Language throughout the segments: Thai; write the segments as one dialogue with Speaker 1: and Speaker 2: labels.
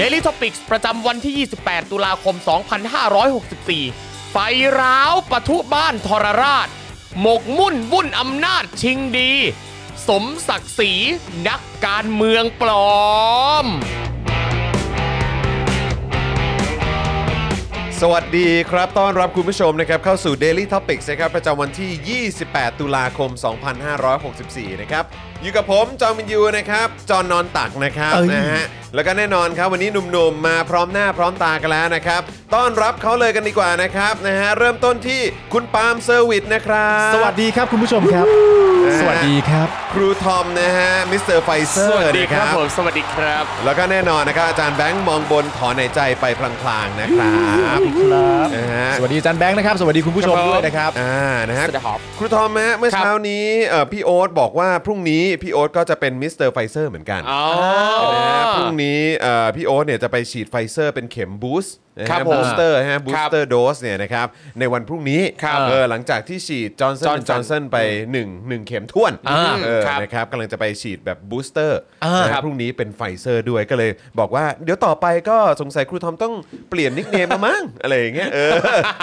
Speaker 1: Daily Topics ประจำวันที่ 28 ตุลาคม 2564 ไฟร้าวปะทุบ้านทรราช หมกมุ่นวุ่นอำนาจชิงดี สมศักดิ์ศรีนักการเมืองปลอม
Speaker 2: สวัสดีครับ ต้อนรับคุณผู้ชมนะครับเข้าสู่ Daily Topics นะครับประจำวันที่ 28 ตุลาคม 2564 นะครับ อยู่กับผมจอมินยูนะครับ จอนนอนตักนะครับ
Speaker 3: เอ้ย
Speaker 2: นะฮะ แล้วก็แน่นอนครับวันนี้หนุ่มๆ มาพร้อมหน้าพร้อมตากันแล้วนะครับ ต้อนรับเขาเลยกันดีกว่านะครับนะฮะเริ่มต้นที่คุณปาล์มเซอร์วิสนะครับ
Speaker 3: สวัสดีครับคุณผู้ชมครับ
Speaker 2: นะฮะ
Speaker 3: สวัสดีครับ
Speaker 2: ครูทอมนะฮะมิสเตอร์ไฟเซอร์นะครับ
Speaker 1: สวัสดีครับ
Speaker 2: แล้วก็แน่นอนนะครับอาจารย์แบงค์มองบนถอนหายใจไปพลางๆนะครับนะฮะ
Speaker 3: สวัสดีอาจารย์แบงค์นะครับ สวัสดีคุณผู้ชม
Speaker 1: ครับ
Speaker 3: ด้วยนะครับ
Speaker 2: อ่านะฮะ
Speaker 1: สวัสดีครับ
Speaker 2: ครูทอมฮะเมื่อ
Speaker 1: ครับ
Speaker 2: เช้านี้เอ่อพี่โอ๊ตบอกว่าพรุ่งนี้พี่โอ๊ตก็จะเป็นมิสเตอร์ไฟเซอร์เหมือนกัน
Speaker 1: อ๋อ
Speaker 2: นะฮะพรุ่งนี้เอ่อพี่โอ๊ตเนี่ยจะไปฉีดไฟเซอร์เป็นเข็มบูสต์นะ
Speaker 1: ครั
Speaker 2: ฮะ
Speaker 1: บผม
Speaker 2: บูสเตอร์ฮะบู
Speaker 1: ค
Speaker 2: ส
Speaker 1: รับ
Speaker 2: เตอร์โดสเนี่ยนะครับในวันพรุ่งนี้
Speaker 1: ครับ
Speaker 2: เออหลังจากที่ฉีดจอห์นสันจอห์น
Speaker 1: Johnson
Speaker 2: สันไปหนึ่งหนึ่งเข็มท้วน
Speaker 3: อ่า
Speaker 2: เออ
Speaker 1: ครับ
Speaker 2: นะครับกำลังจะไปฉีดแบบบูสเตอร์
Speaker 3: อ่า
Speaker 2: นะฮะพรุ่งนี้เป็นไฟเซอร์ด้วยก็เลยบอกว่าเดี๋ยวต่อไปก็สงสัยครูทอมต้องเปลี่ยนนิกเนมมามั้งอะไรอย่างเงี้ยเออ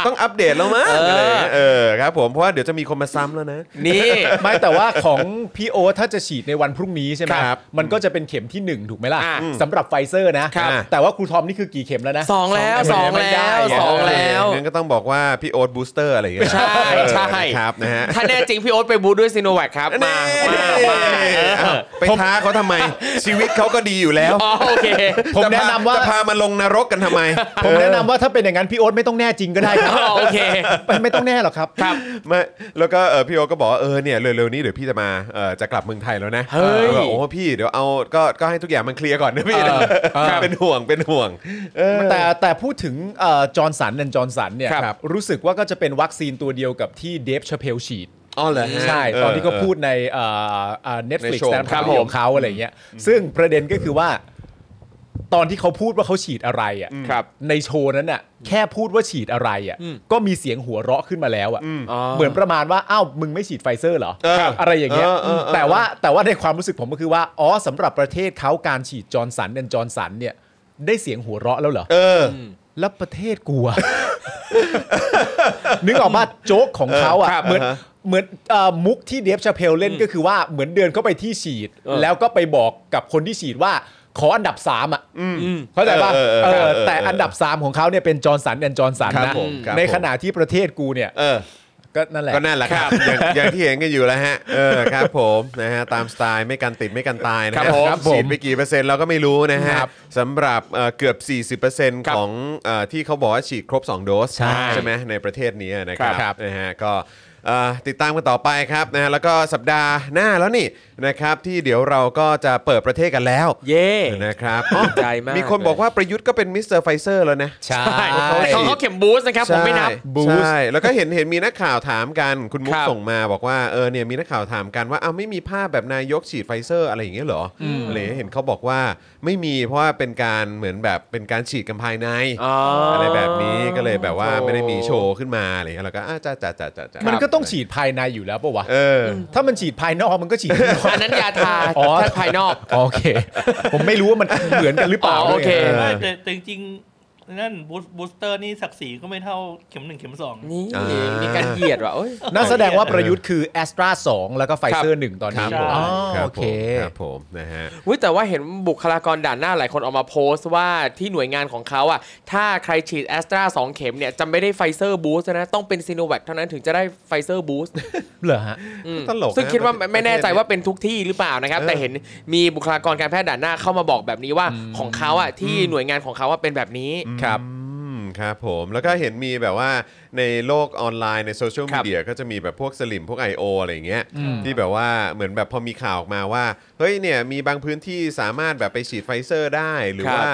Speaker 2: ต้องอัปเดตแล้วมั้งอะไรอย่างเงี้ย
Speaker 1: เออ
Speaker 2: เออครับผมเพราะว่าเดี๋ยวจะมีคนมาซ้ำแล้วนะ
Speaker 1: นี่
Speaker 3: ไม่แต่ว่าของพี่โอ๊ตถ้าจะฉีดในวันพรุ่งนี้ใช่ไหม
Speaker 2: ครับ
Speaker 3: มันก็จะเป็นเข็มที่หนึ่งถูกไหมล่ะ
Speaker 1: อ่า
Speaker 3: สำหรับไฟเซอร์นะ
Speaker 2: ครับ
Speaker 3: แต่ว่าครูทอมนี่คือกี่เข็มแล้วนะ
Speaker 1: สองแล้วสอง
Speaker 3: ไม่
Speaker 1: แล้
Speaker 3: ได้
Speaker 1: ว
Speaker 3: ไม่ได้
Speaker 1: สองแล้ว
Speaker 2: งั้นก็ต้องบอกว่าพี่โอ๊ตบูสเตอร์อะไรอย่างเงี้ย
Speaker 1: ใช่ใช่
Speaker 2: เออนะครับนะฮะ
Speaker 1: ถ้าแน่จริงพี่โอ๊ตไปบูธด้วยซีโนแวคครับ มา
Speaker 2: นี่
Speaker 1: มามาเออ
Speaker 2: เอาไปท้าเขาทำไม ชีวิตเขาก็ดีอยู่แล้ว
Speaker 1: อ๋อโอเค
Speaker 3: ผม
Speaker 2: จะพ
Speaker 3: แนะนำว่า
Speaker 2: จะพามาลงนรกกันทำไม
Speaker 3: ผมแนะนำว่าถ้าเป็นอย่างนั้นพี่โอ๊ตไม่ต้องแน่จริงก็ได้ครับ
Speaker 1: อ๋อโอเค
Speaker 3: ไม่ไม่ต้องแน่หรอกครับ
Speaker 1: ครับ
Speaker 2: ไม่แล้วก็เออพี่โอ๊ตก็บอกว่าเออเนี่ยเร็วๆนี้เดี๋ยวพี่จะมาเออจะกลับเมืองไทยแล้วนะ
Speaker 1: เฮ้ย
Speaker 2: แล้วก็บอกโอ้พี่เดี๋ยวเอาก็ก็ให้ทุกอย่างมันเคลียร์ก่อนนะพี่
Speaker 3: เออเออ
Speaker 2: เป็นห่วงเป็นห่วงเออ
Speaker 3: แต่แต่พูดถึงจอร์นสันแอนจอร์นสันเนี่ย
Speaker 2: ครับ
Speaker 3: รู้สึกว่าก็จะเป็นวัคซีนตัวเดียวกับที่เดฟชาเพลฉีด
Speaker 2: อ๋อเหรอฮะ
Speaker 3: ใช่ ตอนที่เขา
Speaker 2: เ
Speaker 3: พูดในเน็ตฟลิ
Speaker 2: ใน
Speaker 3: ก
Speaker 2: โชว์
Speaker 3: ซ์แตาม
Speaker 2: ครั
Speaker 3: ข่า
Speaker 2: บผ
Speaker 3: ว
Speaker 2: ม
Speaker 3: ของเขาอะไรเงี้ย ซึ่งประเด็นก็คือว่า ตอนที่เขาพูดว่าเขาฉีดอะไรอ่ะ
Speaker 1: ครับ
Speaker 3: ในโชว์นั้นอ่ะแค่พูดว่าฉีดอะไรอ่ะก็มีเสียงหัวเราะขึ้นมาแล้วอ่ะ
Speaker 1: อ๋อ
Speaker 3: เหมือนประมาณว่าอ้าวมึงไม่ฉีดไฟเซอร์เหรอ
Speaker 2: เออ
Speaker 3: อะไรอย่างเงี้ย
Speaker 2: เออเออเออ
Speaker 3: แต่ว่าแต่ว่าในความรู้สึกผมก็คือว่าอ๋อสำหรับประเทศเขาการฉีดจอร์นสันแอนจอร์นสันเนี่ยได้เสียงหัวเราะแล้วเหรอ
Speaker 2: เออ
Speaker 3: แล้วประเทศกูอะ นึกออกมาโจ๊กของเขาอะ
Speaker 2: ครับ
Speaker 3: เหมือน
Speaker 2: อ่าฮะ
Speaker 3: เหมือนเอ่อมุกที่เดฟชาเพลเล่นก็คือว่าเหมือนเดินเข้าไปที่ฉีด
Speaker 1: เออ
Speaker 3: แล้วก็ไปบอกกับคนที่ฉีดว่าขออันดับสามอะเข้าใจป่ะ
Speaker 2: เออเออ
Speaker 3: เอ
Speaker 2: เออ
Speaker 3: อ
Speaker 2: เออ
Speaker 3: แต่อันดับสามของเขาเนี่ยเป็นจอร์นสันแอนจอร์นสัน
Speaker 2: ครับ
Speaker 3: นะ
Speaker 2: ผมครับ
Speaker 3: ใน
Speaker 2: ผม
Speaker 3: ขณะที่ประเทศกูเนี่ย
Speaker 2: เออ
Speaker 3: ก็นั่นแหละ
Speaker 2: ก็นั่นแหละครับอย่างอย่างที่เห็นกันอยู่แล้วฮะเออครับผมนะฮะตามสไตล์ไม่กันติดไม่กันตายนะ
Speaker 1: ครั
Speaker 2: ฮะ
Speaker 1: บผม
Speaker 2: ครับฉีดไปกี่เปอร์เซ็นต์เราก็ไม่รู้นะฮะ
Speaker 3: ครับ
Speaker 2: สำหรับเอ่อเกือบ 40%
Speaker 1: ครับ
Speaker 2: ของเอ่อที่เขาบอกว่าฉีดครบ 2 โดส
Speaker 3: ใช่
Speaker 2: ไหมในประเทศนี้นะครับ
Speaker 1: ครับ
Speaker 2: นะฮะก็ เอ่อติดตามกันต่อไปครับนะแล้วก็สัปดาห์หน้าแล้วนี่นะครับที่เดี๋ยวเราก็จะเปิดประเทศกันแล้ว
Speaker 4: เย่
Speaker 2: นะครับอ๋อ
Speaker 4: ใจมาก
Speaker 2: มีคนบอกว่าประยุทธ์ก็เป็นมิสเตอร์ไฟเซอร์แล้วนะ
Speaker 4: ใช่
Speaker 1: แต่เขาเขาเข็มบูสนะครับ ผมไม่นับ
Speaker 2: ใช่ใช่แล้วก็เห็นเห็นมีนักข่าวถามกันคุณมุก
Speaker 4: ครับ
Speaker 2: ส่งมาบอกว่าเออเนี่ยมีนักข่าวถามกันว่าอ้าวไม่มีภาพแบบนายกฉีดไฟเซอร์อะไรอย่างเงี้ยเหรอออะไรเห็นเขาบอกว่าไม่มีเพราะว่าเป็นการเหมือนแบบเป็นการฉีดกันภายใน
Speaker 4: อ๋ออ
Speaker 2: ไรแบบนี้ก็เลยแบบว่า
Speaker 4: โอ้
Speaker 2: ไม่ได้มีโชว์ขึ้นมาอะไรเงี้ยแล้วก็อ่ะจ้าจ้าจ้าจ้าจ้า
Speaker 3: มันก็ต้องฉีดภายในอยู่แล้วปะวะ
Speaker 2: เออ
Speaker 3: ถ้ามันฉีดภายนอกมันก็ฉีดข้างนอก
Speaker 1: อันนั้นยาทา
Speaker 3: อ๋อ
Speaker 1: ถ้าภายนอก
Speaker 3: โอเค ผมไม่รู้ว่ามันเหมือนกันหรือเปล่า
Speaker 1: อ๋อ
Speaker 3: ด้วย
Speaker 1: โอเค
Speaker 3: ไง
Speaker 2: เออ
Speaker 5: ไม่แต่แต่จริงๆนั่นบูสบูสเตอร์นี่ศักดิ์ศรีก็ไม่เท่าเข็มหนึ่งเข็มสอง
Speaker 4: นี่
Speaker 2: อ่ามี
Speaker 4: มีการเหยียดว่ะโอ้ย
Speaker 3: น่าแสดงว่าประยุทธ์คือแอสตราสองแล้วก็ไฟเซอร์หนึ่งตอน
Speaker 2: ครั
Speaker 3: นี้
Speaker 2: บผม
Speaker 3: อ๋อ
Speaker 2: ครับ
Speaker 3: โอ
Speaker 2: ผ
Speaker 3: เค
Speaker 2: มครับผมนะฮะ
Speaker 4: อุ๊ยแต่ว่าเห็นบุคลากรด่านหน้าหลายคนออกมาโพสต์ว่าที่หน่วยงานของเขาอ่ะ ถ้าใครฉีดแอสตราสองเข็มเนี่ยจะไม่ได้ไฟเซอร์บูสต์นะ ต้องเป็นซีโนแวคเท่านั้นถึงจะได้ไฟเซอร์บูสต์
Speaker 3: เหรอฮะ
Speaker 2: ตลกนะ
Speaker 4: ซึ่งคิดว่าไม่ไม่แน่ใจ
Speaker 2: ประเทศเนี่ย
Speaker 4: ว่าเป็นทุกที่หรือเปล่านะครับ
Speaker 2: เออ
Speaker 4: แต่เห็นมีบุคลากรการแพทย์ด่านหน้าเข้ามาบอกแบบนี้ว่าของเขาอ่ะที่หน่วยงานของเขาอ่ะเป็นแบบนี้
Speaker 3: ครับ
Speaker 2: อืมครับผมแล้วก็เห็นมีแบบว่าในโลกออนไลน์ในโซเชียล
Speaker 4: ครั
Speaker 2: มี
Speaker 4: บ
Speaker 2: เดียก็จะมีแบบพวกสลิมพวก I.O. อะไรอย่างเงี้ยที่แบบว่าเหมือนแบบพอมีข่าวออกมาว่า เฮ้ยเนี่ยมีบางพื้นที่สามารถแบบไปฉีดไฟเซอร์ได้หรือ
Speaker 4: ครับ
Speaker 2: ว่า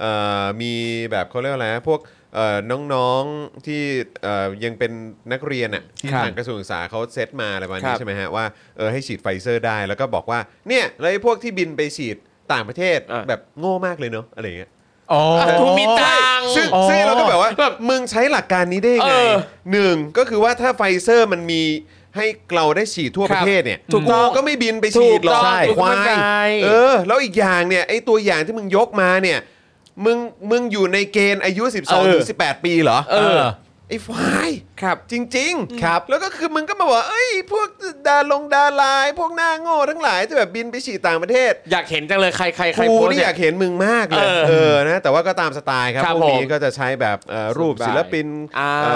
Speaker 2: เอ่อมีแบบเขาเรียกว่าอะไรนะพวกเอ่อน้องๆที่เอ่อยังเป็นนักเรียนอ่ะที่
Speaker 4: ครับ
Speaker 2: ทางกระทรวงศึกษาเขาเซตมาอะไรประมาณ
Speaker 4: ครั
Speaker 2: นี้
Speaker 4: บ
Speaker 2: ใช่ไหมฮะว่าเออให้ฉีดไฟเซอร์ได้แล้วก็บอกว่าเนี่ยแล้วไอ้พวกที่บินไปฉีดต่างประเทศแบบโง่มากเลยเนาะอะไรอย่างเงี้ย
Speaker 3: อ๋อ
Speaker 1: ทูมีตังค์
Speaker 2: ซึ่ง
Speaker 3: อ๋อ
Speaker 2: ซึ่งเราก็แบบว่า
Speaker 1: แบบ
Speaker 2: มึงใช้หลักการนี้ได้ยังไง
Speaker 1: เออ
Speaker 2: หนึ่งก็คือว่าถ้าไฟเซอร์มันมีให้เราได้ฉีดทั่ว
Speaker 4: ค
Speaker 2: ป
Speaker 4: รับ
Speaker 2: ระเทศเนี่ย
Speaker 4: ถูกต้อง
Speaker 2: ก็ไม่บินไปฉีดหรอก
Speaker 4: ถูก
Speaker 2: ค
Speaker 4: ต้องใช่
Speaker 2: วา
Speaker 4: ถูกต้
Speaker 2: ย
Speaker 4: องใช่
Speaker 2: เออ แล้วอีกอย่างเนี่ยไอ้ตัวอย่างที่มึงยกมาเนี่ย มึงมึงอยู่ในเกณฑ์อายุ 12ถึง18 ปีเหรอ
Speaker 3: เออ
Speaker 2: ไอ้ฝ่าย
Speaker 4: ครับ
Speaker 2: จริงๆ
Speaker 3: ครับ
Speaker 2: แล้วก็คือมึงก็มาบอกว่าเอ้ย พวกดาลงดาลาย พวกหน้าโง่ทั้งหลายที่แบบบินไปฉีดต่างประเทศ
Speaker 4: อยากเห็นจังเลยใครใครใคร
Speaker 2: กู
Speaker 4: โพสต์
Speaker 2: นี่
Speaker 4: เนี่
Speaker 2: อย ยากเห็นมึงมากเลย
Speaker 4: เออ
Speaker 2: เออ นะ แต่ว่าก็ตามสไตล์ครับ
Speaker 4: ครับ
Speaker 2: พวกนี้
Speaker 4: ผม
Speaker 2: ก็จะใช้แบบเอ่อรูปศิลปิน
Speaker 4: อ่า
Speaker 2: เอ่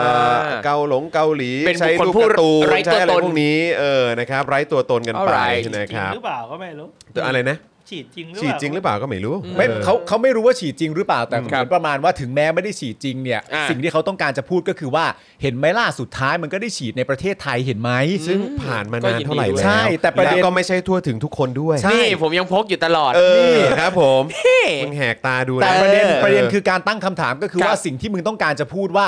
Speaker 2: อเกาหลงเกาหลี
Speaker 4: เป็น
Speaker 2: ใช้
Speaker 4: บุคค
Speaker 2: รูป
Speaker 4: ลผู้
Speaker 2: การ์ตูน
Speaker 4: ไร้
Speaker 2: ใช้
Speaker 4: ตัว
Speaker 2: อะไร
Speaker 4: ตน
Speaker 2: พวกนี้ เออ นะครับ ไร้ตัวตนกันไป
Speaker 4: Alright
Speaker 2: นะ
Speaker 5: จ
Speaker 2: ค
Speaker 5: ริง
Speaker 2: รับ
Speaker 5: หรือเปล่าก็ไม่รู้
Speaker 2: แต่อะไรนะ
Speaker 5: ฉีดจริงหรือ
Speaker 2: ฉี
Speaker 5: เป
Speaker 2: ด
Speaker 5: ล่า
Speaker 2: จริงหรือเปล่าก็ไม่รู้
Speaker 3: ไม่
Speaker 2: ออ
Speaker 3: เขาเขาไม่รู้ว่าฉีดจริงหรือเปล่าแต่เหมื
Speaker 4: ครั
Speaker 3: อบ นประมาณว่าถึงแม้ไม่ได้ฉีดจริงเนี่ย
Speaker 4: อ่า
Speaker 3: สิ่งที่เขาต้องการจะพูดก็คือว่าเห็นไหมล่ะสุดท้ายมันก็ได้ฉีดในประเทศไทยเห็นไหม
Speaker 2: ซึ่งผ่านมานานเท่าไหร่
Speaker 4: ก็ยินดีด้ว
Speaker 2: แล้
Speaker 4: ย
Speaker 2: ว
Speaker 3: ใช่แต่ประเด็น
Speaker 2: แล้วก็ไม่ใช่ทั่วถึงทุกคนด้วย
Speaker 4: นี่ผมยังพกอยู่ตลอด
Speaker 2: เออ ครับผมมึงแหกตาดู
Speaker 3: แต่
Speaker 2: นะ
Speaker 3: ประเด็น
Speaker 2: ออ
Speaker 3: ประเด็นคือการตั้งคำถามก็คือ
Speaker 4: ครับ
Speaker 3: ว่าสิ่งที่มึงต้องการจะพูดว่า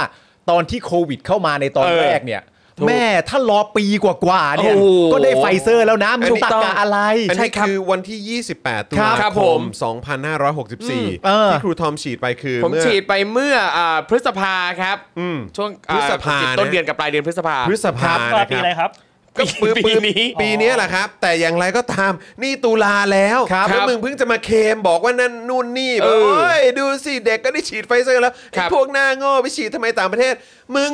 Speaker 3: ตอนที่โควิดเข้ามาในตอน
Speaker 4: เออ
Speaker 3: แรกเนี่ย
Speaker 4: ถูก
Speaker 3: แม่ถ้ารอปีกว่าๆเนี่ย
Speaker 4: โอ้โห
Speaker 3: ก็ได้ไฟเซอร์แล้วนะมึง
Speaker 2: ถูกต้
Speaker 3: ตั
Speaker 2: อก ง
Speaker 3: กะอะไร
Speaker 2: อันนี้คือวันที่ 28 ตุลา
Speaker 4: ครับ
Speaker 2: ค
Speaker 4: ผม ม
Speaker 2: 2564
Speaker 3: เออ
Speaker 2: ที่ครูทอมฉีดไปคือ
Speaker 4: ผม
Speaker 2: เอ
Speaker 4: ฉีดไปเมื่ออ่าพฤษภาครับ
Speaker 2: อืม
Speaker 4: ช่วงอ่
Speaker 2: พฤษภานะ
Speaker 4: ต้นเดือนกับปลายเดือนพฤษภา
Speaker 2: พฤษภา
Speaker 5: ครับก็
Speaker 2: นะครั
Speaker 5: ปีอะไร
Speaker 2: บ
Speaker 5: ครับ
Speaker 2: ก็ปี
Speaker 4: ปีนี้
Speaker 2: ปีปีเนี้ยแหละครับ แต่อย่างไรก็ตามนี่ตุลาแล้ว
Speaker 4: ครับ
Speaker 2: แล้วมึงเพิ่งจะมาเคลมบอกว่านั่นนู่นนี่บอกว่า
Speaker 4: เออ
Speaker 2: โอ้ยดูสิเด็กก็ได้ฉีดไฟเซอร์แล้ว
Speaker 4: ครั
Speaker 2: ไอ้
Speaker 4: บ
Speaker 2: พวกหน้าโง่ไปฉีดทำไมต่างประเทศ มึง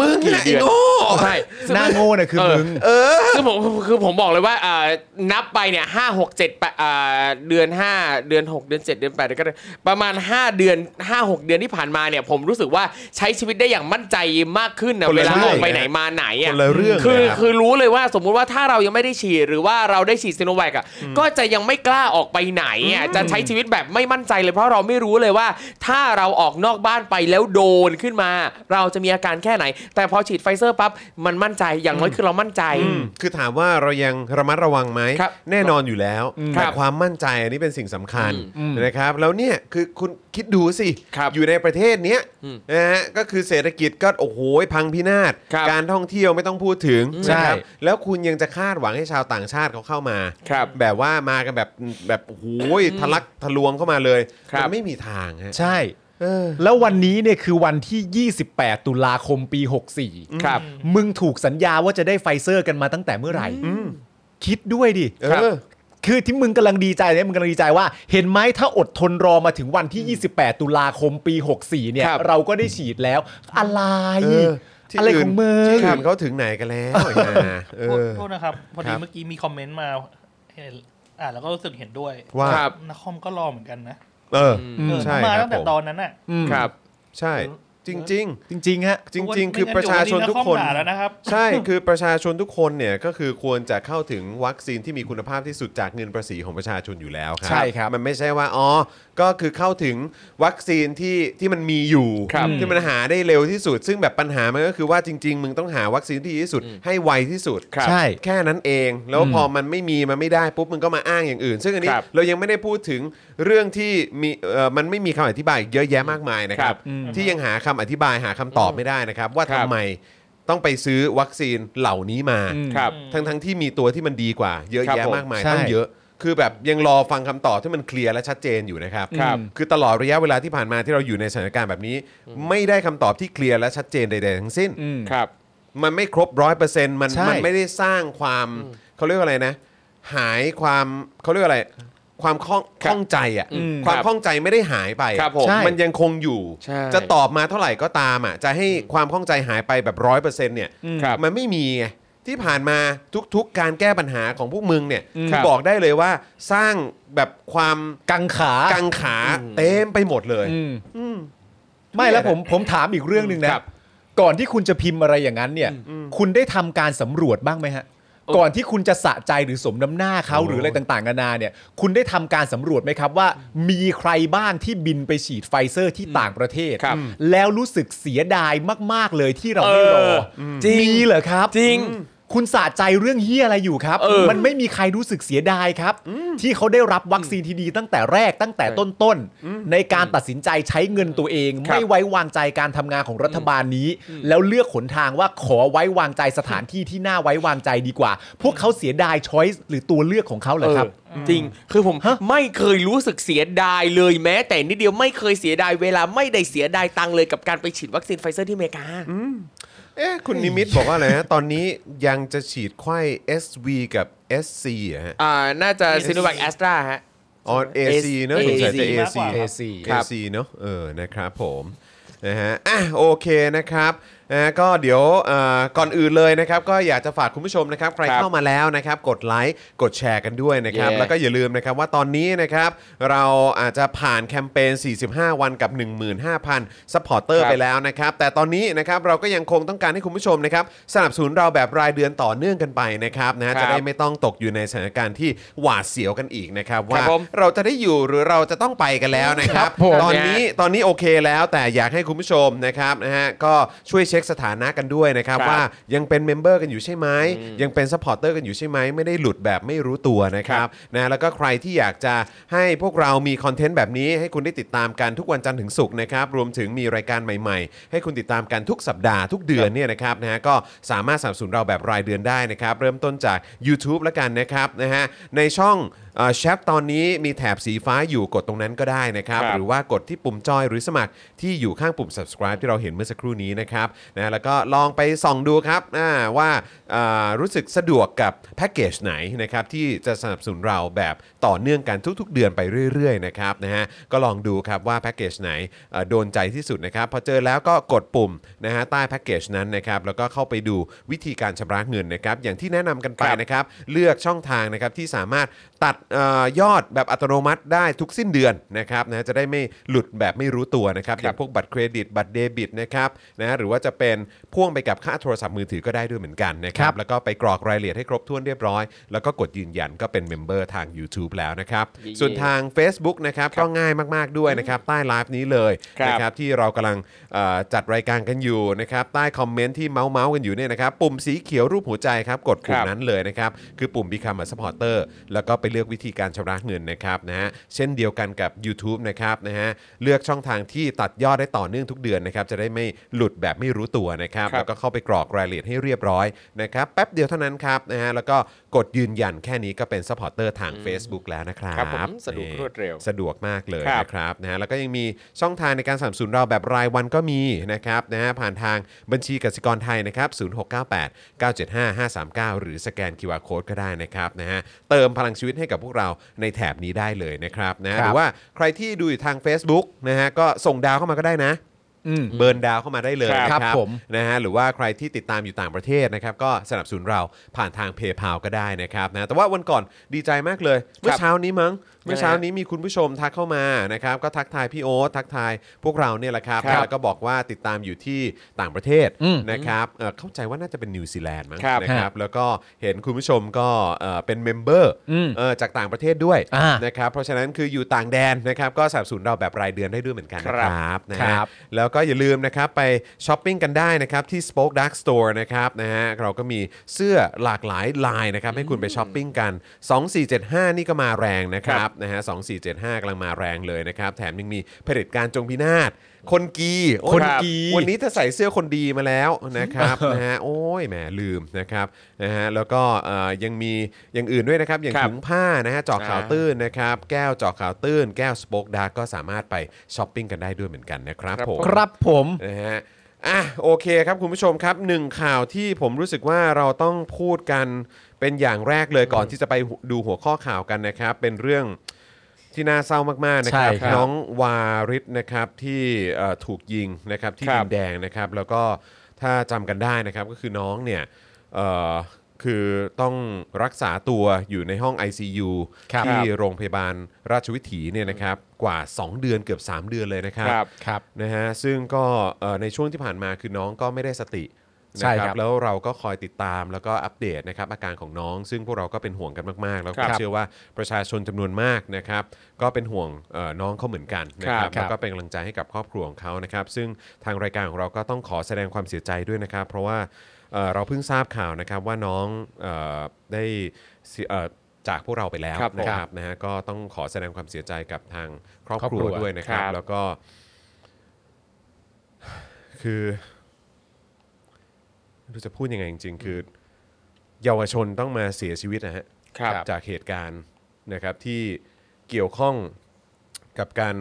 Speaker 2: มึง
Speaker 4: กี่
Speaker 2: น่ะไอ้
Speaker 4: เดือน
Speaker 2: โง่
Speaker 4: ใช่
Speaker 3: หน้าโง่น่ะคือมึง
Speaker 4: เออคือผมคือผมบอกเลยว่าอ่านับไปเนี่ยห้าหกเจ็ดแปดอ่าเดือนห้าเดือนหกเดือนเจ็ดเดือนแปดเดือนเก็ประมาณห้าเดือนห้าหกเดือนที่ผ่านมาเนี่ย ผมรู้สึกว่าใช้ชีวิตได้อย่างมั่นใจมากขึ้นนะ
Speaker 2: คนละ
Speaker 4: เวลา
Speaker 2: เรื่อง
Speaker 4: ออกไป
Speaker 2: เลยนะ
Speaker 4: ไหนมาไหนอ่ะ
Speaker 2: คนละเรื่อง
Speaker 4: คือ
Speaker 2: เลยครับ
Speaker 4: คือรู้เลยว่าสมมุติว่าถ้าเรายังไม่ได้ฉีดหรือว่าเราได้ฉีดซีโนแวคอ่ะก็จะยังไม่กล้าออกไปไหนอ่ะจะใช้ชีวิตแบบไม่มั่นใจเลยเพราะเราไม่รู้เลยว่า ถ้าเราออกนอกบ้านไปแล้วโดนขึ้นมา เราจะมีอาการแค่ไหน แต่พอฉีดไฟเซอร์ปั๊บมันมั่นใจอย่างน้อยคือเรามั่นใจ
Speaker 2: ืมคือถามว่าเรายังระมัดระวังไหม
Speaker 4: ครับ
Speaker 2: แน่นอนอยู่แล้ว
Speaker 4: ครั
Speaker 2: แต่
Speaker 4: บ
Speaker 2: ความมั่นใจอันนี้เป็นสิ่งสำคัญ
Speaker 3: อืม
Speaker 2: นะครับ แล้วเนี่ยคือคุณคิดดูสิ
Speaker 4: ครับ
Speaker 2: อยู่ในประเทศเนี้ย
Speaker 4: อืม
Speaker 2: นะฮะก็คือเศรษฐกิจก็โอ้โหพังพินาศ
Speaker 4: ครับ
Speaker 2: การท่องเที่ยวไม่ต้องพูดถึง
Speaker 3: ใช่
Speaker 2: นะครับแล้วคุณยังจะคาดหวังให้ชาวต่างชาติเขาเข้ามา
Speaker 4: ครับ
Speaker 2: แบบว่ามากันแบบแบบโอ้โหทะลักทะลวงเข้ามาเลย
Speaker 4: ครับ
Speaker 2: มันไม่มีทางฮะ
Speaker 3: ใช่
Speaker 2: เออ
Speaker 3: แล้ววันนี้เนี่ยคือวันที่ 28 ตุลาคมปี 64
Speaker 4: ครับ
Speaker 3: มึงถูกสัญญาว่าจะได้ไฟเซอร์กันมาตั้งแต่เมื่อไหร่ คิดด้วยดิ
Speaker 2: เอ
Speaker 4: ครับ
Speaker 2: อ
Speaker 3: คือที่มึงกำลังดีใจเนี่ยมึงกำลังดีใจว่า เห็นไหมถ้าอดทนรอมาถึงวันที่ 28 ตุลาคมปี 64 เนี่ย
Speaker 4: ครับ
Speaker 3: เราก็ได้ฉีดแล้ว อะไร
Speaker 2: เออที่
Speaker 3: อะไรของมึ
Speaker 2: ที่
Speaker 3: ง
Speaker 2: อื่นเขาถึงไหนกันแล้วไอ้ห่าเอ
Speaker 5: โทษ
Speaker 2: อ
Speaker 5: โทษนะครับ พอ
Speaker 2: ค
Speaker 5: ดี
Speaker 2: รับ
Speaker 5: เมื่อกี้มีคอมเมนต์มาเห็นอ่านแล้วก็รู้สึกเห็นด้วย
Speaker 2: ว่า
Speaker 4: ครับ
Speaker 5: นักคอมก็รอเหมือนกันนะ
Speaker 2: เออ
Speaker 5: เออ
Speaker 2: ใช่
Speaker 5: มา
Speaker 2: ครับ
Speaker 5: ตั้งแต่
Speaker 2: ผม
Speaker 5: ตอนนั้นน่ะ
Speaker 3: อืม
Speaker 4: ครับ
Speaker 2: ใช่จริง ๆ
Speaker 3: จริง ๆ ฮะ
Speaker 2: จริง ๆ คือประชาชนทุกคน
Speaker 5: วัเดี๋ยววักอมด่าแล้วนะครับ
Speaker 2: ใช่ คือประชาชนทุกคนเนี่ยก็คือควรจะเข้าถึงวัคซีนที่มีคุณภาพที่สุดจากเงินภาษีของประชาชนอยู่แล้วครั
Speaker 3: ใช่ครับ
Speaker 2: มันไม่ใช่ว่าอ๋อ ก็คือเข้าถึงวัคซีนที่ที่มันมีอยู่
Speaker 4: ครับ
Speaker 2: ที่มันหาได้เร็วที่สุด ซึ่งแบบปัญหามันก็คือว่าจริง ๆ มึงต้องหาวัคซีนที่ดีที่สุด ให้ไวที่สุด
Speaker 4: ครับ
Speaker 3: ใช่
Speaker 2: แค่นั้นเองแล้ว
Speaker 3: อืม
Speaker 2: พอมันไม่มีมันไม่ได้ปุ๊บมันก็มาอ้างอย่างอื่น ซึ่งอันนี้
Speaker 4: ครับ
Speaker 2: เรายังไม่ได้พูดถึงเรื่องที่มีเอ่อมันไม่มีคำอธิบายเยอะแยะมากมายนะค
Speaker 4: ค
Speaker 2: รั
Speaker 4: รับ บ
Speaker 3: อืม
Speaker 2: ที่ยังหาคำอธิบายหาคำตอบไม่ได้นะครับ ว่า
Speaker 4: ครั
Speaker 2: ทำ
Speaker 4: บ
Speaker 2: ไมต้องไปซื้อวัคซีนเหล่านี้มา
Speaker 3: อืม
Speaker 4: ครับ
Speaker 2: ทั้งทั้งๆที่มีตัวที่มันดีกว่า เยอะ
Speaker 4: ครับ
Speaker 2: แยะ
Speaker 4: ผม
Speaker 2: มากมาย
Speaker 3: ใช่
Speaker 2: ตั้งเยอะ คือแบบยังรอฟังคำตอบที่มันเคลียร์และชัดเจนอยู่นะครับ
Speaker 4: ครับ
Speaker 2: คือตลอดระยะเวลาที่ผ่านมาที่เราอยู่ในสถานการณ์แบบนี้ ไม่ได้คำตอบที่เคลียร์และชัดเจนใดๆทั้งสิ้น
Speaker 3: อืม
Speaker 4: ครับ
Speaker 2: มันไม่ครบร้อยเปอร์เซ็นต์มัน
Speaker 3: ใช่
Speaker 2: มันไม่ได้สร้างความเขาเรียกว่าอะไรนะ หายความเขาเรียกว่าอะไร ความข้อง
Speaker 4: ครับ
Speaker 2: ข้องใจอ่ะ
Speaker 4: อืม
Speaker 2: ความ
Speaker 4: ครับ
Speaker 2: ข้องใจไม่ได้หายไปอะ
Speaker 4: ครับผมใช่
Speaker 2: มันยังคงอยู่
Speaker 4: ใช่
Speaker 2: จะตอบมาเท่าไหร่ก็ตามอ่ะจะให้ความข้องใจหายไปแบบร้อยเปอร์เซ็นต์เนี่ย
Speaker 4: ครับ
Speaker 2: มันไม่มีไงที่ผ่านมาทุกๆ การแก้ปัญหาของพวกมึงเนี่ย
Speaker 4: ครับ
Speaker 2: บอกได้เลยว่าสร้างแบบความ
Speaker 3: กังขา
Speaker 2: กังขาเต็มไปหมดเลย
Speaker 3: อืมไม่แล้วผมผมถามอีกเรื่องหนึ่งนะ
Speaker 4: ครับ
Speaker 3: ก่อนที่คุณจะพิมพ์อะไรอย่างนั้นเนี่ย คุณได้ทำการสำรวจบ้างไหมฮะ ก่อนที่คุณจะสะใจหรือสมน้ำหน้าเขาหรืออะไรต่างๆนานาเนี่ย คุณได้ทำการสำรวจไหมครับว่า มีใครบ้างที่บินไปฉีดไฟเซอร์ที่ต่างประเทศ
Speaker 4: ครับ
Speaker 3: แล้วรู้สึกเสียดายมากๆเลยที่เราไม่รอ
Speaker 4: เออจริง
Speaker 3: มีเหรอครับ
Speaker 4: จริง
Speaker 3: อืมคุณสะใจเรื่องเฮียอะไรอยู่ครับ
Speaker 4: เออ
Speaker 3: มันไม่มีใครรู้สึกเสียดายครับ ที่เขาได้รับวัคซีนที่ดีตั้งแต่แรกตั้งแต่ต้นต้นๆในการตัดสินใจใช้เงินตัวเอง
Speaker 4: ครับ
Speaker 3: ไม่ไว้วางใจการทำงานของรัฐบาลนี้ แล้วเลือกขนทางว่าขอไว้วางใจสถานที่ที่น่าไว้วางใจดีกว่า พวกเขาเสียดายช้อยส์หรือตัวเลือกของเขาเหรอครับ
Speaker 4: เออจริง คือผม
Speaker 3: ฮะ
Speaker 4: ไม่เคยรู้สึกเสียดายเลยแม้ แต่นิดเดียวไม่เคยเสียดายเวลาไม่ได้เสียดายตังค์เลยกับการไปฉีดวัคซีนไฟเซอร์ที่อเมริกา
Speaker 2: เอ๊ะคุณนิมิตบอกว่าอะไรนะตอนนี้ยังจะฉีดไข้ SV กับ SC อะฮะ
Speaker 4: อ่า น่าจะซีโนแวคแอสตราฮะ
Speaker 2: อ๋อ AC เนอะ
Speaker 4: AC
Speaker 2: สงสัยจะ
Speaker 5: มาก
Speaker 2: AC
Speaker 5: กว่า
Speaker 3: AC
Speaker 2: AC เนอะเออนะครับผมนะฮะอ่ะโอเคนะครับนะฮะก็เดี๋ยวเอ่อก่อนอื่นเลยนะครับ ก็อยากจะฝากคุณผู้ชมนะครับ ใคร
Speaker 4: ครับ
Speaker 2: เข้ามาแล้วนะครับ กดไลค์กดแชร์กันด้วยนะครับ
Speaker 4: เย้
Speaker 2: แล้วก็อย่าลืมนะครับว่าตอนนี้นะครับ เราอาจจะผ่านแคมเปญ 45 วันกับ 15,000ซัพพอร์เตอร์
Speaker 4: ครับ
Speaker 2: ไปแล้วนะครับ แต่ตอนนี้นะครับเราก็ยังคงต้องการให้คุณผู้ชมนะครับ สนับสนุนเราแบบรายเดือนต่อเนื่องกันไปนะครับนะฮะจะได้ไม่ต้องตกอยู่ในสถานการณ์ที่หวาดเสียวกันอีกนะครับ ว่า
Speaker 4: ครับผม
Speaker 2: เราจะได้อยู่หรือเราจะต้องไปกันแล้วนะครับ
Speaker 4: ครับผม
Speaker 2: ตอนนี้ตอนนี้โอเคแล้วแต่อยากให้คุณผู้ชมนะครับนะฮะก็ช่วยเช็คสถานะกันด้วยนะครับ
Speaker 4: ครับ
Speaker 2: ว่ายังเป็นเมมเบอร์กันอยู่ใช่ไหมยังเป็นซัพพอร์เตอร์กันอยู่ใช่ไหมไม่ได้หลุดแบบไม่รู้ตัวนะครับนะแล้วก็ใครที่อยากจะให้พวกเรามีคอนเทนต์แบบนี้ ให้คุณได้ติดตามกันทุกวันจันทร์ถึงศุกร์นะครับรวมถึงมีรายการใหม่ๆ ให้คุณติดตามกันทุกสัปดาห์ทุกเดือนเนี่ยนะครับนะฮะก็สามารถสนับสนุนเราแบบรายเดือนได้นะครับเริ่มต้นจาก YouTube แล้วกันนะครับนะฮะในช่อง แชทตอนนี้มีแถบสีฟ้าอยู่กดตรงนั้นก็ได้นะครับ
Speaker 4: ครับ
Speaker 2: หรือว่ากดที่ปุ่มจอยหรือสมัครที่อยู่ข้างปุ่ม subscribe ที่เราเห็นเมื่อสักครู่นี้นะครับนะแล้วก็ลองไปส่องดูครับอ่าว่าอ่ารู้สึกสะดวกกับแพ็กเกจไหนนะครับที่จะสนับสนุนเราแบบต่อเนื่องกันทุกๆ เดือนไปเรื่อยๆนะครับนะฮะก็ลองดูครับว่าแพ็กเกจไหนเอ่อโดนใจที่สุดนะครับพอเจอแล้วก็กดปุ่มนะฮะใต้แพ็กเกจนั้นนะครับแล้วก็เข้าไปดูวิธีการชำระเงินนะครับอย่างที่แนะนำกันไป
Speaker 4: ครับ
Speaker 2: นะครับเลือกช่องทางนะครับที่สามารถ ตัดเออยอดแบบอัตโนมัติได้ทุกสิ้นเดือนนะครับนะจะได้ไม่หลุดแบบไม่รู้ตัวนะครับอย่างพวกบัตรเครดิตบัตรเดบิตนะครับนะหรือว่าจะเป็นพ่วงไปกับค่าโทรศัพท์มือถือก็ได้ด้วยเหมือนกันนะครับแล้วก็ไปกรอกรายละเอียดให้ครบถ้วนเรียบร้อย แล้วก็กดยืนยันก็เป็นเมมเบอร์ทาง YouTube แล้วนะครับ
Speaker 4: เย่
Speaker 2: ส่วนทาง Facebook นะครับก็ง่ายมากๆด้วยนะครับใต้ไลฟ์นี้เลย
Speaker 4: ครับ
Speaker 2: นะครับที่เรากำลังเอ่อจัดรายการกันอยู่นะครับใต้คอมเมนต์ที่เมาส์เมาส์ๆกันอยู่เนี่ยนะครับปุ่มสีเขียวรูปหัวใจครับกดปุ่ม
Speaker 4: ครั
Speaker 2: นั้น
Speaker 4: บ
Speaker 2: นั้นเลยนะครับ คือปุ่ม Become a supporter แล้วก็ไปเลือกวิธีการชำระเงินนะครับนะฮะเช่นเดียวกันกับ YouTube นะครับนะฮะเลือกช่องทางที่ตัดยอดได้ต่อเนื่องทุกเดือนนะครับ จะได้ไม่หลุดแบบไม่รู้ตัวนะครับ
Speaker 4: ครับ
Speaker 2: แล้วก็เข้าไปกรอกรายละเอียดให้เรียบร้อยนะครับ แป๊บเดียวเท่านั้นครับนะฮะแล้วก็กดยืนยันแค่นี้ก็เป็น supporter ทาง Facebook แล้วนะครับ
Speaker 4: ครับผมสะดวกรวดเร็ว
Speaker 2: สะดวกมากเลย
Speaker 4: ครับ
Speaker 2: นะครับนะฮะแล้วก็ยังมีช่องทางในการสนับสนุนเราแบบรายวันก็มีนะครับนะฮะผ่านทางบัญชีกสิกรไทยนะครับ0698 975 539 หรือสแกน QR Code ก็ได้นะครับนะฮะเติมพลังชีวิตให้กับพวกเราในแถบนี้ได้เลยนะครับนะฮะ
Speaker 3: ค
Speaker 2: ห
Speaker 3: รับ
Speaker 2: รือว่าใครที่ดูอยู่ทาง Facebook นะฮะก็ส่งดาวเข้ามาก็ได้นะ
Speaker 3: อืม
Speaker 2: เบิร์นดาวเข้ามาได้เลยนะครับ
Speaker 3: ผม
Speaker 2: นะฮะหรือว่าใครที่ติดตามอยู่ต่างประเทศนะครับ ก็สนับสนุนเราผ่านทางเพย์พาก็ได้นะครับนะแต่ว่าวันก่อนดีใจมากเลย เมื่อเช้านี้มั้ง เมื่อเช้านี้มีคุณผู้ชมทักเข้ามานะครับก็ทักทายพี่โอ๊ตทักทายพวกเราเนี่ยแหละครับ
Speaker 4: ครับ
Speaker 2: แล้วก็บอกว่าติดตามอยู่ที่ต่างประเทศ
Speaker 3: อืม
Speaker 2: นะครับเอ่อเข้าใจว่าน่าจะเป็นนิวซีแลนด์มั้ง
Speaker 4: ครับ
Speaker 2: นะครับแล้วก็เห็นคุณผู้ชมก็เอ่อเป็นเมมเบอร์
Speaker 3: อืม
Speaker 2: เอ่อจากต่างประเทศด้วย
Speaker 3: อ่า
Speaker 2: นะครับเพราะฉะนั้นคืออยู่ต่างแดนนะครับก็สนับสนุนเราแบบรายเดือนได้ด้วยเหมือนกันนะ
Speaker 4: ครั
Speaker 2: ค
Speaker 4: บ
Speaker 2: รับนะ
Speaker 3: ค
Speaker 2: ฮะ
Speaker 3: รับ
Speaker 2: แล้วก็อย่าลืมนะครับไปช้อปปิ้งกันได้นะครับที่ Spoke Dark Store นะครับนะฮะเราก็มีเสื้อหลากหลายลายนะครับให้คุณไปช้อปปิ้งกัน 2475 นี่ก็มาแรงนะครับนะฮะ2475กำลังมาแรงเลยนะครับ แถมยังมีเผด็จการจงพินาศคนกีโอ้ย
Speaker 3: คนกี
Speaker 2: วันนี้ถ้าใส่เสื้อคนดีมาแล้วนะครับ นะฮะโอ้ยแหมลืมนะครับนะฮะแล้วก็เอ่อยังมีอย่างอื่นด้วยนะครับอย่าง
Speaker 4: ครับ
Speaker 2: ถุงผ้านะฮะเจอกข่าว
Speaker 4: อ่า
Speaker 2: ตื้นนะครับแก้วเจอกข่าวตื้น แก้วสป็อกดาร์ก็สามารถไปช้อปปิ้งกันได้ด้วยเหมือนกันนะครับผม
Speaker 3: ครับผม
Speaker 2: นะฮะ อ่ะ โอเคครับคุณผู้ชมครับหนึ่งข่าวที่ผมรู้สึกว่าเราต้องพูดกันเป็นอย่างแรกเลยก่อนที่จะไปดูหัวข้อข่าวกันนะครับ เป็นเรื่องที่น่าเศร้ามากๆนะครับ
Speaker 3: ใช่ครับ
Speaker 2: น้องวาริศนะครับที่เอ่อถูกยิงนะครับที่
Speaker 4: ครั
Speaker 2: ดิ
Speaker 4: บ
Speaker 2: นแดงนะครับ แล้วก็ถ้าจำกันได้นะครับก็คือน้องเนี่ยเอ่อคือต้องรักษาตัวอยู่ในห้อง ICU ที่โรงพยาบาลราชวิถีเนี่ยนะครับกว่า 2 เดือนเกือบ 3 เดือนเลยนะครับ
Speaker 4: ครับ
Speaker 3: ครับ
Speaker 2: นะฮะซึ่งก็เอ่อในช่วงที่ผ่านมาคือน้องก็ไม่ได้สตินะ
Speaker 3: ใช่
Speaker 2: ค
Speaker 3: ครั
Speaker 2: รับบ แล้วเราก็คอยติดตามแล้วก็อัปเดตนะครับอาการของน้อง ซึ่งพวกเราก็เป็นห่วงกันมากๆ แล้ว
Speaker 4: ครั
Speaker 2: ก็
Speaker 4: บ
Speaker 2: เชื่อว่าประชาชนจำนวนมากนะครับก็เป็นห่วงเอ่อน้องเขาเหมือนกันนะค
Speaker 4: ครั
Speaker 2: รับบ แล้วก็เป็นกำลังใจให้กับครอบครัวของเขานะครับซึ่งทางรายการของเราก็ต้องขอแสดงความเสียใจด้วยนะครับ เพราะว่าเอ่อเราเพิ่งทราบข่าวนะครับว่าน้องเออได้เสียเอ่อจากพวกเราไปแล้ว
Speaker 4: ครับผม
Speaker 2: นะครับนะฮะก็ต้องขอแสดงความเสียใจกับทางครอบครั
Speaker 3: คร
Speaker 2: ว
Speaker 3: อบครัว
Speaker 2: ด้วยนะครับ
Speaker 4: ครับ
Speaker 2: แล้วก็ คือไม่รู้จะพูดยังไงจริง ๆ คือ เยาวชนต้องมาเสียชีวิตนะฮะ
Speaker 4: ครับ
Speaker 2: จากเหตุการณ์นะครับที่เกี่ยวข้องกับการ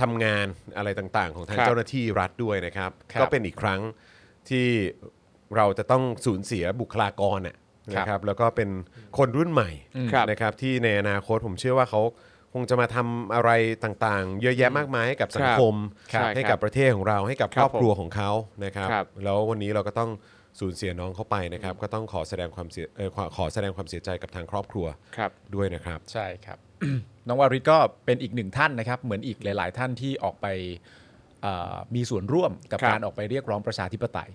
Speaker 2: ทำงานอะไรต่าง ๆ ของทาง
Speaker 4: ครับ
Speaker 2: เจ้าหน้าที่รัฐด้วยนะครับ
Speaker 4: ครับ
Speaker 2: ก็เป็นอีกครั้งที่เราจะต้องสูญเสียบุคลากรน่ะ
Speaker 4: ครับ
Speaker 2: นะครับ แล้วก็เป็นคนรุ่นใหม่
Speaker 4: ครับ
Speaker 2: นะครับ ที่ในอนาคตผมเชื่อว่าเขาคงจะมาทำอะไรต่าง ๆ เยอะแยะมากมายให้กับสังคม
Speaker 4: ครับ
Speaker 2: ให้
Speaker 4: ครั
Speaker 2: กับบ ประเทศของเราให้กับ
Speaker 4: ค
Speaker 2: ครับ รอบครัวของเขานะครับ
Speaker 4: ครับ
Speaker 2: แล้ววันนี้เราก็ต้องสูญเสียน้องเขาไปนะครับ ก็ต้องขอแสดงความเสียเอ่อขอขอแสดงความเสียใจกับทางครอบครัว
Speaker 4: ครับ
Speaker 2: ด้วยนะครับ
Speaker 3: ใช่ครับ น้องวาริศก็เป็นอีกหนึ่งท่านนะครับ เหมือนอีกหลาย ๆ ท่านที่ออกไปเอ่อมีส่วนร่วมกับ
Speaker 4: ครับ
Speaker 3: การออกไปเรียกร้องประชาธิปไตย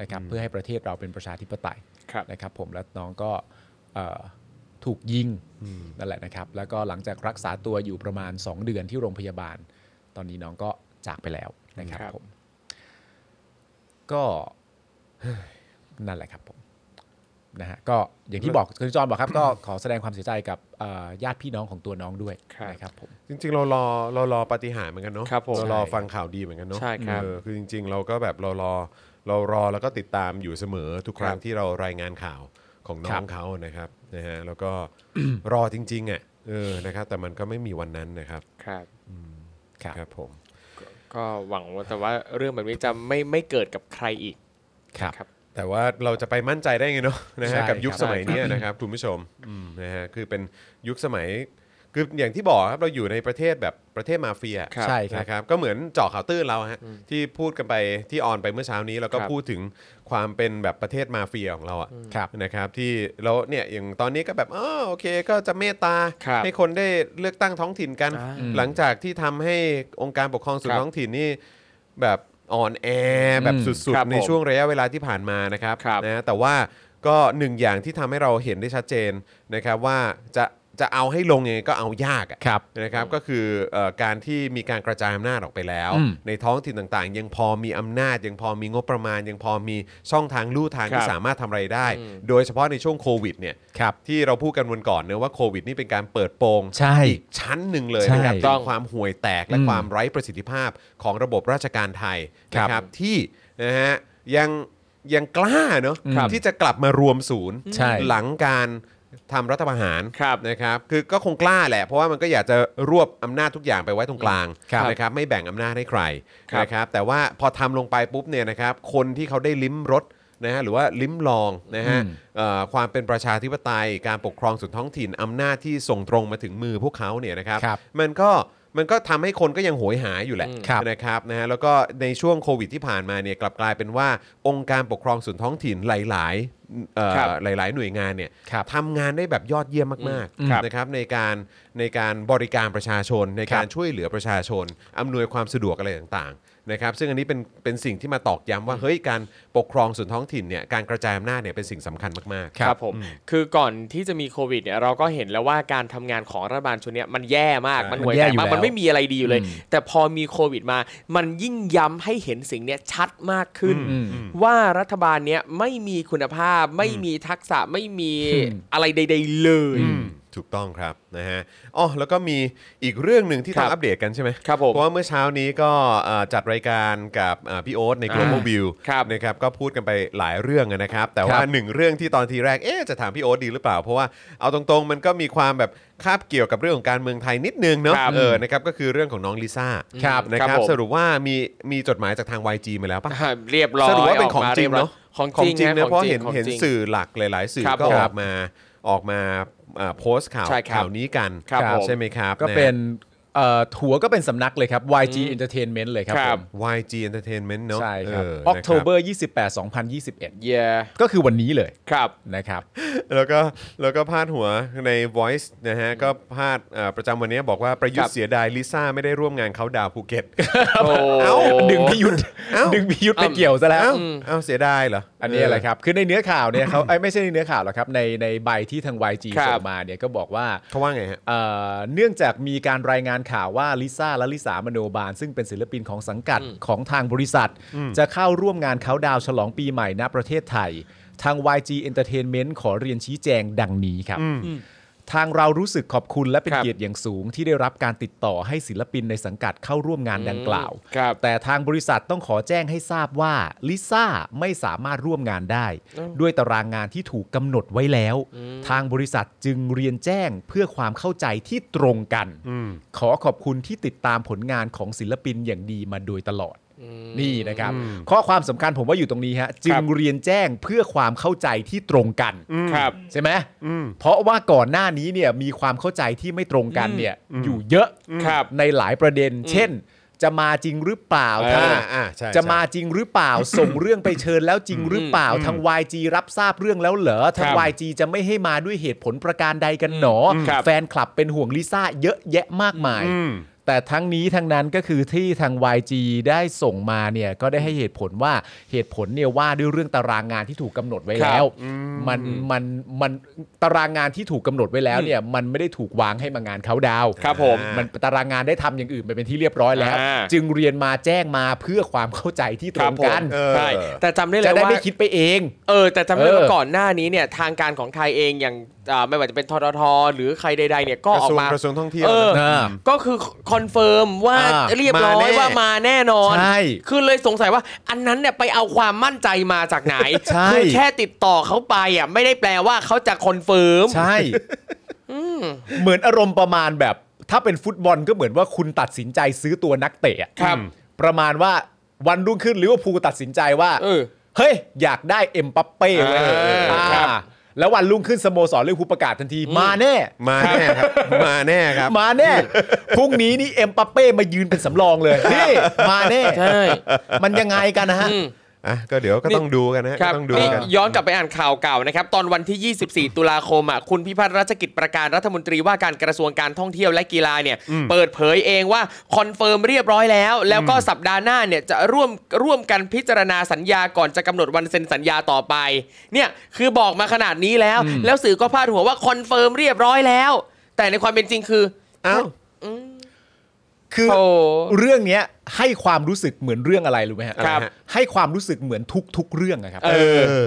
Speaker 3: นะครับ เพื่อให้ประเทศเราเป็นประชาธิปไตย
Speaker 4: ครับ
Speaker 3: นะครับ ผมและน้องก็เอ่อถูกยิงนั่นแหละนะครับ แล้วก็หลังจากรักษาตัวอยู่ประมาณ 2 เดือนที่โรงพยาบาล ตอนนี้น้องก็จากไปแล้วนะครับ
Speaker 4: ครับ
Speaker 3: ผมก็ นั่นแหละครับผม นะฮะก็อย่างที่บอกคุณจอห์นบอกครับ ก็ขอแสดงความเสียใจกับเอ่อญาติพี่น้องของตัวน้องด้วย
Speaker 4: ครับ
Speaker 3: นะครับผม
Speaker 2: จริงๆ เรารอเรารอปาฏิหารย์เหมือนกันเนาะ
Speaker 4: ครับผม
Speaker 2: เรารอ
Speaker 3: ใช่
Speaker 2: ฟังข่าวดีเหมือนกันเนาะ
Speaker 4: ใช่ครับ
Speaker 2: เออคือจริง ๆ เราก็แบบเรารอเรารอแล้วก็ติดตามอยู่เสมอทุกครั้ง
Speaker 4: ครับ
Speaker 2: ที่เรารายงานข่าวของน้
Speaker 3: ครั
Speaker 2: อง
Speaker 3: บ
Speaker 2: เขานะครับนะฮะแล้วก็ รอจริงๆอ่ะเออนะครับ แต่มันก็ไม่มีวันนั้นนะครับ
Speaker 4: ครับ
Speaker 3: ครับ
Speaker 2: ครับผม
Speaker 4: ก็หวังว่าแต่ว่าเรื่องแบบนี้จะไม่ไม่เกิดกับใครอีก
Speaker 3: ครับ
Speaker 4: ครับ
Speaker 2: แต่ว่าเราจะไปมั่นใจได้ไงเนาะ นะ
Speaker 3: ใช่
Speaker 2: ฮะกับยุค
Speaker 3: ครับ
Speaker 2: สมัยเนี้ยนะครับคุณผู้ชมอืมนะฮะคือเป็นยุคสมัยคืออย่างที่บอกครับเราอยู่ในประเทศแบบประเทศมาเฟีย
Speaker 4: ครับ
Speaker 3: ใช่ครับ
Speaker 2: นะครับก็เหมือนเจาะข่าวตื้นเราฮะที่พูดกันไปที่ออนไปเมื่อเช้านี้แล้วก็
Speaker 4: ครับ
Speaker 2: พูดถึงความเป็นแบบประเทศมาเฟียของเราอะ
Speaker 3: ครับ
Speaker 2: นะครับที่แล้วเนี่ยอย่างตอนนี้ก็แบบอ๋อโอเคก็จะเมตตา
Speaker 4: ครับ
Speaker 2: ให้คนได้เลือกตั้งท้องถิ่นกัน
Speaker 4: อ่า
Speaker 2: หลังจากที่ทำให้องค์การปกครองส่วน
Speaker 4: ครับ
Speaker 2: ท้องถิ่นนี่แบบอ่อนแอแบบ
Speaker 3: อืม
Speaker 2: สุด
Speaker 4: ครับ
Speaker 2: ๆ ใน
Speaker 4: ผม
Speaker 2: ช่วงระยะเวลาที่ผ่านมานะครับ
Speaker 4: ครับ
Speaker 2: นะแต่ว่าก็หนึ่งอย่างที่ทำให้เราเห็นได้ชัดเจนนะครับว่าจะจะเอาให้ลงยังไงก็เอายากอะ
Speaker 3: ครับ
Speaker 2: นะครับก็คือเอ่อการที่มีการกระจายอำนาจออกไปแล้ว
Speaker 3: อืม
Speaker 2: ในท้องถิ่นต่างๆ ยังพอมีอำนาจ ยังพอมีงบประมาณ ยังพอมีช่องทางลู่ทาง
Speaker 4: ครับ
Speaker 2: ที่สามารถทำอะไรได้
Speaker 4: อืม
Speaker 2: โดยเฉพาะในช่วงโควิดเนี่ย
Speaker 3: ครับ
Speaker 2: ที่เราพูดกันวันก่อนเนอะว่าโควิดนี่เป็นการเปิดโปง
Speaker 3: ใช่
Speaker 2: อีกชั้นหนึ่งเลย
Speaker 3: ใช่
Speaker 2: นะครับถึ
Speaker 4: ต้อง
Speaker 2: งความห่วยแตกและ
Speaker 3: อืม
Speaker 2: ความไร้ประสิทธิภาพของระบบราชการไทย
Speaker 3: ครับ
Speaker 2: นะครับที่นะฮะยังยังกล้าเนอะ
Speaker 3: ครับ
Speaker 2: ที่จะกลับมารวมศูนย์
Speaker 3: ใช่
Speaker 2: หลังการทำรัฐประหาร
Speaker 4: ครับ
Speaker 2: นะครับคือก็คงกล้าแหละเพราะว่ามันก็อยากจะรวบอำนาจทุกอย่างไปไว้ตรงกลาง
Speaker 3: ครับ
Speaker 2: นะครับไม่แบ่งอำนาจให้ใคร
Speaker 4: ครับ
Speaker 2: นะครับแต่ว่าพอทำลงไปปุ๊บเนี่ยนะครับคนที่เขาได้ลิ้มรสนะฮะหรือว่าลิ้มลองนะฮะ
Speaker 3: อืม
Speaker 2: เอ่อความเป็นประชาธิปไตย การปกครองส่วนท้องถิ่นอำนาจที่ส่งตรงมาถึงมือพวกเขาเนี่ยนะครับ
Speaker 3: ครับ
Speaker 2: มันก็มันก็ทำให้คนก็ยังโหยหาอยู่แหละ
Speaker 4: อืม
Speaker 3: ครับ
Speaker 2: นะครับนะฮะแล้วก็ในช่วงโควิดที่ผ่านมาเนี่ยกลับกลายเป็นว่าองค์การปกครองส่วนท้องถิ่นหลาย ๆ เอ่อ
Speaker 4: ครับ
Speaker 2: หลาย ๆ หน่วยงานเนี่ย
Speaker 3: ครับ
Speaker 2: ทำงานได้แบบยอดเยี่ยมมาก
Speaker 4: อืมครับ
Speaker 2: ๆนะครับในการในการบริการประชาชน ในการ
Speaker 3: ครับ
Speaker 2: ช่วยเหลือประชาชนอำนวยความสะดวกอะไรต่างๆนะครับซึ่งอันนี้เป็นเป็นสิ่งที่มาตอกย้ำว่าเฮ้ยการปกครองส่วนท้องถิ่นเนี่ยการกระจายอำนาจเนี่ยเป็นสิ่งสำคัญมากๆ
Speaker 4: ครับผมคือก่อนที่จะมีโควิดเนี่ยเราก็เห็นแล้วว่าการทำงานของรัฐบาลชุดเนี้ยมันแย่มาก
Speaker 2: ใช่
Speaker 4: มันห่วย
Speaker 3: มันแย่
Speaker 4: แตก
Speaker 3: อยู่
Speaker 4: มาก
Speaker 3: แล้ว
Speaker 4: มันไม่มีอะไรดีอยู่เลย
Speaker 3: อืม
Speaker 4: แต่พอมีโควิดมา มันยิ่งย้ำให้เห็นสิ่งเนี้ยชัดมากขึ้น
Speaker 3: อืม
Speaker 4: ว่ารัฐบาลเนี้ยไม่มีคุณภาพไม่มีทักษะไม่มี
Speaker 3: อืม
Speaker 4: อะไรใด ๆ เลย
Speaker 2: ถูกต้องครับนะฮะอ๋อแล้วก็มีอีกเรื่องหนึ่งที่
Speaker 4: ครั
Speaker 2: ต้อบ งอัปเดตกันใช่ไหม
Speaker 4: ครับผม
Speaker 2: เพราะว่าเมื่อเช้านี้ก็เอ่อจัดรายการกับเอ่อพี่โอ๊ตใน Global
Speaker 4: อ่า
Speaker 2: View
Speaker 4: ครับ
Speaker 2: นะครับก็พูดกันไปหลายเรื่องนะครับ แต่ว่า
Speaker 3: ครับ
Speaker 2: หนึ่งเรื่องที่ตอนทีแรกเอ๊ะจะถามพี่โอ๊ตดีหรือเปล่า เพราะว่าเอาตรงๆ มันก็มีความแบบคาบเกี่ยวกับเรื่องของการเมืองไทยนิดนึงเนาะ
Speaker 4: ครับ
Speaker 2: เออนะครับก็คือเรื่องของน้องลิซ่า
Speaker 4: ครับ
Speaker 2: นะค
Speaker 4: ครั
Speaker 2: รับบ
Speaker 4: ผม
Speaker 2: สรุปว่ามีมีจดหมายจากทาง YG มาแล้วปะ
Speaker 4: อ่าเรียบร้อย
Speaker 2: สรุปว่าเป็นของ
Speaker 4: ม
Speaker 2: จริง
Speaker 4: ยบย
Speaker 2: เนอะ
Speaker 4: ของ
Speaker 2: ของจ
Speaker 4: จ
Speaker 2: ริ
Speaker 4: ริ
Speaker 2: ง
Speaker 4: ง
Speaker 2: นะ
Speaker 4: ของ
Speaker 2: เพราะ
Speaker 4: จ
Speaker 2: เห็น
Speaker 4: ของ
Speaker 2: เห็น
Speaker 4: จริง
Speaker 2: สื่อหลักหลาย ๆ สื่อ
Speaker 4: ครับ
Speaker 2: ก็
Speaker 4: ผม
Speaker 2: ออกมาออกมาเอ่อโพสต์ข่าว
Speaker 4: ใช่ครับ
Speaker 2: ข่าวนี้กัน
Speaker 4: ครับผม
Speaker 2: ใช่ไหมครับ
Speaker 3: ก็
Speaker 2: นะ
Speaker 3: เป็นเอ่อถัวก็เป็นสำนักเลยครับ YG Entertainment เลยครับ
Speaker 4: ค
Speaker 3: ผ
Speaker 4: รับ
Speaker 3: ม
Speaker 2: YG Entertainment เนอะ
Speaker 3: ใช่ครับ
Speaker 2: เออ
Speaker 3: October 28
Speaker 4: เย่
Speaker 3: 2021 ก็คือวันนี้เลย
Speaker 4: ครับ
Speaker 3: นะครับ
Speaker 2: นะครับแล้วก็แล้วก็พาดหัวใน Voice นะฮะ ก็พาดเอ่อประจำวันนี้บอกว่า ประยุท
Speaker 4: ครั
Speaker 2: ธ์
Speaker 4: บ
Speaker 2: เสียดายลิซ่าไม่ได้ร่วมงานเขาดาวภูเก็ต
Speaker 4: โอ้
Speaker 3: ดึงพิยุทธ์
Speaker 2: เอ้า
Speaker 3: ดึงพิยุทธ์ไปเกี่ยวซะแล้ว
Speaker 2: เอ้าเอ้าเสียดายเหรอ
Speaker 3: อั
Speaker 2: อั
Speaker 3: นนี้อะไรครับ คือในเนื้อข่าวเนี่ยเขา เอ้ยไม่ใช่ในเนื้อข่าวหรอกครับ ในในใบที่ทาง YG
Speaker 4: ครับ
Speaker 3: ส่งมาเนี่ยก็บอกว่า
Speaker 2: เขาว่าไงฮะ
Speaker 3: เอ่อเนื่องจากมีการรายงานข่าวว่าลิซ่าและลิสามโนบาล ซึ่งเป็นศิลปินของสังกัดของทางบริษัท จะเข้าร่วมงานเขาน์ดาวน์ฉลองปีใหม่ณประเทศไทย ทาง YG Entertainment ขอเรียนชี้แจงดังนี้ครับ ทางเรารู้สึกขอบคุณและเป็น
Speaker 4: ครับ
Speaker 3: เกียรติอย่างสูง ที่ได้รับการติดต่อให้ศิลปินในสังกัดเข้าร่วมงานดังกล่าว
Speaker 4: ครับ
Speaker 3: แต่ทางบริษัทต้องขอแจ้งให้ทราบว่าลิซ่าไม่สามารถร่วมงานได้ ด้วยตารางงานที่ถูกกำหนดไว้แล้ว ทางบริษัทจึงเรียนแจ้งเพื่อความเข้าใจที่ตรงกัน ขอขอบคุณที่ติดตามผลงานของศิลปินอย่างดีมาโดยตลอด นี่นะครับ ข้อความสำคัญผมว่าอยู่ตรงนี้ฮะจึงเรียนแจ้งเพื่อความเข้าใจที่ตรงกัน
Speaker 4: ครับ
Speaker 3: ใช่ไหมเพราะว่าก่อนหน้านี้เนี่ยมีความเข้าใจที่ไม่ตรงกันเนี่ยอยู่เยอะ
Speaker 4: ครับ
Speaker 3: ในหลายประเด็น เช่น จะมาจริงหรือเปล่า
Speaker 4: เออ
Speaker 3: ถ้า
Speaker 2: อ่าใช่ใช่
Speaker 3: จะมาจริงหรือเปล่า ส่งเรื่องไปเชิญแล้วจริงหรือเปล่าทาง YG รับทราบเรื่องแล้วเหรอทาง
Speaker 4: ครับ
Speaker 3: YG จะไม่ให้มาด้วยเหตุผลประการใดกันหนอ
Speaker 4: ครับ
Speaker 3: แฟนคลับเป็นห่วงลิซ่าเยอะแยะมากมาย แต่ทั้งนี้ทั้งนั้นก็คือที่ทาง YG ได้ส่งมาเนี่ยก็ได้ให้เหตุผลว่าเหตุผลเนี่ยว่าด้วยเรื่องตารางงานที่ถูกกำหนดไว้แล้ว มันมันมันตารางงานที่ถูกกำหนดไว้แล้วเนี่ยมันไม่ได้ถูกวางให้มางานเขาดาวน์
Speaker 4: ครับผม
Speaker 3: มันตารางงานได้ทำอย่างอื่นไปเป็นที่เรียบร้อยแล้ว
Speaker 4: อ่า
Speaker 3: จึงเรียนมาแจ้งมาเพื่อความเข้าใจที่ต
Speaker 4: ค
Speaker 3: ร
Speaker 4: รับ
Speaker 3: ง
Speaker 4: ผม
Speaker 3: กัน
Speaker 2: เออ
Speaker 4: ใช่แต่จำได้เล
Speaker 3: จะ
Speaker 4: ย
Speaker 3: ได้
Speaker 4: ว่า
Speaker 3: ไม่คิดไปเอง
Speaker 4: เออแต่จำได้
Speaker 3: เอ
Speaker 4: ว่า
Speaker 3: อ
Speaker 4: ก่อนหน้านี้เนี่ยทางการของไทยเองอย่างอ่าไม่ว่าจะเป็นทททหรือใครใด ๆ เนี่ยก็
Speaker 2: กระ
Speaker 4: ออ
Speaker 2: ทรวง
Speaker 4: กมาก
Speaker 2: ระทรวงท่องเที่ยว
Speaker 4: เออ
Speaker 3: อ่า
Speaker 4: ก็คือคอนเฟิร์มว่า
Speaker 3: อ่า
Speaker 4: เรียบร้อ
Speaker 2: มายแน่
Speaker 4: ว่ามาแน่นอน
Speaker 3: ใช่
Speaker 4: คือเลยสงสัยว่าอันนั้นเนี่ยไปเอาความมั่นใจมาจากไหน
Speaker 3: ใช่
Speaker 4: คืแค่ติดต่อเขาไปอ่ะไม่ได้แปลว่าเขาจะคอนเฟิร์ม
Speaker 3: ใช่เหมือนอารมณ์ประมาณแบบ ถ้าเป็นฟุตบอลก็เหมือนว่าคุณตัดสินใจซื้อตัวนักเตะอะ
Speaker 4: ครับ
Speaker 3: ประมาณว่าวันรุ่งขึ้นลิเวอร์พูลตัดสินใจว่า
Speaker 4: เออ
Speaker 3: เฮ้ย อยากได้เอ็มปัปเป้เว้ย
Speaker 4: เออครับ
Speaker 3: อ่าแล้ววันรุ่งขึ้นสโมสรลิเวอร์พูลประกาศทันที มาแน่
Speaker 2: มาแน่ครับ มาแน่ครับ
Speaker 3: มาแน่ พรุ่งนี้นี่เอ็มปัปเป้มายืนเป็นสำรองเลยนี่มาแน่
Speaker 4: ใช่
Speaker 3: มันยังไงกันนะฮะ
Speaker 4: อืม
Speaker 2: อ่ะก็เดี๋ยวก็ต้องดูกันนะฮะ
Speaker 4: ครับ
Speaker 2: ก็ต้องดู
Speaker 4: นี่
Speaker 2: กัน
Speaker 4: ย้อนกลับไปอ่านข่าวเก่านะครับ ตอนวันที่ 24 ตุลาคมอ่ะคุณพิพัฒน์รัชกิจประการรัฐมนตรีว่าการกระทรวงการท่องเที่ยวและกีฬาเนี่ยเปิดเผยเองว่าคอนเฟิร์มเรียบร้อยแล้ว แล้วก็สัปดาห์หน้าเนี่ยจะร่วมร่วมกันพิจารณาสัญญาก่อนจะกำหนดวันเซ็นสัญญาต่อไปเนี่ยคือบอกมาขนาดนี้แล้ว แล้วสื่อก็พาดหัวว่าคอนเฟิร์มเรียบร้อยแล้ว แต่ในความเป็นจริงคือ
Speaker 2: เอ้า
Speaker 3: คือ
Speaker 4: โอ้
Speaker 3: เรื่องเนี้ยให้ความรู้สึกเหมือนเรื่องอะไรรู้ไหมฮะ
Speaker 4: ครับ
Speaker 3: ให้ความรู้สึกเหมือนทุกๆเรื่องอะครับ
Speaker 4: เออ
Speaker 2: เออ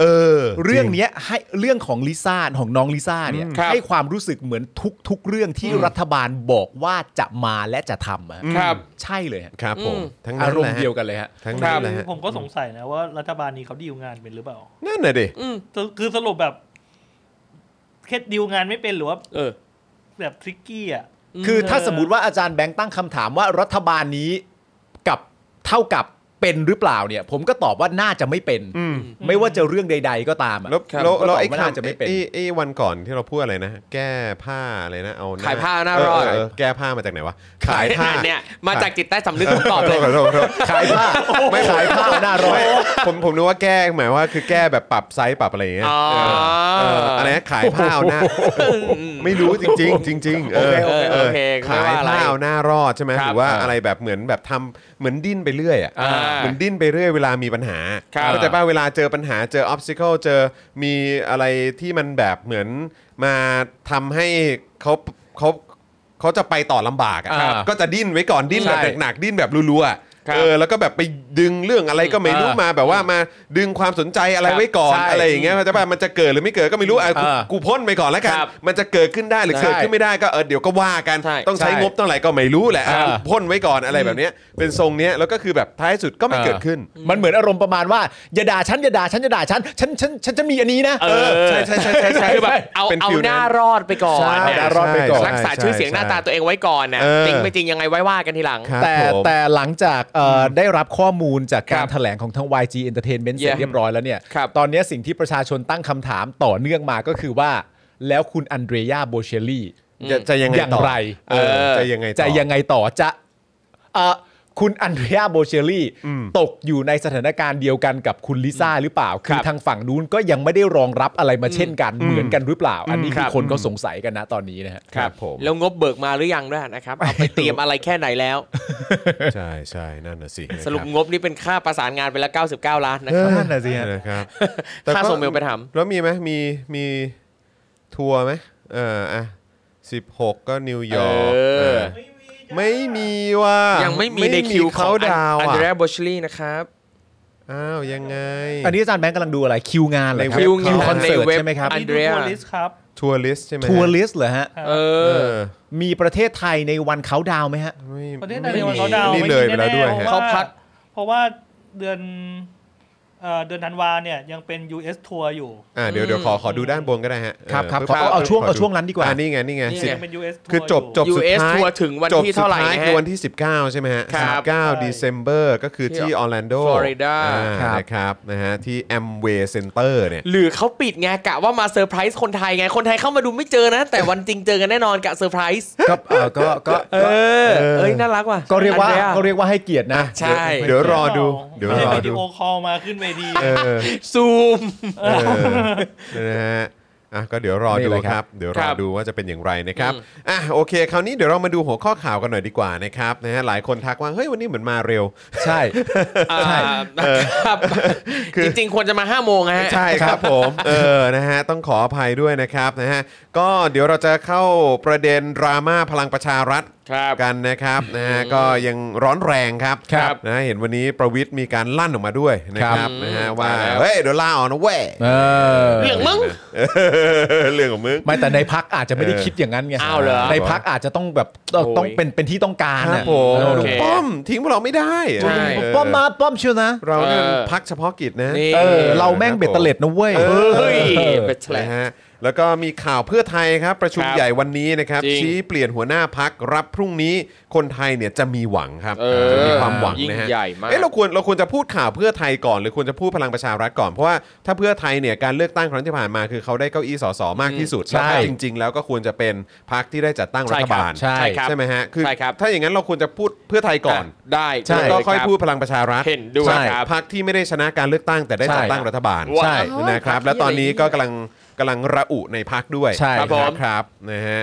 Speaker 2: เออ
Speaker 3: เรื่องเนี้ยให้เรื่องของลิซ่าของน้องลิซ่าเนี่ย
Speaker 4: ครับ
Speaker 3: ให้ความรู้สึกเหมือนทุก ๆ เรื่องที่รัฐบาลบอกว่าจะมาและจะทำอะ
Speaker 4: ครับ
Speaker 3: ใช่เลยฮะ
Speaker 2: ครับผมทั้ง
Speaker 3: อา
Speaker 2: นั้น
Speaker 3: รม
Speaker 2: แหละ
Speaker 3: ณ์
Speaker 2: ฮะ
Speaker 3: เดียวกันเลยฮะ
Speaker 2: ทั้งนั้นแหละ
Speaker 5: คือ
Speaker 2: ฮะ
Speaker 5: ผมก็สงสัยนะว่ารัฐบาลนี้เขาดีลงานเป็นหรือเปล่า
Speaker 2: นั่นน่ะดิ
Speaker 5: คือสรุปแบบแค่ดีลงานไม่เป็นหรือว่า
Speaker 4: เออ
Speaker 5: แบบทริกกี้อ่ะ
Speaker 3: คือถ้าสมมติว่าอาจารย์แบงค์ตั้งคำถามว่ารัฐบาลนี้กับเท่ากับ เป็นหรือเปล่าเนี่ย ผมก็ตอบว่าน่าจะไม่เป็น
Speaker 2: อืม
Speaker 3: ไม่ว่าจะเรื่องใด ๆ ก็ตามอะ
Speaker 2: แล้ว
Speaker 4: ครับ
Speaker 2: แล้วแล้ว
Speaker 3: ก็ตอบ
Speaker 2: ไอ้
Speaker 3: ว่า
Speaker 2: คำ
Speaker 3: น่าจะไม่เป็น
Speaker 2: ไอ้ไอ้วันก่อนที่เราพูดอะไรนะ แก้ผ้าอะไรนะเอา
Speaker 4: ขายผ้าหน้ารอด
Speaker 2: เเเแก้ผ้ามาจากไหนวะขายผ้า
Speaker 4: เนี่ยมาจากจิตใต้สำนึกผมตอบเลย
Speaker 2: ขอโทษขอโทษ
Speaker 3: ขายผ้าไม่ขายผ้าหน้าร้อน
Speaker 2: ไม่ผมผมนึกว่าแก้หมายว่าคือแก้แบบปรับไซส์ปรับอะไรอย่างเงี้ย
Speaker 4: อ๋อ
Speaker 2: เออเอออะไรนะขายผ้าเอาหน้าไม่รู้จริง ๆ จริง ๆ เออ
Speaker 4: เออโอเค
Speaker 2: ขาย
Speaker 4: ไม่ว่อะไร
Speaker 2: ผ้าเอาหน้ารอดใช่ไหม
Speaker 4: ครั
Speaker 2: ห
Speaker 4: บ
Speaker 2: รือว่าอะไรแบบเหมือนแบบทำเหมือนดิ้นไปเรื่อยอ่ะ
Speaker 4: อ่า
Speaker 2: เหมือนดิ้นไปเรื่อยเวลามีปัญหา
Speaker 4: ครับ
Speaker 2: เข้าใจป่ะเวลาเจอปัญหาเจอออบสติเคิลเจอมีอะไรที่มันแบบเหมือนมาทำให้เขาเขาเขาจะไปต่อลำบากอ่ะ
Speaker 4: ครับ
Speaker 2: ก็จะดิ้นไว้ก่อนดิ้นแบบ
Speaker 3: ใช่
Speaker 2: หนักๆดิ้นแบบรัวๆอะ
Speaker 4: ครับ
Speaker 2: เออแล้วก็แบบไปดึงเรื่องอะไรก็ไม่รู้
Speaker 3: เออ
Speaker 2: มาแบบว่ามาดึงความสนใจอะไร
Speaker 4: ครับ
Speaker 2: ไว้ก่อน
Speaker 3: ใช่
Speaker 2: อะไรอย่างเงี้ยมันจะแบบมันจะเกิดหรือไม่เกิดก็ไม่รู้อ่ะกู
Speaker 3: เออ
Speaker 2: กูพ่นไปก่อนแล้วกัน
Speaker 4: ครับ
Speaker 2: มันจะเกิดขึ้นได้หรือ
Speaker 3: ใช่
Speaker 2: เกิดขึ้นไม่ได้ก็เออเดี๋ยวก็ว่ากัน
Speaker 4: ใช่
Speaker 2: ต้องใช้
Speaker 3: ใช่
Speaker 2: งบเท่าไหร่ก็ไม่รู้แหละ
Speaker 3: เออ
Speaker 2: กูพ่นไว้ก่อนอะไรแบบเนี้ยเป็นทรงเนี้ยแล้วก็คือแบบท้ายสุดก็ไม่เกิดขึ้น
Speaker 3: มันเหมือนอารมณ์ประมาณว่าอย่าด่าฉันอย่าด่าฉันอย่าด่าฉันฉันฉันฉันจะมีอันนี้นะ
Speaker 4: เออ
Speaker 2: ใช่ใช่ใช่ใช่ใช่
Speaker 4: คือแบบเอา
Speaker 2: เป็น
Speaker 4: เอา
Speaker 2: ฟิลนั้น
Speaker 4: หน้ารอดไปก่อน
Speaker 3: ใช่
Speaker 4: เนี่ย
Speaker 3: เอาหน้ารอดไปก่อน
Speaker 4: รักษาชื่อเสียงหน้าตาตัวเองไว้ก่อนนะ
Speaker 2: เออ
Speaker 4: จริงไม่จริงยังไงไว้ว่ากันทีหลัง
Speaker 2: ครับ
Speaker 3: แต่
Speaker 2: ผม
Speaker 3: แต่หลังจากเอ่ออได้รับข้อมูลจากการ
Speaker 4: ครับ
Speaker 3: แถลงของทาง YG Entertainment เสร็จ
Speaker 4: เยี่ยม
Speaker 3: เรียบร้อยแล้วเนี่ย
Speaker 4: ครับ
Speaker 3: ตอนเนี้ยสิ่งที่ประชาชนตั้งคำถามต่อเนื่องมาก็คือว่า แล้วคุณอันเดรียาโบเชลลี่
Speaker 2: จะจะยังไง
Speaker 3: อย่าง
Speaker 2: ต่อ
Speaker 3: ไร
Speaker 2: เออ
Speaker 4: เออ
Speaker 2: จะยังไงต่อ
Speaker 3: จะยังไงต่อจะเอ่อคุณอันเดรียาโบเชลลี่
Speaker 2: อืม
Speaker 3: ตกอยู่ในสถานการณ์เดียวกันกับคุณลิซ่าหรือเปล่า คือทางฝั่งนู้นก็ยังไม่ได้รองรับอะไรมาเช่นกันเหมือนกันหรือเปล่า อันนี้คือคนก็สงสัยกันนะตอนนี้นะฮะ
Speaker 2: ครับผม
Speaker 4: แล้วงบเบิกมาหรือยังด้วยนะครับเอาไปเตรียมอะไรแค่ไหนแล้ว
Speaker 2: ใช่ใช่นั่นน่ะสิ
Speaker 4: สรุปงบนี่เป็นค่าประสานงานไปแล้ว 99 ล้านนะ
Speaker 2: เอ
Speaker 4: ค
Speaker 2: อ
Speaker 4: รับ
Speaker 2: นั่นน่ะสินะครับแต่ก็
Speaker 4: ค่าส่งเม ลไปถาม
Speaker 2: แล้วมีไหมมีมีทัวร์ไหมเอออ่ะสิบหกก็นิวยอร์ก
Speaker 4: เออ
Speaker 2: เออไม่มีว่ายั
Speaker 4: ยังไม่มีในคิวขอ
Speaker 2: เขา
Speaker 4: ง
Speaker 2: ดาวน์
Speaker 4: อันเดรี
Speaker 2: อ่ะ
Speaker 4: ยโบชลี่นะครับ
Speaker 2: อ้าวยังไง
Speaker 3: อันนี้อาจารย์แบงค์กำลังดูอะไรคิวงานเหรอรับ
Speaker 2: คิวงาน
Speaker 3: คอนเสิร์ต
Speaker 4: ในเว็บ
Speaker 3: ใช่ไหมครับ
Speaker 4: อันเดรีย
Speaker 5: ดูทัวริสครับ
Speaker 2: ทัวริสใช่ไหม
Speaker 3: ทัวริสเหรอฮะ
Speaker 5: ครับ
Speaker 4: เอ
Speaker 2: เอ
Speaker 4: อ
Speaker 2: อ
Speaker 3: มีประเทศไทยในวันเขาดาวน์ไหมฮะ
Speaker 2: ไม่
Speaker 5: ประเทศไท
Speaker 2: ไม่
Speaker 5: ย
Speaker 2: มี
Speaker 5: วันเขาดาวน์
Speaker 2: นี่
Speaker 5: ไม่
Speaker 2: เลยไป
Speaker 5: มี
Speaker 2: แล้วด้วย
Speaker 5: น่ๆ
Speaker 2: ฮะ
Speaker 4: เขาพัก
Speaker 5: เพราะว่าเดือนเอ่อเดือนธันวาเนี่ยยังเป็น US ทัวร์อยู่
Speaker 2: อ่าเดี๋ยวเดี๋ยวขอขอดูด้านบนก็ได้ฮะ
Speaker 3: ครับครับ
Speaker 2: ปึ๊
Speaker 3: ขอเอาเอาช่วงเอาช่วงนั้นดีกว่า
Speaker 2: อ่ะนี่ไงนี่ไง
Speaker 4: นี่ไง
Speaker 2: สิบ
Speaker 5: ยังเป็น US ทัวร์
Speaker 2: คือจบจบสุด
Speaker 4: US
Speaker 2: ท้าย
Speaker 4: ทัวร์ถึงวันที่เท่าไหร่
Speaker 2: จบสุดย
Speaker 4: นะ
Speaker 2: คือ
Speaker 4: ฮะ
Speaker 2: วันที่ 19 ใช่ไหมฮะ
Speaker 4: ครั
Speaker 2: สิ
Speaker 4: บ
Speaker 2: บเก้าเดซ ember ก็คือที่ออร์แลนโด
Speaker 4: Florida
Speaker 3: ครับ
Speaker 2: นะครับนะฮะที่ Amway Center เนี่ย
Speaker 4: หรือเขาปิดไงกะว่ามาเซอร์ไพรส์คนไทยไง คนไทยเข้ามาดูไม่เจอนะ แต่วันจริงเจอกันแน่นอนกะเซอร์ไพรส์
Speaker 3: ก็เอ่อก็ก็
Speaker 4: เอ
Speaker 3: ก็
Speaker 4: อ เอ้ยน่ารักว่ะ
Speaker 3: ก็เรียกว่า
Speaker 4: อันด
Speaker 3: ก็เรียกว่าให้เกียรตินะ
Speaker 4: ใช่
Speaker 2: เดี๋ยวรอดู เดี๋ยว
Speaker 5: ไม่
Speaker 2: ร
Speaker 5: ใช่
Speaker 2: อ
Speaker 5: วิดี
Speaker 2: ดู
Speaker 5: โอคอลมาขึ้นเวที
Speaker 2: เออ
Speaker 4: ซูม
Speaker 2: เออนะฮะอ่ะก็เดี๋ยวรอดู
Speaker 3: นี่เลย
Speaker 2: ค
Speaker 3: ครั
Speaker 2: รับ
Speaker 3: บ
Speaker 2: เดี๋ยวรอ
Speaker 4: ครับ
Speaker 2: ดูว่าจะเป็นอย่างไรนะครับ
Speaker 4: อืม
Speaker 2: อ่ะโอเค คราวนี้เดี๋ยวเรามาดูหัวข้อข่าวกันหน่อยดีกว่านะครับนะฮะหลายคนทักว่าเฮ้ยวันนี้เหมือนมาเร็ว
Speaker 3: ใช่
Speaker 4: า
Speaker 3: ใช่
Speaker 4: ครับจริงๆ ควรจะมา5โมงนะฮะ
Speaker 2: ใช่ครับผม เออ นะฮะ ต้องขออภัยด้วยนะครับ นะฮะ ก็เดี๋ยวเราจะเข้าประเด็นดราม่าพลังประชารัฐ
Speaker 4: ครับ
Speaker 2: กันนะครับ นะฮะ ก็ยังร้อนแรงครับ
Speaker 3: ครับ
Speaker 2: นะฮะเห็นวันนี้ประวิทย์มีการลั่นออกมาด้วยนะค
Speaker 3: ครั
Speaker 2: รับ
Speaker 3: บ
Speaker 2: นะฮะ ว่า
Speaker 4: ตายแล้ว
Speaker 2: เฮ้ย เดี๋ยวลาออกนะเว้ย
Speaker 3: เออ
Speaker 4: เรื่องมึง
Speaker 2: เออ เรื่องของมึง
Speaker 3: ไม่แต่ในพักอาจจะไม่ได้
Speaker 2: เออ
Speaker 3: คิดอย่างนั้นไง
Speaker 4: อ้าวเหรอ
Speaker 3: ในพักอาจจะต้องแบบต้อง
Speaker 4: โอ้ย
Speaker 3: ต้องเป็นเป็นที่ต้องการ
Speaker 2: ครับ
Speaker 3: นะ
Speaker 2: ผม
Speaker 3: เออ
Speaker 4: โ
Speaker 2: ลุงป้อม ทิ้งพวกเราไม่ได้
Speaker 4: ใช่
Speaker 2: เออ
Speaker 3: ป้อมมาป้อมเชียวนะ
Speaker 2: เราเนี่ย
Speaker 4: เออ
Speaker 2: พักเฉพาะกิจนะ
Speaker 4: นี่
Speaker 3: เออเราแม่งเบ็ดเตล็ดนะเว้ย
Speaker 2: เออ
Speaker 4: เฮ้ย
Speaker 3: เออ
Speaker 4: เบ็ดแฉลบ
Speaker 2: นะฮะแล้วก็มีข่าวเพื่อไทยครับ ประชุม
Speaker 4: ครับ
Speaker 2: ใหญ่วันนี้นะครับ
Speaker 4: จริง
Speaker 2: ชี้เปลี่ยนหัวหน้าพักรับพรุ่งนี้คนไทยเนี่ยจะมีหวังครับ
Speaker 4: เออ
Speaker 2: จะมีความหวัง
Speaker 4: ยิ่ง
Speaker 2: นะฮะ
Speaker 4: ใหญ่มาก
Speaker 2: เอ๊ะเราควรเราควรจะพูดข่าวเพื่อไทยก่อน หรือควรจะพูดพลังประชารัฐก่อน เพราะว่าถ้าเพื่อไทยเนี่ยการเลือกตั้งครั้งที่ผ่านมาคือเขาได้เก้าอี้สสมากที่สุด
Speaker 3: ใช่
Speaker 2: แล้วก็จริง ๆ แล้วก็ควรจะเป็นพักที่ได้จัดตั้งรัฐบาล
Speaker 4: ใช่ครับ
Speaker 2: ไหมฮะคือ
Speaker 4: ใช่ครับ
Speaker 2: ถ้าอย่างนั้นเราควรจะพูดเพื่อไทยก่อน
Speaker 4: ได้
Speaker 3: ใช่
Speaker 2: แล้วก็ค่อยพูดพลังประชารัฐ
Speaker 4: เห็นด้วย
Speaker 2: ใช่
Speaker 4: ครับ
Speaker 2: พรรคที่ไม่ได้ชนะการเลือกตั้งแต่ได้จัดตั้งรัฐบาล
Speaker 3: ใช่
Speaker 2: นะครับแล้วตอนนี้ก็กำลังกำลังระอุในพักด้วย
Speaker 3: ใช่
Speaker 2: นะครับ
Speaker 4: ผม
Speaker 2: ครับนะฮะ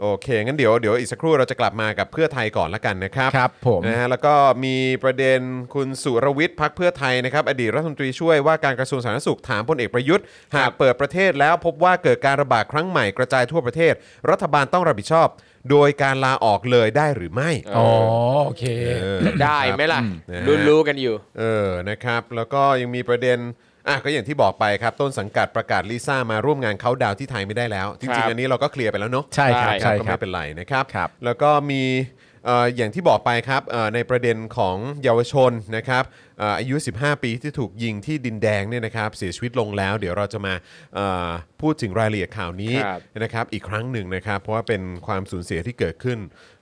Speaker 2: โอเค งั้นเดี๋ยวเดี๋ยวอีกสักครู่เราจะกลับมากับเพื่อไทยก่อนละกันนะครับ
Speaker 3: ครับผม
Speaker 2: นะฮะแล้วก็มีประเด็นคุณสุรวิทย์พักเพื่อไทยนะครับอดีตรัฐมนตรีช่วยว่าการกระทรวงสาธารณสุขถามพลเอกประยุทธ์หากเปิดประเทศแล้วพบว่าเกิดการระบาดครั้งใหม่กระจายทั่วประเทศ รัฐบาลต้องรับผิดชอบ โดยการลาออกเลยได้หรือไม่
Speaker 3: อ๋อโอเค
Speaker 2: เออ
Speaker 4: ได้ไหมล่ะ
Speaker 2: นะฮะ
Speaker 4: รู้รู้ๆกันอยู่
Speaker 2: เออ นะครับ แล้วก็ยังมีประเด็น อ่ะ ก็อย่างที่บอกไปครับ ต้นสังกัดประกาศลิซ่ามาร่วมงานเขาดาวน์ที่ไทยไม่ได้แล้ว จ
Speaker 4: ครั
Speaker 2: ริง
Speaker 4: บ
Speaker 2: ๆ อันนี้เราก็เคลียร์ไปแล้วเนาะ
Speaker 3: ใช่ครับใช่
Speaker 2: ก็
Speaker 3: ครั
Speaker 2: ไม่
Speaker 3: บ
Speaker 2: เป็นไรนะครับ
Speaker 3: ครับ
Speaker 2: แล้วก็มี เอ่ออย่างที่บอกไปครับเอ่อในประเด็นของเยาวชนนะครับเอ่ออายุ 15 ปีที่ถูกยิงที่ดินแดงเนี่ยนะครับเสียชีวิตลงแล้ว เดี๋ยวเราจะมาเอ่อพูดถึงรายละเอียดข่าวนี้
Speaker 4: ครับ
Speaker 2: นะครับอีกครั้งหนึ่งนะครับ เพราะว่าเป็นความสูญเสียที่เกิดขึ้น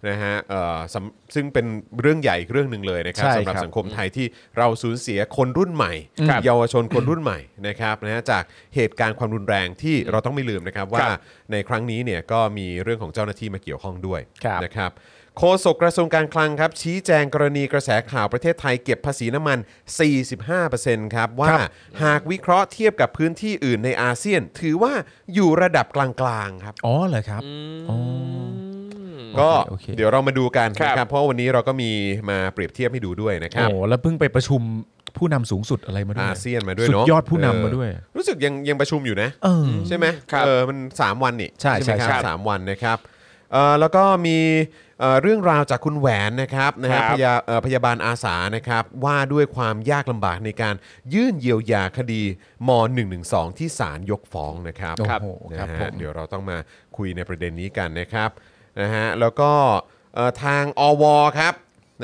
Speaker 2: นะฮะเอ่อสำซึ่งเป็นเรื่องใหญ่อีกเรื่องหนึ่งเลยนะครับ
Speaker 3: ใช่
Speaker 2: สำหรับ
Speaker 3: ครับ
Speaker 2: สังคมไทยที่เราสูญเสียคนรุ่นใหม่
Speaker 3: ครับ
Speaker 2: เยาวชนคนรุ่นใหม่นะครับนะฮะจากเหตุการณ์ความรุนแรงที่เราต้องไม่ลืมนะครับ ว่าในครั้งนี้เนี่ยก็มีเรื่องของเจ้าหน้าที่มาเกี่ยวข้องด้วย
Speaker 3: ครับ
Speaker 2: นะครับโฆษกกระทรวงการคลังครับ ชี้แจงกรณีกระแสข่าวประเทศไทยเก็บภาษีน้ำมัน 45%ครับ ว่าหากวิเคราะห์เทียบกับพื้นที่อื่นในอาเซียน ถือว่าอยู่ระดับกลางๆครับ
Speaker 3: อ๋อเหรอครับอ๋อ
Speaker 2: ก็
Speaker 3: โอเค
Speaker 2: เดี๋ยวเรามาดูกัน
Speaker 4: ครับ
Speaker 2: นะครับเพราะวันนี้เราก็มีมาเปรียบเทียบให้ดูด้วยนะครับ
Speaker 3: โอ้แล้วเพิ่งไปประชุมผู้นำสูงสุดอะไรมาด้วย
Speaker 2: อาเซียนมาด้วย
Speaker 3: สุ
Speaker 2: เนาะ
Speaker 3: ดยอดผู้
Speaker 2: เ
Speaker 3: นำมาด้วย
Speaker 2: รู้สึกยังยังประชุมอยู่นะ
Speaker 3: เออ
Speaker 2: ใช่ไหม
Speaker 4: ครับ
Speaker 2: เออมัน 3 วันนี่
Speaker 3: ใช่
Speaker 2: ไหม
Speaker 3: ใช่
Speaker 2: ค
Speaker 3: ครั
Speaker 2: รับบ สามวันนะครับเอ่อแล้วก็มีเอ่อเรื่องราวจากคุณแหวนนะครับนะฮะ
Speaker 4: ครับ
Speaker 2: พยาเอ่อพยาบาลอาสานะครับว่าด้วยความยากลำบากในการยื่นเยียวยาคดีม .112 ที่ศาลยกฟ้องนะครับ
Speaker 3: โอ้โหครับ
Speaker 2: นะ
Speaker 3: ผ
Speaker 2: ฮะ
Speaker 3: ม
Speaker 2: เดี๋ยวเราต้องมาคุยในประเด็นนี้กันนะครับนะฮะแล้วก็เอ่อทางอวครับ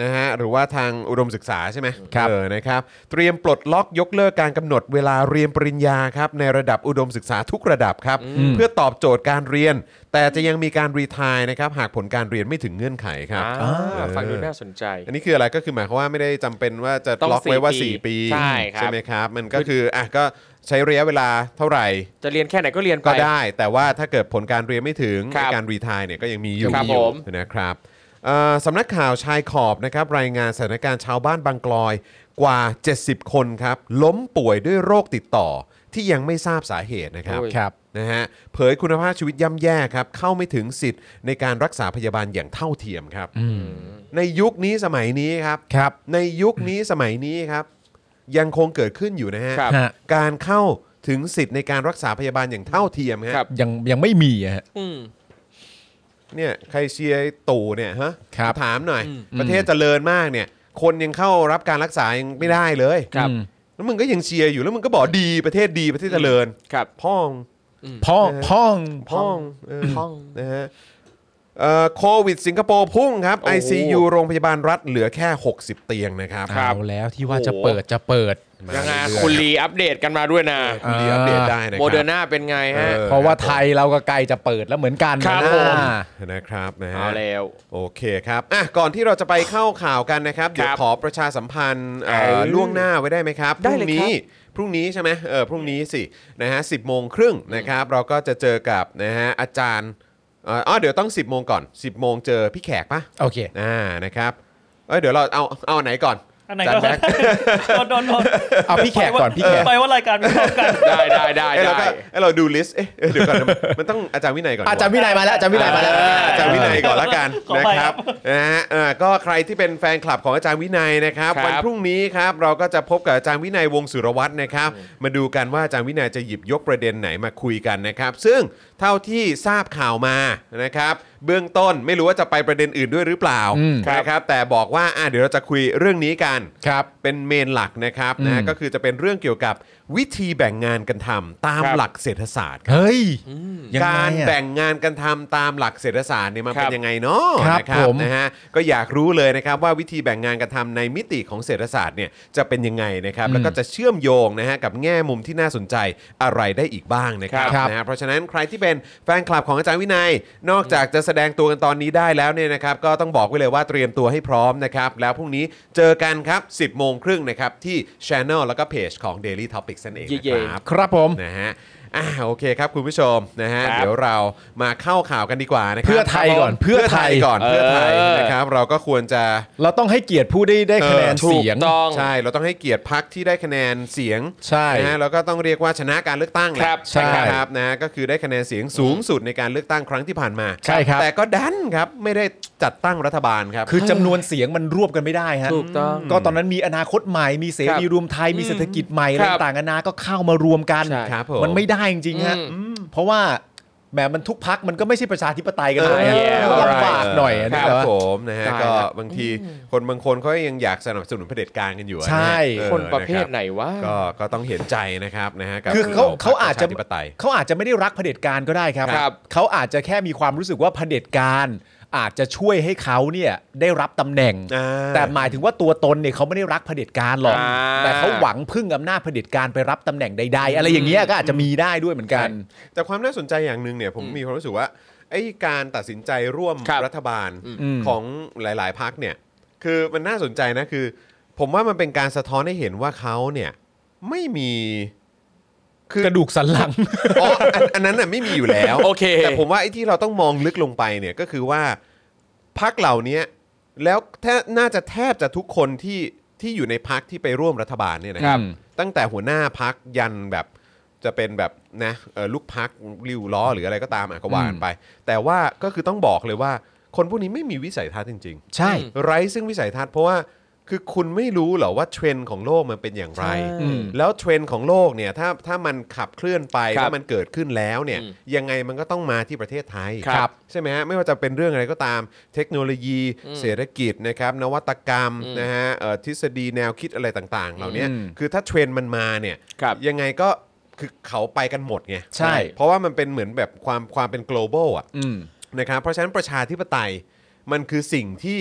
Speaker 2: นะฮะหรือว่าทางอุดมศึกษาใช่ไหมครับเออนะครับเตรียมปลดล็อกยกเลิกการกำหนดเวลาเรียนปริญญาครับในระดับอุดมศึกษาทุกระดับครับ เพื่อตอบโจทย์การเรียน แต่จะยังมีการรีไทายนะครับหากผลการเรียนไม่ถึงเงื่อนไขครับ
Speaker 4: อ่าฟังดูน่าสนใจ
Speaker 2: อันนี้คืออะไรก็คือหมายความว่าไม่ได้จำเป็นว่าจะ
Speaker 4: ต้อง
Speaker 2: ล็อกไว้ว่า
Speaker 4: สี่
Speaker 2: 4
Speaker 4: ปี
Speaker 2: ปี
Speaker 4: ใช่ครับ
Speaker 2: ไหมครับ มันก็คืออ่ะก็ใช้ระยะเวลาเท่าไหร่
Speaker 4: จะเรียนแค่ไหนก็เรียนไป
Speaker 2: ก็ได้แต่ว่าถ้าเกิดผลการเรียนไม่ถึง
Speaker 4: ครับ
Speaker 2: การรีไทายเนี่ยก็ยังมีอยู่
Speaker 4: ครับ
Speaker 2: อยู่
Speaker 4: ผม
Speaker 2: นะครับเอ่อสำนักข่าวชายขอบนะครับรายงานสถานการณ์ชาวบ้านบางกลอยกว่า 70 คนครับล้มป่วยด้วยโรคติดต่อที่ยังไม่ทราบสาเหตุนะครับ
Speaker 4: โอ้ย
Speaker 2: ครับนะฮะเผยคุณภาพชีวิตย่ำแย่ครับเข้าไม่ถึงสิทธิ์ในการรักษาพยาบาลอย่างเท่าเทียมครับ ในยุคนี้สมัยนี้ครับ
Speaker 3: ครับ
Speaker 2: ในยุคนี้สมัยนี้ครับ ยังคงเกิดขึ้นอยู่นะฮะ
Speaker 4: ครับ
Speaker 3: ฮะ
Speaker 2: การเข้าถึงสิทธิ์ในการรักษาพยาบาลอย่างเท่าเทียมฮะ
Speaker 4: ครับ
Speaker 3: ยังยังไม่มีอะฮะ
Speaker 4: อืม
Speaker 2: เนี่ยใครเชียร์ตู่เนี่ยฮะ
Speaker 3: ครับ
Speaker 2: ถามหน่อย
Speaker 4: อืม
Speaker 2: ประเทศเจริญมากเนี่ย คนยังเข้ารับการรักษายังไม่ได้เลย
Speaker 4: ครับ
Speaker 3: อืม
Speaker 2: แล้วมึงก็ยังเชียร์อยู่แล้วมึงก็บอกดีประเทศดีประเทศเจริญ
Speaker 4: ครับ
Speaker 2: พ่อง
Speaker 3: พ่อง
Speaker 2: เออ
Speaker 3: พ่อง
Speaker 2: พ่องเออ
Speaker 4: พ่อง
Speaker 2: นะฮะเอ่อโควิดสิงคโปร์พุ่งครับ
Speaker 4: โอ้โห
Speaker 2: ICU โรงพยาบาลรัฐเหลือแค่ 60 เตียงนะครับ
Speaker 4: ครับ
Speaker 3: เอาแล้วที่ว่าจะเปิดจะเปิด
Speaker 4: ยังไง
Speaker 2: เรื่อๆ
Speaker 4: คุณลีอัปเดตกันมาด้วยนะ
Speaker 2: เออคุณลีอัปเดตได้นะคบ
Speaker 4: โมเดอร์นาเป็นไงฮะ
Speaker 2: เออ
Speaker 3: เพราะว่าไทยเราก็ไกลจะเปิดแล้วเหมือนกัน
Speaker 4: ครับ
Speaker 3: นะ
Speaker 4: ผม
Speaker 2: นะครับนะฮะ
Speaker 4: เอาแล้ว
Speaker 2: โอเคครับอ่ะก่อนที่เราจะไปเข้าข่าวกันนะครับ เดี๋ยวขอประชาสัมพันธ์เอ่อ
Speaker 4: เออ
Speaker 2: ล่วงหน้าไว้ได้ไหมครับ
Speaker 4: ได้เล
Speaker 2: พ
Speaker 4: ย
Speaker 2: รุ่ง
Speaker 4: ครั
Speaker 2: นี้
Speaker 4: บ
Speaker 2: พรุ่งนี้ใช่ไหมเออพรุ่งนี้สินะฮะสิบโมงครึ่งนะครับ เราก็จะเจอกับนะฮะอาจารย์เอ่ออ๋อเดี๋ยวต้อง 10บโมงก่อน 10บโมงเจอพี่แขกปะ
Speaker 3: โอเค
Speaker 2: อ่านะครับเอ้ยเดี๋ยวเราเอาเอาอันไหนก่อน
Speaker 5: อันไหน
Speaker 2: จั
Speaker 5: ก็
Speaker 2: ดแบ็ค
Speaker 5: โดนโดนโดน
Speaker 3: เอาพี่แขกก่อนพี่แขก
Speaker 5: ไปว่ารายการไม่พร้อมกัน
Speaker 4: ได้ได้ได้
Speaker 2: เอ้ยเรา
Speaker 4: ได้
Speaker 2: ก็เอ้ยเราดูลิสต์เอ้ยเอ้ยเดี๋ยวก่อนนะมันต้องอาจารย์วินัยก่อน
Speaker 3: อาจารย์วินัยมาแล้วอาจารย์วินัยมาแล้ว
Speaker 2: อาจารย์วินัยก่อนละกัน
Speaker 5: ขอ
Speaker 2: นะ
Speaker 5: ไป
Speaker 2: ค
Speaker 5: ครั
Speaker 2: รับบ นะฮะเอ่อก็ใครที่เป็นแฟนคลับของอาจารย์วินัยนะครับ
Speaker 4: ครับ
Speaker 2: วันพรุ่งนี้ครับเราก็จะพบกับอาจารย์วินัยวงศ์สุรวัตรนะครับ มาดูกันว่าอาจารย์วินัยจะหยิบยกประเด็นไหนมาคุยกันนะครับ ซึ่งเท่าที่ทราบข่าวมานะครับ เบื้องต้นไม่รู้ว่าจะไปประเด็นอื่นด้วยหรือเปล่า
Speaker 3: อืม
Speaker 2: นะครับ แต่บอกว่าอ่ะเดี๋ยวเราจะคุยเรื่องนี้กัน
Speaker 3: ครับ
Speaker 2: เป็นเมนหลักนะครับ
Speaker 3: อืม
Speaker 2: นะก็คือจะเป็นเรื่องเกี่ยวกับวิธีแบ่งงานกันทำตาม
Speaker 4: ครับ
Speaker 2: หลักเศรษฐศาสตร์
Speaker 3: เฮ้ยยังไง
Speaker 2: การ
Speaker 3: อะ
Speaker 2: แบ่งงานกันทำตามหลักเศรษฐศาสตร์เนี่ยมัน
Speaker 4: ครั
Speaker 2: เป็น
Speaker 4: บ
Speaker 2: ยังไงเนาะ
Speaker 3: ครับ
Speaker 2: นะครับ
Speaker 3: ผม
Speaker 2: นะฮะก็อยากรู้เลยนะครับว่าวิธีแบ่งงานกันทำในมิติของเศรษฐศาสตร์เนี่ยจะเป็นยังไงนะครับแล้วก็จะเชื่อมโยงนะฮะกับแง่มุมที่น่าสนใจอะไรได้อีกบ้างนะครับ
Speaker 3: ครับ
Speaker 2: นะฮะเพราะฉะนั้นใครที่เป็นแฟนคลับของอาจารย์วินัย นอกจากจะแสดงตัวกันตอนนี้ได้แล้วเนี่ยนะครับก็ต้องบอกไว้เลยว่าเตรียมตัวให้พร้อมนะครับแล้วพรุ่งนี้เจอกันครับ 10โมงครึ่งนะครับที่ช anel แล้วก็เพจของ Daily Topics นั่นเองนะครับ
Speaker 3: ครับผม
Speaker 2: นะฮะ อ่า โอเคครับคุณผู้ชมนะฮะ
Speaker 4: ครับ
Speaker 2: เดี๋ยวเรามาเข้าข่าวกันดีกว่านะครับ
Speaker 3: เพื่อไทยก่อน
Speaker 2: ครับผม
Speaker 3: เพื่
Speaker 2: เพื่อ
Speaker 3: อ
Speaker 2: ไท
Speaker 3: ไท
Speaker 2: ย
Speaker 3: ย
Speaker 2: ก่อนเพื่อไทยนะครับ เราก็ควรจะ
Speaker 3: เราต้องให้เกียรติผู้ได้ได้
Speaker 2: เออ
Speaker 3: คะแนน
Speaker 4: ถูก
Speaker 3: เสียง
Speaker 4: ต้อง
Speaker 2: ใช่ เราต้องให้เกียรติพักที่ได้คะแนนเสียง
Speaker 3: ใช่
Speaker 2: นะฮะแล้วก็ต้องเรียกว่าชนะการเลือกตั้งแหละ
Speaker 4: ครับ
Speaker 3: ใช่ครับ
Speaker 2: นะครับนะฮะก็คือได้คะแนนเสียงสูงสุดในการเลือกตั้งครั้งที่ผ่านมา
Speaker 3: ใช่ครับ
Speaker 2: แต่ก็ดันครับไม่ได้จัดตั้งรัฐบาลครับ
Speaker 3: คือจำนวนเสียงมันรวบกันไม่ได้ฮะ
Speaker 4: ถูกต้อง
Speaker 3: ก็ตอนนั้นมีอนาคตใหม่ มีเสรี
Speaker 4: ครับ
Speaker 3: รวมไทย มีเศรษฐกิจใหม่อะ
Speaker 4: ค
Speaker 3: ไร
Speaker 4: รับ
Speaker 3: ต่างๆนานาก็เข้ามารวมกัน
Speaker 4: ใช่
Speaker 2: ครับผม
Speaker 3: มันไม่ได้จริงๆฮะ
Speaker 4: อืม
Speaker 3: อืมเพราะว่าแหมมันทุกพักมันก็ไม่ใช่ประชาธิปไตยกันเลย
Speaker 4: เออ yeah
Speaker 3: ลำบากหน่อย
Speaker 2: ค
Speaker 3: นะ
Speaker 2: รับ
Speaker 3: แต่ว่า
Speaker 2: ผมนะฮะ
Speaker 4: ได้ครับ
Speaker 2: ก็บางทีคนบางคนเขายังอยากสนับสนุนเผด็จการกันอยู่อะะ
Speaker 3: ใช่
Speaker 2: เออ
Speaker 4: คนประเภ
Speaker 2: ค
Speaker 4: ท
Speaker 2: บ
Speaker 4: ไหนวะ
Speaker 2: ก็ก็ต้องเห็นใจนะครับนะฮะกับ
Speaker 3: คือเขา
Speaker 2: หล่
Speaker 3: เขาอาจจะ
Speaker 2: พรรคปรชธิปไตย
Speaker 3: เขาอาจจะไม่ได้รักเผด็จการก็ได้ครับ
Speaker 4: ครับ
Speaker 3: เขาอาจจะแค่มีความรู้สึกว่าเผด็จการ อาจจะช่วยให้เขาเนี่ยได้รับตำแหน่ง
Speaker 2: อ่า
Speaker 3: แต่หมายถึงว่าตัวตนเนี่ยเขาไม่ได้รักเผด็จการหรอก
Speaker 4: อ่า
Speaker 3: แต่เขาหวังพึ่งอำนาจเผด็จการไปรับตำแหน่งใด ๆ อะไรอย่างเงี้ยก็อาจจะมีได้ด้วยเหมือนกัน
Speaker 2: แต่ความน่าสนใจอย่างหนึ่งเนี่ยผมมีความรู้สึกว่าไอ้การตัดสินใจร่วม
Speaker 4: ครับ
Speaker 2: รัฐบาล
Speaker 3: อืม
Speaker 2: ของหลาย ๆพักเนี่ยคือมันน่าสนใจนะคือ ผมว่ามันเป็นการสะท้อนให้เห็นว่าเขาเนี่ยไม่มีคือก
Speaker 3: ระดูกสันหลัง
Speaker 2: อ๋ออันอันนั้นน่ะไม่มีอยู่แล้ว
Speaker 4: โอเค
Speaker 2: แต่ผมว่าไอ้ที่เราต้องมองลึกลงไปเนี่ยก็คือว่าพักเหล่านี้แล้วแทบน่าจะแทบจะทุกคนที่ที่อยู่ในพักที่ไปร่วมรัฐบาลเนี่ยนะ ตั้งแต่หัวหน้าพักยันแบบจะเป็นแบบนะเอ่อลูกพักริวล้อหรืออะไรก็ตามอ่ะก็ว่ากันไป แต่ว่าก็คือต้องบอกเลยว่า คนพวกนี้ไม่มีวิสัยทัศน์จริง
Speaker 3: ใช่
Speaker 2: ๆ ไร้ซึ่งวิสัยทัศน์เพราะว่าคือคุณไม่รู้หรอว่าเทรนด์ของโลกมันเป็นอย่างไร
Speaker 3: อืม
Speaker 2: แล้วเทรนด์ของโลกเนี่ยถ้าถ้ามันขับเคลื่อนไป
Speaker 4: ครับ
Speaker 2: ถ้ามันเกิดขึ้นแล้วเนี่ย
Speaker 4: อืม
Speaker 2: ยังไงมันก็ต้องมาที่ประเทศไทย
Speaker 4: ครับ
Speaker 2: ใช่ไหมฮะไม่ว่าจะเป็นเรื่องอะไรก็ตามเทคโนโลยี
Speaker 4: อืม
Speaker 2: เศรษฐกิจนะครับนวัตกรรม
Speaker 4: อืม
Speaker 2: นะฮะเอ่อทฤษฎีแนวคิดอะไรต่าง ๆ เหล่าเนี้ย
Speaker 3: อืม
Speaker 2: คือถ้าเทรนด์มันมาเนี่ย
Speaker 4: ครับ
Speaker 2: ยังไงก็คือเขาไปกันหมดไง
Speaker 3: ใช่
Speaker 2: เพราะว่ามันเป็นเหมือนแบบความความเป็น global อ่ะ
Speaker 3: อืม
Speaker 2: นะครับเพราะฉะนั้นประชาธิปไตยมันคือสิ่งที่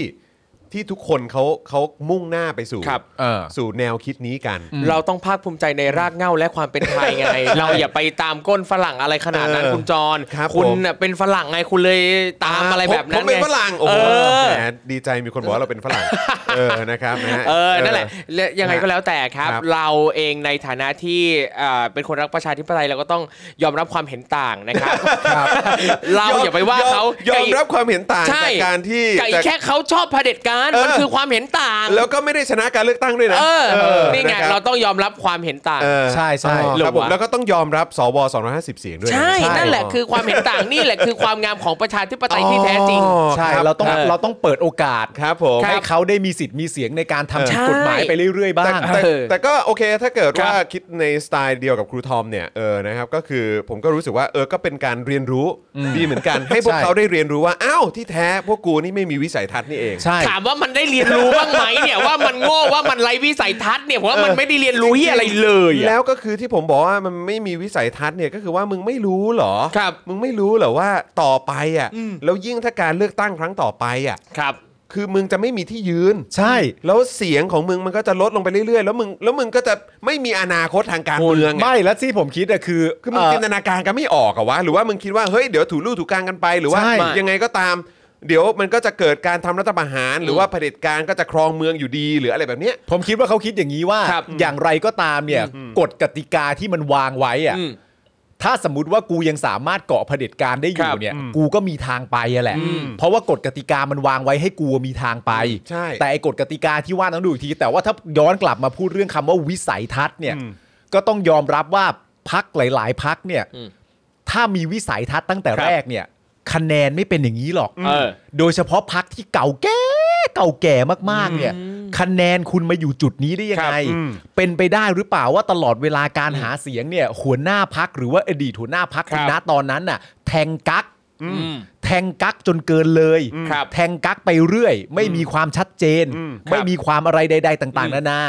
Speaker 2: ที่ทุกคนเขาเขามุ่งหน้าไปสู่
Speaker 4: ครับ
Speaker 3: เออ
Speaker 2: สู่แนวคิดนี้กัน
Speaker 4: เราต้องภาคภูมิใจในรากเหง้าและความเป็นไทยไง เราอย่าไปตามก้นฝรั่งอะไรขนาดนั้น
Speaker 2: เออ
Speaker 4: คุณจร
Speaker 2: ครับ
Speaker 4: ณ
Speaker 2: ผม
Speaker 4: น่ะเป็นฝรั่งไงคุณเลยตามอะไรแบบนั้
Speaker 2: ผม
Speaker 4: น
Speaker 2: เป็น
Speaker 4: ไง
Speaker 2: ฝรั่งโอ้โห
Speaker 4: เออ
Speaker 2: แหมดีใจมีคนบอกว่าเราเป็นฝรั่งเออนะครับนะฮะ
Speaker 4: เออ นั่นแหละและยังไงก็แล้วแต่ครับ
Speaker 2: ครับ
Speaker 4: เราเองในฐานะที่เอ่อเป็นคนรักประชาธิปไตยเราก็ต้องยอมรับความเห็นต่างนะครับ เราอย่าไปว่าเขา
Speaker 2: ยอม
Speaker 4: กั
Speaker 2: ยอมรับความเห็นต่าง
Speaker 4: ใช่
Speaker 2: จากการที่
Speaker 4: ไก่
Speaker 2: จาก
Speaker 4: แค่เขาชอบเผด็จการ
Speaker 2: เออ
Speaker 4: มันคือความเห็นต่าง
Speaker 2: แล้วก็ไม่ได้ชนะการเลือกตั้งด้วยนะ
Speaker 4: เออนี่ไง
Speaker 2: ะคบ
Speaker 4: เราต้องยอมรับความเห็นต่าง
Speaker 2: เออ
Speaker 3: ใช่ใช่
Speaker 2: อ๋อ
Speaker 4: หรือ
Speaker 2: ครับผม
Speaker 4: ว่า
Speaker 2: แล้วก็ต้องยอมรับสว250 เสียงด้วยนะ
Speaker 4: ใช่
Speaker 3: ใช่
Speaker 4: นั่นแหละคือความเห็นต่างนี่แหละคือความงามของประชาธิปไตยที่แท้จริง
Speaker 2: อ๋อ
Speaker 3: ใช่
Speaker 2: คบ
Speaker 3: เราต้อง
Speaker 4: เออ
Speaker 3: เราต้องเปิดโอกาส
Speaker 2: ครับผม
Speaker 3: ให้เขาได้มีสิทธิ์มีเสียงในการทำผิด
Speaker 4: ใช่
Speaker 3: กฎหมายไปเรื่อย ๆ บ้าง
Speaker 2: แต่
Speaker 4: เออ
Speaker 2: แต่ก็โอเคถ้าเกิด
Speaker 4: ครับ
Speaker 2: ว่าคิดในสไตล์เดียวกับครูทอมเนี่ยเออนะครับก็คือผมก็รู้สึกว่าเออก็เป็นการเรียนรู้ดีเหมือนกัน ให้พวก
Speaker 3: ใช่
Speaker 2: เขาได้เรียนรู้ว่าอ้าวที่แท้พวกกูนี่ไม่มีวิสัยทัศน์นี่เอง
Speaker 3: ใช่
Speaker 4: ถามว่ามันได้เรียนรู้บ้างไหมเนี่ยว่ามันโง่ว่ามันไร้วิสัยทัศน์เนี่ยผมว่ามันไม่ได้เรียนรู้เหียอะไรเลยอะ
Speaker 2: แล้วก็คือที่ผมบอกว่ามันไม่มีวิสัยทัศน์เนี่ยก็คือว่ามึงไม่รู้เหรอ
Speaker 4: ครับ
Speaker 2: มึงไม่รู้เหรอว่าต่อไปอ่ะแล้วยิ่งถ้าการเลือกตั้งครั้งต่อไปอ่ะ
Speaker 4: ครับ
Speaker 2: คือมึงจะไม่มีที่ยืน
Speaker 3: ใช่
Speaker 2: แล้วเสียงของมึงมันก็จะลดลงไปเรื่อยๆ แล้วมึงแล้วมึงก็จะไม่มีอนาคตทางการเมืองอะ
Speaker 3: ไม่แล้วที่ผมคิดอะคือ
Speaker 2: คือมึง
Speaker 3: เอ่อ
Speaker 2: จินตนาการกันไม่ออกอะวะหรือว่ามึงคิดว่าเฮ้ยเดี๋ยวถูลู่ถูกกลางกันไป หรือว่า
Speaker 3: ใช่
Speaker 2: ยังไงก็ตาม เดี๋ยวมันก็จะเกิดการทำรัฐประหาร หรือว่าเผด็จการก็จะครองเมืองอยู่ดีหรืออะไรแบบเนี้ย
Speaker 3: ผมคิดว่าเขาคิดอย่างนี้ว่า
Speaker 4: ครับ
Speaker 3: อย่างไรก็ตามเนี่ยกฎกติกาที่มันวางไว้อะ
Speaker 4: อืม
Speaker 3: ถ้าสมมติว่ากูยังสามารถเกาะเผด็จการได้อ
Speaker 4: ค
Speaker 3: ยู่
Speaker 4: รับ
Speaker 3: เนี่ย กูก็มีทางไปอะแหละ เพราะว่ากฎกติกามันวางไว้ให้กูมีทางไป
Speaker 2: ใช่
Speaker 3: แต่ไอ้กฎกติกาที่ว่าต้องดูอีกที แต่ว่าถ้าย้อนกลับมาพูดเรื่องคำว่าวิสัยทัศน์เนี่ย ก็ต้องยอมรับว่าพักหลาย ๆ พักเนี่ย
Speaker 4: อืม
Speaker 3: ถ้ามีวิสัยทัศน์ตั้งแต่
Speaker 4: ครับ
Speaker 3: แรกเนี่ย คะแนนไม่เป็นอย่างนี้หรอก
Speaker 4: เออ
Speaker 3: โดยเฉพาะพักที่เก่าแก่เก่าแก่มากๆเนี่ย คะแนนคุณมาอยู่จุดนี้ได้ยังไง
Speaker 2: ครับอืม
Speaker 3: เป็นไปได้หรือเปล่าว่าตลอดเวลาการหาเสียงเนี่ย หัวหน้าพักหรือว่าอดีตหัวหน้าพัก
Speaker 4: ครับ
Speaker 3: ณตอนนั้นน่ะ แทงกัก
Speaker 4: อืม
Speaker 3: แทงกักจนเกินเลย
Speaker 4: ครับ
Speaker 3: แทงกักไปเรื่อย ไม่มีความชัดเจน ไม่มีความอะไรใด ๆ ต่าง ๆ นานา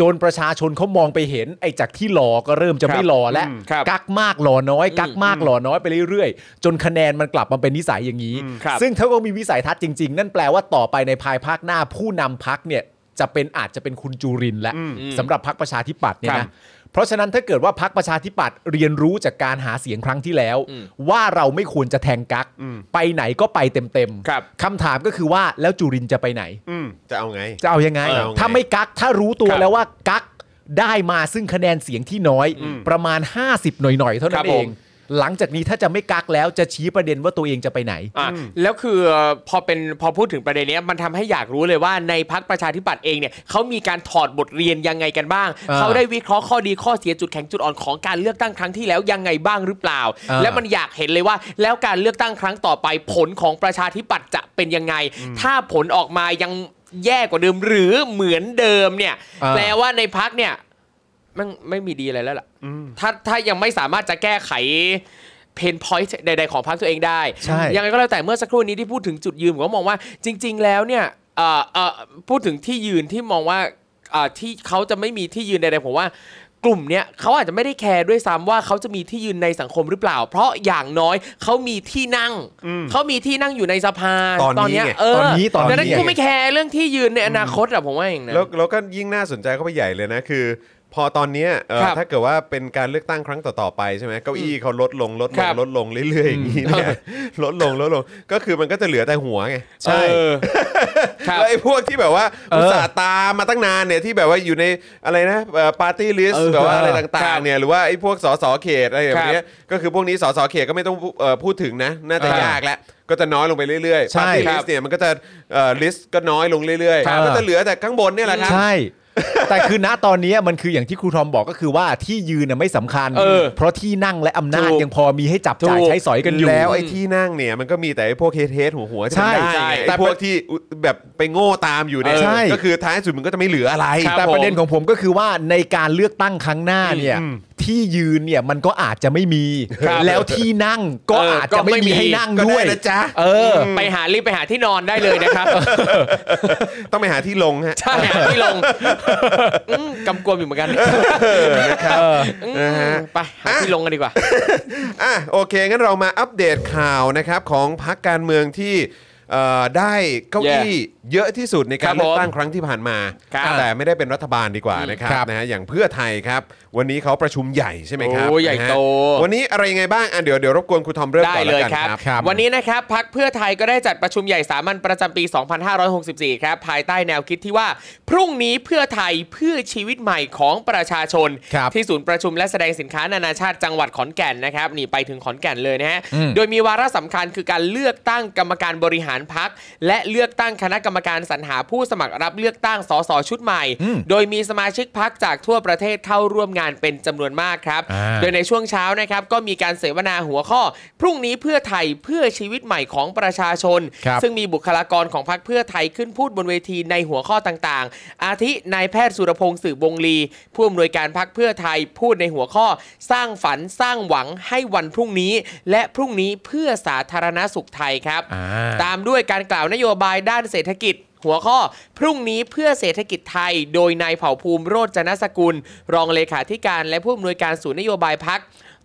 Speaker 3: จนประชาชนเขามองไปเห็น ไอ้จากที่หลอก็เริ่มจะไม่หลอแล้ว
Speaker 4: ครับ
Speaker 3: กักมากหลอน้อย กักมากหลอน้อยไปเรื่อย ๆ จนคะแนนมันกลับมาเป็นนิสัยอย่างนี้
Speaker 4: ครับ
Speaker 3: ซึ่งถ้าก็มีวิสัยทัศน์จริง ๆ นั่นแปลว่าต่อไปในภายภาคหน้าผู้นำพักเนี่ยจะเป็นอาจจะเป็นคุณจูรินทร์และสำหรับพักประชาธิปัตย์เนี่ย
Speaker 4: ครั
Speaker 3: นะ
Speaker 4: บ
Speaker 3: เพราะฉะนั้นถ้าเกิดว่าพักประชาธิปัตย์เรียนรู้จากการหาเสียงครั้งที่แล้ว ว่าเราไม่ควรจะแทงกัก ไปไหนก็ไปเต็มๆ
Speaker 4: ครับ
Speaker 3: ถามก็คือว่าแล้วจุรินทร์จะไปไหน
Speaker 2: อืมจะเอาไง
Speaker 3: จะเอายังไง
Speaker 2: จะเอาไง
Speaker 3: ถ้าไม่กักถ้ารู้ตัว
Speaker 4: ครับ
Speaker 3: แล้วว่ากักได้มาซึ่งคะแนนเสียงที่น้อย ประมาณ 50 หน่อยๆ เท่า
Speaker 4: ค
Speaker 3: นั้
Speaker 4: รับ
Speaker 3: นเอ
Speaker 4: ผ
Speaker 3: ง
Speaker 4: ม
Speaker 3: หลังจากนี้ถ้าจะไม่กักแล้วจะชี้ประเด็นว่าตัวเองจะไปไหน
Speaker 4: อ่ะแล้วคือพอเป็นพอพูดถึงประเด็นเนี้ยมันทำให้อยากรู้เลยว่าในพักประชาธิปัตย์เองเนี่ยเขามีการถอดบทเรียนยังไงกันบ้าง
Speaker 3: อ่า
Speaker 4: เขาได้วิเคราะห์ข้อดีข้อเสียจุดแข็งจุดอ่อนของการเลือกตั้งครั้งที่แล้วยังไงบ้างหรือเปล่า
Speaker 3: อ่า
Speaker 4: และมันอยากเห็นเลยว่า แล้วการเลือกตั้งครั้งต่อไปผลของประชาธิปัตย์จะเป็นยังไง ถ้าผลออกมายังแย่กว่าเดิมหรือเหมือนเดิมเนี่ย
Speaker 3: อ่า
Speaker 4: แปลว่าในพักเนี่ยมันไม่มีดีอะไรแล้วล่ะ ถ้าถ้ายังไม่สามารถจะแก้ไขเพนพอยต์ใด ๆ ของพรรคตัวเองได้
Speaker 3: ใช่
Speaker 4: ยังไงก็แล้วแต่เมื่อสักครู่นี้ที่พูดถึงจุดยืนผมก็มองว่าจริง ๆ แล้วเนี่ยเอ่อเอ่อพูดถึงที่ยืนที่มองว่าเอ่อที่เขาจะไม่มีที่ยืนใดๆผมว่า กลุ่มเนี้ยเขาอาจจะไม่ได้แคร์ด้วยซ้ำว่าเขาจะมีที่ยืนในสังคมหรือเปล่า เพราะอย่างน้อยเขามีที่นั่งเขามีที่นั่งอยู่ในสภา
Speaker 2: ตอนนี้
Speaker 4: เนี้ย
Speaker 2: ไง
Speaker 4: เออ
Speaker 3: ตอนนี้ตอนนี้
Speaker 4: ดังนั้นกูไม่แคร์เรื่องที่ยืนในอนาคตอะผมว่าอย่างนั้น
Speaker 2: แล้วแล้วก็ยิ่งน่าสนใจเข้าไปใหญ่เลยนะคือ พอตอนเนี้ยเอ่อ
Speaker 4: ครับ
Speaker 2: ถ้าเกิดว่าเป็นการเลือกตั้งครั้งต่อๆไปใช่ไหมเก้าอี้เขาลดลงลดล
Speaker 4: ครั
Speaker 2: ง
Speaker 4: บ
Speaker 2: ลดลงเรื่อยๆอย่างนี้เนี่ย ลดลงลดลงก็คือมันก็จะเหลือแต่หัวไง
Speaker 4: เออครับ
Speaker 2: แล้วไอ้พวกที่แบบว่า
Speaker 3: เอออุ
Speaker 2: อุตส่าห์ตามมาตั้งนานเนี่ยที่แบบว่าอยู่ในอะไรนะปาร์ตี้ลิส
Speaker 3: เอ
Speaker 2: ต์
Speaker 3: อ
Speaker 2: แบบว่าอะไรต่างๆเนี่ยหรือว่าไอ้พวกสสเขตอะไรแบบเนี้ยก็คือพวกนี้สสเขตก็ไม่ต้องเอ่อพูดถึงนะน่าจะ
Speaker 4: ครับ
Speaker 2: ยากแล้วก็จะน้อยลงไปเรื่อยๆ
Speaker 3: ใช่
Speaker 2: ปาร์ตี้ลิสต์เนี่ยมันก็จะลิสต์ก็น้อยลงเรื่อย
Speaker 4: ครับ
Speaker 2: ๆก็จะเหลือแต่ข้างบนเนี่ยแหละครับ
Speaker 3: ใช่ แต่คือณตอนนี้มันคืออย่างที่ครูทอมบอกก็คือว่าที่ยืนน่ะไม่สำคัญ
Speaker 4: เออ
Speaker 3: เพราะที่นั่งและอำนาจ
Speaker 4: ถูก
Speaker 3: ยังพอมีให้จับจ่าย
Speaker 4: ถูก
Speaker 3: ใช้สอยกันอยู่
Speaker 2: แล้วไอ้ที่นั่งเนี่ยมันก็มีแต่ไอ้พวกเฮดเฮดหัวหัวๆที่มันได้
Speaker 3: ใช่
Speaker 2: ไง
Speaker 3: แต่
Speaker 2: ไอ้พวกที่อุแบบไปโง่ตามอยู่เนี่ย
Speaker 3: ใช่
Speaker 2: ก็คือท้ายสุดมันก็จะไม่เหลืออะไร
Speaker 4: ครับ
Speaker 3: แต่ประเด็นของผมก็คือว่าในการเลือกตั้งครั้งหน้าเนี่ยที่ยืนเนี่ยมันก็อาจจะไม่มี
Speaker 4: ครับ
Speaker 3: แล้วที่นั่งก็
Speaker 4: เอออ
Speaker 3: อาจจะ
Speaker 4: ก็ไม่
Speaker 3: ไม่
Speaker 4: มี
Speaker 3: มีให้นั่ง
Speaker 2: ก็
Speaker 3: ด้
Speaker 2: ได้วย นะจ๊ะ
Speaker 4: เออ ไปหารีบไปหาที่นอนได้เลยนะครับ
Speaker 2: ต้องไปหาที่ลงฮะ
Speaker 4: ใช่หาที่ล งอืมกำกวมอยู่เหมือนกันอืมไปหาที่ลงกันดีกว่า
Speaker 2: อ่ะโอเค งั้นเรามาอัปเดตข่าวนะครับของพรรคการเมืองที่เอ่อได้เก้าอี้เยอะที่สุดในการ
Speaker 4: ครับผม
Speaker 2: เลือกตั้งครั้งที่ผ่านมา
Speaker 4: ครับ
Speaker 2: แต่ไม่ได้เป็นรัฐบาลดีกว่านะครับ
Speaker 3: ครับ
Speaker 2: นะฮะอย่างเพื่อไทยครับ วันนี้เขาประชุมใหญ่ใช่ไหมครับ
Speaker 4: โอ้ใหญ่
Speaker 2: นะฮ
Speaker 4: โต
Speaker 2: ะวันนี้อะไรยังไงบ้างอ่ะเดี๋ยวเดี๋ยวรบกวนครูทอมเริ่ม
Speaker 4: ได้
Speaker 2: ก่อน
Speaker 4: เล
Speaker 2: แล้
Speaker 4: ยว
Speaker 2: กัน
Speaker 4: ครับ
Speaker 2: ครับ
Speaker 4: วันนี้นะครับพักเพื่อไทยก็ได้จัดประชุมใหญ่สามัญประจำปี 2564 ครับ ภายใต้แนวคิดที่ว่า พรุ่งนี้เพื่อไทยเพื่อชีวิตใหม่ของประชาชน
Speaker 3: ครับ
Speaker 4: ที่ศูนย์ประชุมและแสดงสินค้านานาชาติจังหวัดขอนแก่นนะครับนี่ไปถึงขอนแก่นเลยนะฮะ โดยมีวาระสำคัญคือการเลือกตั้งกรรมการบริหารพัก และเลือกตั้งคณะกรรมการสรรหาผู้สมัครรับเลือกตั้งสสชุดใหม่ โดยมีสมาชิกพักจากทั่วประเทศเข้าร่วมงานเป็นจำนวนมากครับ
Speaker 3: อ่า
Speaker 4: โดยในช่วงเช้านะครับก็มีการเสวนาหัวข้อ พรุ่งนี้เพื่อไทยเพื่อชีวิตใหม่ของประชาชน
Speaker 3: ครับ
Speaker 4: ซึ่งมีบุคลากรของพรรคเพื่อไทยขึ้นพูดบนเวทีในหัวข้อต่างๆ อาทินายแพทย์สุรพงศ์สืบวงลี ผู้อำนวยการพรรคเพื่อไทยพูดในหัวข้อ สร้างฝันสร้างหวังให้วันพรุ่งนี้ และพรุ่งนี้เพื่อสาธารณสุขไทยครับ
Speaker 3: อ่า
Speaker 4: ตามด้วยการกล่าวนโยบายด้านเศรษฐกิจ หัวข้อ พรุ่งนี้เพื่อเศรษฐกิจไทย โดยนายเผ่าภูมิโรจนสกุล รองเลขาธิการและผู้อำนวยการศูนย์นโยบายพัก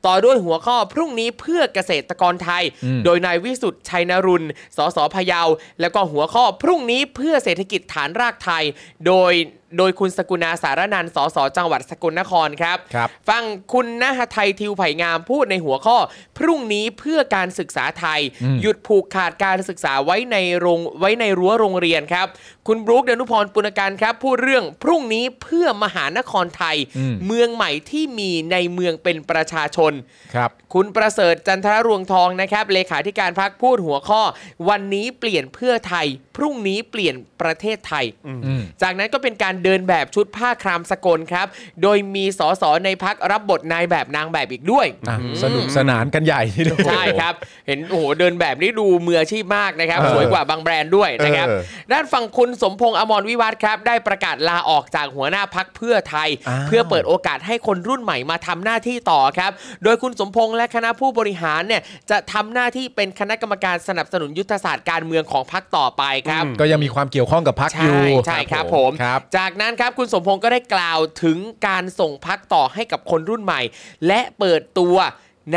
Speaker 4: ต่อด้วยหัวข้อพรุ่งนี้เพื่อเกษตรกรไทย
Speaker 3: อืม
Speaker 4: โดยนายวิสุทธ์ชัยนรุณสสพะเยา แล้วก็หัวข้อพรุ่งนี้เพื่อเศรษฐกิจฐานรากไทย โดยโดยคุณสกุณาสารนันท์สสจังหวัดสกลนครครับ
Speaker 3: ครับ
Speaker 4: ฟังคุณนหทัยทิวไผ่งามพูดในหัวข้อ พรุ่งนี้เพื่อการศึกษาไทย หยุดผูกขาดการศึกษาไว้ในโรงไว้ในรั้วโรงเรียนครับ คุณบรูคเดนุพรปุณการครับ พูดเรื่องพรุ่งนี้เพื่อมหานครไทย
Speaker 3: อืม
Speaker 4: เมืองใหม่ที่มีในเมืองเป็นประชาชน
Speaker 3: ครับ
Speaker 4: คุณประเสริฐจันทรรวงทองนะครับ เลขาธิการพักพูดหัวข้อ วันนี้เปลี่ยนเพื่อไทย พรุ่งนี้เปลี่ยนประเทศไทย
Speaker 3: อืม
Speaker 4: จากนั้นก็เป็นการเดินแบบชุดผ้าครามสกลครับ โดยมีสสในพักรับบทนายแบบนางแบบอีกด้วย
Speaker 3: อ่ะสนุกสนานกันใหญ่ทีเดียว
Speaker 4: ใช่ครับ เห็นโอ้โหเดินแบบนี้ดูมืออาชีพมากนะครับ
Speaker 3: เออ
Speaker 4: สวยกว่าบางแบรนด์ด้วยนะครับ
Speaker 3: เออ
Speaker 4: ด้านฝั่งคุณสมพงษ์อมรวิวัฒน์ครับ ได้ประกาศลาออกจากหัวหน้าพักเพื่อไทย
Speaker 3: อ้าว
Speaker 4: เพื่อเปิดโอกาสให้คนรุ่นใหม่มาทำหน้าที่ต่อครับ โดยคุณสมพงษ์และคณะผู้บริหารเนี่ยจะทำหน้าที่เป็นคณะกรรมการสนับสนุนยุทธศาสตร์การเมืองของพักต่อไปครับ
Speaker 3: ก็ยังมีความเกี่ยวข้องกับพักอยู่
Speaker 4: ใช่ใช่ครับผม
Speaker 3: ครับ
Speaker 4: จากนั้นครับคุณสมพงศ์ก็ได้กล่าวถึงการส่งพักต่อให้กับคนรุ่นใหม่ และเปิดตัว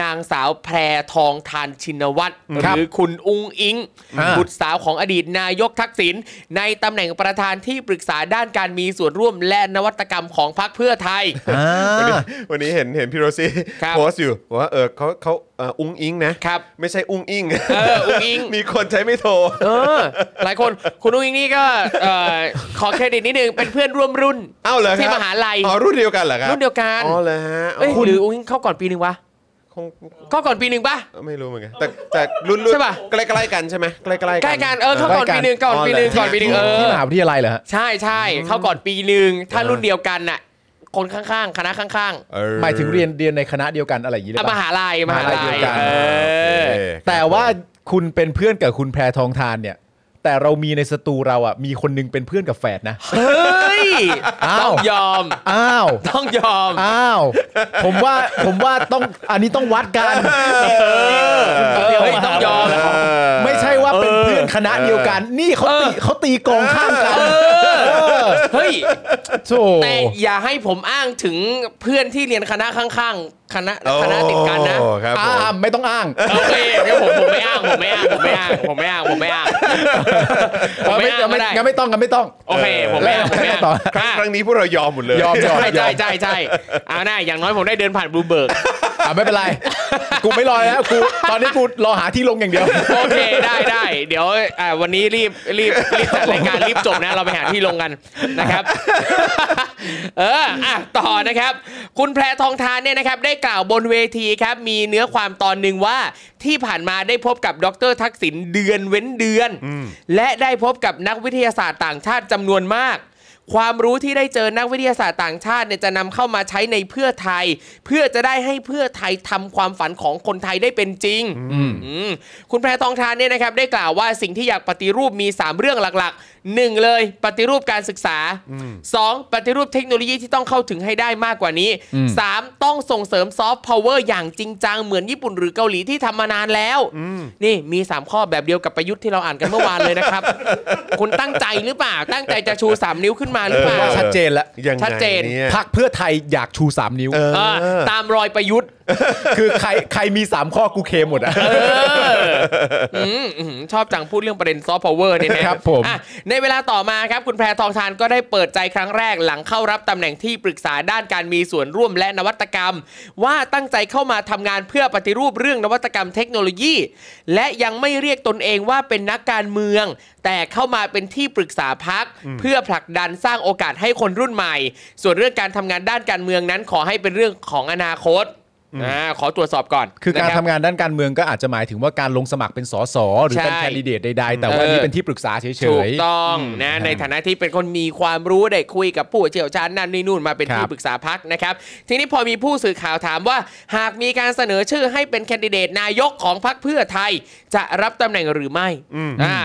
Speaker 4: นางสาวแพรทองทานชินวัตรห
Speaker 3: ครับ
Speaker 4: รือคุณอุ้งอิง
Speaker 3: อ่า
Speaker 4: บุตรสาวของอดีตนายกทักษิณในตำแหน่งประธานที่ปรึกษาด้านการมีส่วนร่วมและนวัตกรรมของพักเพื่อไทย
Speaker 3: อ่า
Speaker 2: วันนี้เห็นเห็นพี่โรซี่
Speaker 4: ครับ
Speaker 2: โพสต์อยู่ว่าเออเขาเขาเอ่ออุ้งอิงนะครับ ไม่ใช่อุ้ง อิง
Speaker 4: เอออุ๊งอิ๊ง
Speaker 2: มีคนใช้ไม่โทร
Speaker 4: เออ หลายคนคุณอุ้งอิงนี่ก็เอ่อขอเครดิตนิดนึงเป็นเพื่อนร่วมรุ่น
Speaker 2: เอ้าเหรอครับ
Speaker 4: ที่มหาลัย
Speaker 2: อ๋อรุ่นเดียวกันเหรอครับ
Speaker 4: รุ่นเดียวกัน
Speaker 2: อ๋อเหรอฮะอ๋อ
Speaker 4: เอ้ยหรืออุ้งอิงเข้าก่อนปีหนึ่งวะ
Speaker 2: คง
Speaker 4: เข้าก่อนปีหนึ่งปะ
Speaker 2: ไม่รู้เหมือนกันแต่แต่รุ่นรุ่น
Speaker 4: ใช่ป่ะ
Speaker 2: ใกล้ๆกันใช่ไหมใกล้ๆกัน
Speaker 4: ใกล้กันเออเข้าก่อน
Speaker 3: ใกล้กัน
Speaker 4: ปีหนึ่งก่อนปีหนึ่ง
Speaker 2: อ๋อเหรอ
Speaker 4: ก่อนปีหนึ่งเอ
Speaker 3: ที่
Speaker 4: อ
Speaker 3: มหาวิทยาลัยเหรอฮะ
Speaker 4: ใช่ใช่เข้าก่อนปีหนึ่งถ้า
Speaker 2: อ่ารุ่
Speaker 4: รุ่นเดียวกันน่ะ คนข้างๆ คณะข้าง
Speaker 2: เออ
Speaker 3: หมายถึงเรียนเรียนในคณะเดียวกันอะไรอย่างนี้หรือ
Speaker 4: ๆอ่ะม
Speaker 3: เปล่า
Speaker 4: หาลัยมหาลั
Speaker 3: มหาลัยเดีย
Speaker 4: ยว
Speaker 3: กัน
Speaker 4: เออ
Speaker 2: โอเคครับ
Speaker 3: แต่ว่าคุณเป็นเพื่อนกับคุณแพรทองทานเนี่ย แต่เรามีในสตูเราอ่ะมีคนนึงเป็นเพื่อนกับแฝดนะ
Speaker 4: เฮ้ย ต้องยอม
Speaker 3: อ้าว
Speaker 4: ต้องยอม
Speaker 3: อ้าว ผมว่าผมว่าต้องอันนี้ต้องวัดกัน
Speaker 4: เฮ้ยต้องยอม
Speaker 3: ไม่ใช่ว่าเป็นเพื่อนคณะเดียวกัน นี่เขาตีเขาตีกองข้ามกัน
Speaker 4: เฮ้ย
Speaker 3: โธ
Speaker 4: แต่อย่าให้ผมอ้างถึงเพื่อนที่เรียนคณะข้างๆ คณะคณะติดกันนะ
Speaker 2: โอ้ครับผม
Speaker 3: อ้ามไม่ต้องอ้าง
Speaker 4: โอเคงั้นผมผมไม่อ้างผมไม่อ้างผมไม่อ้างผมไม่อ้างผมไม่อ้างผมไม่อ้างไม่ได้
Speaker 3: งั้นไม่ต้องงั้นไม่ต้อง
Speaker 4: โอเคผมไม่อ้างผมไม่อ้าง
Speaker 3: ต่อ
Speaker 4: อ่ะ
Speaker 2: ครั้งนี้พวกเรายอมหมดเลย
Speaker 3: ยอมยอม
Speaker 4: ใช่
Speaker 3: ยอ
Speaker 4: ใช่
Speaker 3: ม
Speaker 4: ใช่ใช่เอาหน้าอย่างน้อยผมได้เดินผ่านบลูเบิร์ก
Speaker 3: อ่ะไม่เป็นไร กูไม่รอแล้วกูตอนนี้กูรอหาที่ลงอย่างเดียว
Speaker 4: โอเคได้ได้เดี๋ยวอ่าวันนี้รีบรีบรีบจัดรายการรีบจบนะเราไปหาที่ลงกันนะครับ เอออ่ะต่อนะครับ คุณแพรทองทานเนี่ยนะครับ ได้กล่าวบนเวทีครับ มีเนื้อความตอนหนึ่งว่าที่ผ่านมาได้พบกับดรทักษิณเดือนเว้นเดือน และได้พบกับนักวิทยาศาสตร์ต่างชาติจำนวนมาก ความรู้ที่ได้เจอนักวิทยาศาสตร์ต่างชาติเนี่ยจะนำเข้ามาใช้ในเพื่อไทย เพื่อจะได้ให้เพื่อไทยทำความฝันของคนไทยได้เป็นจริง อืมคุณแพรทองทานเนี่ยนะครับได้กล่าวว่าสิ่งที่อยากปฏิรูปมี 3 เรื่องหลักๆ 1 เลยปฏิรูปการศึกษา 2. ปฏิรูปเทคโนโลยีที่ต้องเข้าถึงให้ได้มากกว่านี้ 3. ต้องส่งเสริมซอฟต์พาวเวอร์อย่างจริงจังเหมือนญี่ปุ่นหรือเกาหลีที่ทำมานานแล้ว นี่มี 3 ข้อแบบเดียวกับประยุทธ์ที่เราอ่านกันเมื่อวานเลย นะครับ คุณตั้งใจหรือเปล่า ตั้งใจจะชู 3 นิ้วขึ้นมาหรือเปล่า
Speaker 2: เออ
Speaker 3: ชัดเจนแล้ว
Speaker 2: ยังไง
Speaker 4: ชัดเจน
Speaker 2: เนี่ย
Speaker 3: พักเพื่อไทยอยากชู 3 นิ้ว
Speaker 4: เออตามรอยประยุทธ์
Speaker 3: คือใครใครมี 3 ข้อกูเคหมดอะ
Speaker 4: อืมอื้อหือชอบจังพูดเรื่องประเด็นซอฟต์พาวเวอร์เนี่ยนะครับ
Speaker 3: ผม
Speaker 4: อ่ะในเวลาต่อมาครับ คุณแพรทองทานก็ได้เปิดใจครั้งแรกหลังเข้ารับตำแหน่งที่ปรึกษาด้านการมีส่วนร่วมและนวัตกรรม ว่าตั้งใจเข้ามาทำงานเพื่อปฏิรูปเรื่องนวัตกรรมเทคโนโลยี และยังไม่เรียกตนเองว่าเป็นนักการเมือง แต่เข้ามาเป็นที่ปรึกษาพักเพื่อผลักดันสร้างโอกาสให้คนรุ่นใหม่ ส่วนเรื่องการทำงานด้านการเมืองนั้นขอให้เป็นเรื่องของอนาคตอ่าขอตรวจสอบก่อน
Speaker 3: คือการ
Speaker 4: นะ
Speaker 3: ทำ
Speaker 4: รับ
Speaker 3: งานด้านการเมืองก็อาจจะหมายถึงว่าการลงสมัครเป็นสสหรือเป็น
Speaker 4: ใช่
Speaker 3: แคนดิเดตใดๆ แต่ว่า
Speaker 4: เออ
Speaker 3: นี่เป็นที่ปรึกษาเฉ
Speaker 4: ถูก
Speaker 3: ย
Speaker 4: ต้องนะในฐานะที่เป็นคนมีความรู้ได้คุยกับผู้เชี่ยวชาญนั่นนี่นู่นมาเป็น
Speaker 3: ครับ
Speaker 4: ที่ปรึกษาพักนะครับ ทีนี้พอมีผู้สื่อข่าวถามว่า หากมีการเสนอชื่อให้เป็นแคนดิเดตนายกของพักเพื่อไทย จะรับตำแหน่งหรือไม่อ่า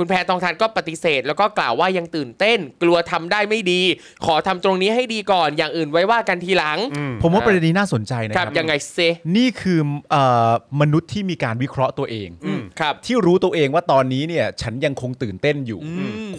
Speaker 4: คุณแพทองทานก็ปฏิเสธ แล้วก็กล่าวว่ายังตื่นเต้น กลัวทำได้ไม่ดี ขอทำตรงนี้ให้ดีก่อนอย่างอื่นไว้ว่ากันทีหลัง
Speaker 3: ๆ ผมว่าประเด็นนี้น่าสนใจนะ
Speaker 4: ค
Speaker 3: ค
Speaker 4: รั
Speaker 3: รั
Speaker 4: บบ ยังไงเซ
Speaker 3: นี่คือเอ่อมนุษย์ที่มีการวิเคราะห์ตัวเอง
Speaker 4: ครับ
Speaker 3: ที่รู้ตัวเองว่าตอนนี้เนี่ยฉันยังคงตื่นเต้นอยู่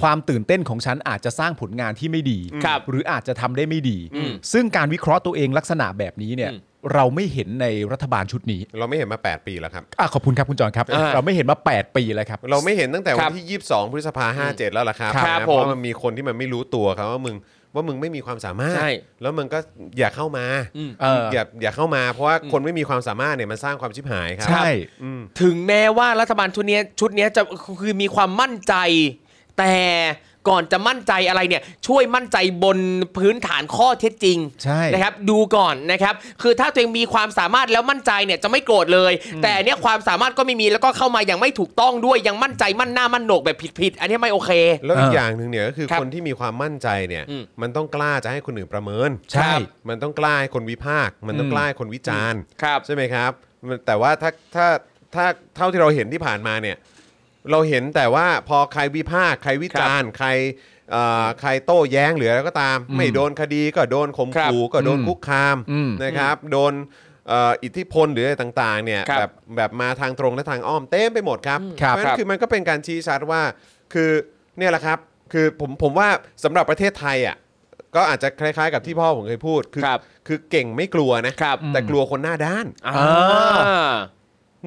Speaker 3: ความตื่นเต้นของฉันอาจจะสร้างผลงานที่ไม่ดี
Speaker 4: ครับ
Speaker 3: หรืออาจจะทำได้ไม่ดี
Speaker 4: อืม
Speaker 3: ซึ่งการวิเคราะห์ตัวเองลักษณะแบบนี้เนี่ย
Speaker 4: อืม
Speaker 3: เราไม่เห็นในรัฐบาลชุดนี้
Speaker 2: เราไม่เห็นมา 8 ปีแล้วครับ
Speaker 3: อ่ะขอบคุณครับคุณจอนครับ
Speaker 4: อ่า
Speaker 3: เราไม่เห็นมา 8 ปีแล้วครับ
Speaker 2: เราไม่เห็นตั้งแต่
Speaker 4: ค
Speaker 2: วั
Speaker 4: รั
Speaker 2: น
Speaker 4: บ
Speaker 2: ที่ 22 พฤษภาห้าเจ็ดแล้วล่ะครับ
Speaker 4: ครับ
Speaker 2: นะเพ
Speaker 4: ผม
Speaker 2: ราะมันมีคนที่มันไม่รู้ตัวครับว่ามึงว่ามึงไม่มีความสามารถ
Speaker 4: ใช่
Speaker 2: แล้วมึงก็อย่าเข้ามา
Speaker 4: อืม
Speaker 3: เอออ
Speaker 2: ย่าอย่าเข้ามาเพราะว่าคนไม่มีความสามารถเนี่ยมันสร้างความชิบหายครั
Speaker 3: ใช่
Speaker 2: อืม
Speaker 4: ถึงแม้ว่ารัฐบาลชุดเนี้ยชุดเนี้ยจะคือมีความมั่นใจ แต่ก่อนจะมั่นใจอะไรเนี่ย ช่วยมั่นใจบนพื้นฐานข้อเท็จจริง
Speaker 3: ใช่
Speaker 4: นะครับ ดูก่อนนะครับ คือถ้าตัวเองมีความสามารถแล้วมั่นใจเนี่ยจะไม่โกรธเลย แต่เนี่ยความสามารถก็ไม่มีแล้วก็เข้ามาอย่างไม่ถูกต้องด้วยยังมั่นใจมั่นหน้ามั่นโหนกแบบผิดๆอันนี้ไม่โอเค
Speaker 2: แล้วอีก
Speaker 3: เออ
Speaker 2: อ
Speaker 3: อย่าง
Speaker 2: หนึ่งเนี่ยก็คือ
Speaker 4: ครับ
Speaker 2: คนที่มีความมั่นใจเนี่ย
Speaker 4: อืม
Speaker 2: มันต้องกล้าจะให้คนอื่นประเมินค
Speaker 3: ใช่
Speaker 2: รับมันต้องกล้าให้คนวิพากษ์มันต้อง
Speaker 3: อืม
Speaker 2: กล้าให้คนวิจารณ์
Speaker 4: ครับ
Speaker 2: ใช่ไหมครับมันแต่ว่าถ้าถ้าถ้าเท่าที่เราเห็นที่ผ่านมาเนี่ยเราเห็นแต่ว่าพอใครวิพากษ์ใครวิจารณ์ใครเอ่อใครโต้แย้งหรืออะไรก็ตาม
Speaker 3: อืม
Speaker 2: ไม่โดนคดีก็โดนข่ม
Speaker 4: ครับ
Speaker 2: ขู่ก็โดน
Speaker 3: อืม
Speaker 2: คุกคาม
Speaker 3: อืม
Speaker 2: นะครับ โดนเอ่ออิทธิพลหรืออะไรต่างๆเนี่ย
Speaker 4: ครับ
Speaker 2: แบบแบบมาทางตรงและทางอ้อมเต็มไปหมดครับ
Speaker 3: ครับ
Speaker 2: เพาะฉะนั้น
Speaker 4: ครั
Speaker 2: คื
Speaker 4: บ
Speaker 2: อ คือมันก็เป็นการชี้ชัดว่าคือเนี่ยแหละครับ คือผมผมว่าสำหรับประเทศไทยอ่ะก็อาจจะคล้ายๆกับที่พ่อผมเคยพูดคือ
Speaker 4: ครับ
Speaker 2: คือเก่งไม่กลัวนะครับ แต่กลัวคนหน้าด้าน
Speaker 4: อ่า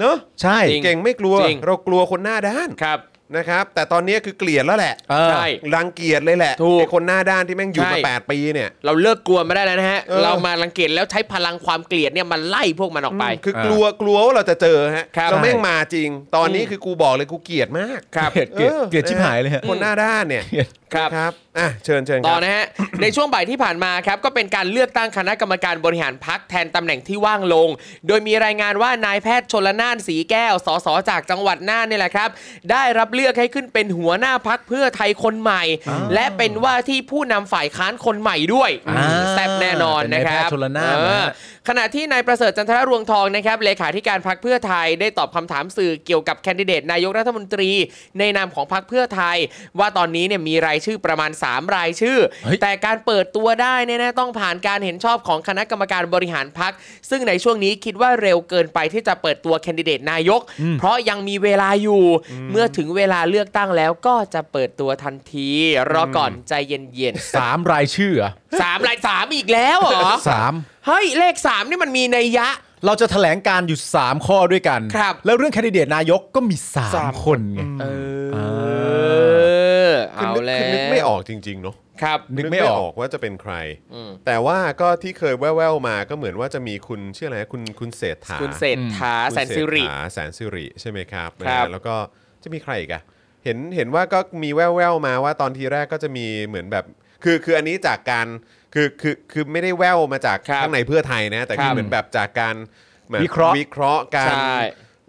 Speaker 2: เนอะ
Speaker 3: ใช่
Speaker 4: จริง
Speaker 2: เก่งไม่กลัว
Speaker 4: จริง
Speaker 2: เรากลัวคนหน้าด้าน
Speaker 4: ครับ
Speaker 2: นะครับ แต่ตอนนี้คือเกลียดแล้วแหละ
Speaker 3: เออ
Speaker 4: ใช่
Speaker 2: รังเกียจเลยแหละ
Speaker 4: ถูก
Speaker 2: ไอ้คนหน้าด้านที่แม่งอยู่มา
Speaker 4: ใช่
Speaker 2: แปดปีเนี่ย
Speaker 4: เราเลิกกลัวมาได้แล้วนะฮะ
Speaker 2: เออ
Speaker 4: เรามารังเกียจแล้วใช้พลังความเกลียดเนี่ยมันไล่พวกมันออกไป
Speaker 2: คือกลัวกลัวว่าเราจะเจอฮะ
Speaker 4: ครับ
Speaker 2: เราแม่งมาจริง ตอนนี้
Speaker 4: อืม
Speaker 2: คือกูบอกเลยกูเกลียดมาก
Speaker 4: ครับ
Speaker 3: เกลียดเกลียด
Speaker 2: ออ
Speaker 3: เกลียดชิบหายเลยฮะ
Speaker 2: คนหน้าด้านเนี่ย
Speaker 4: ครับ
Speaker 2: ครับอ่ะเชิญเชิญค
Speaker 4: ต่อ
Speaker 2: รับ
Speaker 4: นะฮะ ในช่วงบ่ายที่ผ่านมาครับ ก็เป็นการเลือกตั้งคณะกรรมการบริหารพักแทนตำแหน่งที่ว่างลง โดยมีรายงานว่านายแพทย์ชนละนานสีแก้ว สสจากจังหวัดน่านเนี่ยแหละครับ ได้รับเลือกให้ขึ้นเป็นหัวหน้าพักเพื่อไทยคนใหม่ และเป็นว่าที่ผู้นำฝ่ายค้านคนใหม่ด้วย
Speaker 3: อ่า
Speaker 4: แซบแน่นอนนะครั
Speaker 3: เป็นนายแพ
Speaker 4: บ
Speaker 3: ทย์ชลนานนะฮะ
Speaker 4: เออ ขณะที่นายประเสริฐจันทรรวงทองนะครับเลขาธิการพักเพื่อไทยได้ตอบคำถามสื่อเกี่ยวกับแคนดิเดตนายกรัฐมนตรี ในนามของพักเพื่อไทย ว่าตอนนี้เนี่ยมีราย ชื่อประมาณ 3 รายชื่อ
Speaker 3: เฮ้ย
Speaker 4: แต่การเปิดตัวได้เนี่ยนะต้องผ่านการเห็นชอบของคณะกรรมการบริหารพัก ซึ่งในช่วงนี้คิดว่าเร็วเกินไปที่จะเปิดตัวแคนดิเดตนายก เพราะยังมีเวลาอยู่ เมื่อถึงเวลาเลือกตั้งแล้วก็จะเปิดตัวทันที รอก่อนใจเย็น
Speaker 3: สามรายชื่อเหรอ
Speaker 4: ๆสามรายสามอีกแล้วเหรอ
Speaker 3: สาม
Speaker 4: เฮ้ย เลขสามนี่มันมีนัยยะ
Speaker 3: เราจะแถลงการอยู่ 3 ข้อด้วยกัน
Speaker 4: ครับ
Speaker 3: แล้วเรื่องแคนดิเดตนายกก็มี 3 คนไง
Speaker 4: เอ
Speaker 3: เอ
Speaker 4: อ
Speaker 2: คือ
Speaker 4: เอา
Speaker 2: นึก
Speaker 4: แล้ว
Speaker 2: คือนึกไม่ออกจริงๆเนาะ
Speaker 4: ครับ
Speaker 3: นึกไม่ออก
Speaker 2: ว่าจะเป็นใคร
Speaker 4: อืม
Speaker 2: แต่ว่าก็ที่เคยแว่วๆมาก็เหมือนว่าจะมีคุณชื่ออะไรนะคุณคุณเศรษฐา
Speaker 4: คุณเศรษฐาแสนสิริ
Speaker 2: คุณเศษฐาแสนสิริใช่ไหมครับ
Speaker 4: ครั
Speaker 2: นะ
Speaker 4: บ
Speaker 2: ฮะแล้วก็จะมีใครอีกอะเห็นเห็นว่าก็มีแว่วๆมาว่าตอนทีแรกก็จะมีเหมือนแบบ คือคืออันนี้จากการคือคือคือไม่ได้แว่วมาจาก
Speaker 4: ครับ
Speaker 2: ข้างในเพื่อไทยนะ แต่
Speaker 4: ค
Speaker 2: คื
Speaker 4: รั
Speaker 2: อบ เหมือนแบบจากการหมือน
Speaker 3: วิเคราะห์
Speaker 2: วิเคราะห์การ
Speaker 4: ใช่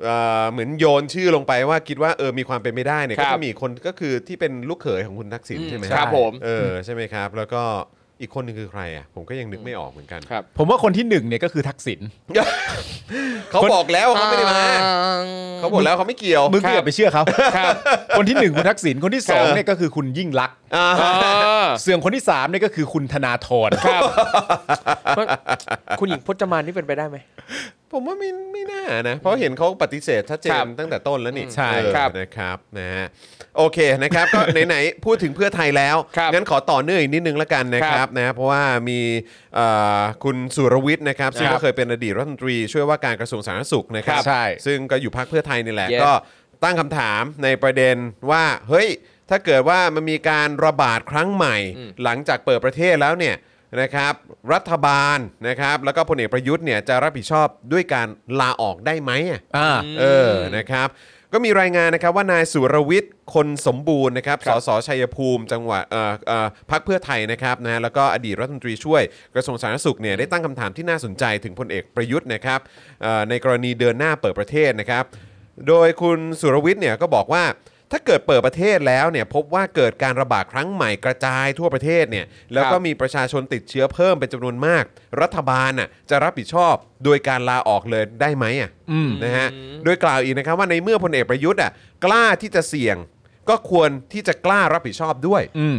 Speaker 2: เอ่อเหมือนโยนชื่อลงไปว่าคิดว่าเออมีความเป็นไปได้เนี่ย
Speaker 4: ครั
Speaker 2: ก็
Speaker 4: บ
Speaker 2: จะมีคนก็คือที่เป็นลูกเขยของคุณทักษิณใช่ไหม
Speaker 4: อืมครับผม
Speaker 2: เออใช่ไหมครับ แล้วก็อีกคนหนึงคือใครอ่ะผมก็ยังนึกไม่ออกเหมือนกัน
Speaker 4: ครับ
Speaker 3: ผมว่าคนที่หนึ่งเนี่ยก็คือทักษิณ
Speaker 2: เขาบอกแล้วว่าเขาไม่ได้มาเขาบอกแล้วเขาไม่เกี่ยว
Speaker 3: มึงก็อย่าไปเชื่อเขา
Speaker 4: ครับ
Speaker 3: คนที่หนึ่งคุณทักษิณคนที่สอง
Speaker 2: เออ
Speaker 3: เนี่ยก็คือคุณยิ่งลักษณ์
Speaker 2: อ่า
Speaker 4: เออ
Speaker 3: ส่วนคนที่สามเนี่ยก็คือคุณธนาธร
Speaker 4: ครับ คุณหญิงพจมานนี่เป็นไปได้ไหม
Speaker 2: ผมว่าไม่ไม่น่านะ เพราะเห็นเขาปฏิเสธชัดเจ
Speaker 4: คน รับ
Speaker 2: ตั้งแต่ต้นแล้วนี่
Speaker 3: ใช่
Speaker 2: เออ
Speaker 4: ครับ
Speaker 2: นะครับนะฮะโอเคนะครับ ก็ ไหนๆพูดถึงเพื่อไทยแล้ว
Speaker 4: ครับ
Speaker 2: งั้นขอต่อเนื่องอีกนิดนึงละกันนะครับนะเพราะว่ามีเอ่อคุณสุรวิทย์นะครับซึ่ง
Speaker 4: ครั
Speaker 2: ก็
Speaker 4: บ
Speaker 2: เคยเป็นอดีตรัฐมนตรีช่วยว่าการกระทรวงสาธารณสุขนะครับ
Speaker 3: ใช่
Speaker 2: ซึ่งก็อยู่พักเพื่อไทยนี่แหละ
Speaker 4: Yes
Speaker 2: ก็ตั้งคำถามในประเด็นว่าเฮ้ยถ้าเกิดว่ามันมีการระบาดครั้งใหม่ หลังจากเปิดประเทศแล้วเนี่ยนะครับรัฐบาลนะครับแล้วก็พลเอกประยุทธ์เนี่ยจะรับผิดชอบด้วยการลาออกได้ไหมอะ
Speaker 3: อ่า
Speaker 2: เออ นะครับ ก็มีรายงานนะครับว่านายสุรวิทย์ คนสมบูรณ์นะครับ สสชัยภูมิ จังหวัดเอ่อเอ่อพักเพื่อไทยนะครับนะ แล้วก็อดีตรัฐมนตรีช่วยกระทรวงสาธารณสุขเนี่ยได้ตั้งคำถามที่น่าสนใจถึงพลเอกประยุทธ์นะครับเอ่อในกรณีเดินหน้าเปิดประเทศนะครับ โดยคุณสุรวิทย์เนี่ยก็บอกว่า ถ้าเกิดเปิดประเทศแล้วเนี่ยพบว่าเกิดการระบาดครั้งใหม่กระจายทั่วประเทศเนี่ยแล้วก็มีประชาชนติดเชื้อเพิ่มเป็นจำนวนมาก รัฐบาลน่ะจะรับผิดชอบโดยการลาออกเลยได้ไหมอ่ะนะฮะโดยกล่าวอีกนะครับว่าในเมื่อพลเอกประยุทธ์อ่ะกล้าที่จะเสี่ยง ก็ควรที่จะกล้ารับผิดชอบด้วยอืม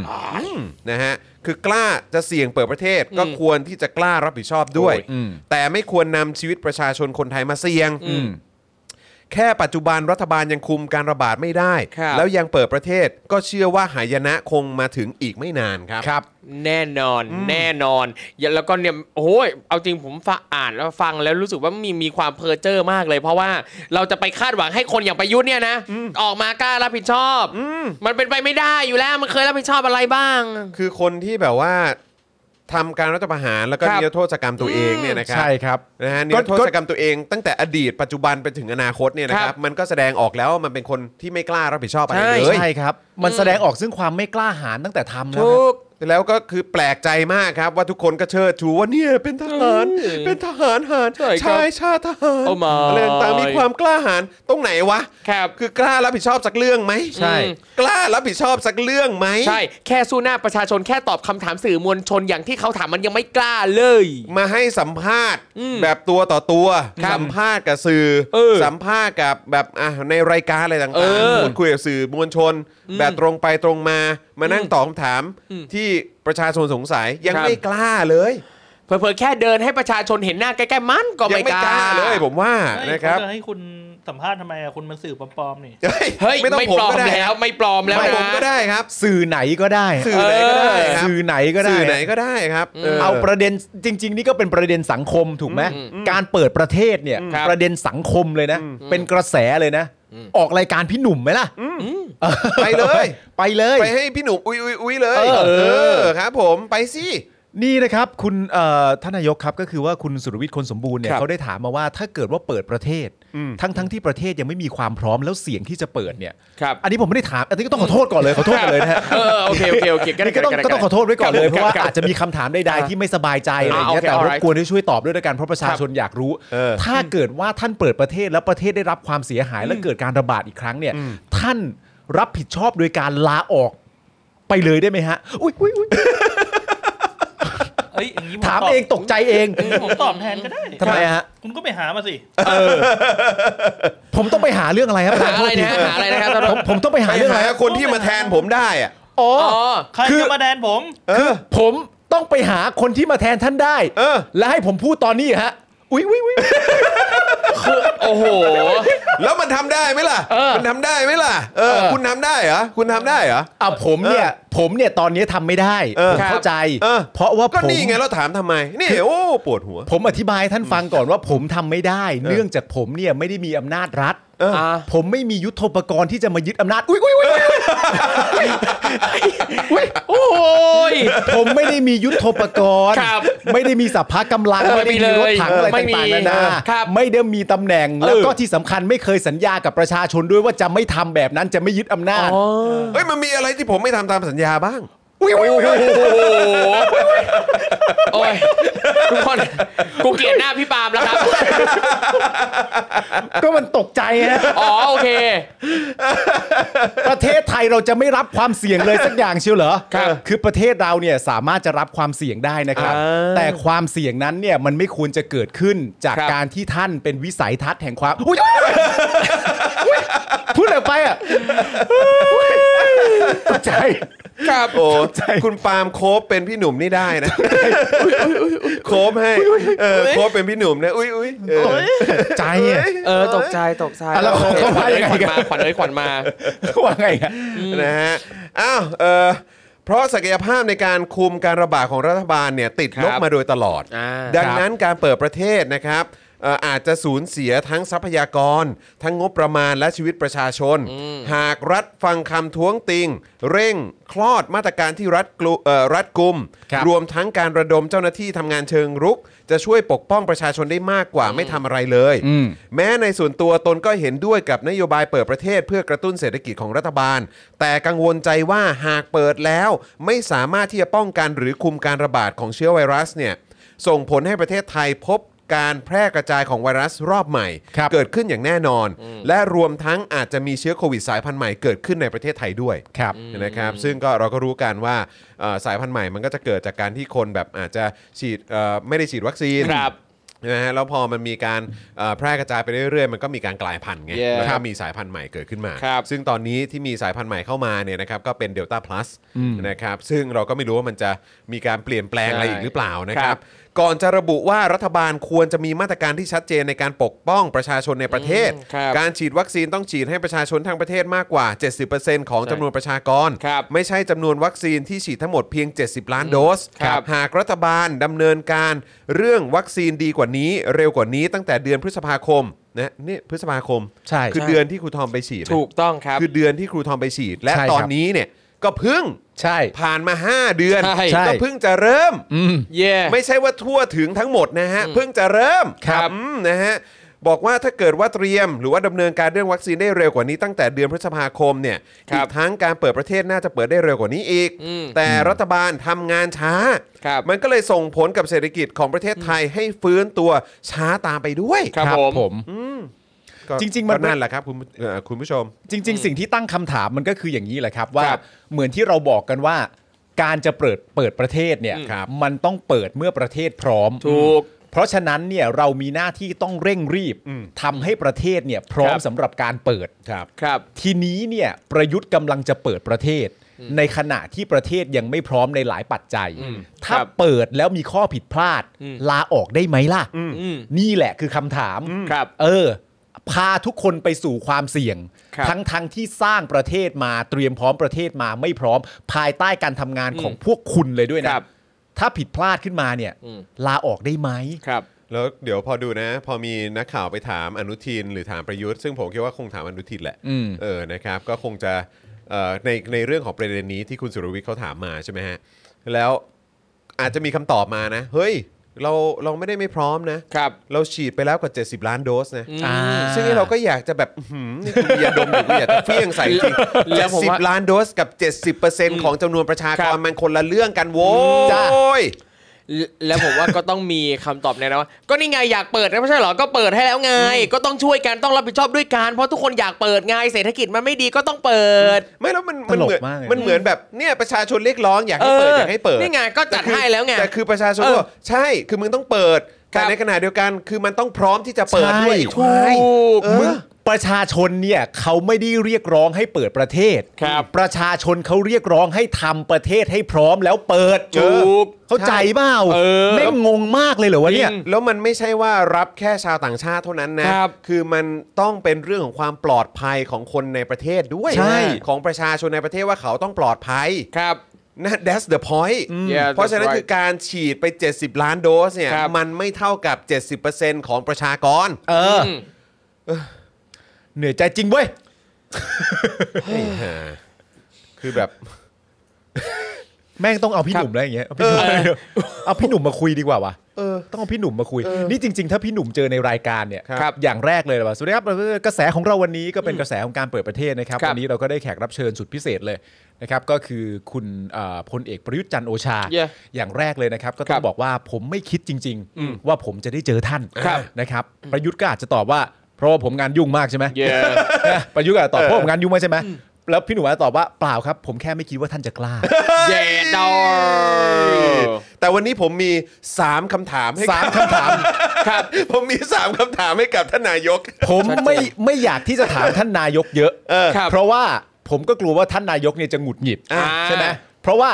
Speaker 2: นะฮะคือกล้าจะเสี่ยงเปิดประเทศก็ควรที่จะกล้ารับผิดชอบด้วย
Speaker 4: โอ้ย
Speaker 2: แต่ไม่ควรนำชีวิตประชาชนคนไทยมาเสี่ยง แค่ปัจจุบันรัฐบาลยังคุมการระบาดไม่ได้
Speaker 4: ครับ
Speaker 2: แล้วยังเปิดประเทศก็เชื่อว่าหายนะคงมาถึงอีกไม่นานครับ
Speaker 3: ครับ
Speaker 4: แน่นอนแน่นอนอย่าแล้วก็เนี่ยโอ้ยเอาจริงผมฟังอ่านแล้วฟังแล้วรู้สึกว่ามีมีความเพ้อเจ้อมากเลย เพราะว่าเราจะไปคาดหวังให้คนอย่างประยุทธ์เนี่ยนะ ออกมากล้ารับผิดชอบ มันเป็นไปไม่ได้อยู่แล้วมันเคยรับผิดชอบอะไรบ้าง
Speaker 2: คือคนที่แบบว่าทำการรัฐประหารแล้วก็
Speaker 4: ครับ
Speaker 2: นิรโทษกรรมตัวเองเนี่ยนะครั
Speaker 3: ใช่ครับ
Speaker 2: นะฮะนิ
Speaker 3: ก็
Speaker 2: รโทษกรรมตัวเองตั้งแต่อดีตปัจจุบันไปถึงอนาคตเนี่ยนะครับ มันก็แสดงออกแล้วว่ามันเป็นคนที่ไม่กล้ารับผิดชอบอะไรเลย
Speaker 3: ใช่ครับ มันแสดงออกซึ่งความไม่กล้าหาญตั้งแต่ทำแล้ว
Speaker 4: ถูก
Speaker 3: นะ
Speaker 2: แล้วก็คือแปลกใจมากครับ ว่าทุกคนก็เชิดชูว่าเนี่ยเป็นทหาร
Speaker 4: เออ
Speaker 2: เป็นทหารหาร
Speaker 4: ใช่ครับ
Speaker 2: ชายชาติทหาร
Speaker 4: โอ้ my
Speaker 2: อะไรต่างๆมีความกล้าหาญตรงไหนวะ
Speaker 4: ครับ
Speaker 2: คือกล้ารับผิดชอบสักเรื่องไหม
Speaker 3: ใช่
Speaker 2: กล้ารับผิดชอบสักเรื่องไหม
Speaker 4: ใช่ แค่สู้หน้าประชาชนแค่ตอบคำถามสื่อมวลชนอย่างที่เขาถามมันยังไม่กล้าเลย
Speaker 2: มาให้สัมภาษณ์แบบตัวต่อตัว
Speaker 4: ครับ
Speaker 2: สัมภาษณ์กับสื่อ
Speaker 4: เออ
Speaker 2: สัมภาษณ์กับแบบอ่ะในรายการอะไรต่าง
Speaker 4: เออ
Speaker 2: ๆพูดคุยกับสื่อมวลชน แบบตรงไปตรงมามานั่งตอบคำถามที่ประชาชนสงสัยยัง
Speaker 4: ครับ
Speaker 2: ไม่กล้าเลย
Speaker 4: เผลอๆแค่เดินให้ประชาชนเห็นหน้าใกล้ๆมันก็
Speaker 2: ยั
Speaker 4: ไม่
Speaker 2: ไม่
Speaker 4: ก
Speaker 2: กล้า
Speaker 4: ล้า
Speaker 2: เลยผมว่านะครับ
Speaker 5: ให้คุณสัมภาษณ์ทำไมอะคุณมันสื่อปลอมๆนี่
Speaker 4: เฮ้ย
Speaker 2: ไม่ต้อง
Speaker 4: ไม่
Speaker 2: ผม
Speaker 4: ปลอม
Speaker 2: ก็ได้
Speaker 4: แล้วไม่ปลอมแล้ว
Speaker 2: ไม่
Speaker 4: นะ
Speaker 2: ผมก็ได้ครับ
Speaker 3: สื่อไหนก็ได้
Speaker 2: สื่อไหนก็ได้
Speaker 4: เออ
Speaker 2: ครับ
Speaker 3: สื่อไหนก็ได้
Speaker 2: สื่อไหนก็ได้ครับ
Speaker 3: เอาประเด็นจริง ๆ นี่ก็เป็นประเด็นสังคมถูกไหมการเปิดประเทศเนี่ย
Speaker 4: ครับ
Speaker 3: ประเด็นสังคมเลยนะ เป็นกระแสเลยนะ ออกรายการพี่หนุ่มไหมล่ะ
Speaker 2: ไปเลย
Speaker 3: ไปเลย
Speaker 2: ไปให้พี่หนุ่มอุ้ยอุ้ยอุ้ยเลย
Speaker 3: เออ
Speaker 2: อครับ ผมไปสิ
Speaker 3: นี่นะครับคุณเอ่อท่านนายกครับก็คือว่าคุณสุรวิทย์คนสมบูรณ์เนี่ย
Speaker 4: ครับ
Speaker 3: เขาได้ถามมาว่าถ้าเกิดว่าเปิดประเทศ ทั้งทั้งๆที่ประเทศยังไม่มีความพร้อมแล้วเสี่ยงที่จะเปิดเนี่ย
Speaker 4: ครับ
Speaker 3: อันนี้ผมไม่ได้ถามอันนี้ก็ต้องขอโทษก่อนเลยขอโทษกันเลยนะฮะ
Speaker 4: เออโอเคโอเคโอเคได้
Speaker 3: ก็ต้อง
Speaker 4: ได้ได้
Speaker 3: ก็ต้องขอโทษไว้ก่อนเลย เพราะว่า
Speaker 4: คบ
Speaker 3: อาจจะมีคำถามใดๆที่ไม่สบายใจอะไรอย่างเงี้ย
Speaker 4: อ่าโอเค
Speaker 3: แต่รบ
Speaker 4: alright
Speaker 3: กวนให้ช่วยตอบด้วยละกันเพราะประชาชนอยากรู้
Speaker 2: เออ
Speaker 3: ถ้าเกิดว่าท่านเปิดประเทศแล้วประเทศได้รับความเสียหายและเกิดการระบาดอีกครั้งเนี่ย ท่านรับผิดชอบโดยการลาออกไปเลยได้ไหมฮะอุ้ยอุ้ย อุ๊ย
Speaker 5: เอ้ยอย่างนี้ผ
Speaker 3: ถาม
Speaker 5: ตบ
Speaker 3: เองตกใจเอง
Speaker 5: อย่างนี้ผมตอบแทนก็ได้
Speaker 3: ทำไมฮะ
Speaker 5: คุณก็ไปหามาสิ
Speaker 3: ผมต้องไปหาเรื่องอะไรครับ
Speaker 4: หาอะไรนะฮะหาอะไรนะครับ
Speaker 3: ผมผมต้องไปหา
Speaker 2: ไป
Speaker 3: เรื่องอะไร
Speaker 2: หา
Speaker 3: ครับ
Speaker 2: คนที่มาแทนผมได้อะ
Speaker 3: อ๋อ
Speaker 4: อ๋อ
Speaker 5: ใคร
Speaker 3: คือ
Speaker 5: จะมาแดนผม
Speaker 2: เออ
Speaker 3: ผมต้องไปหาคนที่มาแทนท่านได้
Speaker 2: เออ
Speaker 3: และให้ผมพูดตอนนี้ฮะ อุ๊ยอุ๊ยอุ๊ย
Speaker 4: โอ้โห
Speaker 2: แล้วมันทำได้ไหมล่ะ
Speaker 4: เออ
Speaker 2: มันทำได้ไหมล่ะ เออ
Speaker 3: เออ
Speaker 2: คุณทำได้เหรอ คุณทำได้เหรอ
Speaker 3: อ่ะผมเนี่ย ผมเนี่ยตอนนี้ทำไม่ได้
Speaker 2: เออ
Speaker 3: ผมเข้าใจ
Speaker 2: เออ
Speaker 3: เพราะว่า
Speaker 2: ก็
Speaker 3: ผม
Speaker 2: นี่ไงเราถามทำไม นี่โอ้ปวดหัว
Speaker 3: ผมอธิบายให้ท่านฟังก่อนว่าผมทำไม่ได้ เนื่องจากผมเนี่ยไม่ได้มีอำนาจรัฐ
Speaker 2: เออ
Speaker 4: อ่ะ
Speaker 3: ผมไม่มียุทโธปกรณ์ที่จะมายึดอำนาจ อุ๊ยอุ๊ยอุ๊ยอุ๊ยอุ๊ย
Speaker 4: โอ้ย
Speaker 3: ผมไม่ได้มียุทธปกรณ์
Speaker 4: ครับ
Speaker 3: ไม่ได้มีสัพพะกำลัง
Speaker 4: เออ
Speaker 3: ไม่ได้มีรถถังอะไร
Speaker 4: ไม่มี
Speaker 3: ต่างๆนานา
Speaker 4: ครับ
Speaker 3: ไม่ได้มีตำแหน่ง
Speaker 4: เออ
Speaker 3: แล้วก็ที่สำคัญไม่เคยสัญญากับประชาชนด้วยว่าจะไม่ทำแบบนั้นจะไม่ยึดอำนาจ
Speaker 4: อ๋อ
Speaker 2: เอ้ยมันมีอะไรที่ผมไม่ทำตามสัญญาบ้าง
Speaker 3: อุ๊ยอุ๊ยอุ๊ยอุ๊ย
Speaker 4: โอ้โหโอ้ยทุกคนกูเกลียดหน้าพี่ปาล์มแล้วครับ
Speaker 3: ก็มันตกใจฮะ
Speaker 4: อ๋อโอเค
Speaker 3: ประเทศไทยเราจะไม่รับความเสี่ยงเลยสักอย่างเชียวเหรอ
Speaker 4: ครับ
Speaker 3: คือประเทศเราเนี่ยสามารถจะรับความเสี่ยงได้นะครับ
Speaker 4: อ่า
Speaker 3: แต่ความเสี่ยงนั้นเนี่ยมันไม่ควรจะเกิดขึ้นจาก
Speaker 4: ครับ
Speaker 3: การที่ท่านเป็นวิสัยทัศน์แห่งความอุ๊ยอุ๊ยอุ๊ยพูดอะไรไปอ่ะอุ๊ยตกใจ
Speaker 4: ครับ
Speaker 2: โอ้
Speaker 3: ใจ
Speaker 2: คุณปาล์มโคบเป็นพี่หนุ่มนี่ได้นะ โคบให้ เออ โคบเป็นพี่หนุ่มนะ อุ้ยอุ้ยเออ
Speaker 3: ใจอ่ะ
Speaker 4: เออตกใจตกใจ
Speaker 3: อ่ะแล้วเขาเขาว่ายังไงกัน
Speaker 4: ขวัญเอ้ยขวัญมา
Speaker 3: ว่าไงฮะ
Speaker 2: นะฮะ อ้าว เออเพราะศักยภาพในการคุมการระบาดของรัฐบาลเนี่ยติดลบ
Speaker 4: ครับ
Speaker 2: มาโดยตลอด
Speaker 4: อ่า
Speaker 2: ดังนั้นการเปิดประเทศนะครับเอ่ออาจจะสูญเสียทั้งทรัพยากร ทั้งงบประมาณและชีวิตประชาชน หากรัฐฟังคำท้วงติง เร่งคลอดมาตรการที่รัฐกลุเอ่อรัฐกุม
Speaker 3: ครับ
Speaker 2: รวมทั้งการระดมเจ้าหน้าที่ทำงานเชิงรุก จะช่วยปกป้องประชาชนได้มากกว่าไม่ทำอะไรเลย
Speaker 3: อืม
Speaker 2: แม้ในส่วนตัวตนก็เห็นด้วยกับนโยบายเปิดประเทศเพื่อกระตุ้นเศรษฐกิจของรัฐบาล แต่กังวลใจว่าหากเปิดแล้ว ไม่สามารถที่จะป้องกันหรือคุมการระบาดของเชื้อไวรัสเนี่ยส่งผลให้ประเทศไทยพบการแพร่กระจายของไวรัสรอบใหม่
Speaker 3: ครับ
Speaker 2: เกิดขึ้นอย่างแน่นอน และรวมทั้งอาจจะมีเชื้อโควิดสายพันธุ์ใหม่เกิดขึ้นในประเทศไทยด้วย
Speaker 3: ครับ
Speaker 2: นะครับซึ่งก็เราก็รู้กันว่าเอ่อสายพันธุ์ใหม่มันก็จะเกิดจากการที่คนแบบอาจจะฉีดเอ่อไม่ได้ฉีดวัคซีน
Speaker 4: ครับ
Speaker 2: นะฮะแล้วพอมันมีการเอ่อแพร่กระจายไปเรื่อยๆ มันก็มีการกลายพันธุ์ไง
Speaker 4: Yeah
Speaker 2: แล้วก็มีสายพันธุ์ใหม่เกิดขึ้นมา
Speaker 4: ครับ
Speaker 2: ซึ่งตอนนี้ที่มีสายพันธุ์ใหม่เข้ามาเนี่ยนะครับก็เป็นเดลต้าพลัสนะครับซึ่งเราก็ไม่รู้ว่ามันจะมีการเปลี่ยนแปลงอะไรอีกหรือเปล่านะครับ ก่อนจะระบุว่ารัฐบาลควรจะมีมาตรการที่ชัดเจนในการปกป้องประชาชนในประเทศ
Speaker 4: อืมครับ
Speaker 2: การฉีดวัคซีนต้องฉีดให้ประชาชนทั้งประเทศมากกว่า 70%ของจำนวนประชากร
Speaker 4: ครับ
Speaker 2: ไม่ใช่จำนวนวัคซีนที่ฉีดทั้งหมดเพียง 70 ล้านโดส
Speaker 4: ครับ
Speaker 2: หากรัฐบาลดำเนินการเรื่องวัคซีนดีกว่านี้ เร็วกว่านี้ตั้งแต่เดือนพฤษภาคมนะนี่พฤษภาคม
Speaker 3: ใช่
Speaker 2: คือ
Speaker 4: ใช่
Speaker 2: เดือนที่ครูทอมไปฉีดนะ
Speaker 4: ถูกต้องครับ
Speaker 2: คือเดือนที่ครูทอมไปฉีด และ
Speaker 3: ใช่ครับ
Speaker 2: ตอนนี้เนี่ยก็เพิ่ง
Speaker 3: ใช่
Speaker 2: ผ่านมา 5 เดือน
Speaker 4: ใช่
Speaker 2: ก็เพิ่งจะเริ่ม
Speaker 3: อืม
Speaker 4: เย่
Speaker 2: ไม่ใช่ว่าทั่วถึงทั้งหมดนะฮะ เพิ่งจะเริ่ม
Speaker 3: ครับ
Speaker 2: อืมนะฮะ บอกว่าถ้าเกิดว่าเตรียม หรือว่าดำเนินการเรื่องวัคซีนได้เร็วกว่านี้ตั้งแต่เดือนพฤษภาคมเนี่ยอีกทั้งการเปิดประเทศน่าจะเปิดได้เร็วกว่านี้อีก แต่รัฐบาลทำงานช้า
Speaker 4: ครับ
Speaker 2: มันก็เลยส่งผลกับเศรษฐกิจของประเทศไทยให้ฟื้นตัวช้าตามไปด้วย
Speaker 4: ครับ
Speaker 3: ครับ
Speaker 4: ผม
Speaker 3: ผม
Speaker 2: ก็
Speaker 3: จริงๆมัน
Speaker 2: ก็นั่นแหละครับคุณเอ่อคุณผู้ชม
Speaker 3: จริง ๆ สิ่งที่ตั้งคำถามมันก็คืออย่างนี้แหละครับ ว่า
Speaker 4: ครับ
Speaker 3: เหมือนที่เราบอกกันว่า การจะเปิดเปิดประเทศเนี่ย
Speaker 2: ครับ
Speaker 3: มันต้องเปิดเมื่อประเทศพร้อม
Speaker 4: ถูก
Speaker 3: เพราะฉะนั้นเนี่ยเรามีหน้าที่ต้องเร่งรีบทำให้ประเทศเนี่ยพร้อ
Speaker 4: ค
Speaker 3: ม
Speaker 4: รับ
Speaker 3: สำหรับการเปิด
Speaker 2: ครับ
Speaker 4: ครับ
Speaker 3: ทีนี้เนี่ยประยุทธ์กำลังจะเปิดประเทศ ในขณะที่ประเทศยังไม่พร้อมในหลายปัจจัย ถ้า
Speaker 4: ครับ
Speaker 3: เปิดแล้วมีข้อผิดพลาด
Speaker 4: อืม
Speaker 3: ลาออกได้ไหมล่ะ
Speaker 4: อืม
Speaker 3: นี่แหละคือคำถาม
Speaker 4: ครับ
Speaker 3: เออ พาทุกคนไปสู่ความเสี่ยง
Speaker 4: ครับ
Speaker 3: ทั้งทั้งที่สร้างประเทศมาเตรียมพร้อมประเทศมาไม่พร้อม ภายใต้การทำงานของพวกคุณเลยด้วยนะ
Speaker 4: ครับ
Speaker 3: ถ้าผิดพลาดขึ้นมาเนี่ย
Speaker 4: อืม
Speaker 3: ลาออกได้ไหม
Speaker 4: ครับ
Speaker 2: แล้วเดี๋ยวพอดูนะ พอมีนักข่าวไปถามอนุทิน หรือถามประยุทธ์ซึ่งผมคิดว่าคงถามอนุทินแหละ
Speaker 3: อืม
Speaker 2: เออนะครับ ก็คงจะเอ่อในในเรื่องของประเด็นนี้ที่คุณสุรวิทย์เขาถามมาใช่ไหมฮะ แล้วอาจจะมีคำตอบมานะ เฮ้ย เราเราไม่ได้ไม่พร้อมนะ
Speaker 4: ครับ
Speaker 2: เราฉีดไปแล้วกว่า 70 ล้านโดสนะ
Speaker 4: อืม
Speaker 3: อ่า
Speaker 2: ซึ่งเราก็อยากจะแบบอื้อหือนี่คุณอยาดมหรือคุณอยากจะเฟี้ยงใส่จริง
Speaker 4: แล้
Speaker 2: เจ็
Speaker 4: ว
Speaker 2: ด
Speaker 4: ผม
Speaker 2: สิบ
Speaker 4: ว่า
Speaker 2: ล้านโดสกับ 70%ของจำนวนประชา
Speaker 4: ค
Speaker 2: ก
Speaker 4: รั
Speaker 2: ร
Speaker 4: บ
Speaker 2: มันคนละเรื่องกันโว้
Speaker 3: จ้ะ
Speaker 2: ย
Speaker 4: และแล้วผมว่าก็ต้องมีคำตอบแน่นะว่าก็นี่ไงอยากเปิดนะไม่ใช่เหรอก็เปิดให้แล้วไง ก็ต้องช่วยกันต้องรับผิดชอบด้วยกันเพราะทุกคนอยากเปิดไงเศรษฐกิจมันไม่ดีก็ต้องเปิด
Speaker 2: ไม่แล้วมัน
Speaker 3: ต
Speaker 2: มัน
Speaker 3: ล
Speaker 2: เห
Speaker 3: ก
Speaker 2: มือน
Speaker 3: มากเลย
Speaker 2: มันเหมือนแบบเนี่ยประชาชนเรียกร้องอยากให้เปิดอยากให้เปิด
Speaker 4: นี่ไงก็จัดให้แล้วไง
Speaker 2: แต่คือประชาชน
Speaker 4: เออ
Speaker 2: ก็ใช่คือมึงต้องเปิด
Speaker 4: ครั
Speaker 2: แต่
Speaker 4: บ
Speaker 2: ในขณะเดียวกัน คือมันต้องพร้อมที่จะเปิดด้วยอีก
Speaker 4: ถู
Speaker 2: วาย
Speaker 4: ก
Speaker 2: เออ
Speaker 4: มึง
Speaker 3: ประชาชนเนี่ยเขาไม่ได้เรียกร้องให้เปิดประเทศ
Speaker 4: ครับ
Speaker 3: ประชาชนเขาเรียกร้องให้ทำประเทศให้พร้อมแล้วเปิด
Speaker 4: ถูก
Speaker 3: เข้าใจเปล่า
Speaker 4: เออ
Speaker 3: แม่งงงมากเลยเหรอวะเนี่ย
Speaker 4: จริง
Speaker 2: แล้วมันไม่ใช่ว่ารับแค่ชาวต่างชาติเท่านั้นนะครับ คือมันต้องเป็นเรื่องของความปลอดภัยของคนในประเทศด้วย
Speaker 3: ใช่
Speaker 2: ของประชาชนในประเทศว่าเขาต้องปลอดภัย
Speaker 4: ครับ
Speaker 2: นะ that's the point
Speaker 4: Yeah,
Speaker 2: เพราะฉะนั้น
Speaker 4: that's
Speaker 2: คือการฉีดไป 70 ล้านโดสเนี่ย
Speaker 4: ครับ
Speaker 2: มันไม่เท่ากับ 70%ของประชากร
Speaker 3: เอออเหนื่อยใจจริงเว้ย
Speaker 2: คือแบบ
Speaker 3: แม่งต้องเอาพี่หนุ่มแล้วอย่างเงี้ยเอาพี่หนุ่มเอาพี่หนุ่มมาคุยดีกว่าวะ
Speaker 2: เออ
Speaker 3: ต้องเอาพี่หนุ่มมาคุย นี่จริง ๆ ถ้าพี่หนุ่มเจอในรายการเนี่ย
Speaker 2: ครับ
Speaker 3: อย่างแรกเลยนะว่าสวัสดีครับกระแสของเราวันนี้ก็เป็นกระแสของการเปิดประเทศนะครับ
Speaker 4: ครับ
Speaker 3: วันนี้เราก็ได้แขกรับเชิญสุดพิเศษเลยนะครับก็คือคุณเอ่อพลเอกประยุทธ์จันทร์โอชา
Speaker 4: Yeah
Speaker 3: อย่างแรกเลยนะครับก็ต้
Speaker 4: ค
Speaker 3: อ
Speaker 4: รั
Speaker 3: ง
Speaker 4: บ
Speaker 3: บอกว่าผมไม่คิดจริง ๆ ว่าผมจะได้เจอท่าน
Speaker 4: ครับ
Speaker 3: นะครับประยุทธ์ก็อาจจะตอบว่า เพราะว่าผมงานยุ่งมากใช่ไหม
Speaker 4: เย้
Speaker 3: นะประยุทธ์ก็ตอบเพราะผมงานยุ่งมากใช่ไหมแล้วพี่หนุ่มก็ตอบว่าเปล่าครับ ผมแค่ไม่คิดว่าท่านจะกล้า
Speaker 4: เย้ดอร์
Speaker 2: แต่วันนี้ผมมี 3คำถามให้
Speaker 3: สามคำถาม
Speaker 4: ครับ
Speaker 2: ผมมี 3คำถามให้กับท่านนายก
Speaker 3: ผมไม่ไม่อยากที่จะถามท่านนายกเยอะ
Speaker 2: เออ
Speaker 4: ครับ
Speaker 3: เพราะว่าผมก็กลัวว่าท่านนายกเนี่ยจะหงุดหงิด
Speaker 4: อ่า
Speaker 3: ใช่ไหมเพราะว่า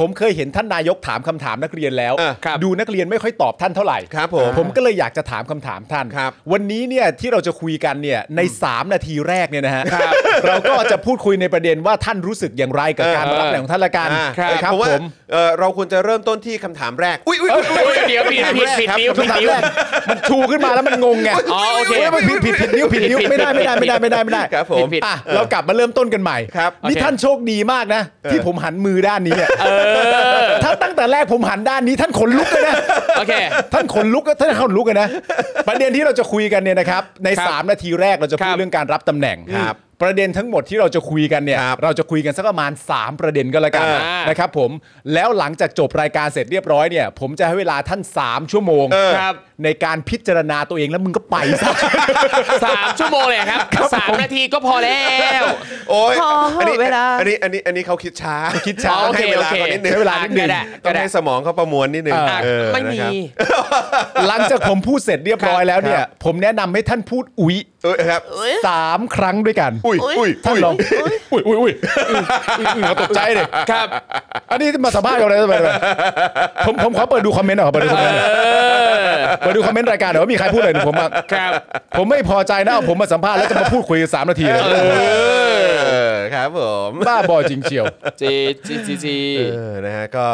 Speaker 3: ผมเคยเห็นท่านนายกถามคำถามนักเรียนแล้ว
Speaker 2: อ่ะ
Speaker 4: ครับ
Speaker 3: ดูนักเรียนไม่ค่อยตอบท่านเท่าไหร่
Speaker 2: ครับผม
Speaker 3: ผมก็เลยอยากจะถามคำถามท่าน
Speaker 2: ครับ
Speaker 3: วันนี้เนี่ยที่เราจะคุยกันเนี่ยใน 3 นาทีแรกเนี่ยนะฮะเราก็จะพูดคุยในประเด็นว่าท่านรู้สึกอย่างไรกับการมารับตำแหน่งของท่านละกัน
Speaker 2: อ่า
Speaker 4: ครับ
Speaker 3: นะครับ
Speaker 2: เพราะว่า
Speaker 3: ผม
Speaker 2: เอ่อเราควรจะเริ่มต้นที่คำถามแรก อุ้ยอุ้ยอุ๊ยอุ๊ย
Speaker 4: เดี๋ยวผิดผิดผิดนิ้วผิด
Speaker 3: คำถาม
Speaker 4: นิ้ว
Speaker 3: แรกมันชูขึ้นมาแล้วมันงงไง
Speaker 4: อ๋อโอเค
Speaker 3: ยมันผิดผิดผิดนิ้วผิดนิ้ว
Speaker 4: ผิดผิด
Speaker 3: ไม่ได้ไม่ได้ไม่ได้ไม่ได้ไม่ได้
Speaker 2: ครับผม
Speaker 4: ผิดผิด
Speaker 3: อ่ะเรากลับมาเริ่มต้นกันใหม่
Speaker 2: ครับ
Speaker 3: นี่
Speaker 4: โอเค
Speaker 3: ท่านโชคดีมากนะ ที่ผมหันมือด้านนี้อะถ้าตั้งแต่แรกผมหันด้านนี้ ท่านขนลุกเลยนะ
Speaker 4: โอเค
Speaker 3: ท่านขนลุกก็ท่านขนลุกเลยนะ ประเด็นที่เราจะคุยกันเนี่ยนะครับใน
Speaker 4: ครับ
Speaker 3: 3 นาทีแรกเราจะพู
Speaker 4: ค
Speaker 3: ด
Speaker 4: รับ
Speaker 3: เรื่องการรับตำแหน่ง
Speaker 2: ครับ
Speaker 3: ประเด็นทั้งหมดที่เราจะคุยกันเนี่ย
Speaker 2: ครับ
Speaker 3: เราจะคุยกันสักประมาณ 3 ประเด็นก็แล้วกัน
Speaker 4: อ่าน
Speaker 3: นะครับผมแล้วหลังจากจบรายการเสร็จเรียบร้อยเนี่ย ผมจะให้เวลาท่าน 3 ชั่วโมง
Speaker 2: เออ
Speaker 4: ครับ
Speaker 3: ในการพิจารณาตัวเองแล้วมึงก็ไปซะ
Speaker 4: สามชั่วโมงเลยครับสามนาทีก็พอแล้ว
Speaker 2: โอ้ย
Speaker 4: ขอ
Speaker 2: อันนี้
Speaker 4: เวลา
Speaker 2: อันนี้อันนี้อันนี้เขาคิดช้า
Speaker 3: คิดช้า
Speaker 2: ต้
Speaker 4: โอ
Speaker 2: อง
Speaker 4: เค
Speaker 2: ให้เว
Speaker 4: โอ
Speaker 2: ลา
Speaker 4: เค
Speaker 2: เขานิดนึง
Speaker 3: ให้เวลานิดนึง
Speaker 2: ต้
Speaker 4: ก็ได้ก็
Speaker 2: อง
Speaker 4: ได้
Speaker 2: ให้สมองเขาประมวลนิดนึง
Speaker 4: อ่ะ
Speaker 2: เออ
Speaker 4: ไม่
Speaker 2: นะ
Speaker 4: มี
Speaker 2: ครับ
Speaker 3: หลังจากผมพูดเสร็จเรียบร้อยแล้ว
Speaker 2: ค
Speaker 3: เนี่ย
Speaker 2: รับ
Speaker 3: ผมแนะนำให้ท่านพูดอุ๊ย
Speaker 2: เออครับ
Speaker 3: สามครั้งด้วยกัน
Speaker 2: อุ้ยอุ้ย
Speaker 3: ท่าน
Speaker 2: อุ้ย
Speaker 3: ลองอุ้ยอุ้ยอุ้ยอุ๊ยอุ๊ยเราตกใจเลย
Speaker 4: ครับ
Speaker 3: อันนี้มาสัมภาษณ์กับอะไรทำไมทำไมผมผมขอเปิดดูคอมเมนต์หน่อยขอเปิดดูคอมเมนต์หน่อยเปิดดูคอมเมนต์รายการหน่อยว่ามีใครพูดอะไรถึงผมบ้าง
Speaker 4: ครับ
Speaker 3: ผมไม่พอใจนะเอาผมมาสัมภาษณ์แล้วจะมาพูดคุยกันสามนาทีเลย
Speaker 2: เออครับผม
Speaker 3: บ้าบอจริงเชียว
Speaker 4: จีจีจีจี
Speaker 2: เออ นะฮะ ก็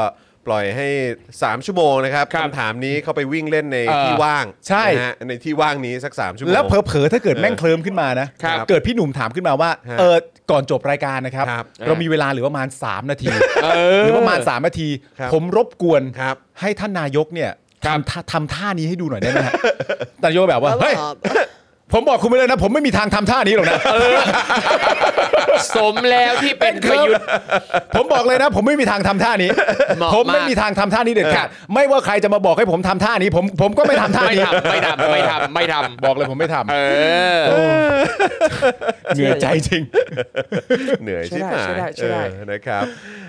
Speaker 2: ปล่อยให้ 3 ชั่วโมงนะครับ
Speaker 4: ครับ
Speaker 2: คำถามนี้เข้าไปวิ่งเล่นใน
Speaker 3: เออ
Speaker 2: ที่ว่าง
Speaker 3: ใช่
Speaker 2: นะฮะในที่ว่างนี้สัก 3 ชั่วโมง
Speaker 3: แล้วเผลอๆถ้าเกิดแม่งเคลิ้มขึ้นมานะ
Speaker 4: ครับ
Speaker 3: เกิดพี่หนุ่มถามขึ้นมาว่า
Speaker 2: ฮะ
Speaker 3: เออก่อนจบรายการนะครับ
Speaker 2: ครับ
Speaker 3: เรามีเวลาเหลือประมาณ 3 นาที
Speaker 4: เออ
Speaker 3: หรือประมาณ 3 นาที
Speaker 2: ครับ
Speaker 3: ผมรบกวน
Speaker 2: ครับ
Speaker 3: ให้ท่านนายกเนี่ย
Speaker 4: ครับ
Speaker 3: ทำท่าทำท่านี้ให้ดูหน่อยได้ไห มฮะนายกแบบว่าเฮ้ยผมบอกคุณไปเลยนะ ผมไม่มีทางทำท่านี้หรอกนะ
Speaker 4: สมแล้วที่เป็นประยุทธ์
Speaker 3: ผมบอกเลยนะ ผมไม่มีทางทำท่านี้
Speaker 4: เหมาะ
Speaker 3: ผม
Speaker 4: มาก
Speaker 3: ไม่มีทางทำท่านี้เด็ดขาด
Speaker 4: ครับ
Speaker 3: ไม่ว่าใครจะมาบอกให้ผมทำท่านี้ผมผมก็ไม่ทำท่า
Speaker 4: ไม่
Speaker 3: นี้
Speaker 4: ทำไม่ทำไม่ทำไม่ทำ
Speaker 3: บอกเลยผมไม่ทำ
Speaker 4: เออ
Speaker 3: เหนื่อยใจจริง
Speaker 2: เหนื่อย
Speaker 4: ใช่
Speaker 2: ใช่ไหม
Speaker 4: ได้ใช่ได้ใช่ได้
Speaker 2: เออนะครับ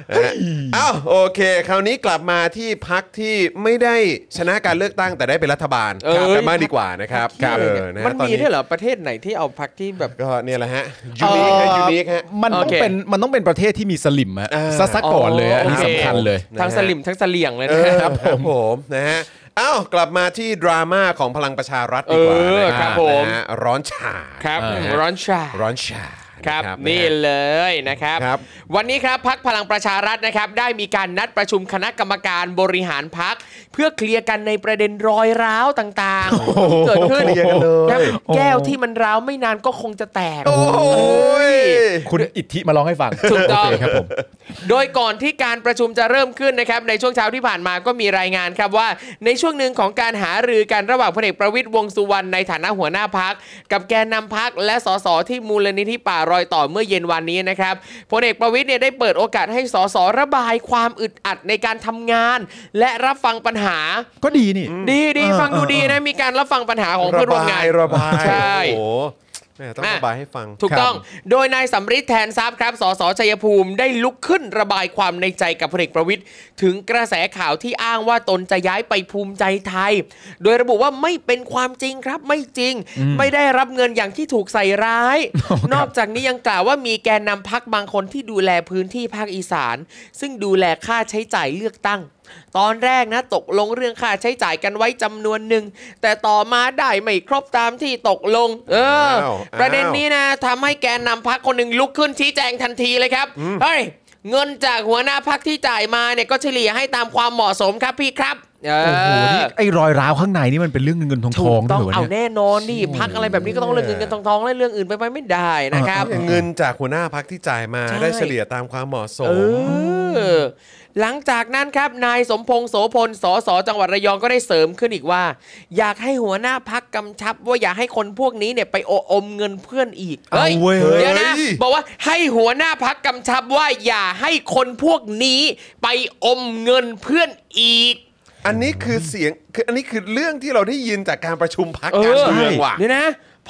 Speaker 2: นะฮะอ้าวโอเค คราวนี้กลับมาที่พักที่ไม่ได้ชนะการเลือกตั้งแต่ได้เป็นรัฐบาล
Speaker 4: เอ้ย
Speaker 2: กันมากดีกว่านะครับเออนะฮะ
Speaker 4: มัน
Speaker 2: ตอ
Speaker 4: มีด้วยเหรอประเทศไหนที่เอาพักที่แบบ
Speaker 2: ก็เนี่ยแหละฮะยูนิคฮะยูนิคฮะ
Speaker 3: มันต้อง
Speaker 4: โอเค
Speaker 3: เป็นมันต้องเป็นประเทศที่มีสลิมฮะ
Speaker 2: อ่า
Speaker 3: ซะซะก่อนเลยอะอันนี้
Speaker 4: โอ
Speaker 3: สำคัญเลย
Speaker 2: นะฮะ
Speaker 4: ทั้งสลิมทั้งเสลี่ยงเลย
Speaker 2: เออ
Speaker 4: นะ
Speaker 2: ครับผมนะฮะอ้าวกลับมาที่ดราม่าของพลังประชารัฐดีกว่า
Speaker 4: เออ
Speaker 2: นะค
Speaker 4: ค
Speaker 2: รั
Speaker 4: รั
Speaker 2: บบ
Speaker 4: ผม
Speaker 2: นะฮะร้อนฉา
Speaker 4: ครับ
Speaker 3: เออ
Speaker 4: ร้อนชา
Speaker 2: ร้อนชา
Speaker 4: ครับ
Speaker 2: ะ
Speaker 4: นี่
Speaker 2: ะฮะ
Speaker 4: เลยนะครับ
Speaker 2: ครับ
Speaker 4: วันนี้ครับพักพลังประชารัฐนะครับ ได้มีการนัดประชุมคณะกรรมการบริหารพัก เพื่อเคลียร์กันในประเด็นรอยร้าวต่างๆ เกิดขึ้น
Speaker 2: เคลียร์กันเลย
Speaker 4: นะแก้วที่มันร้าวไม่นานก็คงจะแตก
Speaker 2: โอ้ย
Speaker 3: คุณอิทธิมาร้องให้ฟัง
Speaker 4: ถูกต้อง
Speaker 3: โเคครับผม
Speaker 4: โดยก่อนที่การประชุมจะเริ่มขึ้นนะครับในช่วงเช้าที่ผ่านมาก็มีรายงานครับว่า ในช่วงหนึ่งของการหารือกันระหว่างพลเอกประวิตยวงษ์สุวรรณในฐานะหัวหน้าพัก กับแกนนำพักและสสที่มูลนิธิป่ารอยต่อเมื่อเย็นวันนี้นะครับพลเอกประวิตยเนี่ยได้เปิดโอกาสให้สสระบายความอึดอัดในการทำงาน และรับฟังปัญหา
Speaker 3: ก็ดีนี่
Speaker 4: ดีดี
Speaker 3: เออ
Speaker 4: ฟังดู
Speaker 3: เออ
Speaker 4: ดีนะมีการรับฟังปัญหาของเพื่อนร่วมงาน
Speaker 2: ระบายระบาย
Speaker 4: ใช่
Speaker 2: โอ้โห แม่ต้องระบายให้ฟัง
Speaker 4: ถูกต้อง โดยนายสำริดแทนทรัพย์ครับ สสชัยภูมิได้ลุกขึ้นระบายความในใจกับพลเอกประวิทย์ถึงกระแสข่าวที่อ้างว่าตนจะย้ายไปภูมิใจไทย โดยระบุว่าไม่เป็นความจริงครับไม่จริง ไม่ได้รับเงินอย่างที่ถูกใส่ร้าย นอกจากนี้ยังกล่าวว่ามีแกนนำพักบางคนที่ดูแลพื้นที่ภาคอีสาน ซึ่งดูแลค่าใช้จ่ายเลือกตั้ง ตอนแรกนะตกลงเรื่องค่าใช้จ่ายกันไว้จำนวนหนึ่ง แต่ต่อมาได้ไม่ครบตามที่ตกลง เออ
Speaker 2: อ้าวอ้าว
Speaker 4: ประเด็นนี้นะทำให้แกนนำพักคนหนึ่งลุกขึ้นชี้แจงทันทีเลยครับ เฮ้ย เงินจากหัวหน้าพักที่จ่ายมาเนี่ยก็เฉลี่ยให้ตามความเหมาะสมครับพี่ครับ เอ
Speaker 3: โอ้โหนี่
Speaker 4: อ
Speaker 3: ไอ้รอยร้าวข้างในนี่มันเป็นเรื่องเงินเงินทองท
Speaker 4: ถู
Speaker 3: อง
Speaker 4: กต้อง
Speaker 3: ด้วยเหรอ
Speaker 4: เอา
Speaker 3: เนี่ย
Speaker 4: แน่นอนนี่พักอะไรแบบนี้ก็ต้องเรื่องเงินกันทองทองและเรื่องอื่นไปไม่ได้นะครับ
Speaker 2: เงินจากหัวหน้าพักที่จ่ายมา
Speaker 4: ใช่
Speaker 2: ได้เฉลี่ยตามความเหมาะสม
Speaker 4: เออหลังจากนั้นครับ นายสมพงษ์โสพล สสจังหวัดระยองก็ได้เสริมขึ้นอีกว่า อยากให้หัวหน้าพักกำชับ ว่าอย่าให้คนพวกนี้เนี่ยไปโออมเงินเพื่อนอีก
Speaker 3: เอาเว้ย
Speaker 4: เดี๋ยวนะ
Speaker 2: เฮ้ย
Speaker 4: บอกว่าให้หัวหน้าพักกำชับว่าอย่าให้คนพวกนี้ไปอมเงินเพื่อนอีก
Speaker 2: อันนี้คือเสียงคืออันนี้คือเรื่องที่เราได้ยินจากการประชุมพัก
Speaker 4: เอ
Speaker 2: การ
Speaker 4: อ
Speaker 2: เมืองว่ะ
Speaker 4: เดี๋ยวนะ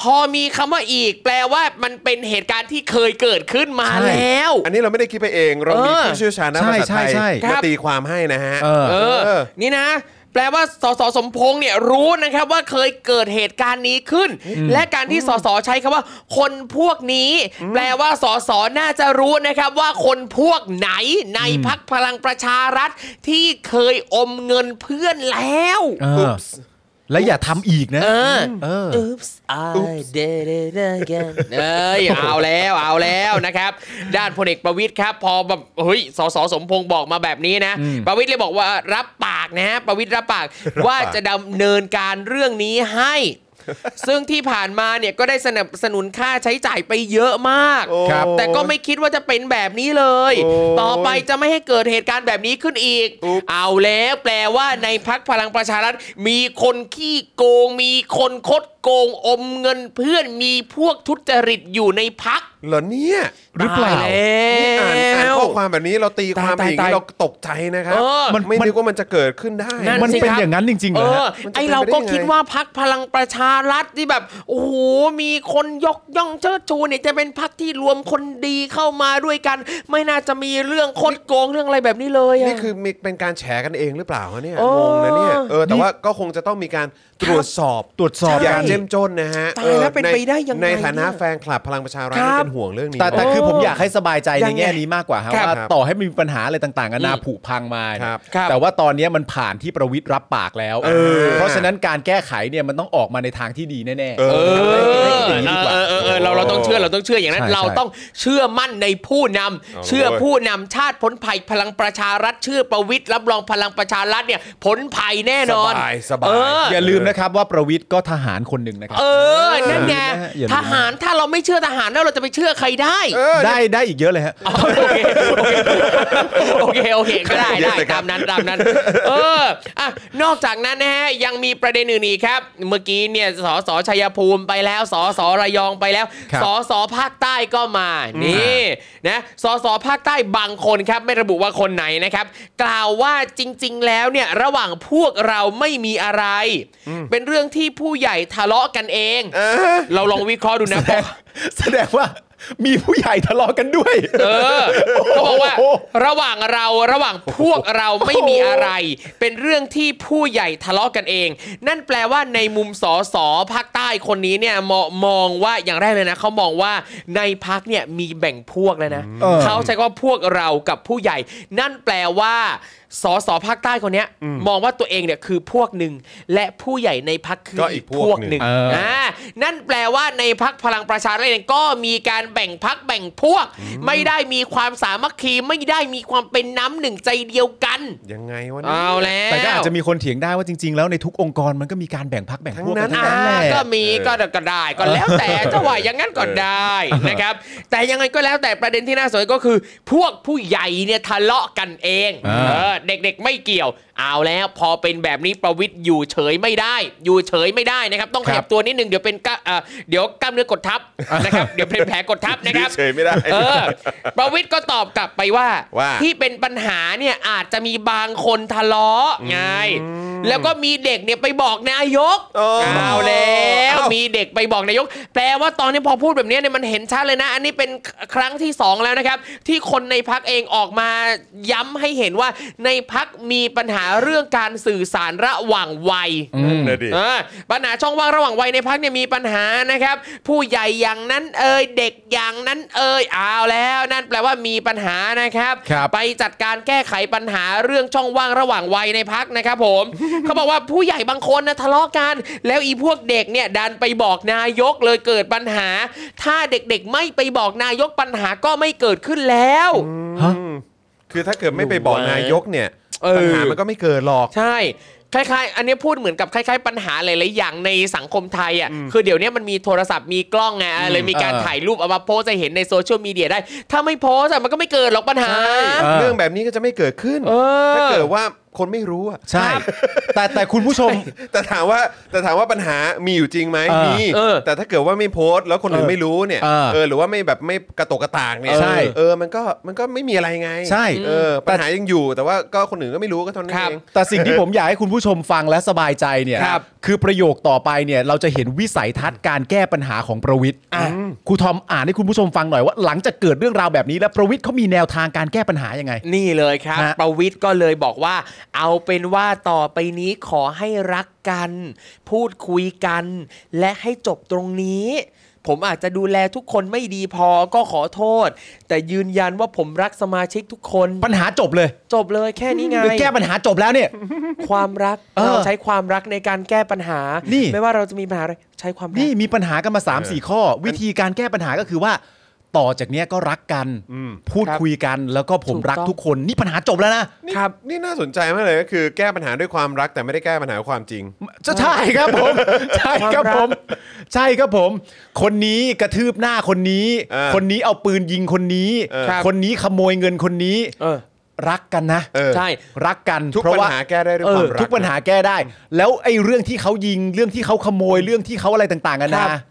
Speaker 4: พอมีคำว่าอีก แปลว่ามันเป็นเหตุการณ์ที่เคยเกิดขึ้นมา
Speaker 3: ใช่
Speaker 4: แล้ว
Speaker 2: อันนี้เราไม่ได้คิดไปเองเรามี
Speaker 4: เออ
Speaker 2: ผู้เชี่ยวชาญด้านภาษา
Speaker 3: ใช่
Speaker 2: ไทย
Speaker 3: ใช่ใช่
Speaker 2: มาตีความให้นะฮะ
Speaker 3: เออ
Speaker 4: เออ
Speaker 2: เออ
Speaker 4: นี่นะ แปลว่า สส สมพงษ์เนี่ยรู้นะครับว่าเคยเกิดเหตุการณ์นี้ขึ้น และการที่สส ใช้คำว่า คนพวกนี้ แปลว่า สส น่าจะรู้นะครับว่าคนพวกไหนในพักพลังประชารัฐที่เคยอมเงินเพื่อนแล้ว
Speaker 3: เออและอย่าทำอีกนะ
Speaker 4: เออ
Speaker 3: เออ
Speaker 4: Oops I did it again เอ้ยเอาแล้วเอาแล้วนะครับ ด้านพลเอกประวิทย์ครับ พอแบบเฮ้ยสสสมพงษ์บอกมาแบบนี้นะ ประวิทย์เลยบอกว่ารับปากนะฮะประวิทย์รับปากว่าจะดำเนินการเรื่องนี้ให้ ซึ่งที่ผ่านมาเนี่ยก็ได้สนับสนุนค่าใช้จ่ายไปเยอะมาก
Speaker 2: โอ้
Speaker 3: ครับ
Speaker 4: แต่ก็ไม่คิดว่าจะเป็นแบบนี้เลย
Speaker 2: โอ้ย
Speaker 4: ต่อไปจะไม่ให้เกิดเหตุการณ์แบบนี้ขึ้นอีก
Speaker 2: อุ๊บ
Speaker 4: เอาแล้วแปลว่าในพักพลังประชารัฐ มีคนขี้โกง มีคนคดโกงอมเงินเพื่อนมีพวกทุจริตอยู่ในพัก
Speaker 2: เหรอเนี่ย
Speaker 3: หรือเปล่า
Speaker 4: ตาย
Speaker 2: อ่าน
Speaker 4: แล้ว
Speaker 2: อ่านข้อความแบบนี้เราตีความไป
Speaker 4: ตาย
Speaker 2: อย่างนี้
Speaker 4: ตาย
Speaker 2: เราตกใจนะครั
Speaker 4: เอบ อ
Speaker 3: มัน
Speaker 2: ไม่นึกว่ามันจะเกิดขึ้นได้
Speaker 4: นั่น
Speaker 3: มัน
Speaker 4: สิ
Speaker 3: เป็น
Speaker 4: ครับ
Speaker 3: อย่างนั้นจริงๆเห
Speaker 4: เอ
Speaker 3: รอ
Speaker 4: อ
Speaker 3: ฮะ
Speaker 2: มันจะเป็นไปได้ยังไง
Speaker 4: ไอเราก็คิดว่าพักพลังประชารัฐที่แบบโอ้โหมีคนยกย่องเชิดชูเนี่ยจะเป็นพักที่รวมคนดีเข้ามาด้วยกัน ไม่น่าจะมีเรื่องคดโกงเรื่องอะไรแบบนี้เลยอะ
Speaker 2: นี่คือมีเป็นการแฉกันเองหรือเปล่าวะเนี่ย
Speaker 4: โอ้
Speaker 2: งงนะเนี่ยเออแต่ว่าก็คงจะต้องมีการตรวจสอบ
Speaker 3: ตรวจสอบ
Speaker 2: อย่าง
Speaker 3: กัน
Speaker 2: เจ้มจนนะฮะ
Speaker 4: ตายแล้วเป็นไปได้ยังไง
Speaker 2: ในฐานะ
Speaker 4: เนี่ย
Speaker 2: แฟนคลับพลังประชารัฐ
Speaker 4: ค
Speaker 2: นี่
Speaker 4: รับ
Speaker 2: เป็นห่วงเรื่องนี้
Speaker 3: แต่แต่คือผมอยากให้สบายใจ
Speaker 4: ยั
Speaker 3: ใน
Speaker 4: งไง
Speaker 3: แง่นี้มากกว่าฮะ
Speaker 4: ครับ
Speaker 3: ว่าต่อให้มีปัญหาอะไรต่างๆกันานา
Speaker 4: อืม
Speaker 3: ผุพังมาเนี่ย
Speaker 2: ครับ
Speaker 4: ครับ
Speaker 3: แต่ว่าตอนนี้มันผ่านที่ประวิทย์รับปากแล้ว
Speaker 2: เออ
Speaker 3: เพราะฉะนั้นการแก้ไขเนี่ยมันต้องออกมาในทางที่ดีแน่ๆ
Speaker 2: เออ
Speaker 4: เออ
Speaker 3: อย่างนี้ดีกว่า
Speaker 4: เออเออเออเราเราต้องเชื่อเราต้องเชื่ออย่างนั้น
Speaker 3: ใช่
Speaker 4: เราต้องเชื่อมั่นในผู้นำ
Speaker 2: เอา
Speaker 4: เชื่อ
Speaker 2: เลย
Speaker 4: ผู้นำชาติพ้นภัยพลังประชารัฐเชื่อประวิตยรับรองพลังประชารัฐเนี่ยพ้นภัยแน่นอน
Speaker 2: สบายสบา
Speaker 4: เอย อ
Speaker 3: อย่าลืมนะครับว่าประวิทย์ก็ทหารคนหนึ่งนะครั
Speaker 4: เออนั่นไง
Speaker 3: อย่าลืมนะ
Speaker 4: ทหารถ้าเราไม่เชื่อทหารแล้วเราจะไปเชื่อใครได้
Speaker 2: เออ
Speaker 3: ได้ได้อีกเยอะเลยฮะ
Speaker 4: โอเคโอเคโอเคก็ได้
Speaker 2: เยอะ
Speaker 4: ได้
Speaker 2: เลยครับ
Speaker 4: ตามนั้นตามนั้น เอออ่ะนอกจากนั้นนะฮะยังมีประเด็นอื่นอีกครับ เมื่อกี้เนี่ยสสชัยภูมิไปแล้วสสระยองไปแล้ว
Speaker 3: ครับ
Speaker 4: สสภาคใต้ก็มานี่นะสสภาคใต้บางคนครับ ไม่ระบุว่าคนไหนนะครับ กล่าวว่าจริง ๆ แล้วเนี่ยระหว่างพวกเราไม่มีอะไร เป็นเรื่องที่ผู้ใหญ่ทะเลาะกันเอง เราลองวิเคราะห์ดูนะ
Speaker 3: แสดงแสดงว่ามีผู้ใหญ่ทะเลาะกันด้วย
Speaker 4: เออเขาบอกว่าระหว่างเราระหว่างพวกเราไม่มีอะไร เป็นเรื่องที่ผู้ใหญ่ทะเลาะกันเอง นั่นแปลว่าในมุมสอสอภาคใต้คนนี้เนี่ยมองมองว่าอย่างแรกเลยนะเขามองว่าในพักเนี่ยมีแบ่งพวกแล้วนะ
Speaker 3: เออ
Speaker 4: เขาใช้คำว่าพวกเรากับผู้ใหญ่ นั่นแปลว่าสอสอภาคใต้คนเนี้ยมองว่าตัวเองเนี่ยคือพวกหนึ่งและผู้ใหญ่ในพักคือ
Speaker 2: ก็อี
Speaker 4: อี
Speaker 2: ก
Speaker 4: ก
Speaker 2: พ
Speaker 4: พ
Speaker 2: ว
Speaker 4: ว
Speaker 2: ก
Speaker 4: ก
Speaker 2: ห
Speaker 4: ห
Speaker 2: นึ่
Speaker 4: นึ่
Speaker 2: ง
Speaker 4: ง อ่านั่นแปลว่าในพักพลังประชารัฐเองก็มีการแบ่งพักแบ่งพวก ไม่ได้มีความสามัคคีไม่ได้มีความเป็นน้ำหนึ่งใจเดียวกัน
Speaker 2: ยังไงวะเนี่ย
Speaker 4: เอาแล้ว
Speaker 3: แต่ก็อาจจะมีคนเถียงได้ว่าจริง ๆ แล้วในทุกองค์กรมันก็มีการแบ่งพักแบ่งพวกกั
Speaker 2: ทั้
Speaker 3: น
Speaker 2: งนั้น
Speaker 3: ทั้ง
Speaker 4: อ่า
Speaker 3: นั้นแหละ
Speaker 4: ก็มีก็ก็ได้ก็แล้วแต่จะว่าอย่างนั้นก็ได้นะครับ แต่ยังไงก็แล้วแต่ประเด็นที่น่าสนใจก็คือ พวกผู้ใหญ่เนี่ยทะเลาะกันเองเออ เด็กๆไม่เกี่ยว เอาแล้วพอเป็นแบบนี้ประวิทย์อยู่เฉยไม่ได้ อยู่เฉยไม่ได้นะครับ ต้องขยับตัวนิดนึงเดี๋ยวเป็นกล้าเอ่อเดี๋ยวกล้ามเนื้อกดทับนะครับ เดี๋ยวเป็นแผลกดทับนะครับ
Speaker 2: เฉยไม่ได้
Speaker 4: เออ ประวิทย์ก็ตอบกลับไปว่า
Speaker 2: ว่า
Speaker 4: ที่เป็นปัญหาเนี่ยอาจจะมีบางคนทะเลาะไง แล้วก็มีเด็กเนี่ยไปบอกนายก
Speaker 2: โอ้
Speaker 4: เอาแล้ว
Speaker 2: เอ้า
Speaker 4: มีเด็กไปบอกนายก แปลว่าตอนนี้พอพูดแบบนี้เนี่ยมันเห็นชัดเลยนะ อันนี้เป็นครั้งที่สองแล้วนะครับ ที่คนในพักเองออกมาย้ำให้เห็นว่าในพักมีปัญหาเรื่องการสื่อสารระหว่างวัย
Speaker 2: นั่นนะดิ
Speaker 4: เออปัญหาช่องว่างระหว่างวัยในพักเนี่ยมีปัญหานะครับ ผู้ใหญ่อย่างนั้นเอ่ยเด็กอย่างนั้นเอ่ยเอาแล้ว นั่นแปลว่ามีปัญหานะครับ
Speaker 3: ครับ
Speaker 4: ไปจัดการแก้ไขปัญหาเรื่องช่องว่างระหว่างวัยในพักนะครับผม เขาบอกว่าผู้ใหญ่บางคนนะทะเลาะกัน แล้วอีพวกเด็กเนี่ยดันไปบอกนายกเลยเกิดปัญหา ถ้าเด็กๆไม่ไปบอกนายกปัญหาก็ไม่เกิดขึ้นแล้ว
Speaker 2: คือถ้าเกิดไม่ไปบอกนายกเนี่ย
Speaker 4: เออ
Speaker 2: ปัญหามันก็ไม่เกิดหรอก
Speaker 4: ใช่ คล้ายๆ อันนี้พูดเหมือนกับคล้ายๆ ปัญหาหลายๆอย่างในสังคมไทยอ่ะ คือเดี๋ยวนี้มันมีโทรศัพท์มีกล้องไงอ่ะเลยมีการ
Speaker 3: เออ
Speaker 4: ถ่ายรูปเอามาโพสต์ให้เห็นในโซเชียลมีเดียได้ ถ้าไม่โพสต์อ่ะมันก็ไม่เกิดหรอกปัญหา
Speaker 3: เออ
Speaker 2: เรื่องแบบนี้ก็จะไม่เกิดขึ้น
Speaker 4: เออ
Speaker 2: ถ้าเกิดว่าคนไม่รู้อะ
Speaker 3: ใช่ แต่แต่คุณผู้ชม
Speaker 2: แต่ถามว่าแต่ถามว่าปัญหามีอยู่จริงไหม
Speaker 3: เออ
Speaker 2: มี
Speaker 4: เออ
Speaker 2: แต่ถ้าเกิดว่าไม่โพสต์แล้วคนอื่นไม่รู้เนี่ย
Speaker 3: เออ
Speaker 2: เออหรือว่าไม่แบบไม่กระตกกระตากเนี่ย
Speaker 3: ใช่
Speaker 2: เออมันก็มันก็ไม่มีอะไรไง
Speaker 3: ใช่
Speaker 2: เออปัญหายังอยู่แต่ว่าก็คนอื่นก็ไม่รู้ก็เท่านั้นเอง
Speaker 3: แต่สิ่งที่ผมอยากให้คุณผู้ชมฟังและสบายใจเนี่ย
Speaker 4: ครับ
Speaker 3: คือประโยคต่อไปเนี่ยเราจะเห็นวิสัยทัศน์การแก้ปัญหาของประวิทย์
Speaker 4: อ่ะ
Speaker 3: ครูทอมอ่านให้คุณผู้ชมฟังหน่อยว่า หลังจากเกิดเรื่องราวแบบนี้แล้วประวิทย์เขามีแนวทางการแก้ปัญหายังไง
Speaker 4: นี่เลยครับ
Speaker 3: ฮะ
Speaker 4: ประวิทย์ก็เลยบอกว่า เอาเป็นว่าต่อไปนี้ขอให้รักกัน พูดคุยกัน และให้จบตรงนี้ ผมอาจจะดูแลทุกคนไม่ดีพอก็ขอโทษ แต่ยืนยันว่าผมรักสมาชิกทุกคน
Speaker 3: ปัญหาจบเลย
Speaker 4: จบเลยแค่นี้ไง
Speaker 3: หรือแก้ปัญหาจบแล้วเนี่ย
Speaker 4: ความรัก
Speaker 3: เออ
Speaker 4: เราใช้ความรักในการแก้ปัญหา
Speaker 3: นี่
Speaker 4: ไม่ว่าเราจะมีปัญหาอะไรใช้ความรัก
Speaker 3: นี่มีปัญหากันมา3ามสี่ข้อ วิธีการแก้ปัญหาก็คือว่า ต่อจากเนี้ยก็รักกัน พูด
Speaker 4: ครับ
Speaker 3: คุยกันแล้วก็ผม
Speaker 4: ถูกต้อง
Speaker 3: รักทุกคนนี่ปัญหาจบแล้วนะ
Speaker 2: นี่
Speaker 4: ครับ
Speaker 2: นี่น่าสนใจมากเลยก็คือแก้ปัญหาด้วยความรักแต่ไม่ได้แก้ปัญหาด้วยความจริง
Speaker 3: จะใช่ครับผม ใช่ครับผม ใช่ครับผม คนนี้กระทืบหน้าคนนี้
Speaker 2: เออ
Speaker 3: คนนี้เอาปืนยิงคนนี้
Speaker 2: เออครับ
Speaker 3: คนนี้ขโมยเงินคนนี้
Speaker 4: เออ
Speaker 3: รักกันนะ
Speaker 2: เออ
Speaker 4: ใช่
Speaker 3: รักกัน
Speaker 2: ทุก
Speaker 3: เพระ
Speaker 2: ปัญ
Speaker 3: ว่
Speaker 2: หาแก้ได้ด้วย
Speaker 3: เอ
Speaker 2: ควา
Speaker 3: อ
Speaker 2: มรัก
Speaker 3: ทุกปัญหาแก้ได้ แล้วไอ้เรื่องที่เขายิงเรื่องที่เขาขโมยเรื่องที่เขาอะไรต่างๆกันา
Speaker 4: ครั
Speaker 3: นะ
Speaker 4: บ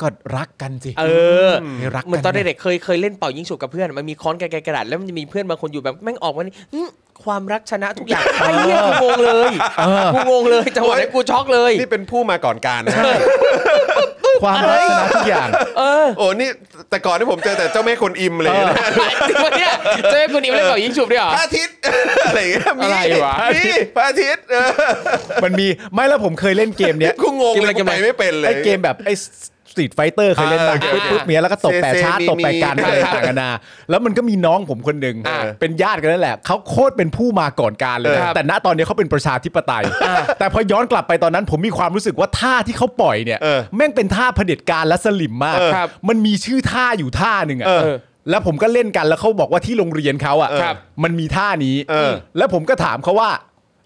Speaker 3: ก็รักกันสิ
Speaker 4: เออ
Speaker 3: ให้รัก
Speaker 4: เหมือนตอน
Speaker 3: กัะ
Speaker 4: เด็กๆเคยเคยเล่นเป่ายิงฉุบกับเพื่อนมันมีค้อนกบกระดาษแล้วมันจะมีเพื่อนบางคนอยู่แบบแม่งออกมานี่อื้อความรักชนะทุกอย่างไอ้เหี้ยกูงงเลยกูงงเลยจังหวะนั้นกูช็อกเลย
Speaker 2: นี่เป็นผู้มาก่อนการนะ
Speaker 3: ความรักชนะทุ กอย่าง
Speaker 4: เออ
Speaker 2: โอ้นี่แต่ก่อนที่ผมเจอแต่เจ้าแม่คนอิมเลยนะ
Speaker 4: จริงปะเนี่ยเจอคนนี้เล่นเป่ายิงฉุบด้วยเหรอ
Speaker 2: พระอาทิตย์ อะไรอย่างเงี้ยมี
Speaker 4: อะไรวะ
Speaker 2: มีพระอาทิตย์เออ
Speaker 3: มันมีไม่แล้วผมเคยเล่นเกมเนี้ย
Speaker 2: กูงงเลย
Speaker 4: กิ
Speaker 2: กู
Speaker 4: น
Speaker 2: ไป
Speaker 4: อะไร
Speaker 2: ไม่เป็นเลย
Speaker 3: ไอ้เกมแบบไอ้สตรีทไฟเตอร์เคยเล่นบ้าง
Speaker 2: อ่า
Speaker 3: ปึ๊บปึ๊บเนี้ยแล้วก็ตบแปะ
Speaker 2: เซเซ
Speaker 3: ชาร์จ
Speaker 2: มี
Speaker 3: ตบแปะการ
Speaker 2: มี
Speaker 3: อะไรต่างกันานาแล้วมันก็มีน้องผมคนหนึ่ง
Speaker 4: อ่า
Speaker 3: เป็นญาติกันนั่นแหละเขาโคตรเป็นผู้มาก่อนการเลย
Speaker 4: ครั
Speaker 3: นะ
Speaker 4: บ
Speaker 3: แต่ณตอนนี้เขาเป็นประชาธิปไตย แต่พอย้อนกลับไปตอนนั้นผมมีความรู้สึกว่าท่าที่เขาปล่อยเนี่ย
Speaker 2: เออ
Speaker 3: แม่งเป็นท่าเผด็จการและสลิมมาก
Speaker 4: เออครับ
Speaker 3: มันมีชื่อท่าอยู่ท่าหนึ่งอะ
Speaker 2: เออ
Speaker 3: แล้วผมก็เล่นกันแล้วเขาบอกว่าที่โรงเรียนเขาอะ
Speaker 4: ครับ
Speaker 3: มันมีท่านี้
Speaker 2: เออ
Speaker 3: แล้วผมก็ถามเขาว่า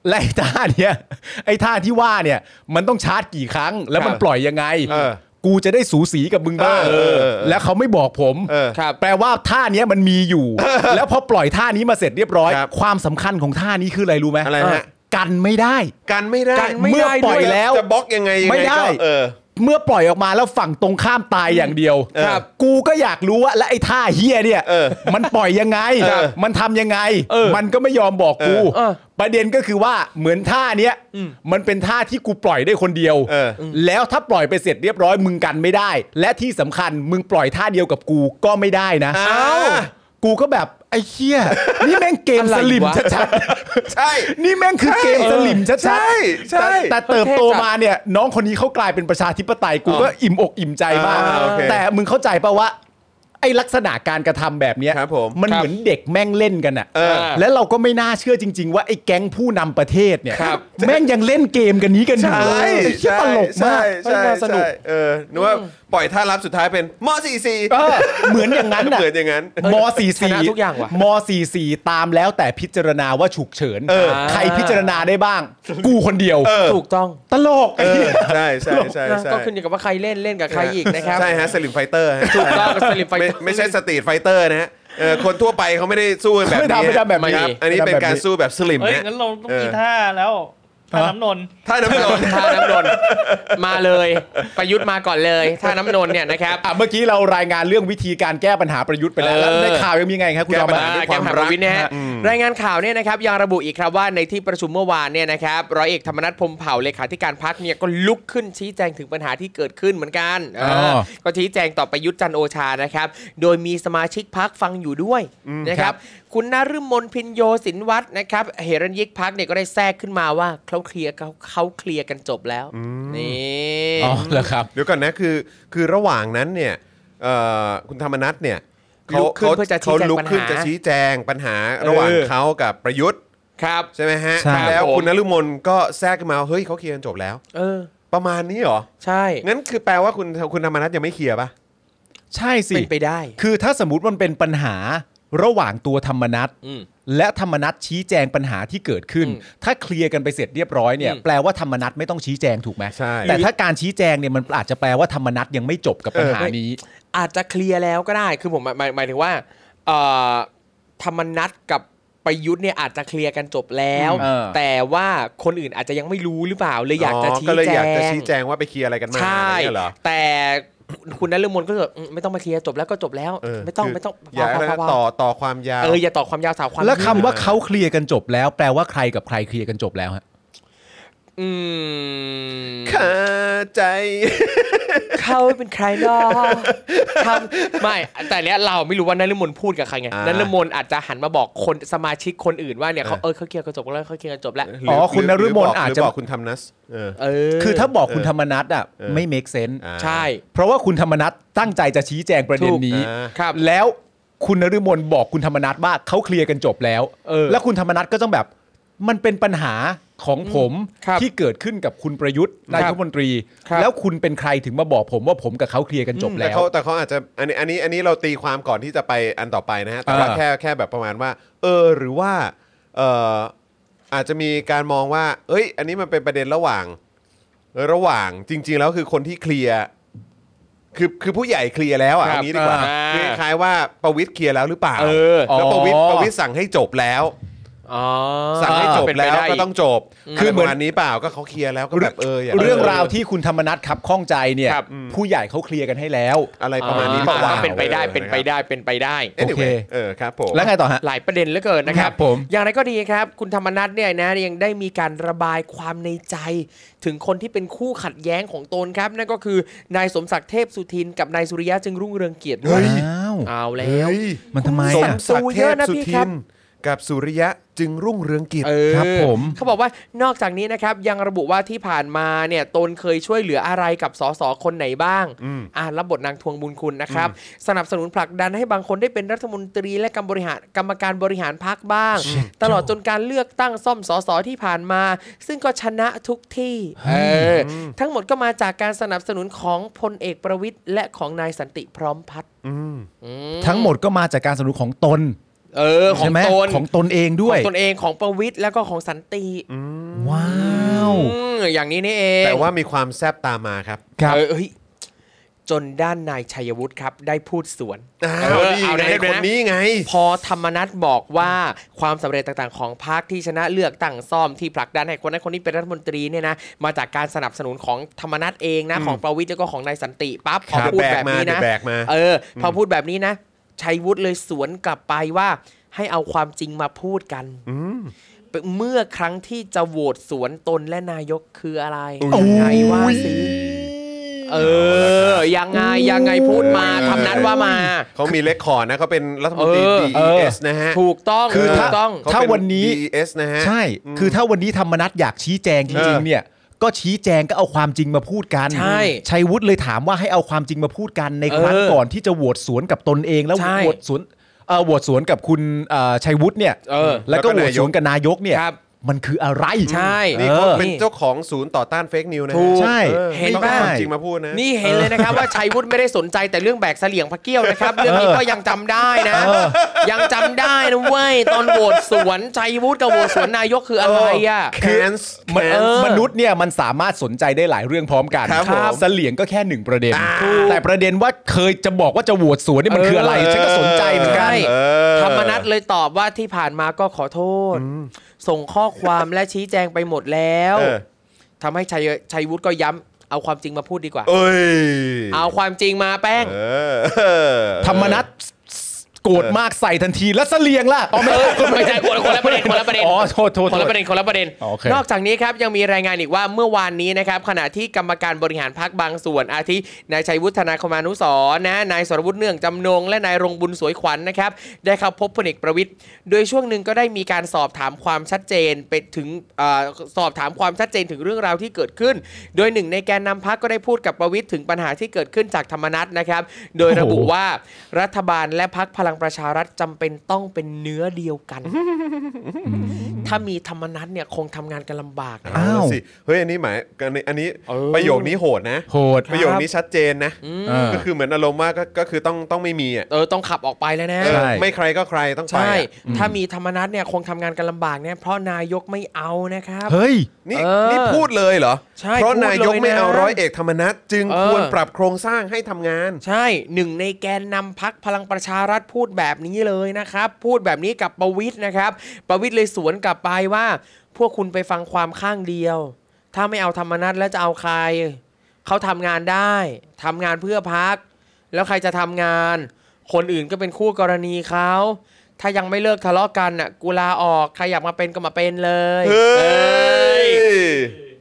Speaker 3: และไอ้ท่าเนี่ย ไอ้ท่าที่ว่าเนี่ยมันต้องชาร์จกี่ครั้ง แล้วมัน
Speaker 2: ครับ
Speaker 3: ปล่อยยังไง
Speaker 2: เออ
Speaker 3: กูจะได้สูสีกับมึงบ้าง
Speaker 2: เออเออเออ
Speaker 3: แล้วเขาไม่บอกผม
Speaker 2: เออ
Speaker 4: ครับ
Speaker 3: แปลว่าท่าเนี้ยมันมีอยู่ แล้วพอปล่อยท่านี้มาเสร็จเรียบร้อย
Speaker 2: ครับ
Speaker 3: ความสำคัญของท่านี้คืออะไรรู้ไหม
Speaker 2: อะไรฮะ
Speaker 3: กันไม่ได้
Speaker 2: กันไม่ได้
Speaker 4: กันไม่
Speaker 3: เมื่อ
Speaker 4: ได้ด้วย
Speaker 3: ปล่อยแล้ว
Speaker 2: จะบล็อกยังไงยังง
Speaker 3: ไม่ได้
Speaker 2: ก็เออ
Speaker 3: เมื่อปล่อยออกมาแล้วฝั่งตรงข้ามตายอย่างเดียว
Speaker 2: ครับ
Speaker 3: กูก็อยากรู้ว่าและไอ้ท่าเฮียเนี่ย
Speaker 2: เออ
Speaker 3: มันปล่อยยังไง
Speaker 2: ครับ
Speaker 3: มันทำยังไง
Speaker 4: เออ
Speaker 3: มันก็ไม่ยอมบอกกู
Speaker 4: เออ
Speaker 3: ประเด็นก็คือว่าเหมือนท่าเนี้ยมันเป็นท่าที่กูปล่อยได้คนเดียว
Speaker 2: เออ
Speaker 3: แล้วถ้าปล่อยไปเสร็จเรียบร้อยมึงกันไม่ได้ และที่สำคัญมึงปล่อยท่าเดียวกับกูก็ไม่ได้นะ
Speaker 2: อ้าว
Speaker 3: กูก็แบบไอ้เฮียนี่แม่งเกม
Speaker 4: อะไร
Speaker 3: ส
Speaker 4: วะ
Speaker 3: ลิมชัด
Speaker 2: ใช่
Speaker 3: ๆนี่แม่งคือเกมสลิมชัดๆ
Speaker 2: ใช่ใช่
Speaker 3: แต่แต่เติบโตมาเนี่ยน้องคนนี้เขากลายเป็นประชาธิปไตยกูก็อิ่มอกอิ่มใจมาก
Speaker 2: อ่าโอเค
Speaker 3: แต่มึงเข้าใจป่ะว่า ไอ้ลักษณะการกระทำแบบเนี้ย
Speaker 2: ครับผม
Speaker 3: นเหมือนเด็กแม่งเล่นกันอะ
Speaker 2: เออ
Speaker 3: แล้วเราก็ไม่น่าเชื่อจริง ๆ ว่าไอ้แก๊งผู้นำประเทศเนี่ย
Speaker 4: ครับ
Speaker 3: แม่งยังเล่นเกมกันนี้กันอยู่
Speaker 2: ใช่
Speaker 3: เลยไอ้เหี้ย
Speaker 2: ใช่
Speaker 3: ตลกมาก
Speaker 2: ใช่
Speaker 3: ไม่น่าสนุก
Speaker 2: ใช่เออนึกว่าปล่อยท่ารับสุดท้ายเป็นมอสี่สี่
Speaker 3: เออเหมือนอย่างนั้นอะ
Speaker 2: เหมือนอย่างนั้น
Speaker 3: มสี่
Speaker 4: ช
Speaker 3: สี่
Speaker 4: นะทุกอย่างว่ะ
Speaker 3: มสี่สี่ตามแล้วแต่พิจารณาว่าฉุกเฉิน
Speaker 2: เออ
Speaker 3: ใครพิจารณาได้บ้าง กูคนเดียว
Speaker 2: เออ
Speaker 4: ถูกต้อง
Speaker 3: ตลกไอ้
Speaker 2: เอ
Speaker 3: เหี้
Speaker 2: อย ใช่ใช่ใช่
Speaker 4: นะ
Speaker 2: ใช่
Speaker 4: ก็ขึ้นอยู่กับว่าใครเล่นเล่นกับใครอีกนะครับ
Speaker 2: ใช่ฮะสลิมไฟเตอร์
Speaker 4: ถูกต้อง Slim Fighter
Speaker 2: ไม่ใช่สตรีทไฟเตอร์นะฮะ เออคนทั่วไปเขาไม่ได้สู้กันแบบ
Speaker 3: ไม่
Speaker 2: นี้
Speaker 3: ทำไม่ทำแบบนี้
Speaker 2: ครับอันนี้เป็นการสู้แบบสลิม
Speaker 5: เฮ้ย
Speaker 2: นะ
Speaker 5: งั้นเราต้อง
Speaker 2: เออ
Speaker 5: มีท่าแล้วท่าน้ำนนท์
Speaker 2: ถ้าน้ำหนน
Speaker 4: ท่าน้ำนนท์มาเลย ประยุทธ์มาก่อนเลยท่าน้ำนนท์เนี่ยนะครับ
Speaker 3: อ่ะเมื่อกี้เรารายงานเรื่องวิธีการแก้ปัญหาประยุทธ์ไปแล้วแล้ว
Speaker 4: เออ
Speaker 3: ในข่าวยังมีไงครับคุณจอม
Speaker 2: ปัญ
Speaker 3: ขวั
Speaker 2: หา
Speaker 3: ญ
Speaker 2: ด้วยความ
Speaker 4: แก้ปัญห
Speaker 2: รัก
Speaker 4: ประวิทย์นะฮะ
Speaker 2: อืม
Speaker 4: รายงานข่าวเนี่ยนะครับยังระบุอีกครับว่าในที่ประชุมเมื่อวานเนี่ยนะครับร้อยเอกธรรมนัฐพรหมเผ่าเลขาธิการพักเนี่ยก็ลุกขึ้นชี้แจงถึงปัญหาที่เกิดขึ้นเหมือนกันเออ
Speaker 3: อ
Speaker 4: ก็ชี้แจงต่อประยุทธ์จันทร์โอชานะครับ โดยมีสมาชิกพักฟังอยู่ด้วยนะครับ คุณนฤมลพินโยสินวัฒน์นะครับเฮรัญยิกพักเนี่ยก็ได้แทรกขึ้นมาว่าเขาเคลียร์เขาเขาเคลียร์กันจบแล้วนี่
Speaker 3: ๋อเหรอครับ
Speaker 2: เดี๋ยวก่อนนะคือคือระหว่างนั้นเนี่ยเอ่อคุณธรรมนัทเนี่ย
Speaker 4: ลุกขึ้นเพื่อจะชี้
Speaker 2: เขา
Speaker 4: แจง
Speaker 2: ลุก
Speaker 4: ปัญ
Speaker 2: ขึ้น
Speaker 4: หา
Speaker 2: จะชี้แจงปัญหาระหว่าง
Speaker 3: เออ
Speaker 2: เขากับประยุทธ์
Speaker 4: ครับ
Speaker 2: ใช่ไหมฮะ
Speaker 3: ใช่
Speaker 2: แล้ว
Speaker 4: ครับผม
Speaker 2: คุณนฤมลก็แทรกขึ้นมาว่าเฮ้ยเขาเคลียร์กันจบแล้ว
Speaker 4: เออ
Speaker 2: ประมาณนี้เหรอ
Speaker 4: ใช่
Speaker 2: งั้นคือแปลว่าคุณคุณธรรมนัทยังไม่เคลียร์ป่ะ
Speaker 3: ใช่สิ
Speaker 4: เป็นไปได้
Speaker 3: คือถ้าสมมติมันเป็นปัญหาระหว่างตัวธรรมนัต
Speaker 4: อืม
Speaker 3: และธรรมนัตชี้แจงปัญหาที่เกิดขึ้น
Speaker 4: อืม
Speaker 3: ถ้าเคลียร์กันไปเสร็จเรียบร้อยเนี่ย
Speaker 4: อืม
Speaker 3: แปลว่าธรรมนัตไม่ต้องชี้แจงถูกไหม
Speaker 2: ใช่
Speaker 3: แต่ถ้าการชี้แจงเนี่ยมันอาจจะแปลว่าธรรมนัตยังไม่จบกับปัญหานี้
Speaker 4: อาจจะเคลียร์แล้วก็ได้ คือผมหมายหมายหมายถึงว่าเอ่อธรรมนัตกับประยุทธ์เนี่ยอาจจะเคลียร์กันจบแล้ว
Speaker 3: เออ
Speaker 4: แต่ว่าคนอื่นอาจจะยังไม่รู้หรือเปล่าเลยอยากจะชี้
Speaker 2: ก็เลย
Speaker 4: แจ
Speaker 2: อยากจะ
Speaker 4: ง
Speaker 2: ชี้แจงว่าไปเคลียร์อะไรกันมา
Speaker 4: ใช่
Speaker 2: อะไรเงี้ยเหรอ
Speaker 4: แต่คุณนฤมลก็เลยแบบอืมไม่ต้องมาเคลียร์จบแล้วก็จบแล้ว
Speaker 2: เ
Speaker 4: ไม่ต้อง
Speaker 2: คื
Speaker 4: ไม่ต้อง
Speaker 2: อยาก
Speaker 4: พ
Speaker 2: ให้
Speaker 4: พพ
Speaker 2: ต่อต่อความยาว
Speaker 4: เอออย่าต่อความยาวสาวความ
Speaker 3: แล้วคำ
Speaker 4: ยืด
Speaker 3: ว่าเขาเคลียร์กันจบแล้ว แปลว่าใครกับใครเคลียร์กันจบแล้วฮะ
Speaker 4: อืม
Speaker 2: ขาใจ
Speaker 4: เขาเป็นใครเนาะทำไม่แต่เนี้ยเราไม่รู้ว่านฤมลพูดกับใครไง
Speaker 2: อ่าน น
Speaker 4: ฤมลอาจจะหันมาบอกคนสมาชิกคนอื่นว่าเนี่ยเขาเออเขาเคลียร์กันจบแล้วเขาเคลียร์กันจบแล้ว
Speaker 2: หรื
Speaker 3: คุณนฤมล
Speaker 2: หบก
Speaker 3: อาจ
Speaker 2: ห
Speaker 3: จะ
Speaker 2: บอกคุณทำนัสเออ
Speaker 4: เออ
Speaker 3: คือถ้าบอกคุณธรรมนัตอ่ะ
Speaker 2: เออ
Speaker 3: ไม่ make sense
Speaker 2: อ่า
Speaker 4: ใช่
Speaker 3: เพราะว่าคุณธรรมนัตตั้งใจจะชี้แจงประเด็น
Speaker 4: ถูก
Speaker 3: นี้
Speaker 2: อ่า
Speaker 4: ครับ
Speaker 3: แล้วคุณนฤมลบอกคุณธรรมนัฐว่าเขาเคลียร์กันจบแล้ว
Speaker 4: เออ
Speaker 3: แล้วคุณธรรมนัฐก็ต้องแบบ มันเป็นปัญหาของผม
Speaker 4: ครับ
Speaker 3: ที่เกิดขึ้นกับคุณประยุทธ์นายกรัฐมนตรี
Speaker 4: ครับ
Speaker 3: แล้วคุณเป็นใครถึงมาบอกผมว่าผมกับเขาเคลียร์กันจบ
Speaker 2: แต่
Speaker 3: แล้ว
Speaker 2: เขาแต่เขาอาจจะอันนี้อันนี้อันนี้เราตีความก่อนที่จะไปอันต่อไปนะฮะแต่ว่า
Speaker 3: เออ
Speaker 2: แค่แค่แบบประมาณว่า เออหรือว่าเอออาจจะมีการมองว่า เอ้ย อันนี้มันเป็นประเด็นระหว่าง ระหว่างจริง ๆ แล้วคือคนที่เคลียร์คือคือผู้ใหญ่เคลียร์แล้วอ่ะ
Speaker 4: ครับ
Speaker 2: เอางี้ดีกว่า
Speaker 4: อ่า
Speaker 2: คือคล้ายๆว่าประวิทย์เคลียร์แล้วหรือเปล่า
Speaker 4: เออ
Speaker 2: แล้วประวิท
Speaker 3: อ๋
Speaker 2: ย์
Speaker 3: อ
Speaker 2: ประวิทย์สั่งให้จบแล้ว
Speaker 4: อ๋อ
Speaker 2: สั่งให้จบ
Speaker 4: เป็นไป
Speaker 2: แล้ว
Speaker 4: ได้
Speaker 2: ก็ต้องจบ
Speaker 3: คือเหมือ
Speaker 2: ะ
Speaker 3: น
Speaker 2: ไรประาณนี้เปล่าก็เขาเคลียร์แล้วก็แบบเอออยก
Speaker 3: เรื่องราว
Speaker 2: เอ
Speaker 3: ที่คุณธรรมนัฐขับข้องใจเนี่ย
Speaker 4: ครับ
Speaker 3: ผู้ใหญ่เขาเคลียร์กันให้แล้ว
Speaker 2: ออะไรประมาณนี้
Speaker 4: อ่
Speaker 2: เปล่า
Speaker 4: เป็นไปได้
Speaker 2: ออ
Speaker 4: เป็นไปได้เป็นไปได้
Speaker 2: นะครับ Anyway
Speaker 3: โอเค
Speaker 2: เออครับผม
Speaker 3: แล้วไงต่อฮะ
Speaker 4: หลายประเด็นเหลือเกินนะค
Speaker 3: ค
Speaker 4: รั
Speaker 3: รั
Speaker 4: บบ
Speaker 3: ผม
Speaker 4: อย่างไรก็ดีครับ คุณธรรมนัทเนี่ยนะยังได้มีการระบายความในใจ ถึงคนที่เป็นคู่ขัดแย้งของตนครับ นั่นก็คือนายสมศักดิ์เทพสุทินกับนายสุริยะจึงรุ่งเรืองเกียรติด้
Speaker 2: เฮ้
Speaker 4: วย
Speaker 2: ย
Speaker 3: อ้าว
Speaker 4: เอา
Speaker 2: เ
Speaker 4: แล้ว
Speaker 2: ฮ้ย
Speaker 3: มันทำไม
Speaker 2: สมศั
Speaker 3: อ่ะ
Speaker 2: ก
Speaker 4: สู้
Speaker 2: ดิ์เท
Speaker 4: เยอะ
Speaker 2: พ
Speaker 4: นะ
Speaker 2: สุ
Speaker 4: พี่ครั
Speaker 2: ทิ
Speaker 4: บ
Speaker 2: นกับสุริยะจึงรุ่งเรืองกิจ
Speaker 4: เออ
Speaker 3: ครับผม
Speaker 4: เขาบอกว่านอกจากนี้นะครับยังระบุว่าที่ผ่านมาเนี่ยตนเคยช่วยเหลืออะไรกับสสคนไหนบ้าง
Speaker 2: อืม
Speaker 4: อ่ารับบทนางทวงบุญคุณนะครับ สนับสนุนผลักดันให้บางคนได้เป็นรัฐมนตรีและกรรมบริหารกรรมการบริหารพักบ้าง ตลอดจนการเลือกตั้งซ่อมสสที่ผ่านมา ซึ่งก็ชนะทุกที่เอออทั้งหมดก็มาจากการสนับสนุนของพลเอกประวิทย์และของนายสันติพร้อมพัฒน์
Speaker 2: อืม
Speaker 4: อืม
Speaker 3: ทั้งหมดก็มาจากการสนับสนุนของตน
Speaker 4: เออของ
Speaker 3: ใช่ไหม
Speaker 4: ตน
Speaker 3: ของตนเองด้วย
Speaker 4: ของตนเองของประวิทย์แล้วก็ของสันติ
Speaker 3: ว้าว
Speaker 4: อืมอย่างนี้นี่เอง
Speaker 2: แต่ว่ามีความแซบตามมาครับ
Speaker 3: ครับ
Speaker 4: เออเฮ้ยจนด้านนายชัยวุฒิครับได้พูดสวน
Speaker 2: อ้า
Speaker 4: เ
Speaker 2: วนี่
Speaker 4: เอา
Speaker 2: ไง
Speaker 4: ได้ไหม
Speaker 2: คนนี้ไง
Speaker 4: พอธรรมนัฐบอกว่าความสำเร็จต่างๆ ของพรรคที่ชนะเลือกตั้งซ่อมที่ผลักดันให้คนนั้นคนนี้เป็นรัฐมนตรีเนี่ยนะมาจากการสนับสนุนของธรรมนัฐเองนะ ของประวิทย์แล้วก็ของนายสันติปั๊บพอ
Speaker 2: ครับ
Speaker 4: พูดแบบนี้
Speaker 2: เดี๋
Speaker 4: นะ
Speaker 2: ยวแบกมา
Speaker 4: เออพอพูดแบบนี้นะชัยวุฒิเลยสวนกลับไปว่าให้เอาความจริงมาพูดกันเมื่อครั้งที่จะโหวตสวนตนและนายกคืออะไรยังไงว่าสิ เออ ยังไง ยังไงพูดมาทำนัดว่ามา
Speaker 2: เขามีเลคคอร์ดนะเขาเป็นรัฐมนตรี
Speaker 4: เออ
Speaker 2: DES นะฮะ
Speaker 4: ถูกต้อง
Speaker 3: คือ
Speaker 4: ถู
Speaker 3: ถ้า
Speaker 4: กต้อง
Speaker 2: เขาเป็
Speaker 3: ถ้าวันนี้
Speaker 2: DES นะฮะ
Speaker 3: ใช่ คือถ้าวันนี้ธรรมนัตอยากชี้แจงจ
Speaker 2: เอ
Speaker 3: ริง
Speaker 2: อ
Speaker 3: ๆ เนี่ย ก็ชี้แจงก็เอาความจริงมาพูดกัน
Speaker 4: ใช่
Speaker 3: ชัยวุฒิเลยถามว่าให้เอาความจริงมาพูดกันในครั้ง
Speaker 4: เออ
Speaker 3: ก่อนที่จะโหวตสวนกับตนเองแล้ว
Speaker 4: ใช่
Speaker 3: โหวตสวนเอ่อโหวตสวนกับคุณเอ่อชัยวุฒิเนี่ย
Speaker 4: เออ
Speaker 3: แล้วก็โหวตสวนกับนายกเนี่ย
Speaker 4: ครับ
Speaker 3: มันคืออะไร
Speaker 4: ใช่
Speaker 2: นี่เขาเป็นเจ้าของศูนย์ต่อต้านเฟกนิวนะฮะ
Speaker 4: ถูก
Speaker 3: ใช่
Speaker 2: ออ
Speaker 4: เห็น
Speaker 2: ต้อง
Speaker 4: ป่ะ
Speaker 2: อาความจริงมาพูดนะ
Speaker 4: นี่เห็นเลยนะครับว่าชัยวุฒิไม่ได้สนใจแต่เรื่องแบกเสลี่ยงพระเกี้ยวนะครับ เรื่องนี้ก็ยังจำได้นะ ยังจำได้นะเว้ยตอนโหวตสวนชัยวุฒิกับโหวตสวนนายกคืออะไรอ่ะ
Speaker 2: แคนส์
Speaker 3: มัน
Speaker 2: แคนส์
Speaker 3: มนุษย์เนี่ยมันสามารถสนใจได้หลายเรื่องพร้อมกัน
Speaker 2: ครับผม
Speaker 3: เสลียงก็แค่หนึ่งประเด็น แต่ประเด็นว่าเคยจะบอกว่าจะโหวตสวนนี่มันคืออะไร ฉันก็สนใจเหมือนกัน
Speaker 4: ใช่
Speaker 2: เออ
Speaker 4: ธรรมนัตเลยตอบว่าที่ผ่านมาก็ขอโทษ ส่งข้อความและชี้แจงไปหมดแล้ว
Speaker 2: เออ
Speaker 4: ทำให้ชัยชัยวุฒิก็ย้ำเอาความจริงมาพูดดีกว่า
Speaker 2: เอ้ย
Speaker 4: เอาความจริงมาแป้ง
Speaker 2: เออเออ
Speaker 3: ธรรมนัตโกรธมากใส่ทันทีแล้วเสลียงล่ะอ๋อไม่
Speaker 4: เอ
Speaker 3: ใช่
Speaker 4: อไม่ใช่คนละคนละประเด็นคนละประเด็น
Speaker 3: อ๋อโทษโทษ
Speaker 4: คน
Speaker 3: โท
Speaker 4: ละ
Speaker 3: ษ
Speaker 4: ประเด็นคนละประเด็น
Speaker 3: โอเคน
Speaker 4: อกจากนี้ครับยังมีรายงานอีกว่าเมื่อวานนี้นะครับขณะที่กรรมการบริหารพักบางส่วนอาทินายชัยวุฒนาคมานุสรณ์นะนายสรวุฒิเนื่องจำนง และนายรงบุญสวยขวัญนะครับได้เข้าพบพลเอกประวิทย์โดยช่วงหนึ่งก็ได้มีการสอบถามความชัดเจนไปถึงเออสอบถามความชัดเจนถึงเรื่องราวที่เกิดขึ้น โดยหนึ่งในแกนนำพักก็ได้พูดกับประวิทย์ถึงปัญหาที่เกิดขึ้นจากธรรมนัตนะครับ โดยระบุ
Speaker 3: โอ้โห
Speaker 4: ว่ารัฐบาลและพักพลังประชารัฐจำเป็นต้องเป็นเนื้อเดียวกัน ถ้ามีธรรมนัตเนี่ยคงทำงานกันลำบากนะ
Speaker 2: เอ้า
Speaker 3: อ้าว
Speaker 2: สิเฮ้ยอันนี้หมายอันนี้อันนี้ประโยคนี้โหดนะ
Speaker 3: โหด
Speaker 2: ประโยคนี้ชัดเจนนะ
Speaker 3: เออ
Speaker 2: ก็คือเหมือนอารมณ์ว่าก็ก็คือต้องต้องไม่มีอ่ะ
Speaker 4: เออต้องขับออกไปแล้วนะ
Speaker 2: เออ
Speaker 3: ใช่
Speaker 2: ไม่ใครก็ใครต้องไป
Speaker 4: ใช่
Speaker 2: อะ
Speaker 4: ถ้ามีธรรมนัตเนี่ยคงทำงานกันลำบากเนี่ยเพราะนายกไม่เอานะครับ
Speaker 3: เฮ้ย
Speaker 2: นี่
Speaker 4: เออ
Speaker 2: นี่พูดเลยเหรอ
Speaker 4: ใช่
Speaker 2: เพราะนายก
Speaker 4: พูดเลยนะ
Speaker 2: ไม่เอาร้อยเอกธรรมนัฐจึง
Speaker 4: เออ
Speaker 2: ควรปรับโครงสร้างให้ทำงาน
Speaker 4: ใช่หนึ่งในแกนนำพักพลังประชารัฐพูดแบบนี้เลยนะครับ พูดแบบนี้กับประวิทย์นะครับ ประวิทย์เลยสวนกลับไปว่า พวกคุณไปฟังความข้างเดียว ถ้าไม่เอาธรรมนัตแล้วจะเอาใคร เขาทำงานได้ทำงานเพื่อพัก แล้วใครจะทำงาน คนอื่นก็เป็นคู่กรณีเขาถ้ายังไม่เลิกทะเลาะกันน่ะกูลาออกใครอยากมาเป็นก็มาเป็นเลย
Speaker 2: เฮ้
Speaker 4: เอ้
Speaker 2: ย
Speaker 4: ย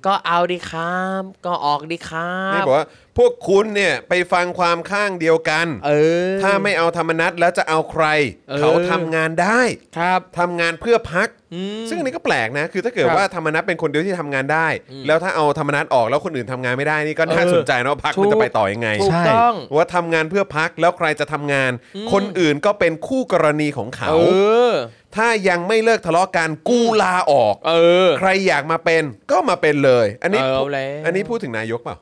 Speaker 4: ก็เอาดิครับก็ออกดิครั
Speaker 2: นี่
Speaker 4: บ
Speaker 2: บอกว่าพวกคุณเนี่ยไปฟังความข้างเดียวกัน
Speaker 4: เออ
Speaker 2: ถ้าไม่เอาธรรมนัตแล้วจะเอาใคร
Speaker 4: เออ
Speaker 2: เขาทำงานได้
Speaker 4: ครับ
Speaker 2: ทำงานเพื่อพัก
Speaker 4: อืม
Speaker 2: ซึ่งอันนี้ก็แปลกนะ คือถ้าเกิด
Speaker 4: ครับ
Speaker 2: ว่าธรรมนัตเป็นคนเดียวที่ทำงานได้ แล้วถ้าเอาธรรมนัตออกแล้วคนอื่นทำงานไม่ได้นี่ก็น่า
Speaker 4: เออ
Speaker 2: สนใจนะว่าพักมัน
Speaker 4: ถูก
Speaker 2: จะไปต่อยังไง
Speaker 4: ถู
Speaker 3: ใช่
Speaker 4: กต้อง
Speaker 2: ว่าทำงานเพื่อพักแล้วใครจะทำงาน คนอื่นก็เป็นคู่กรณีของเขา
Speaker 4: เออ
Speaker 2: ถ้ายังไม่เลิกทะเลาะกันกู้ลาออก
Speaker 4: เออ
Speaker 2: ใครอยากมาเป็นก็มาเป็นเลย อันนี้
Speaker 4: เอาแล้ว
Speaker 2: อันนี้พูดถึงนายกเปล่า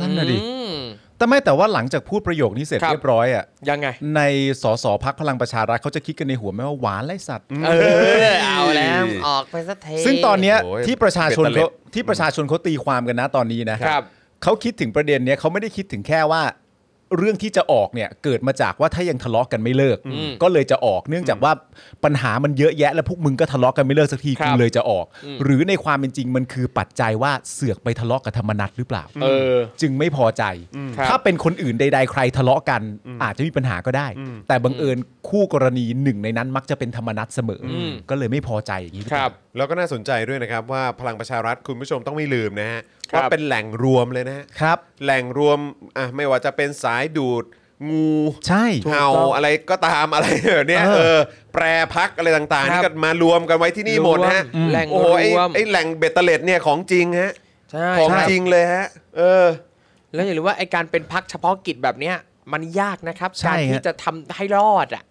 Speaker 3: นั่นน่ะดิ
Speaker 4: อืม
Speaker 3: แต่ไม่แต่ว่าหลังจากพูดประโยคนี้เสร็จ
Speaker 4: ครับ
Speaker 3: เรียบร้อยอ่ะ
Speaker 4: ยังไง
Speaker 3: ในสสพักพลังประชารัฐเขาจะคิดกันในหัวไหมว่าหวานไรสัตว์
Speaker 4: เออ เอาแล้วออกไปสักเท
Speaker 3: ซึ่งตอนเนี้ย
Speaker 2: โอ้ย
Speaker 3: ที่ประชาชน
Speaker 2: เป็นตะเล็
Speaker 3: เขา
Speaker 2: ด
Speaker 3: ที่ประชาชนเขาตีความกันนะตอนนี้นะครับ เขาคิดถึงประเด็นเนี้ยเขาไม่ได้คิดถึงแค่ว่า เรื่องที่จะออกเนี่ยเกิดมาจากว่าถ้ายังทะเลาะกันไม่เลิก
Speaker 4: อืม
Speaker 3: ก็เลยจะออกเนื่องจากว่าปัญหามันเยอะแยะ และพวกมึงก็ทะเลาะกันไม่เลิกสักที
Speaker 4: ครั
Speaker 3: กู
Speaker 4: บ
Speaker 3: เลยจะออก หรือในความเป็นจริงมันคือปัจจัยว่าเสือกไปทะเลาะกับธรรมนัตหรือเปล่า
Speaker 4: เออ
Speaker 3: จึงไม่พอใจ
Speaker 4: ครับ
Speaker 3: ถ้าเป็นคนอื่นใด ๆ ใครทะเลาะกัน อาจจะมีปัญหาก็ได้ แต่บังเอิญคู่กรณีหนึ่งในนั้นมักจะเป็นธรรมนัตเสมออก็เลยไม่พอใจอย่างนี้หรือ
Speaker 4: ค
Speaker 3: เป
Speaker 4: รั
Speaker 3: ล่า
Speaker 4: บ
Speaker 2: แล้วก็น่าสนใจด้วยนะครับว่าพลังประชารัฐคุณผู้ชมต้องไม่ลืมนะฮะ
Speaker 4: ครับ
Speaker 2: ว่าเป็นแหล่งรวมเลยนะฮะ
Speaker 3: ครับ
Speaker 2: แหล่งรวมอ่ะไม่ว่าจะเป็นสายดูด งู
Speaker 3: ใช่
Speaker 2: เห่าอะไรก็ตาม อะไรแบบเนี้ย
Speaker 3: เออ
Speaker 2: เออ แปรพักอะไรต่างๆ
Speaker 4: ครับ
Speaker 2: นี่ก็มารวมกันไว้ที่นี่หมดนะฮะ
Speaker 4: รวมแหล่ง
Speaker 2: โอ้โหไอ้
Speaker 4: รวม
Speaker 2: ไอ้แหล่งเบตเตอร์เลดเนี่ยของจริงฮะ
Speaker 4: ใช่
Speaker 2: ของ
Speaker 4: ใช่
Speaker 2: จริงเลยฮะ เออ
Speaker 4: แล้วอย่าลืมว่าไอการเป็นพักเฉพาะกิจแบบเนี้ย มันยากนะครับ
Speaker 3: ใช่
Speaker 4: การที่
Speaker 3: ฮะ
Speaker 4: จะทำให้รอดอ่ะ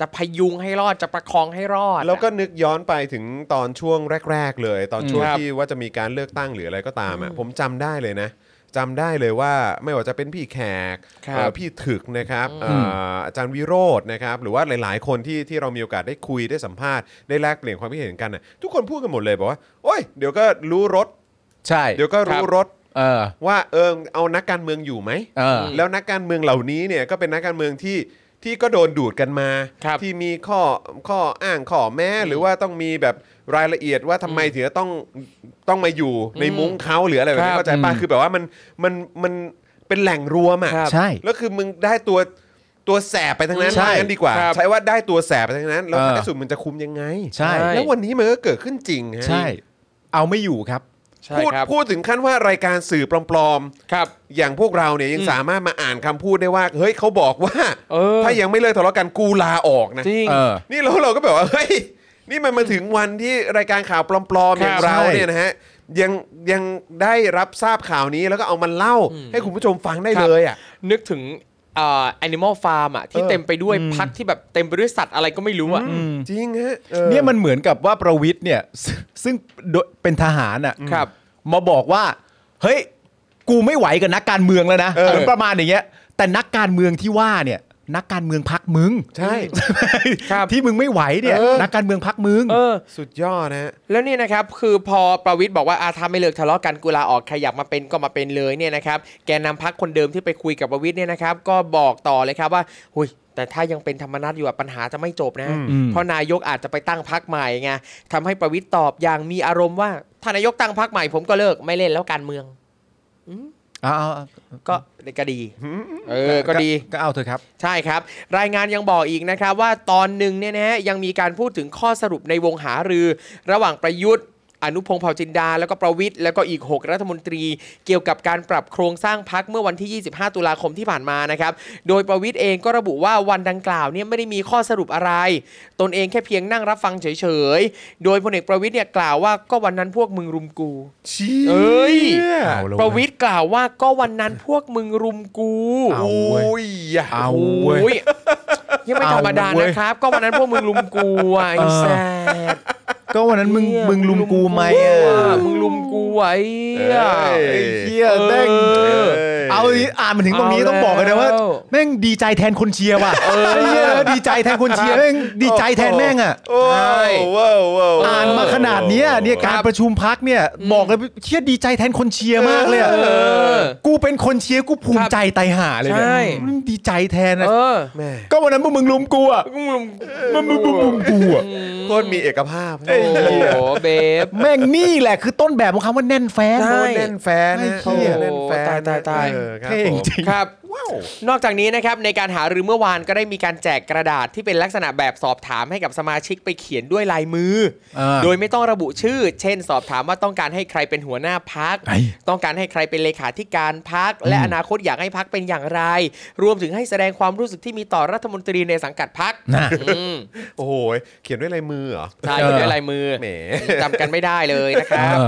Speaker 4: จะพยุงให้รอดจะประคองให้รอดอะ
Speaker 2: แล้วก็นึกย้อนไปถึงตอนช่วงแรก ๆ เลย ตอนช่วง
Speaker 4: ครับ
Speaker 2: ที่ว่าจะมีการเลือกตั้งหรืออะไรก็ตามอ่ะผมจำได้เลยนะจำได้เลยว่าไม่ว่าจะเป็นพี่แขก
Speaker 4: ครับ
Speaker 2: เอ่อพี่ถึกนะครับเอ่อออาจารย์วิโรจน์นะครับหรือว่าหลาย ๆ คนที่ที่เรามีโอกาสได้คุยได้สัมภาษณ์ได้แลกเปลี่ยนความคิดเห็นกันน่ะทุกคนพูดกันหมดเลยบอกว่าโอ้ยเดี๋ยวก็รู้รถ
Speaker 3: ใช่
Speaker 2: เดี๋ยวก็รู้
Speaker 4: ครับ
Speaker 2: รถ
Speaker 3: เออ
Speaker 2: ว่าเออเอานักการเมืองอยู่ไหม
Speaker 3: เออ
Speaker 2: แล้วนักการเมืองเหล่านี้เนี่ยก็เป็นนักการเมืองที่ที่ก็โดนดูดกันมา
Speaker 4: ครับ
Speaker 2: ที่มีข้อข้ออ้างข้อแม้หรือว่าต้องมีแบบรายละเอียดว่าทำไมถึงจะต้องต้องมาอยู่ในมุ้งเขาหรืออะไรแบบ
Speaker 4: ครั
Speaker 2: นี้
Speaker 4: บ
Speaker 2: เข้าใจป่ะ
Speaker 3: อืม
Speaker 2: คือแบบว่ามันมันมันเป็นแหล่งรวม
Speaker 4: ครั
Speaker 2: อ่ะ
Speaker 4: บ
Speaker 3: ใช่
Speaker 2: แล้วคือมึงได้ตัวตัวแสบไปทั้งนั้น
Speaker 3: ใช่
Speaker 2: ว่างั้นดีกว่า
Speaker 4: ครับ
Speaker 2: ใช้ว่าได้ตัวแสบไปทั้งนั้นแล้ว
Speaker 3: เออ
Speaker 2: ท้ายสุดมึงจะคุมยังไง
Speaker 3: ใช่
Speaker 4: ใช่
Speaker 2: แล้ววันนี้มันก็เกิดขึ้นจริงฮะ
Speaker 3: ใช่ เอาไม่อยู่ครับ
Speaker 4: ใช่
Speaker 2: พูด
Speaker 4: ครับ
Speaker 2: พูดถึงขั้นว่ารายการสื่อปลอมๆ
Speaker 4: ครับ
Speaker 2: อย่างพวกเราเนี่ยยังสามารถมาอ่านคำพูดได้ว่า เฮ้ยเขาบอกว่า
Speaker 4: เออ
Speaker 2: ถ้ายังไม่เลิกทะเลาะกันกูลาออกนะ
Speaker 4: จริง
Speaker 3: เออ
Speaker 2: นี่เราเราก็แบบว่า เฮ้ย นี่มันมาถึงวันที่รายการข่าวปลอมๆ
Speaker 4: ครับ
Speaker 2: อย่างเรา
Speaker 3: ใช่
Speaker 2: เนี่ยนะฮะยังยังได้รับทราบข่าวนี้แล้วก็เอามันเล่าให้คุณผู้ชมฟังได้
Speaker 4: ครับ
Speaker 2: เลยอ่ะ
Speaker 4: นึกถึง เอ่อ Animal Farm อ่ะที่
Speaker 2: เออ
Speaker 4: เต็มไปด้วย
Speaker 3: อืม
Speaker 4: พักที่แบบเต็มไปด้วยสัตว์อะไรก็ไม่รู้อ่ะ
Speaker 2: จริงฮะออ
Speaker 3: เนี่ยมันเหมือนกับว่าประวิทย์เนี่ย ซึ่งซึ่งโดยเป็นทหารอ่ะ
Speaker 4: ครับ
Speaker 3: มาบอกว่า เฮ้ย กูไม่ไหวกับนักการเมืองแล้วนะ
Speaker 2: เออ
Speaker 3: เหมือนประมาณอย่างเงี้ย แต่นักการเมืองที่ว่าเนี่ย นักการเมืองพักมึง
Speaker 2: ใช่
Speaker 4: ครับ
Speaker 3: ที่มึงไม่ไหวเนี่ย
Speaker 2: เออ
Speaker 3: นักการเมืองพักมึง
Speaker 4: เออ
Speaker 2: สุดยอดนะฮะ
Speaker 4: แล้วเนี่ยนะครับคือพอประวิทย์บอกว่าอาทาไม่เลิกทะเลาะกันกุลาออกใครอยากมาเป็นก็มาเป็นเลยเนี่ยนะครับแกนนำพักคนเดิมที่ไปคุยกับประวิทย์เนี่ยนะครับก็บอกต่อเลยครับว่าหุยแต่ถ้ายังเป็นธรรมนัตอยู่อะปัญหาจะไม่จบนะ
Speaker 3: อืม
Speaker 4: เพราะนายกอาจจะไปตั้งพักใหม่ไงทำให้ประวิทย์ตอบอย่างมีอารมณ์ว่าถ้านายกตั้งพักใหม่ผมก็เลิกไม่เล่นแล้วการเมือง
Speaker 3: เอาเอา
Speaker 4: ก็ก็ดีเออก็ดี
Speaker 3: ก็เอาเถอะครับ
Speaker 4: ใช่ครับ รายงานยังบอกอีกนะครับว่าตอนหนึ่งเนี่ยนะฮะยังมีการพูดถึงข้อสรุปในวงหารือ ระหว่างประยุทธ์ อนุพงศ์เผ่าจินดา แล้วก็ประวิทย์แล้วก็อีก 6 รัฐมนตรี เกี่ยวกับการปรับโครงสร้างพักเมื่อวันที่ 25 ตุลาคมที่ผ่านมานะครับ โดยประวิทย์เองก็ระบุว่าวันดังกล่าวเนี่ยไม่ได้มีข้อสรุปอะไร ตนเองแค่เพียงนั่งรับฟังเฉยๆ โดยพลเอกประวิทย์เนี่ยกล่าวว่าก็วันนั้นพวกมึงรุมกู
Speaker 2: ชี้
Speaker 4: เอ้ย
Speaker 3: เอาแล้ว
Speaker 4: ประวิทย์กล่าวว่าก็วันนั้นพวกมึงรุมกู
Speaker 3: เอา
Speaker 2: โอ้
Speaker 3: เว้ย
Speaker 2: ยอย่า
Speaker 3: เอา
Speaker 4: โอ้
Speaker 3: เว้
Speaker 4: ย
Speaker 3: ย
Speaker 4: ยังไม่ธรรมดา
Speaker 3: เอาเว้ย
Speaker 4: นะครับ ก็วันนั้นพวกมึงลุมกู อ่ะไอ้
Speaker 3: เออ
Speaker 4: แซ่บ
Speaker 3: ก็วันนั้นมึงมึงลุมกูไหมอ่ะ
Speaker 4: มึงลุมกูอ่ะไอ้เหี้ย
Speaker 2: เอ้ย
Speaker 3: เฮียแม่ง
Speaker 4: เออ
Speaker 3: เอาอีอ่านมาถึงตรงนี้
Speaker 4: เอาแล้ว
Speaker 3: ต้องบอกกันนะว่าแม่งดีใจแทนคนเชียร์ว่ะไอ้เฮียดีใจแทนคนเชียร์แม่งดีใจแทนแม่งอ่ะ
Speaker 2: โอ้
Speaker 4: ใช่
Speaker 2: ว้าวว้าว
Speaker 3: อ่านมาขนาดเนี้ยเนี่ยการประชุมพักเนี่ยบอกเลยเฮียดีใจแทนคนเชียร์มากเลยอะ
Speaker 4: เออ
Speaker 3: กูเป็นคนเชียร์กูภูมิใจไตายห่าเลยเนี่ย
Speaker 4: ใช่
Speaker 3: มึงดีใจแทนนะ
Speaker 4: เออ
Speaker 2: แม่
Speaker 3: ก็วันนั้นพวกมึงลุมกูอ่ะ
Speaker 4: มึงลุมกู
Speaker 3: มันมึงลุมกูอ่ะ
Speaker 2: โคตรมีเอกภาพ
Speaker 4: โอ้โหเบบ
Speaker 3: แม่งนี่แหละคือต้นแบบของคำว่าแน่นแฟ้น
Speaker 2: โคตรแน่นแฟนนะ
Speaker 3: ไม่เชื่อ
Speaker 2: แน่นแฟน
Speaker 4: ตายตายตาย
Speaker 2: เออครับ
Speaker 3: เท่
Speaker 2: ผม
Speaker 3: จริง
Speaker 4: ครับ นอกจากนี้นะครับในการหารือเมื่อวานก็ได้มีการแจกกระดาษที่เป็นลักษณะแบบสอบถามให้กับสมาชิกไปเขียนด้วยลายมือ
Speaker 3: อ่า
Speaker 4: โดยไม่ต้องระบุชื่อ เช่น สอบถามว่าต้องการให้ใครเป็นหัวหน้าพัก
Speaker 3: ไอ้
Speaker 4: ต้องการให้ใครเป็นเลขาธิการพัก และอนาคตอยากให้พักเป็นอย่างไร รวมถึงให้แสดงความรู้สึกที่มีต่อรัฐมนตรีในสังกัดพัก
Speaker 3: นะ
Speaker 2: โอ้โห เขียนด้วยลายมือเหรอ
Speaker 4: ใช่อยู่ด้วยลายมือ
Speaker 2: แหม
Speaker 4: จำกันไม่ได้เลยนะครับ
Speaker 3: เออ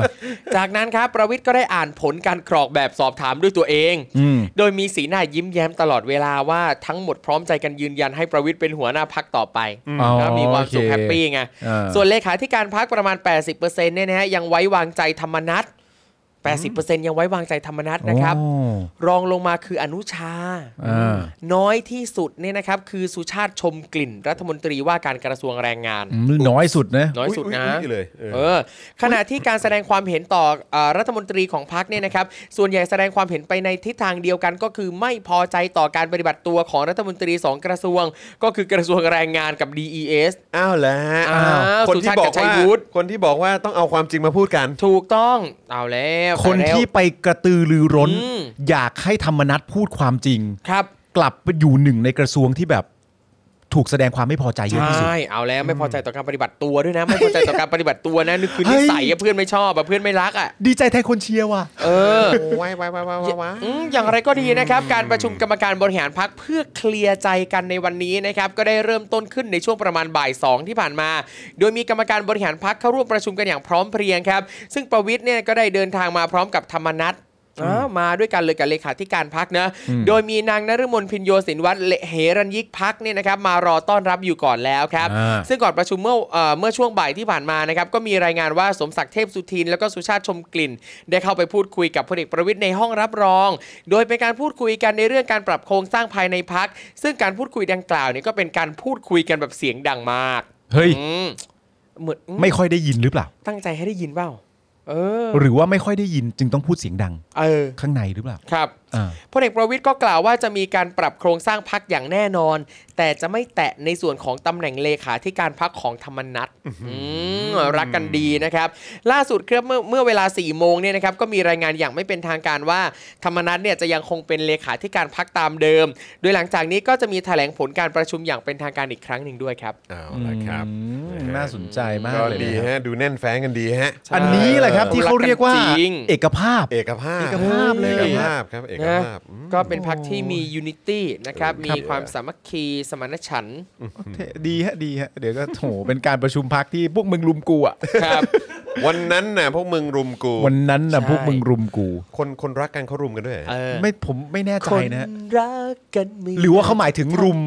Speaker 4: จากนั้นครับประวิทย์ก็ได้อ่านผลการกรอกแบบสอบถามด้วยตัวเอง
Speaker 3: อืม
Speaker 4: โดยมีสีหน้ายิ้มแย้มตลอดเวลาว่าทั้งหมดพร้อมใจกันยืนยันให้ประวิทย์เป็นหัวหน้าพักต่อไป
Speaker 3: อ๋อ
Speaker 4: แล้วมีความสุข
Speaker 3: โอเค
Speaker 4: แฮปปี้ไง
Speaker 3: อ่า
Speaker 4: ส่วนเลขาธิการพักประมาณ 80%เนี่ยนะฮะยังไว้วางใจธรรมนัต80%ยังไว้วางใจธรรมนัตนะครับ
Speaker 3: โอ้
Speaker 4: รองลงมาคืออนุชา
Speaker 3: อ่า
Speaker 4: น้อยที่สุดเนี่ยนะครับคือสุชาติชมกลิ่น รัฐมนตรีว่าการกระทรวงแรงงาน
Speaker 3: อืมน้อยสุดนะ
Speaker 4: น้อยสุดนะ
Speaker 2: อุ๊ยอุ๊ยอุ๊ยเลยเออ
Speaker 4: เออขณะที่การแสดงความเห็นต่อเอ่อรัฐมนตรีของพรรคเนี่ยนะครับ ส่วนใหญ่แสดงความเห็นไปในทิศทางเดียวกัน ก็คือไม่พอใจต่อการปฏิบัติตัวของรัฐมนตรีสองกระทรวง ก็คือกระทรวงแรงงานกับ DES
Speaker 2: อ้าวแล้วฮะ
Speaker 4: อ้าว
Speaker 2: คนที่
Speaker 4: สุชาติ
Speaker 2: บอก
Speaker 4: ชัย
Speaker 2: ว่า
Speaker 4: วุฒิ
Speaker 2: คนที่บอกว่าต้องเอาความจริงมาพูดกัน
Speaker 4: ถูกต้องเอาแล้ว
Speaker 3: คน
Speaker 4: ไปแล้ว
Speaker 3: ที่ไปกระตือรือร้น
Speaker 4: อืม
Speaker 3: อยากให้ธรรมนัตพูดความจริง
Speaker 4: ครับ
Speaker 3: กลับไปอยู่หนึ่งในกระทรวงที่แบบถูกแสดงความไม่พอใจเยอะที่สุด
Speaker 4: ใช่เอาแล้วไม่พอใจต่อการปฏิบัติตัวด้วยนะ ไม่พอใจต่อการปฏิบัติตัวนะนี่คือนิสัยอะเพื่อนไม่ชอบอะเพื่อนไม่รักอะ
Speaker 3: ดีใจแทนคนเชียร์ว่ะ
Speaker 4: เออ
Speaker 2: โอ้ยว้ายว้ายว้ายว้ายว้าย
Speaker 4: อืมอย่างไรก็ดีนะครับ การประชุมกรรมการบริหารพักเพื่อเคลียร์ใจกันในวันนี้นะครับ ก็ได้เริ่มต้นขึ้นในช่วงประมาณบ่ายสองที่ผ่านมา โดยมีกรรมการบริหารพักเข้าร่วมประชุมกันอย่างพร้อมเพรียงครับ ซึ่งประวิทย์เนี่ยก็ได้เดินทางมาพร้อมกับธรรมนัฐอ่ามาด้วยกันเลยกับเลขาธิการพักนะ โดยมีนางนฤมลพินโยสินวัตรเลเหรัญยิกพักเนี่ยนะครับมารอต้อนรับอยู่ก่อนแล้วครับ
Speaker 3: อ่า
Speaker 4: ซึ่งก่อนประชุมเมื่อเอ่อเมื่อช่วงบ่ายที่ผ่านมานะครับก็มีรายงานว่าสมศักดิ์เทพสุทิน แล้วก็สุชาติชมกลิ่น ได้เข้าไปพูดคุยกับพลเอกประวิทย์ในห้องรับรอง โดยเป็นการพูดคุยกันในเรื่องการปรับโครงสร้างภายในพัก ซึ่งการพูดคุยดังกล่าวเนี่ยก็เป็นการพูดคุยกันแบบเสียงดังมาก
Speaker 3: เฮ้ย
Speaker 4: อืมเหมือนอืม
Speaker 3: ไม่ค่อยได้ยินหรือเปล่า
Speaker 4: ตั้งใจให้ได้ยินเปล่าเออ
Speaker 3: หรือว่าไม่ค่อยได้ยินจึงต้องพูดเสียงดัง
Speaker 4: เออ
Speaker 3: ข้างในหรือเปล่า
Speaker 4: ครับ
Speaker 3: อ่า
Speaker 4: พลเอกประวิทย์ก็กล่าวว่าจะมีการปรับโครงสร้างพักอย่างแน่นอน แต่จะไม่แตะในส่วนของตำแหน่งเลขาธิการพักของธรรมนัตรักกันดีนะครับ ล่าสุดครับเมื่อเมื่อเวลา4ี่โมงเนี่ยนะครับก็มีรายงานอย่างไม่เป็นทางการว่าธรรมนัตเนี่ยจะยังคงเป็นเลขาธิการพักตามเดิม โดยหลังจากนี้ก็จะมีแถลงผลการประชุมอย่างเป็นทางการอีกครั้งหนึ่งด้วยครับ
Speaker 2: เอาละครับ
Speaker 3: อืม
Speaker 2: ะฮะ
Speaker 3: น่าสนใจมาก
Speaker 2: ก็
Speaker 3: เลย
Speaker 2: ดีฮะ ดูแน่นแฟนกันดีฮะ
Speaker 4: ใช่
Speaker 3: อันนี้แหละครับที่เขาเรียกว่า
Speaker 4: จริง
Speaker 3: เอกภาพ
Speaker 2: เอกภาพ
Speaker 3: เอกภาพเลย
Speaker 2: เอกภาพครับเอ อก
Speaker 4: นะ
Speaker 2: ภาพอืม
Speaker 4: ก็เป็นพักที่มียูนิตี้นะครับ มีความสามัคคีสมานฉันท์
Speaker 3: เท่ดีฮะดีฮะเดี๋ยวก็โหเป็นการประชุมพักที่พวกมึงรุมกูอ่ะ
Speaker 4: ครับ
Speaker 2: วันนั้นน่ะพวกมึงรุมกู
Speaker 3: วันนั้นนะ
Speaker 4: ใช่
Speaker 3: พวกมึงรุมกู
Speaker 2: คนคนรักกันเขารุมกันด้วยเหรอ
Speaker 4: เออ
Speaker 3: ไม่ผมไม่แน่ใจนะฮะ
Speaker 4: รักกันไม่
Speaker 3: หรือว่าเขาหมายถึงรุม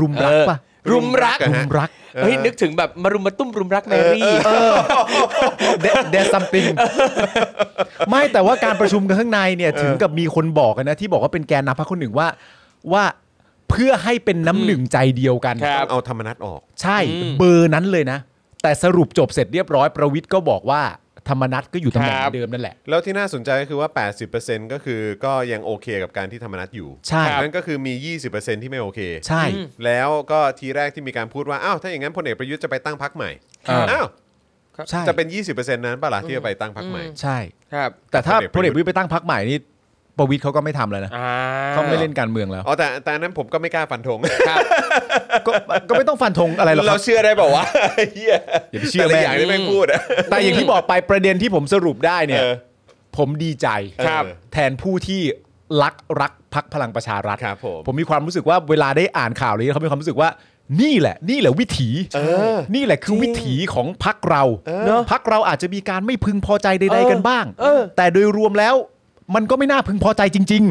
Speaker 3: รุมรักปะ
Speaker 4: เออรุมรัก
Speaker 2: เออ
Speaker 3: รุมรัก
Speaker 4: เฮ้ยนึกถึงแบบมารุมมาตุ้มรุมรักแมรี่
Speaker 3: There- there's something ไม่แต่ว่าการประชุมกันข้างในเนี่ยถึงกับมีคนบอกกันนะ ที่บอกว่าเป็นแกนนำพรรคคนหนึ่งว่าว่าเพื่อให้เป็นน้ำหนึ่งใจเดียวกัน
Speaker 4: ครับ
Speaker 2: ต้องเอาธรรมนัตออก
Speaker 3: ใช่เบอร์นั้นเลยนะ แต่สรุปจบเสร็จเรียบร้อยประวิทย์ก็บอกว่าธรรมนัตก็อยู่ตำแหน่ง
Speaker 4: ครับ
Speaker 3: เดิมนั่นแหละ
Speaker 2: แล้วที่น่าสนใจก็คือว่า 80%ก็คือก็ยังโอเคกับการที่ธรรมนัตอยู่
Speaker 3: ใช่
Speaker 2: นั่นก็คือมี 20%ที่ไม่โอเค
Speaker 3: ใช่
Speaker 2: แล้วก็ทีแรกที่มีการพูดว่า อ้าว ถ้าอย่างนั้นพลเอกประยุทธ์จะไปตั้งพักใหม่ อ้าว
Speaker 3: ใช่
Speaker 2: จะเป็น 20%นั้นปะล่ะที่จะไปตั้งพักใหม่
Speaker 3: ใช่
Speaker 4: ครับ
Speaker 3: แต่ถ้า
Speaker 2: พ
Speaker 3: พ
Speaker 2: ล
Speaker 3: ล
Speaker 2: เอ
Speaker 3: เอก
Speaker 2: ป
Speaker 3: กประ
Speaker 2: ยุ
Speaker 3: ระยุ
Speaker 2: ทธ์
Speaker 3: ทธ์ไปตั้งพักใหม่นี่ประวิทย์เขาก็ไม่ทำแล้วนะ
Speaker 4: อ่า
Speaker 3: เขาไม่เล่นการเมืองแล้ว
Speaker 2: อ๋อแต่แต่อันนั้นผมก็ไม่กล้าฟันธง
Speaker 3: ก็ก็ไม่ต้องฟันธงอะไรหรอกค
Speaker 2: เรา
Speaker 3: รับ
Speaker 2: เชื่อได้บอกว่าวะเฮีย
Speaker 3: อย่าไปเชื่อ
Speaker 2: แต่ละ
Speaker 3: แม่ง
Speaker 2: อย่างที่แม่งพูดอะ
Speaker 3: แต่อย่างที่บอกไปประเด็นที่ผมสรุปได้เนี่ย
Speaker 2: เออ
Speaker 3: ผมดีใจ
Speaker 2: ครับ
Speaker 3: แทนผู้ที่รักรักพักพลังประชารัฐ
Speaker 2: ครับผม
Speaker 3: ผมมีความรู้สึกว่าเวลาได้อ่านข่าวเลยเขามีความรู้สึกว่า นี่แหละ นี่แหละวิถี
Speaker 2: อ
Speaker 3: นี่แหละคือวิถีของพักเรา
Speaker 4: เนอะ
Speaker 3: พักเราอาจจะมีการไม่พึงพอใจใด ๆ กันบ้าง
Speaker 4: เออ
Speaker 3: แต่โดยรวมแล้วมันก็ไม่น่าพึงพอใจจริง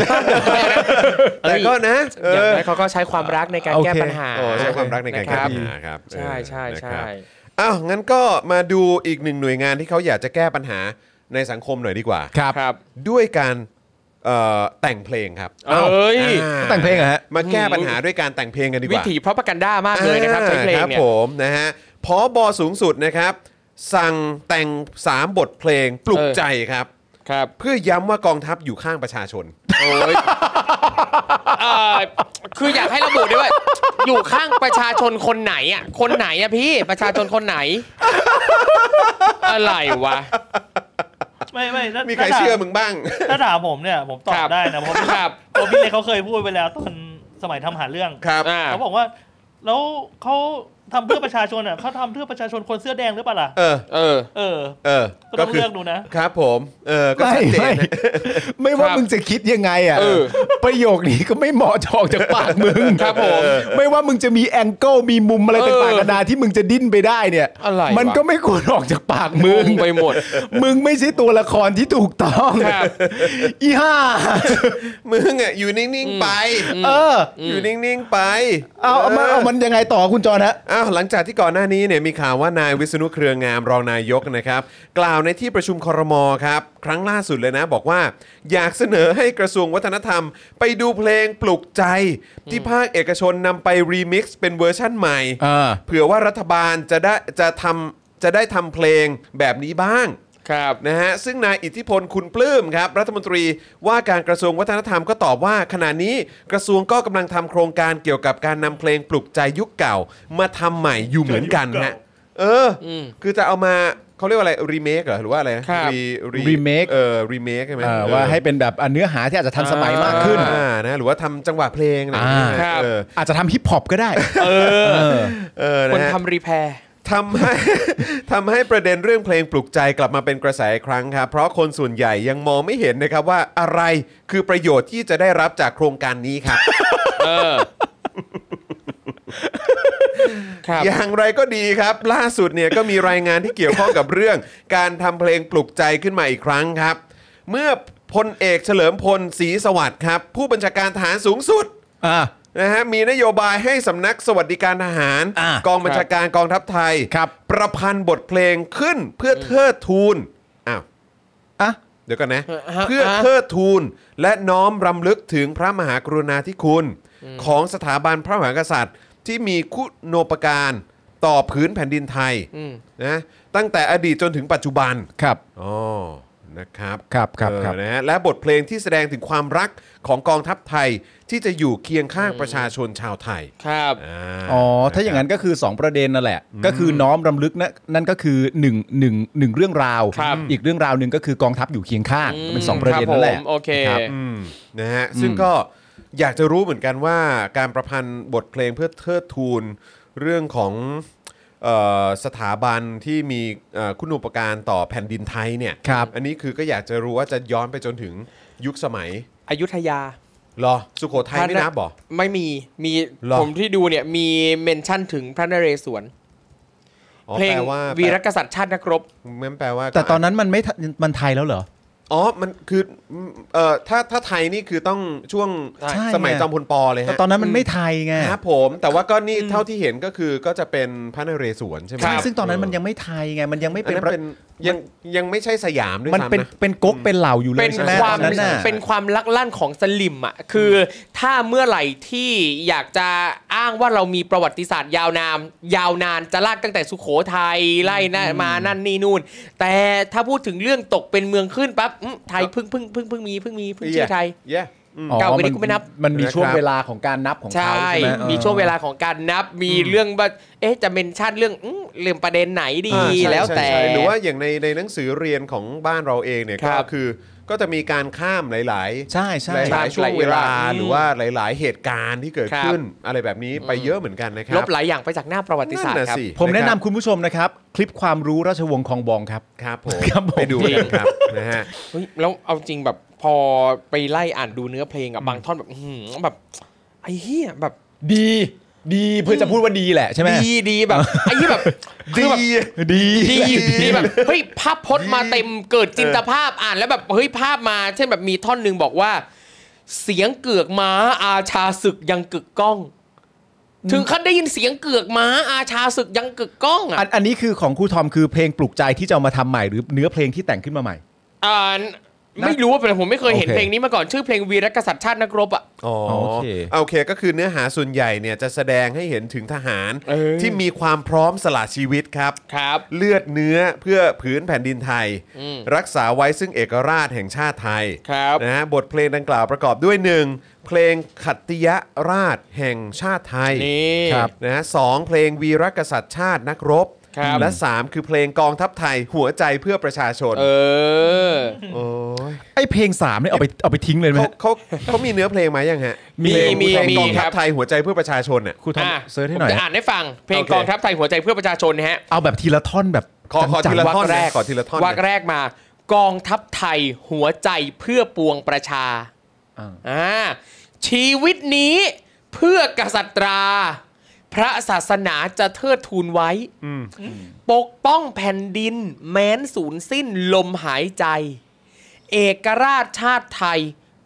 Speaker 2: แต่ก็นะเอ
Speaker 4: อ
Speaker 2: อ
Speaker 4: ย่างไรเขาก็ใช้ความรักในการ
Speaker 3: โอเค
Speaker 4: แก้ปัญหา
Speaker 2: โอ้ใช้ความรักในการแก้
Speaker 4: ะคบ
Speaker 2: ปัญหาครับ
Speaker 4: ใช่ใช่
Speaker 2: เออนะ
Speaker 4: ใช่
Speaker 2: ครับ อ้าวงั้นก็มาดูอีกหนึ่งหน่วยงานที่เขาอยากจะแก้ปัญหาในสังคมหน่อยดีกว่า
Speaker 3: ๆ ครับ
Speaker 4: ครับ
Speaker 2: ด้วยการเอ่อแต่งเพลงครับ
Speaker 4: เอ้ย
Speaker 2: อ่า
Speaker 3: แต่งเพลงเหรอะฮะ
Speaker 2: มาแก้ปัญหาด้วยการแต่งเพลงกันดีก
Speaker 4: วิ
Speaker 2: ว่า
Speaker 4: ถีพระปกันด้ามากเลยนะครับใช้เพลง
Speaker 2: อ่าครับ
Speaker 4: เนี่ย
Speaker 2: ผมนะฮะพอบอสูงสุดนะครับ สั่งแต่ง 3 บทเพลงปลุก
Speaker 4: เออ
Speaker 2: ใจครับ
Speaker 4: ครับ
Speaker 2: เพื่อย้ำว่ากองทัพอยู่ข้างประชาชน
Speaker 4: โอ้ ยเอ่อคืออยากให้ระบุด้วยว่าอยู่ข้างประชาชนคนไหนอ่ะคนไหนอ่ะพี่ประชาชนคนไหน อะไรวะ
Speaker 5: ไม่ไม่ถ้า
Speaker 2: มีใครเชื่อมึงบ้าง
Speaker 5: ถ้าถามผมเนี่ยผมตอ
Speaker 4: ครับบ
Speaker 5: ได้นะเพราะพี่
Speaker 4: ครับ
Speaker 5: เพราะพี่เล็กเขาเคยพูดไปแล้วตอนสมัยทำหาเรื่อง
Speaker 2: ครับ
Speaker 4: อ่า
Speaker 5: เขาบอกว่า แล้วเขาทำเพื่อประชาชนอ่ะเขาทำเพื่อประชาชนคนเสื้อแดงหรือเปล่าล่ะ
Speaker 2: เออ
Speaker 4: เออ
Speaker 5: เออ
Speaker 2: เออ
Speaker 5: ก็ต้องเลือกดูนะ
Speaker 2: ครับผมเออก็
Speaker 3: ไม่
Speaker 2: ชัดเจน
Speaker 3: ไม่
Speaker 2: นะ
Speaker 3: ไม่ว่า
Speaker 4: ครับ
Speaker 3: มึงจะคิดยังไงอ่ะ
Speaker 4: เออ
Speaker 3: ประโยคนี้ก็ไม่เหมาะจะออกจากปากมึง
Speaker 4: ครับผม
Speaker 3: ไม่ว่ามึงจะมีแองเกิลมีมุมอะไร
Speaker 4: เออ
Speaker 3: ต่างๆนานาที่มึงจะดิ้นไปได้เนี่ย
Speaker 4: อะไรวะ
Speaker 3: มันก็ไม่ควรออกจากปากมึง
Speaker 4: งงไปหมด
Speaker 3: มึงไม่ใช่ตัวละครที่ถูกต้อง
Speaker 4: ครับ
Speaker 3: อีห่า
Speaker 2: มึงอ่ะอยู่นิ่งๆไป
Speaker 3: เออ
Speaker 2: อยู่นิ่งๆไป
Speaker 3: เอาเอามาเอามันยังไงต่อคุณจอนะ
Speaker 2: อ้าวหลังจากที่ก่อนหน้านี้เนี่ยมีข่าวว่านายวิษณุเครืองามรองนายกนะครับ กล่าวในที่ประชุมครมครับ ครั้งล่าสุดเลยนะ บอกว่าอยากเสนอให้กระทรวงวัฒนธรรม ไปดูเพลงปลุกใจ ที่ภาคเอกชนนำไปรีมิกซ์เป็นเวอร์ชั่นใหม่
Speaker 3: อ่า
Speaker 2: เผื่อว่ารัฐบาลจะได้จะทำจะได้ทำเพลงแบบนี้บ้าง
Speaker 4: ครับ
Speaker 2: นะฮะซึ่งนายอิทธิพลคุณปลื้มครับ รัฐมนตรีว่าการกระทรวงวัฒนธรรมก็ตอบว่า ขณะนี้กระทรวงก็กำลังทำโครงการเกี่ยวกับการนำเพลงปลุกใจยุคเก่า มาทำใหม่อยู่เหมือนกันฮะเอออ คือจะเอามาเขาเรียกว่าอะไรรีเมคเหรอหรือว่าอะไรนะครับ รี
Speaker 3: remake
Speaker 2: เออรีเมคใช่ไหม
Speaker 3: เออว่าให้เป็นแบบอ่ะเนื้อหาที่อาจจะทันสมัยมากขึ้น
Speaker 2: อ่านะหรือว่าทำจังหวะเพลงอะไรอย่างเงี้ย
Speaker 3: อ่า
Speaker 2: นะเออ
Speaker 3: อาจจะทำฮิปฮอปก็ได้เออ
Speaker 2: เออนะ
Speaker 4: คน
Speaker 2: ฮะ
Speaker 4: ทำรีแพร์
Speaker 2: ทำให้ ทำให้ประเด็นเรื่องเพลงปลุกใจกลับมาเป็นกระแสอีกครั้งครับ เพราะคนส่วนใหญ่ยังมองไม่เห็นนะครับว่าอะไรคือประโยชน์ที่จะได้รับจากโครงการนี้ครับ
Speaker 4: เออ ครับ
Speaker 2: อย่างไรก็ดีครับ ล่าสุดเนี่ยก็มีรายงานที่เกี่ยวข้องกับเรื่อง การทำเพลงปลุกใจขึ้นมาอีกครั้งครับ เมื่อพลเอกเฉลิมพลศรีสวัสดิ์ครับ ผู้บัญชาการทหารสูงสุด
Speaker 3: อ่ะ
Speaker 2: นะฮะมีนโยบายให้สำนักสวัสดิการทหาร
Speaker 3: อ่าก
Speaker 2: องบัญชาการกองทัพไทย
Speaker 3: ครับ
Speaker 2: ประพันธ์บทเพลงขึ้นเพื่อเทิดทูนอ้าว
Speaker 3: อ่ะ
Speaker 2: เดี๋ยวก่อนนะ
Speaker 4: ฮะ
Speaker 2: เพื่อ
Speaker 4: ฮะ
Speaker 2: เทิดทูนและน้อมรำลึกถึงพระมหากรุณาธิคุณ ของสถาบันพระมหากษัตริย์ ที่มีคุณูปการต่อพื้นแผ่นดินไทยนะตั้งแต่อดีตจนถึงปัจจุบัน
Speaker 3: ครับ
Speaker 2: อ๋อ นะครับ
Speaker 3: ครับครับครับ
Speaker 2: เออนะฮะและบทเพลงที่แสดงถึงความรักของกองทัพไทยที่จะอยู่เคียงข้างประชาชนชาวไทย
Speaker 4: ครับ
Speaker 2: า
Speaker 3: อ๋อ ถ้าอย่างนั้นก็คือ 2 ประเด็นนั่นแหละ ก็คือน้อมรำลึกนะนั่นก็คือ1นึ่งหนึ่งหนึ่งเรื่องราว
Speaker 4: ครับ
Speaker 3: อีกเรื่องราวหนึ่งก็คือกองทัพอยู่เคียงข้าง
Speaker 4: อืม
Speaker 3: เป็นสองประเด็นนั่นแห
Speaker 4: ค
Speaker 3: ละ
Speaker 4: รับผมโอเค
Speaker 3: รับ
Speaker 2: อืมนะฮะซึ่งก็อยากจะรู้เหมือนกันว่าการประพันธ์บทเพลงเพื่อเทิดทูนเรื่องของ เอ่อสถาบันที่มีเอ่อคุณูปการต่อแผ่นดินไทยเนี่ย
Speaker 3: ครับ
Speaker 2: อันนี้คือก็อยากจะรู้ว่าจะย้อนไปจนถึงยุคสมัย
Speaker 4: อยุธยา
Speaker 2: เหรอสุโขทัยไม่นับบ่
Speaker 4: ไม่มีมี
Speaker 2: หรอ
Speaker 4: ผมที่ดูเนี่ยมีเมนชั่นถึงพระนเรศวร
Speaker 2: อ๋อ
Speaker 4: เพลง
Speaker 2: แปลว่า
Speaker 4: วีรกษัตริย์ชาตินักรบ
Speaker 2: งั้นแปลว่า
Speaker 3: แต่ตอนนั้นมันไม่ทมันไทยแล้วเหรอ
Speaker 2: อ๋อมันคือเอ่อถ้าถ้าไทยนี่คือต้องช่วง
Speaker 3: ใช่
Speaker 2: สมัย
Speaker 3: ไง
Speaker 2: จอมพลปเลย
Speaker 3: แต่
Speaker 2: ฮะ
Speaker 3: ตอนนั้นมันไม่ไทยไง
Speaker 2: ครับผม แต่ว่าก็นี่เท่าที่เห็นก็คือก็จะเป็นพระนเรศวรใช่ไหม
Speaker 4: ใช่
Speaker 3: ใช่ซึ่งตอนนั้นมันยังไม่ไทยไงมันยังไม่
Speaker 2: อัน
Speaker 3: เป็น
Speaker 2: นั้น
Speaker 3: ประ
Speaker 2: เป็นยังยังไม่ใช่สยามด้วย
Speaker 3: มัน
Speaker 2: ซ้ำ
Speaker 3: เป็น
Speaker 2: นะ
Speaker 3: เป็นก๊กเป็นเหล่าอยู่เล
Speaker 4: เป็
Speaker 3: ย
Speaker 4: น
Speaker 3: ใช่ไหม
Speaker 4: ความ
Speaker 3: ตอนนั้นน่ะ
Speaker 4: เป็นความลักลั่นของสลิมอ่ะคืออถ้าเมื่อไหร่ที่อยากจะอ้างว่าเรามีประวัติศาสตร์ยาวนามยาวนานจะลากตั้งแต่สุโขทัยไล่นะมานั่นนี่นู่น แต่ถ้าพูดถึงเรื่องตกเป็นเมืองขึ้นปั๊บอื้อไทย
Speaker 2: ครับ
Speaker 4: เพึ่งเพึ่งเพึ่งเพึ่งมีเพึ่งมีเพึ่งชื่อไทย
Speaker 2: เย้อืม
Speaker 3: อ๋อ
Speaker 4: เก่ากว่านี้
Speaker 3: น
Speaker 4: กูไม่นับ
Speaker 3: มันมี
Speaker 2: นะครับ
Speaker 3: ช่วงเวลาของการนับของเขา
Speaker 4: ใช่
Speaker 3: ใช่ไหม
Speaker 4: มีช่วงเวลาของการนับ มีเรื่องว่าเอ๊ะจะเมนชั่นเรื่องอื้อเรื่องประเด็นไหนดี
Speaker 2: อ่าใช่
Speaker 4: แล้ว
Speaker 2: ใช่
Speaker 4: แต่
Speaker 2: ใช่หรือว่าอย่างในในหนังสือเรียนของบ้านเราเองเนี่ย
Speaker 4: ครั
Speaker 2: ก็
Speaker 4: บ
Speaker 2: คือก็จะมีการข้ามหลาย ๆ
Speaker 3: ใช่ใช่
Speaker 2: หลายๆช่วงเวลา
Speaker 4: หลายๆอืม
Speaker 2: หรือว่าหลาย ๆ เหตุการณ์ที่เกิด
Speaker 4: ครับ
Speaker 2: ขึ้น อะไรแบบนี้ไปเยอะเหมือนกันนะครั
Speaker 4: ล
Speaker 2: บบ
Speaker 4: หลายอย่างไปจากหน้าประวัติศาสตร์ครับ
Speaker 2: สิ
Speaker 3: ผม
Speaker 2: คน
Speaker 3: แนะำ
Speaker 2: รับ
Speaker 3: คุณผู้ชมนะครับ คลิปความรู้ราชวงศ์คองบองครับ
Speaker 2: ครับผม
Speaker 3: ครับผม
Speaker 2: ไปดูกันครับนะฮะ
Speaker 4: เฮ้ยแล้วเอาจริงแบบพอไปไล่อ่านดูเนื้อเพลงอะบางท่อนแบบอื้อหือแบบไอ้เหี้ยแบบ
Speaker 3: ดี ดีเพื่อจะพูดว่าดีแหละใช่ไหม
Speaker 4: ดีดีแบบ ไอ้เหี้ยแบบคือแบบ
Speaker 3: ดี
Speaker 4: ดีดี แบบเฮ้ยภาพพจน์มาเต็มเกิดจินตภาพอ่านแล้วแบบเฮ้ยภาพมา เช่นแบบมีท่อนหนึ่งบอกว่า เสียงเกือกม้าอาชาศึกยังกึกก้อง ถึงขั้นได้ยินเสียงเกือกม้าอาชาศึกยังกึกก้องอะ
Speaker 3: อันอันนี้คือของครูทอมคือเพลงปลุกใจที่จะเอามาทำใหม่หรือเนื้อเพลงที่แต่งขึ้นมาใหม่
Speaker 4: อ่านไม่รู้ว่าเป็นผมไม่เคยเห็น
Speaker 3: โอเค
Speaker 4: เพลงนี้มาก่อนชื่อเพลงวีรกษัตริย์ชาตินักรบอ่ะ
Speaker 2: อ๋อ
Speaker 3: โอเค
Speaker 2: โอเคก็คือเนื้อหาส่วนใหญ่เนี่ยจะแสดงให้เห็นถึงทหาร
Speaker 4: เออ
Speaker 2: ที่มีความพร้อมสละชีวิตครับ
Speaker 4: ครับ
Speaker 2: เลือดเนื้อเพื่อผืนแผ่นดินไทย รักษาไว้ซึ่งเอกราชแห่งชาติไทย
Speaker 4: ครับ
Speaker 2: นะฮะบทเพลงดังกล่าวประกอบด้วย 1. เพลงขัตติยราชแห่งชาติไทย
Speaker 4: นี่
Speaker 2: ครับนะฮะสองเพลงวีรกษัตริย์ชาตินักรบ
Speaker 4: ครับ
Speaker 2: และ 3 คือเพลงกองทัพไทยหัวใจเพื่อประชาชน
Speaker 4: เออ
Speaker 2: โอ้ย
Speaker 3: ไอ้เพลงสามเนี่ยเอาไปเอาไปทิ้งเลยไหม
Speaker 2: เขา
Speaker 3: ฮะ
Speaker 2: เขาเขามีเนื้อเพลงไหมยังฮะ
Speaker 3: มี
Speaker 2: เพลง
Speaker 4: มี
Speaker 2: เพลง
Speaker 4: มี
Speaker 2: กองทัพ
Speaker 4: ครับ
Speaker 2: ไทยหัวใจเพื่อประชาชนเนี่ย
Speaker 3: ครูทอม
Speaker 4: อ่ะ
Speaker 3: เซิร์ชให้หน่อย
Speaker 4: ผมจะอ่านให้ฟัง เพลง
Speaker 2: โอเค
Speaker 4: กองทัพไทยหัวใจเพื่อประชาชนนะฮะ
Speaker 3: เอาแบบทีละท่อนแบบ
Speaker 2: ขอขอ
Speaker 3: จัง
Speaker 2: ที
Speaker 3: ๆ
Speaker 2: ละ
Speaker 3: ว่า
Speaker 2: ท่อนนะขอทีละท่อน
Speaker 4: วาก
Speaker 2: นะ
Speaker 4: แรกมา กองทัพไทยหัวใจเพื่อปวงประชา
Speaker 3: อ่า
Speaker 4: อ่าชีวิตนี้เพื่อกษัตรา พระศาสนาจะเทิดทูนไว้
Speaker 2: อืม
Speaker 4: ปกป้องแผ่นดินแม้นสูญสิ้นลมหายใจ เอกราชชาติไทย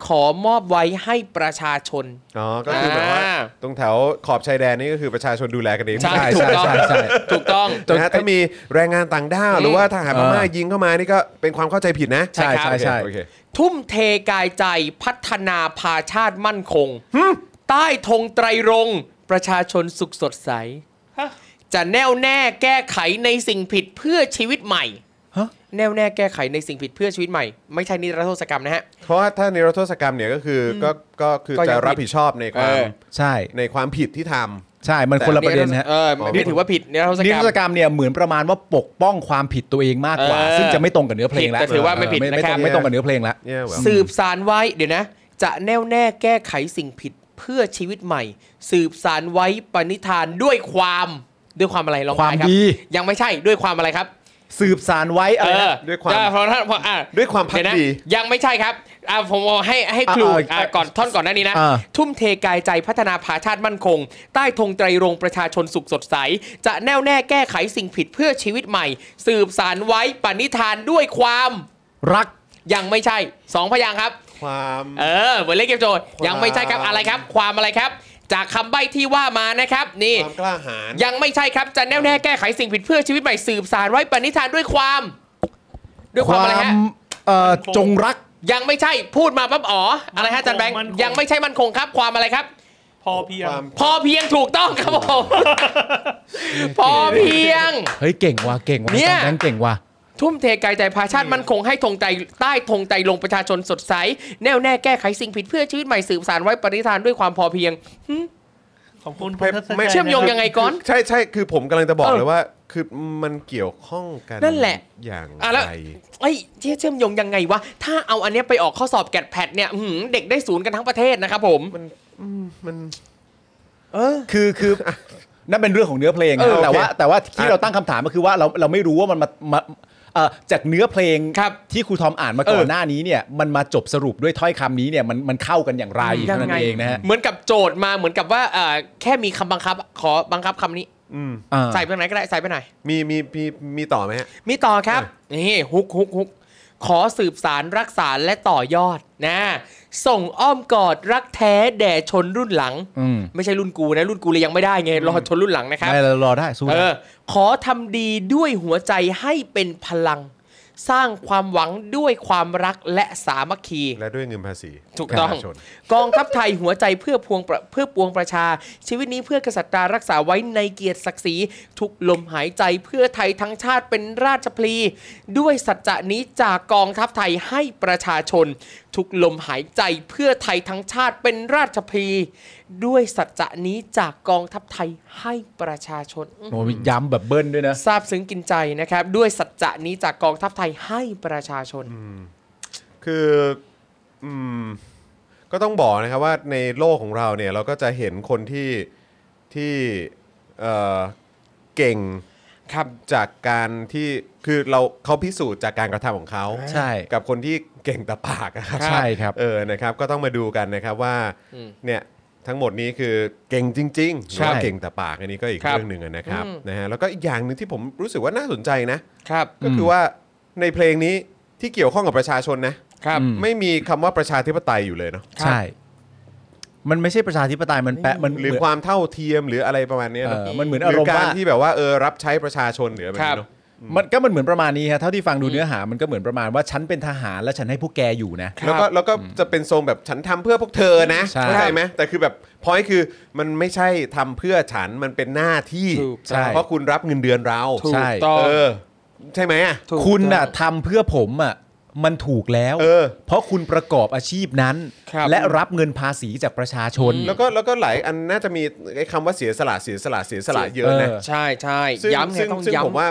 Speaker 4: ขอมอบไว้ให้ประชาชน
Speaker 2: อ๋อ ก็คือแบบว่า
Speaker 4: อ่า
Speaker 2: ตรงแถวขอบชายแดนนี่ก็คือประชาชนดูแลกันเอง
Speaker 4: ใช่
Speaker 2: ไม่ได้
Speaker 4: ถูกต้อง
Speaker 3: ใช่ใช่ใช่
Speaker 4: ถูกต้อง
Speaker 2: นะฮะถ้ามีแรงงานต่างด้าว หรือว่าทหารพม่ายิงเข้ามานี่ก็เป็นความเข้าใจผิดนะ
Speaker 4: ใช่ครับ
Speaker 2: โอเค
Speaker 3: ใช่
Speaker 2: โอเค
Speaker 4: ทุ่มเทกายใจพัฒนาพาชาติมั่นคง ใต้ธงไตรรงค์ประชาชนสุขสดใส
Speaker 5: ฮะ
Speaker 4: จะแน่วแน่แก้ไขในสิ่งผิดเพื่อชีวิตใหม่
Speaker 3: ฮะ
Speaker 4: แน่วแน่แก้ไขในสิ่งผิดเพื่อชีวิตใหม่ ไม่ใช่นิรโทษกรรมนะฮะ
Speaker 2: เพราะว่าถ้าในรัโทษกรรมเนี่ยก็คืออก็ก็คือ
Speaker 4: ก็ยั
Speaker 2: จะ
Speaker 4: ง
Speaker 2: รับผิดชอบในความ
Speaker 4: เออ
Speaker 3: ใช่
Speaker 2: ในความผิดที่ท
Speaker 3: ใช่มันคนละประเด็นฮะ
Speaker 4: เออนี่ถือว่าผิดนิรโทษก
Speaker 3: นิ
Speaker 4: ร
Speaker 3: ร
Speaker 4: รม
Speaker 3: โทษกรรมเนี่ยเหมือนประมาณว่าปกป้องความผิดตัวเองมากกว่า
Speaker 4: เออ
Speaker 3: ซึ่งจะไม่ตรงกับเนื้อเพลงแล้ว
Speaker 4: ผิดแต่ถือว่าไม่ผิด
Speaker 3: เไม่
Speaker 4: นะค
Speaker 3: ต
Speaker 4: รั
Speaker 3: ร
Speaker 4: บ
Speaker 3: งไม่ตรงกับเนื้อเพลงแล้ว
Speaker 2: ำเนี่ยแบบ
Speaker 4: สืบสารไว้เดี๋ยวนะ จะแน่วแน่แก้ไขสิ่งผิดเพื่อชีวิตใหม่ สืบสารไว้ปณิธานด้วยความด้วยความอะไรลอง
Speaker 3: ความ
Speaker 4: ไปรับ
Speaker 3: ดี
Speaker 4: ยังไม่ใช่ด้วยความอะไรครับ
Speaker 3: สืบสารไว้อะไรนะ
Speaker 2: ด้วยความ
Speaker 4: เออเพราะท่านเพราะอ่ะ
Speaker 2: ด้วยความพัก
Speaker 4: เยวนะ
Speaker 2: ดี
Speaker 4: ยังไม่ใช่ครับอ่ะผมเอาให้ให้ครู
Speaker 3: อ่ะอ่ะ
Speaker 4: อ่ะก่อนท่อนก่อนหน้านี้นะ
Speaker 3: อ่ะ
Speaker 4: ทุ่มเทกายใจพัฒนาภาชาติมั่นคง ใต้ธงไตรรงค์ประชาชนสุขสดใส จะแน่วแน่แก้ไขสิ่งผิดเพื่อชีวิตใหม่ สืบสารไว้ปณิธานด้วยความ
Speaker 3: รัก
Speaker 4: ยังไม่ใช่สองพยางค์ครับ
Speaker 2: ความ
Speaker 4: เออเหมือนเล่นเกมโจทย์
Speaker 2: ความ
Speaker 4: ยังไม่ใช่ครับอะไรครับ ความอะไรครับ จากคำใบ้ที่ว่ามานะครับ นี่
Speaker 2: ความกล้าหาญ
Speaker 4: ยังไม่ใช่ครับจะแน่วแน่แก้ไขสิ่งผิดเพื่อชีวิตใหม่สืบสารไว้ปณิธานด้วยความ ด้วยความอะไรฮะ
Speaker 3: เอ่อจงรัก
Speaker 4: ยังไม่ใช่พูดมาปั๊บอ๋ออะไรฮะอาจันแบงค์
Speaker 5: มั่นคง
Speaker 4: ยังไม่ใช่มั่นคงครับ ความอะไรครับ
Speaker 5: พอเพียง
Speaker 2: ความ
Speaker 4: พอเพียงถูกต้องครับผม พอเพียง
Speaker 3: เฮ้ยเก่งว่ะเก่งว่ะ
Speaker 4: เนี่ย
Speaker 3: อาจารย์แบงค์เก่งว่ะ
Speaker 4: ทุ่มเทกายใจพาชาติมั่นคงให้ธงใจใต้ธงใจลงประชาชนสดใส แน่วแน่แก้ไขสิ่งผิดเพื่อชีวิตใหม่สืบสารไว้ปณิธานด้วยความพอเพียง
Speaker 5: ขอบคุณคุณทัศ
Speaker 4: ไม่
Speaker 5: ชั
Speaker 4: เชื่อมโยงยังไง ก่อน
Speaker 2: ใช่ใช่คือผมกำลังจะบอก
Speaker 4: เออ
Speaker 2: เลยว่า คือมันเกี่ยวข้องกัน
Speaker 4: นั่นแหละ
Speaker 2: อย่าง
Speaker 4: อ่ะแล้ว
Speaker 2: ไร
Speaker 4: ไอ้ยเชื่อเชื่อมโยงยังไงวะ ถ้าเอาอันเนี้ยไปออกข้อสอบแกดแพดเนี่ยอื้อหือเด็กได้ศูนย์กันทั้งประเทศนะครับผม
Speaker 2: มัน มัน
Speaker 4: เออ
Speaker 3: คือคือ นั่นเป็นเรื่องของเนื้อเพลง
Speaker 2: เออ
Speaker 3: นะ
Speaker 2: โอ
Speaker 3: แต่
Speaker 2: เค
Speaker 3: ว่าแต่ว่าที่
Speaker 2: อ่ะ
Speaker 3: เราตั้งคำถามก็คือว่าเราเราไม่รู้ว่ามันมามาเอ่อจากเนื้อเพลง
Speaker 4: ครับ
Speaker 3: ที่ครูทอมอ่านมาก่อนหน้านี้เนี่ยมันมาจบสรุปด้วยถ้อยคำนี้เนี่ยมันมันเข้ากันอย่างไร
Speaker 4: อืม
Speaker 3: เท่านั้
Speaker 1: ยังไง
Speaker 3: นเองนะฮะ
Speaker 4: เหมือนกับโจทย์มาเหมือนกับว่าเอ่อแค่มีคำบังคับขอบังคับคำนี้
Speaker 2: อืม
Speaker 3: อ่า
Speaker 4: ใส่ไปไหนก็ได้ใส่ไปหน่อย
Speaker 2: มีมีมีมีต่อไหมฮะ
Speaker 4: มีต่อครับ นี่ฮุกฮุกฮุกขอสืบสารรักษาและต่อยอดนะ ส่งอ้อมกอดรักแท้แด่ชนรุ่นหลัง
Speaker 3: อืม
Speaker 4: ไม่ใช่รุ่นกูนะ รุ่นกูเลยยังไม่ได้ไง รอชนรุ่นหลังนะครับ
Speaker 3: ไม่เรารอได้สู้
Speaker 4: เอ
Speaker 3: ได้
Speaker 4: อ ขอทำดีด้วยหัวใจให้เป็นพลัง สร้างความหวังด้วยความรักและสามัคคี
Speaker 2: และด้วยเงินภาษี
Speaker 4: ถูกต้อง
Speaker 2: ประชาชน
Speaker 4: กองทัพไทยหัวใจเพื่อพวงประเพื่อปวงประชา ชีวิตนี้เพื่อกษัตริย์รักษาไว้ในเกียรติศักดิ์ศรีทุกลมหายใจเพื่อไทยทั้งชาติเป็นราชพลี ด้วยสัจจะนี้จากกองทัพไทยให้ประชาชน ทุกลมหายใจเพื่อไทยทั้งชาติเป็นราชพลี ด้วยสัจจะนี้จากกองทัพไทยให้ประชาชน
Speaker 3: โอ้ยย้ำแบบเบิ้ลด้วยนะ
Speaker 4: ซาบซึ้งกินใจนะครับ ด้วยสัจจะนี้จากกองทัพไทยให้ประชาชน
Speaker 2: คืออืมก็ต้องบอกนะครับว่าในโลกของเราเนี่ยเราก็จะเห็นคนที่ที่เอ่อเก่ง
Speaker 4: ครับ
Speaker 2: จากการที่คือเราเขาพิสูจน์จากการกระทำของเขา
Speaker 3: ใช่
Speaker 2: กับคนที่เก่งแต่ปากอะ
Speaker 3: ใช่ครับ
Speaker 2: เออนะครับ ก็ต้องมาดูกันนะครับว่า
Speaker 4: อืม
Speaker 2: เนี่ยทั้งหมดนี้คือเก่งจริงๆหรือว่า
Speaker 3: ใช่
Speaker 2: เก่งแต่ปากอันนี้ก็อีก
Speaker 4: ครับ
Speaker 2: เรื่องหนึ่งอะนะครับ
Speaker 4: อืม
Speaker 2: นะฮะแล้วก็อีกอย่างหนึ่งที่ผมรู้สึกว่าน่าสนใจนะครับ ก็คือว่าในเพลงนี้ที่เกี่ยวข้องกับประชาชนนะ
Speaker 4: ครับ
Speaker 3: อืม
Speaker 2: ไม่มีคำว่าประชาธิปไตยอยู่เลยเนาะ
Speaker 3: ใช่ มันไม่ใช่ประชาธิปไตยมันแปะมัน
Speaker 2: หรือความเท่าเทียมหรืออะไรประมาณเนี้ย
Speaker 3: เอ
Speaker 2: เนอะ
Speaker 3: อมันเหมือน
Speaker 2: ห
Speaker 3: อา
Speaker 2: รื
Speaker 3: ร
Speaker 2: อ
Speaker 3: มณ์
Speaker 2: กา
Speaker 3: ว่า
Speaker 2: รที่แบบว่าเออรับใช้ประชาชนหรืออะไรแบบนี้เนาะ
Speaker 3: มันก็มันเหมือนประมาณนี้ฮะเท่าที่ฟังดูเนื้อหามันก็เหมือนประมาณว่าฉันเป็นทหารและฉันให้พวกแกอยู่นะ
Speaker 4: ครับ
Speaker 2: แล้วก็แล้วก็จะเป็นทรงแบบฉันทำเพื่อพวกเธอนะ
Speaker 3: ใช่
Speaker 2: เข้าใจไหมแต่คือแบบพอยคือมันไม่ใช่ทำเพื่อฉันมันเป็นหน้าที่
Speaker 4: ถูก
Speaker 3: ใช่
Speaker 2: เพราะคุณรับเงินเดือนเรา
Speaker 3: ถูก ใช่
Speaker 4: ต้อง
Speaker 2: เออ ใช่ไหมอ่ะ
Speaker 4: ถูก
Speaker 3: คุณน่ะ
Speaker 4: ต้อง
Speaker 3: ทำเพื่อผมอ่ะมันถูกแล้ว
Speaker 2: เออ
Speaker 3: เพราะคุณประกอบอาชีพนั้น
Speaker 4: ครับ
Speaker 3: และรับเงินภาษีจากประชาชน
Speaker 2: แล้วก็แล้วก็หลายอันน่าจะมีไอ้คำว่าเสียสละเสียสละเสียสละเยอะนะ
Speaker 3: เออ
Speaker 4: ใช่ใช่
Speaker 2: ซึ่ง
Speaker 4: ย้ำไง
Speaker 2: ซึ่ง
Speaker 4: ต้อง
Speaker 2: ซึ่ง
Speaker 4: ย้ำ
Speaker 2: ผมว่า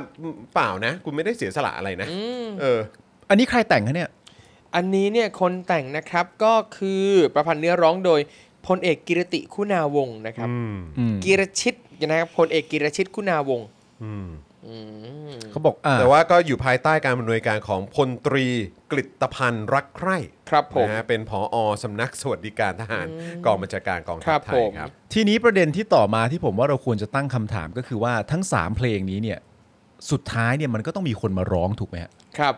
Speaker 2: เปล่านะ คุณไม่ได้เสียสละอะไรนะเออ
Speaker 3: อันนี้ใครแต่งฮะเนี่ย
Speaker 4: อันนี้เนี่ยคนแต่งนะครับก็คือประพันธ์เนื้อร้องโดยพลเอกกิรติคุณาวงศ์นะครับ กิรชิตนะครับพลเอกกิรชิตคุณาวงศ์อืม
Speaker 3: เขาบอกอ่า
Speaker 2: แต่ว่าก็อยู่ภายใต้การบรรณวยการของพลตรีกฤตพันธ์รักใคร่
Speaker 4: ครับผม
Speaker 2: นะฮะเป็นผออสำนักสวัสดิการทหารกองบัญชาการกองทัพไทยค
Speaker 4: ครั
Speaker 2: รับบ
Speaker 4: ผม
Speaker 3: ทีนี้ประเด็นที่ต่อมาที่ผมว่าเราควรจะตั้งคำถามก็คือว่าทั้ง 3 เพลงนี้เนี่ยสุดท้ายเนี่ยมันก็ต้องมีคนมาร้องถูกไหมฮะ
Speaker 4: ครับ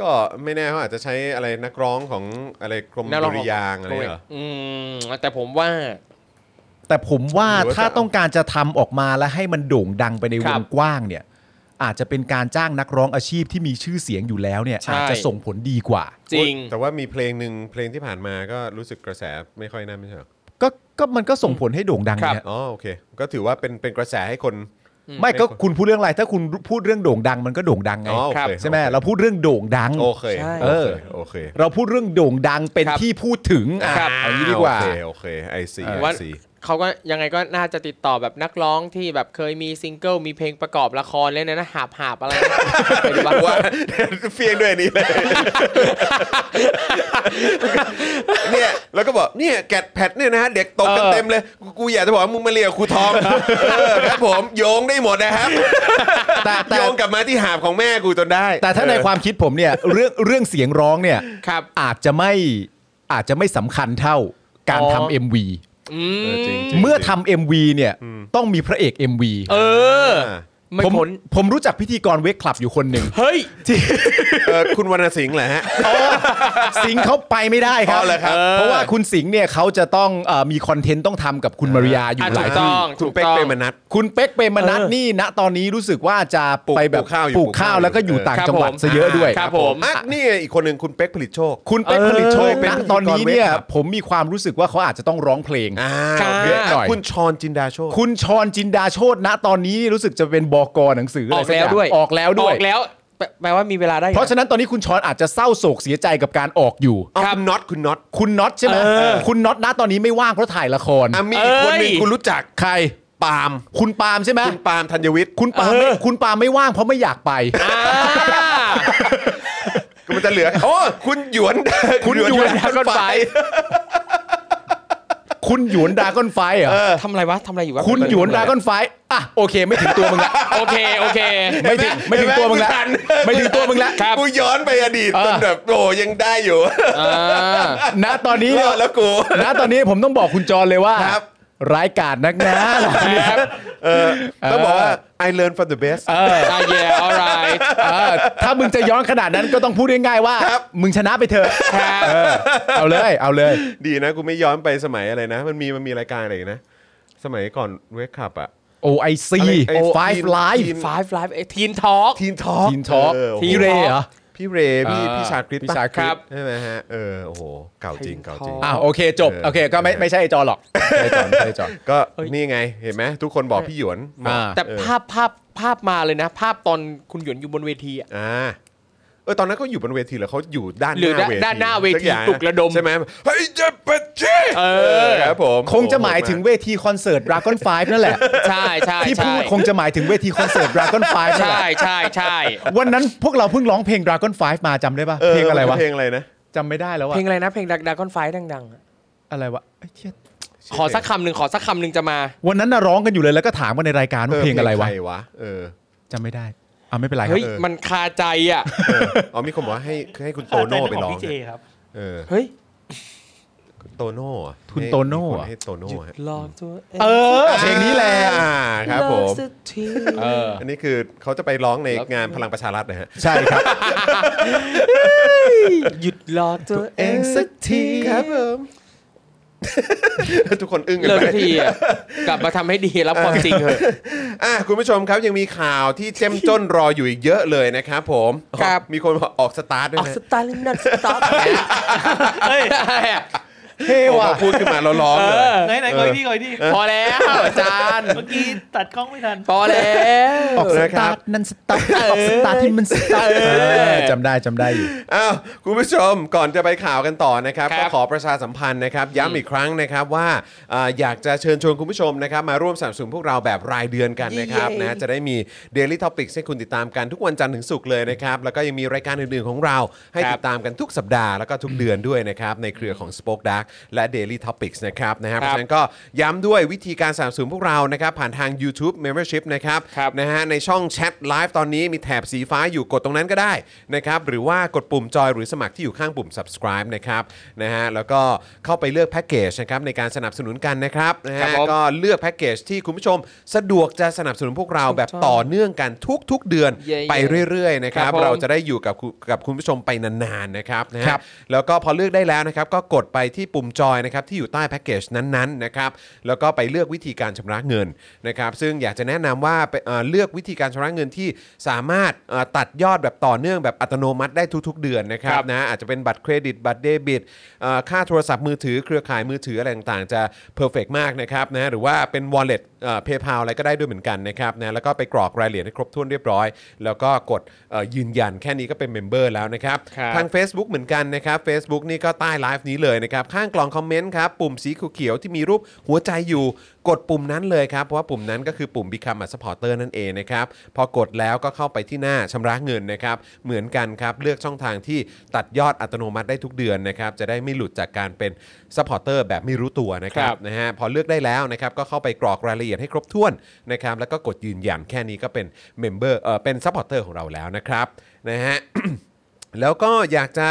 Speaker 2: ก็ไม่แน่เขาอาจจะใช้อะไรนักร้องของอะไรกรม
Speaker 4: นัก
Speaker 2: ดุ
Speaker 4: ร้องของ
Speaker 2: ริยางค์อะไรเหรอ
Speaker 4: อืมแต่ผมว่า
Speaker 3: แต่ผมว่า
Speaker 2: หรือว่า
Speaker 3: ถ้า
Speaker 2: จะเอา
Speaker 3: ต้องการจะทำออกมาและให้มันโด่งดังไปใน
Speaker 4: คว รั
Speaker 3: ง
Speaker 4: บ
Speaker 3: กว้างเนี่ย อาจจะเป็นการจ้างนักร้องอาชีพที่มีชื่อเสียงอยู่แล้วเนี่ย
Speaker 4: ใช่
Speaker 3: อาจจะส่งผลดีกว่า
Speaker 4: จริง
Speaker 2: แต่ว่ามีเพลงหนึ่งเพลงที่ผ่านมาก็รู้สึกกระแสไม่ค่อยน่าไม่ใช่เหรอ
Speaker 3: ก็ก็มันก็ส่งผลให้โด่งดัง
Speaker 4: ครับ
Speaker 3: เนี่ย
Speaker 2: อ๋อโอเค ก็ถือว่าเป็นเป็นกระแสให้คน
Speaker 3: ไม่ก็
Speaker 2: ไม่ควร
Speaker 3: คุณพูดเรื่องอะไรถ้าคุณพูดเรื่องโด่งดังมันก็โด่งดังไง
Speaker 2: อ๋อโอเค
Speaker 3: ใช่ไหมเราพูดเรื่องโด่งดัง
Speaker 2: โอเค
Speaker 4: ใช่
Speaker 2: โอเคโอเค
Speaker 3: เราพูดเรื่องโด่งดังเป็น
Speaker 4: ครับ
Speaker 3: ที่พูดถึงอ่ะ
Speaker 4: ครับ
Speaker 3: เอางี้ดีกว่า
Speaker 2: โอเคโอเคไอซีไอ
Speaker 4: ว่า
Speaker 2: ซี
Speaker 4: เขาก็ยังไงก็น่าจะติดต่อแบบนักร้องที่แบบเคยมีซิงเกิลมีเพลงประกอบละครเล่นนะนะหาบหาบอะไรนะไปดูบ้าง
Speaker 2: ว่าเฟียงด้วยอันนี้เลย เนี่ยแล้วก็บอกเนี่ยแกดแพดเนี่ยนะฮะเด็กตกกันเต็มเลย กูกูอยากจะบอกว่ามึงมาเรียกบครูทอมเออครับผมโยงได้หมดนะครับ
Speaker 3: แต่แต่
Speaker 2: โยงกลับมาที่หาบของแม่กูจนได้
Speaker 3: แต่ถ้าในความคิดผมเนี่ยเรื่องเรื่องเสียงร้องเนี่ย
Speaker 4: ครับ
Speaker 3: อาจจะไม่อาจจะไม่สำคัญเท่าการ
Speaker 4: อ๋อ
Speaker 3: ทำ MV
Speaker 4: อื
Speaker 2: เอ
Speaker 4: ม
Speaker 2: อจริงๆ
Speaker 3: เมื่อทำ MV เนี่ยต้องมีพระเอก MV
Speaker 4: เออ
Speaker 2: อ่า
Speaker 4: ไม่
Speaker 3: ผม
Speaker 4: ผล
Speaker 3: ผมรู้จักพิธีกรเวกคลับอยู่คน หนึ่ง
Speaker 4: เฮ้ย
Speaker 2: เออคุณวรรณสิงห์เหรอฮะ
Speaker 3: สิงห์เขาไปไม่ได้ครับ
Speaker 2: อ๋อเหรอครับ
Speaker 3: เพราะว่าคุณสิงห์เนี่ยเขาจะต้องเอ่อมีคอนเทนต์ต้องทำกับคุณมาริยาอยู่
Speaker 4: อ่ะ
Speaker 3: หลาย
Speaker 4: ถูกต้
Speaker 3: ที่
Speaker 4: อง
Speaker 2: คุณเป๊กเปรมนัท
Speaker 3: คุณเป๊กเปรมนัทนี่ณตอนนี้รู้สึกว่าจะ
Speaker 2: ปลูก
Speaker 3: ไปแบ
Speaker 2: ป
Speaker 3: บ
Speaker 2: ลูกข้าวอยู่
Speaker 3: ปลูกข้าวแล้วก็อยู่
Speaker 2: เออ
Speaker 3: ต่าง
Speaker 4: ครับ
Speaker 3: จังหวัด
Speaker 4: ผม
Speaker 3: ซะเยอะด้วย
Speaker 4: ครับผม
Speaker 2: อ่ะนี่อีกคนหนึ่งคุณเป๊กผลิตโชค
Speaker 3: คุณเป๊กผลิตโชค
Speaker 2: เออ
Speaker 3: ณตอนนี้เนี่ย
Speaker 2: เป็นพิธีกรเวทครับ
Speaker 3: ผมมีความรู้สึกว่าเขาอาจจะต้องร้องเพลง
Speaker 2: อ่า
Speaker 4: ครับ
Speaker 2: เยอะหน่อย
Speaker 3: อ่ะ
Speaker 2: คุณชอนจินดาโชค
Speaker 3: คุณชรจินดาโชตณตอนนี้รู้สึกจะเป็นบกหนังสือ
Speaker 4: ออ
Speaker 3: อะไร
Speaker 4: ก
Speaker 3: สั
Speaker 4: แล้ว
Speaker 3: ย่าง
Speaker 4: ด้วย
Speaker 3: ออกแล้วด้ว
Speaker 4: อย อกแล้วแปลแปลว่ามีเวลาได้อีก
Speaker 3: เพราะฉะนั้นตอนนี้คุณชรอาจจะเศร้าโศกเสียใจกับการออกอยู่
Speaker 2: เอา
Speaker 4: ครับ
Speaker 2: คุณน็อตคุณน็อต
Speaker 3: คุณน็อตใช่ไหมคุณน็อตณตอนนี้ไม่ว่างเพราะถ่ายละคร
Speaker 2: อ่ะมีอีกคนหนึ่ง
Speaker 4: เอ้ย
Speaker 2: คุณรู้จัก
Speaker 3: ใคร
Speaker 2: ปาล์ม
Speaker 3: คุณปาล์มใช่ไหม
Speaker 2: คุณปาล์มธัญวิทย์
Speaker 3: คุณปาล์มไม่คุณปาล์มไม่ว่างเพราะไม่อยากไป
Speaker 4: อ่า
Speaker 2: ก็มันจะเหลือ โอ้ คุณหยวน
Speaker 4: คุณหยวน
Speaker 2: รถ
Speaker 4: รถไฟ
Speaker 2: ไฟ
Speaker 3: คุณ คุณหยวนดราก้อนไฟท์เหรอ
Speaker 4: ทำอะไรวะทำอะไรอยู่วะ
Speaker 3: คุณหยวนดราก้อนไฟท์อ่ะโอเค ไม่ถึงตัวมึงละ
Speaker 4: โอเคโอเค
Speaker 3: ไม่ถึงไม่ถึงตัวมึงละไม่ถึงตัวมึงละ
Speaker 4: ครับ
Speaker 2: กูย้อนไปอดีต
Speaker 4: เออ
Speaker 2: จนแบบโอ้ยังได้อยู่
Speaker 4: อ่า
Speaker 3: ณตอนนี้
Speaker 2: รอดแล้วกู
Speaker 3: ณตอนนี้ผมต้องบอกคุณจรเลยว่า
Speaker 2: ครับ
Speaker 3: ร้ายกาจนักนะ
Speaker 2: เออต้องบอกว่า I learn from the best
Speaker 4: อ่า yeah alright
Speaker 3: เออถ้ามึงจะย้อนขนาดนั้นก็ต้องพูดง่ายๆว่า
Speaker 2: ครับ
Speaker 3: มึงชนะไปเถอะ
Speaker 4: ครับ
Speaker 3: เออเอาเลยเอาเลย
Speaker 2: ดีนะกูไม่ย้อนไปสมัยอะไรนะ มันมีมันมีรายการอะไรอีกนะ สมัยก่อนเวกขับอะ
Speaker 3: OIC
Speaker 2: อะไรไอ้
Speaker 3: Five
Speaker 2: Teen-
Speaker 3: Life
Speaker 2: Teen-
Speaker 4: five life ทีนทอล์ก
Speaker 2: ทีนทอล์ก
Speaker 3: Teen Talk
Speaker 2: เออโอ้โห
Speaker 4: Teen
Speaker 3: พี่เรย์เหรอ
Speaker 2: พี่เรย์พี่
Speaker 3: อ่า
Speaker 2: พี่ชาคริต
Speaker 3: พี่
Speaker 2: ปะ
Speaker 3: ชาคริต
Speaker 2: ใช่ไหมฮะ เออโอ้โหเก่าจริง
Speaker 4: Teen
Speaker 2: เก่าจริง
Speaker 4: Talk
Speaker 3: อ่าโอเคจบ
Speaker 2: เออ
Speaker 3: โอเคก็ไม่ไม่ใช่ไอจอหรอกไม่ใช่ไอ้จอไม่ใช่ไอ้จอ
Speaker 2: ก็นี่ไงเห็นไหมทุกคนบอกพี่หยวนเหมะ
Speaker 3: อ่า
Speaker 4: แต่
Speaker 2: เออ
Speaker 4: ภาพภาพภาพมาเลยนะ ภาพตอนคุณหยวนอยู่บนเวทีอะ
Speaker 2: อ่าเออตอนนั้นเขาอยู่บนเวทีหรือเขาอยู่ด้าน
Speaker 4: หรือ
Speaker 2: หน้าเวที
Speaker 4: ด้านหน้าเวที
Speaker 2: สัอย่ง
Speaker 4: ปลุกระดม
Speaker 2: ใช่ไหมเฮ้ยเจะปะเจ
Speaker 4: เออ
Speaker 2: ครับผม
Speaker 3: คงจะหมายถึงเวทีคอนเสิร์ต Dragon Five นั่นแหละ
Speaker 4: ใช่ใช่
Speaker 3: ที่
Speaker 4: ใช่
Speaker 3: พูดคงจะหมายถึงเวทีคอนเสิร์ต Dragon Five นั่นแห
Speaker 4: ใช่
Speaker 3: ละ
Speaker 4: ใช่ใช่
Speaker 3: วันนั้นพวกเราเพิ่งร้องเพลง Dragon Five มาจำได้ปะเพลงอะไรวะ
Speaker 2: เพลงอะไรนะ
Speaker 3: จำไม่ได้แล้ว
Speaker 4: เพ
Speaker 3: อะ
Speaker 4: ลงอะไรนะ เพลงดักดากอนไฟดังๆอะ
Speaker 3: อะไรวะไอ้เหี้ย
Speaker 4: ขอสักคำหนึ่งขอสักคำหนึ่งจะมา
Speaker 3: วันนั้นน่ะร้องกันอยู่เลยแล้วก็ถามกันในรายการว่าเพลงอะไรวะ
Speaker 2: ใควะเออ
Speaker 3: จำไม่ได้อ่าไม่เป็นไรครั
Speaker 4: เฮ้
Speaker 3: บ
Speaker 4: ย มันคาใจอ่ะ
Speaker 2: เออเอามีคนบอกว่าให้ให้คุณโตโน่ไปร้อง
Speaker 5: พี่เจครับ
Speaker 2: เออ
Speaker 4: เฮ้ย
Speaker 2: โตโน่อะ
Speaker 3: คุณโตโน่อะ
Speaker 2: ให้โตโน่อะ
Speaker 4: ลองตัวเอง
Speaker 3: เออเพลงนี้แหละ
Speaker 2: อ่าครับผม
Speaker 4: สักที
Speaker 3: เออ
Speaker 2: อันนี้คือเขาจะไปร้องในงานพลังประชารัฐนะฮะ
Speaker 3: ใช่ครับ
Speaker 4: หยุดรอตัวเอ
Speaker 3: เองงสักที
Speaker 2: ครับผม ทุกคนอึ้งกัน
Speaker 4: เลิก
Speaker 2: ไป
Speaker 4: ทีอ่ะกลับมาทำให้ดีรับความจริงเถอะ
Speaker 2: อ่ะคุณผู้ชมครับยังมีข่าวที่เจ้มจ้นรออยู่อีกเยอะเลยนะครับผม
Speaker 4: ครับ
Speaker 2: มีคนบอกออกสตาร์ทด้ว
Speaker 4: อย อก
Speaker 2: นะ
Speaker 4: สตาร์ทหรือนัดสตาร์ท
Speaker 5: เฮ้ย
Speaker 3: เท่
Speaker 2: ผม
Speaker 3: ว่ะ
Speaker 2: พูดขึ้นมาแล้วร้องเลย
Speaker 5: ไหนไหนๆกอยที่กอยที่
Speaker 4: พอแล้วอาจารย์
Speaker 5: เมื่อกี้ตัดกล้องไม่ทัน
Speaker 4: พอแล้ว
Speaker 3: ออกสตาร์ทนั่นสตาร์ทออกสตาร์ทที่มันสตาร์ทเออจำได้จำได้อยู่
Speaker 2: อ้าวคุณผู้ชมก่อนจะไปข่าวกันต่อนะครับก็ขอประชาสัมพันธ์นะครับ ย้ำอีกครั้งนะครับว่าอ่าอยากจะเชิญชวนคุณผู้ชมนะครับ มาร่วมสนับสนุนพวกเราแบบรายเดือนกันนะครับนะจะได้มี Daily Topics ให้คุณติดตามกันทุกวันจันทร์ถึงศุกร์เลยนะครับ แล้วก็ยังมีรายการอื่นๆของเราให้ติดตามกันทุกสัปดาห์แล้วก็ทุกเดือนด้วยนะครับในเครือของ Spoke Dark และ Daily Topics นะครับนะฮะเพราะฉะนั้นก็ย้ำด้วยวิธีการสนับสนุนพวกเรานะครับผ่านทาง YouTube Membership นะครับ
Speaker 4: ครับ
Speaker 2: นะฮะในช่องแชทไลฟ์ตอนนี้มีแถบสีฟ้าอยู่กดตรงนั้นก็ได้นะครับหรือว่ากดปุ่มจอยหรือสมัครที่อยู่ข้างปุ่ม subscribe นะครับนะฮะแล้วก็เข้าไปเลือกแพ็กเกจนะครับในการสนับสนุนกันนะครับนะ
Speaker 4: ครั
Speaker 2: ฮะ
Speaker 4: บผม
Speaker 2: ก็เลือกแพ็กเกจที่คุณผู้ชมสะดวกจะสนับสนุนพวกเราแบบต่อเนื่องกันทุก ๆ เดือน
Speaker 4: เย้ๆ
Speaker 2: ไปเรื่อยๆนะครับ
Speaker 4: ครับผม
Speaker 2: เราจะได้อยู่กับคุณกับคุณผู้ชมไปนานๆนะครับนะฮะแล้วก็พอเลือกได้แล้วนะครับก็กดไปที่ปุ่มจอยนะครับที่อยู่ใต้แพ็กเกจนั้นๆนะครับแล้วก็ไปเลือกวิธีการชำระเงินนะครับซึ่งอยากจะแนะนำว่าไปเอ่อเลือกวิธีการชำระเงินที่สามารถเอ่อตัดยอดแบบต่อเนื่องแบบอัตโนมัติได้ทุก ๆ เดือนนะครับ
Speaker 4: ครับ
Speaker 2: นะอาจจะเป็นบัตรเครดิตบัตรเดบิตเอ่อค่าโทรศัพท์มือถือเครือข่ายมือถืออะไรต่างๆจะเพอร์เฟกมากนะครับนะหรือว่าเป็น wallet เอ่อ PayPal อะไรก็ได้ด้วยเหมือนกันนะครับนะแล้วก็ไปกรอกรายละเอียดให้ครบถ้วนเรียบร้อย แล้วก็กดเอ่อยืนยันแค่นี้ก็เป็นเมมเบอร์แล้วนะครับ
Speaker 4: ครับ
Speaker 2: ทาง Facebook เหมือนกันนะครับ Facebook นี่ก็ใต้ไลฟ์นี้เลยนะครับ ข้างกล่องคอมเมนต์ครับ ปุ่มสีเขียวๆที่มีรูปหัวใจอยู่กดปุ่มนั้นเลยครับ เพราะว่าปุ่มนั้นก็คือปุ่ม Become a supporter นั่นเองนะครับ พอกดแล้วก็เข้าไปที่หน้าชำระเงินนะครับ เหมือนกันครับ เลือกช่องทางที่ตัดยอดอัตโนมัติได้ทุกเดือนนะครับ จะได้ไม่หลุดจากการเป็น supporter แบบไม่รู้ตัวนะครั
Speaker 4: ครับ บ
Speaker 2: นะฮะพอเลือกได้แล้วนะครับก็เข้าไปกรอกรายละเอียดให้ครบถ้วนนะครับแล้วก็กดยืนยันแค่นี้ก็เป็นเมมเบอร์เออเป็นซัพพอร์เตอร์ของเราแล้วนะครับนะฮะ แล้วก็อยากจะ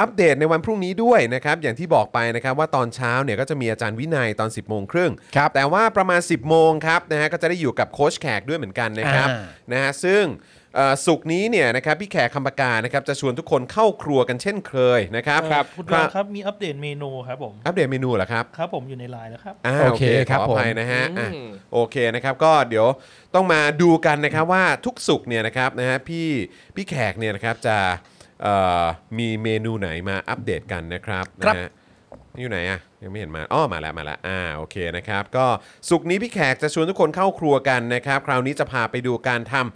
Speaker 2: อัปเดตในวันพรุ่งนี้ด้วยนะครับอย่างที่บอกไปนะครับว่าตอนเช้าเนี่ยก็จะมีอาจารย์วินัยตอน 10บโมงครึ่ง
Speaker 3: ครับ
Speaker 2: แต่ว่าประมาณ 10บโมงครับนะฮะก็จะได้อยู่กับโค้ชแขกด้วยเหมือนกันนะครับ
Speaker 3: อ่า
Speaker 2: นะฮะซึ่งเอ่อสุกร์นี้เนี่ยนะครับพี่แขกคำปากานะครับจะชวนทุกคนเข้าครัวกันเช่นเคยนะครับ
Speaker 5: เอ่อคุณดอนครับมีอัปเดตเมนูครับผม
Speaker 2: อัปเดตเมนูเหรอครับ
Speaker 5: ครับผมอยู่ในไลน์แล้วครับ
Speaker 2: อ่า
Speaker 3: โอ
Speaker 2: โอเค
Speaker 3: เค
Speaker 2: ข
Speaker 3: ค
Speaker 2: อ
Speaker 3: รั
Speaker 2: บ อภัย
Speaker 3: ผม
Speaker 2: นะฮะอ่ะ
Speaker 4: อืม
Speaker 2: โอเคนะครับก็เดี๋ยวต้องมาดูกันนะครับว่าทุกสุกร์เนี่ยนะครับนะฮะพี่พี่แขกเนี่ยนะครับจะเอ่อมีเมนูไหนมาอัปเดตกันนะครับ
Speaker 3: ครับ
Speaker 2: นะฮะอยู่ไหนอ่ะยังไม่เห็นมาอ้อมาแล้วมาแล้วอ่าโอเคนะครับก็สุกร์นี้พี่แขกจะชวนทุกคนเข้าครัวกันนะครับคราวนี้จะพาไปดูการทำ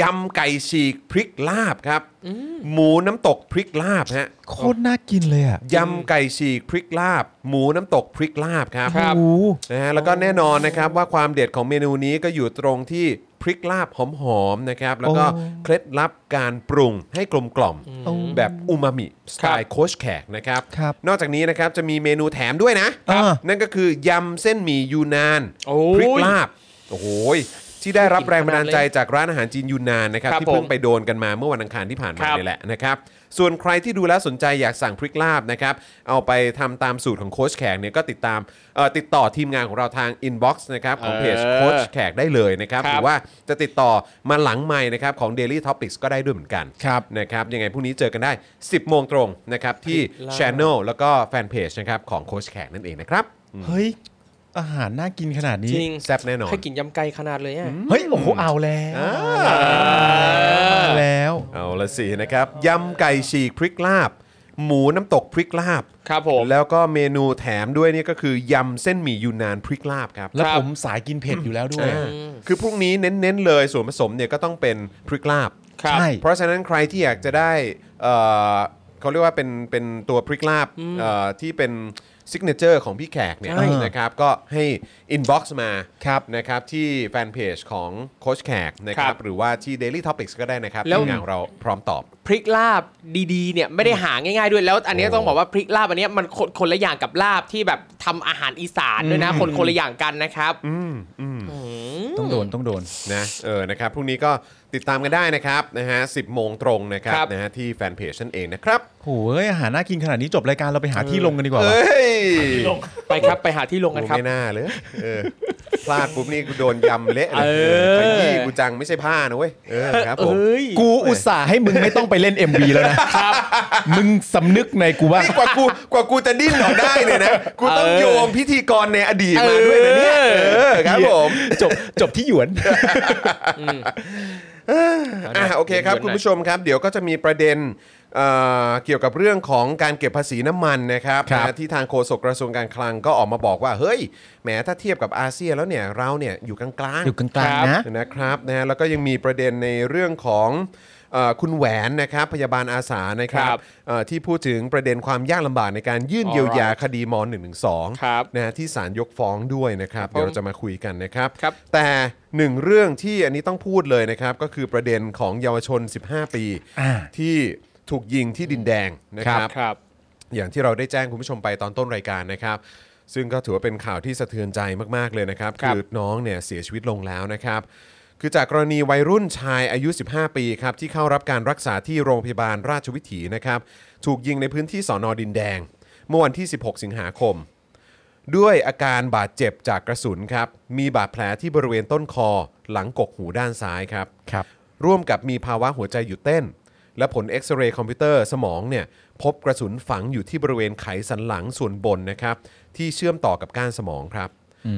Speaker 2: ยำไก่ฉีกพริกลาบครับหมูน้ำตกพริกลาบฮะ
Speaker 3: โคตรน่ากินเลยอ่ะ
Speaker 2: ยำไก่ฉีกพริกลาบ หมูน้ำตกพริกลาบครับ
Speaker 4: ครับ
Speaker 3: โอ้โห
Speaker 2: นะฮะแล้วก็แน่นอนนะครับว่าความเด็ดของเมนูนี้ก็อยู่ตรงที่พ พริกลาบหอมๆนะครับแล้วก็เคล็ดลับการปรุงให้กลมกล่อม แบบอูมามิสไตล์โคชแขกนะครับ
Speaker 3: ครับ
Speaker 2: นอกจากนี้นะครับจะมีเมนูแถมด้วยนะ
Speaker 3: อ่า
Speaker 2: นั่นก็คือยำเส้นหมี่ยูนาน
Speaker 4: โอ้ย
Speaker 2: พริกลาบ โอ้โหยที่ได้รับแรงบันดาลใจจากร้านอาหารจีนยูนานนะครับ
Speaker 4: ครับ
Speaker 2: ที่เพิ่ง
Speaker 4: ผม
Speaker 2: ไปโดนกันมาเมื่อวันอังคารที่ผ่านมา
Speaker 4: ครับ
Speaker 2: เนี่ยแหละนะครับ ส่วนใครที่ดูแล้วสนใจอยากสั่งพริกลาบนะครับ เอาไปทำตามสูตรของโค้ชแขกเนี่ยก็ติดตามเอ่อติดต่อทีมงานของเราทางอินบ็อกซ์นะครับของเพจ
Speaker 4: เออ
Speaker 2: โค้ชแขกได้เลยนะครับ
Speaker 4: ครั
Speaker 2: ห
Speaker 4: บ
Speaker 2: รือว่าจะติดต่อมาหลังไมค์นะครับของ Daily Topics ก็ได้ด้วยเหมือนกัน
Speaker 3: ครับ
Speaker 2: นะครับยังไงพรุ่งนี้เจอกันได้ 10 โมงตรงนะครับที่
Speaker 4: ลา
Speaker 2: Channel แล้วก็แฟนเพจนะครับของโคชแขกนั่นเองนะครับ
Speaker 3: เฮ้ย อาหารน่ากินขนาดนี้
Speaker 4: จริง
Speaker 2: แซบแน่นอน
Speaker 4: ใครกินยำไก่ขนาดเลยอ่ะ
Speaker 3: เฮ้ย โอ้โห เอาแล้ว
Speaker 2: อ่า
Speaker 3: เอาแล้ว
Speaker 2: เอาละสินะครับยำไก่ฉีกพริกลาบ หมูน้ำตกพริกลาบ
Speaker 4: ครับผม
Speaker 2: แล้วก็เมนูแถมด้วยเนี่ยก็คือยำเส้นหมี่ยูนานพริกลาบครับ
Speaker 3: แล้ว
Speaker 4: ครับ
Speaker 3: ผมสายกินเผ็ดอยู่แล้วด้วย
Speaker 2: อ่าคือพรุ่งนี้เน้นๆเลยส่วนผสมเนี่ยก็ต้องเป็นพริกลาบ
Speaker 4: ครับ
Speaker 3: ใช่
Speaker 2: เพราะฉะนั้นใครที่อยากจะได้เอ่อเขาเรียกว่าเป็นเป็นตัวพริกลาบเอ่อที่เป็นซิกเนเจอร์ของพี่แขกเนี่ย
Speaker 4: ใช่
Speaker 2: นะครับก็ให้ inbox มา
Speaker 3: ครับ
Speaker 2: นะครับที่แฟนเพจของโคชแขกนะครับหรือว่าที่ Daily Topics ก็ได้นะครับ
Speaker 4: แล้ว
Speaker 2: ทีมงานของเราพร้อมตอบ
Speaker 4: พริกลาบดีๆเนี่ยไม่ได้หาง่ายๆด้วยแล้ว อันเนี้ย
Speaker 2: โอ้
Speaker 4: ต้องบอกว่าพริกลาบอันเนี้ยมันคนคนละอย่างกับลาบที่แบบทำอาหารอีสานด้วยนะ คนคนละอย่างกันนะครับ
Speaker 3: ต้องโดนต้องโดน
Speaker 2: นะเออนะครับพรุ่งนี้ก็ติดตามกันได้นะครับนะฮะ10 โมงตรงนะครับ
Speaker 4: ครับ
Speaker 2: นะฮะที่แฟนเพจนั่นเองนะครับ
Speaker 3: โหเอ้ยอาหารน่ากินขนาดนี้จบรายการเราไปหาที่ลงกันดีกว่าวะ
Speaker 2: เอ้ย
Speaker 5: ลง
Speaker 4: ไปครับไปหาที่ลงกัน
Speaker 2: กู
Speaker 4: ครับ
Speaker 2: ไม่น่าเลยเออพลาดปุ๊บนี่กูโดนยำเละเล
Speaker 4: เอย อ
Speaker 2: ขยี้กูจังไม่ใช่ผ้านะเว้ยเออครับผม
Speaker 4: เอ้ย
Speaker 3: กูอุตส่าห์ให้มึงไม่ต้องไปเล่น MV แล้วนะมึงสำนึกในกูบ้าง
Speaker 2: นี่กว่ากูกว่ากูจะดิ้นออกได้เนี่ยนะ กูต้อง
Speaker 4: เออ
Speaker 2: โยงพิธีกรในอดีตมาด้วยนะเนี่ยเออครับผม
Speaker 3: จบจบที่หยวน
Speaker 2: อ่ะโอเคครับ คุณผู้ชมครับ เดี๋ยวก็จะมีประเด็นเอ่อเกี่ยวกับเรื่องของการเก็บภาษีน้ำมันนะครับ
Speaker 3: ครับ
Speaker 2: นะที่ทางโฆษกกระทรวงการคลังก็ออกมาบอกว่า เฮ้ยแหมถ้าเทียบกับอาเซียนแล้วเนี่ยเราเนี่ยอยู่กลางๆ
Speaker 3: อยู่กลางๆนะ
Speaker 2: นะครับนะแล้วก็ยังมีประเด็นในเรื่องของเอ่อคุณแหวนนะครับพยาบาลอาสานะครับ
Speaker 4: ครับ
Speaker 2: เอ่อที่พูดถึงประเด็นความยากลำบากในการยื่นเยียวยาคดีม
Speaker 4: ครับ
Speaker 2: .112 นะฮะที่ศาลยกฟ้องด้วยนะครับ เดี๋ยวเราจะมาคุยกันนะครับ
Speaker 4: ครับ
Speaker 2: แต่หนึ่งเรื่องที่อันนี้ต้องพูดเลยนะครับ ก็คือประเด็นของเยาวชน 15 ปี
Speaker 3: อ่า
Speaker 2: ที่ถูกยิงที่ดินแดงนะครับ
Speaker 4: ครับ
Speaker 2: อย่างที่เราได้แจ้งคุณผู้ชมไปตอนต้นรายการนะครับ ซึ่งก็ถือว่าเป็นข่าวที่สะเทือนใจมาก ๆ เลยนะครับ
Speaker 4: ครับ
Speaker 2: คือน้องเนี่ยเสียชีวิตลงแล้วนะครับ คือจากกรณีวัยรุ่นชายอายุ 15 ปีครับที่เข้ารับการรักษาที่โรงพยาบาลราชวิถีนะครับ ถูกยิงในพื้นที่สอนอดินแดง เมื่อวันที่ 16 สิงหาคม ด้วยอาการบาดเจ็บจากกระสุนครับ มีบาดแผลที่บริเวณต้นคอ หลังกกหูด้านซ้ายครับ
Speaker 3: ครับ
Speaker 2: ร่วมกับมีภาวะหัวใจหยุดเต้น และผลเอ็กซเรย์คอมพิวเตอร์สมองเนี่ยพบกระสุนฝังอยู่ที่บริเวณไขสันหลังส่วนบนนะครับที่เชื่อมต่อกับก้านสมองครับ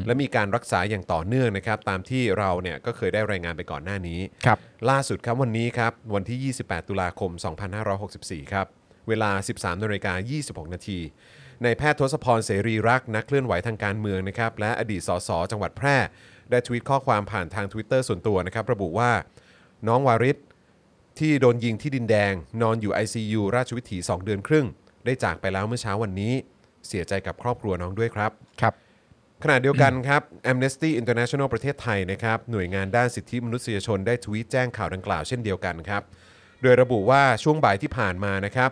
Speaker 2: และมีการรักษาอย่างต่อเนื่องนะครับ ตามที่เราเนี่ยก็เคยได้รายงานไปก่อนหน้านี้
Speaker 3: ครับ
Speaker 2: ล่าสุดครับวันนี้ครับ วันที่ 28 ตุลาคม 2564 ครับ เวลา 13นาฬิกา26 นาทีในายแพทย์ทศพรเสรีรักษ์นักเคลื่อนไหวทางการเมืองนะครับ และอดีตสสจังหวัดแพร่ ได้ทวีตข้อความผ่านทาง Twitter ส่วนตัวนะครับ ระบุว่า น้องวาริศที่โดนยิงที่ดินแดง นอนอยู่ ICU ราชวิถี 2 เดือนครึ่ง ได้จากไปแล้วเมื่อเช้าวันนี้ เสียใจกับครอบครัวน้องด้วยครับ
Speaker 3: ครับ
Speaker 2: ขณะเดียวกัน ครับ Amnesty International ประเทศไทยนะครับหน่วยงานด้านสิทธิมนุษยชนได้ทวีตแจ้งข่าวดังกล่าวเช่นเดียวกันครับ โดยระบุว่าช่วงบ่ายที่ผ่านมานะครับ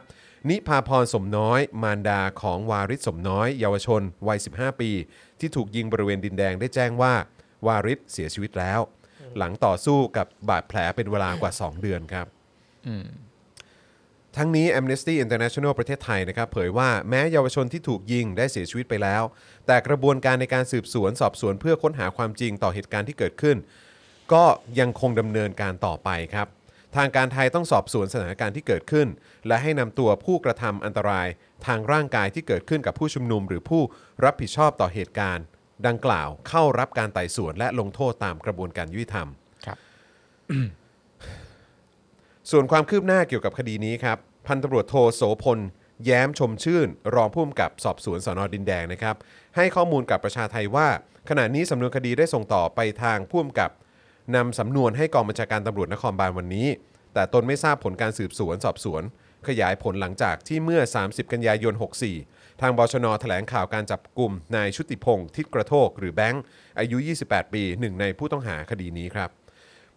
Speaker 2: นิพาพรสมน้อย มารดาของวาริศสมน้อย เยาวชน วัย 15 ปี ที่ถูกยิงบริเวณดินแดงได้แจ้งว่า วาริศเสียชีวิตแล้ว หลังต่อสู้กับบาดแผลเป็นเวลากว่า 2 เดือนครับ ทั้งนี้ Amnesty International ประเทศไทยนะครับเผยว่าแม้เยาวชนที่ถูกยิงได้เสียชีวิตไปแล้ว แต่กระบวนการในการสืบสวนสอบสวนเพื่อค้นหาความจริงต่อเหตุการณ์ที่เกิดขึ้น ก็ยังคงดำเนินการต่อไปครับ ทางการไทยต้องสอบสวนสถานการณ์ที่เกิดขึ้น และให้นำตัวผู้กระทำอันตรายทางร่างกายที่เกิดขึ้นกับผู้ชุมนุม หรือผู้รับผิดชอบต่อเหตุการณ์ ดังกล่าวเข้ารับการไต่สวนและลงโทษตามกระบวนการยุติธรรม ส่วนความคืบหน้าเกี่ยวกับคดีนี้ครับ พันตำรวจโทโสพล แย้มชมชื่น รองผู้กำกับสอบสวนสนดินแดงนะครับ ให้ข้อมูลกับประชาไทยว่า ขณะนี้สำนวนคดีได้ส่งต่อไปทางผู้กำกับนำสำนวนให้กองบัญชาการตำรวจนครบาลวันนี้ แต่ตนไม่ทราบผลการสืบสวนสอบสวน ขยายผลหลังจากที่เมื่อ 30 กันยายน 64 ทางบชนแถลงข่าวการจับกลุ่มนายชุติพงศ์ทิศกระโทกหรือแบงค์อายุ 28 ปีหนึ่งในผู้ต้องหาคดีนี้ครับ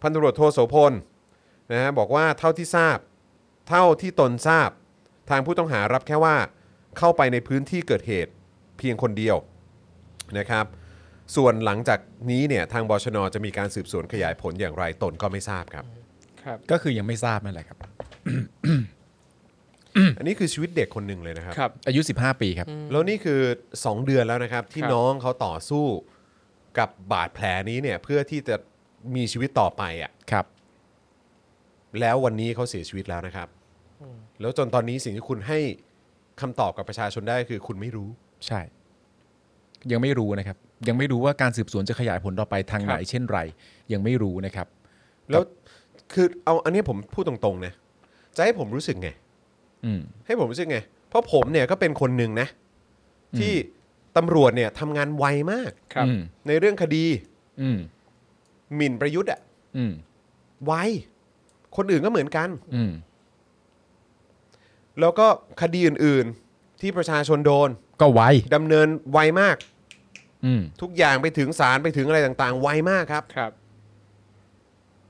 Speaker 2: พันตำรวจโทโสพลนะฮะบอกว่าเท่าที่ทราบ เท่าที่ตนทราบ ทางผู้ต้องหารับแค่ว่าเข้าไปในพื้นที่เกิดเหตุเพียงคนเดียวนะครับ ส่วนหลังจากนี้เนี่ยทางบชนจะมีการสืบสวนขยายผลอย่างไรตนก็ไม่ทราบครับ
Speaker 3: ก็คือยังไม่ทราบนั่นแหละครับ
Speaker 2: อันนี้คือชีวิตเด็กคนหนึ่งเลยนะครับ
Speaker 4: ครับ
Speaker 3: อายุ 15 ปีครับ
Speaker 2: แล้วนี่คือ 2 เดือนแล้วนะครับ ที่
Speaker 4: ครับ
Speaker 2: น้องเขาต่อสู้กับบาดแผลนี้เนี่ยเพื่อที่จะมีชีวิตต่อไปอ่ะ
Speaker 3: ครับ
Speaker 2: แล้ววันนี้เขาเสียชีวิตแล้วนะครับ แล้วจนตอนนี้สิ่งที่คุณให้คำตอบกับประชาชนได้คือคุณไม่รู้
Speaker 3: ใช่ ยังไม่รู้นะครับ ยังไม่รู้ว่าการสืบสวนจะขยายผลต่อไปทางไหนเช่นไร ยังไม่รู้นะครับ
Speaker 2: แล้วคือเอาอันนี้ผมพูดตรงๆนะจะให้ผมรู้สึกไง
Speaker 3: อืม
Speaker 2: ให้ผมรู้สึกไง เพราะผมเนี่ยก็เป็นคนหนึ่งนะ ที่ตำรวจเนี่ยทำงานไวมาก
Speaker 4: ครับ
Speaker 3: อืม
Speaker 2: ในเรื่องคดี
Speaker 3: อืม
Speaker 2: หมิ่นประยุทธ์อะ
Speaker 3: อืม
Speaker 2: ไวคนอื่นก็เหมือนกัน
Speaker 3: อืม
Speaker 2: แล้วก็คดีอื่นๆที่ประชาชนโดน
Speaker 3: ก็ไว
Speaker 2: ดำเนินไวมาก
Speaker 3: อืม
Speaker 2: ทุกอย่างไปถึงศาลไปถึงอะไรต่างๆ ไวมากครับ
Speaker 4: ครับ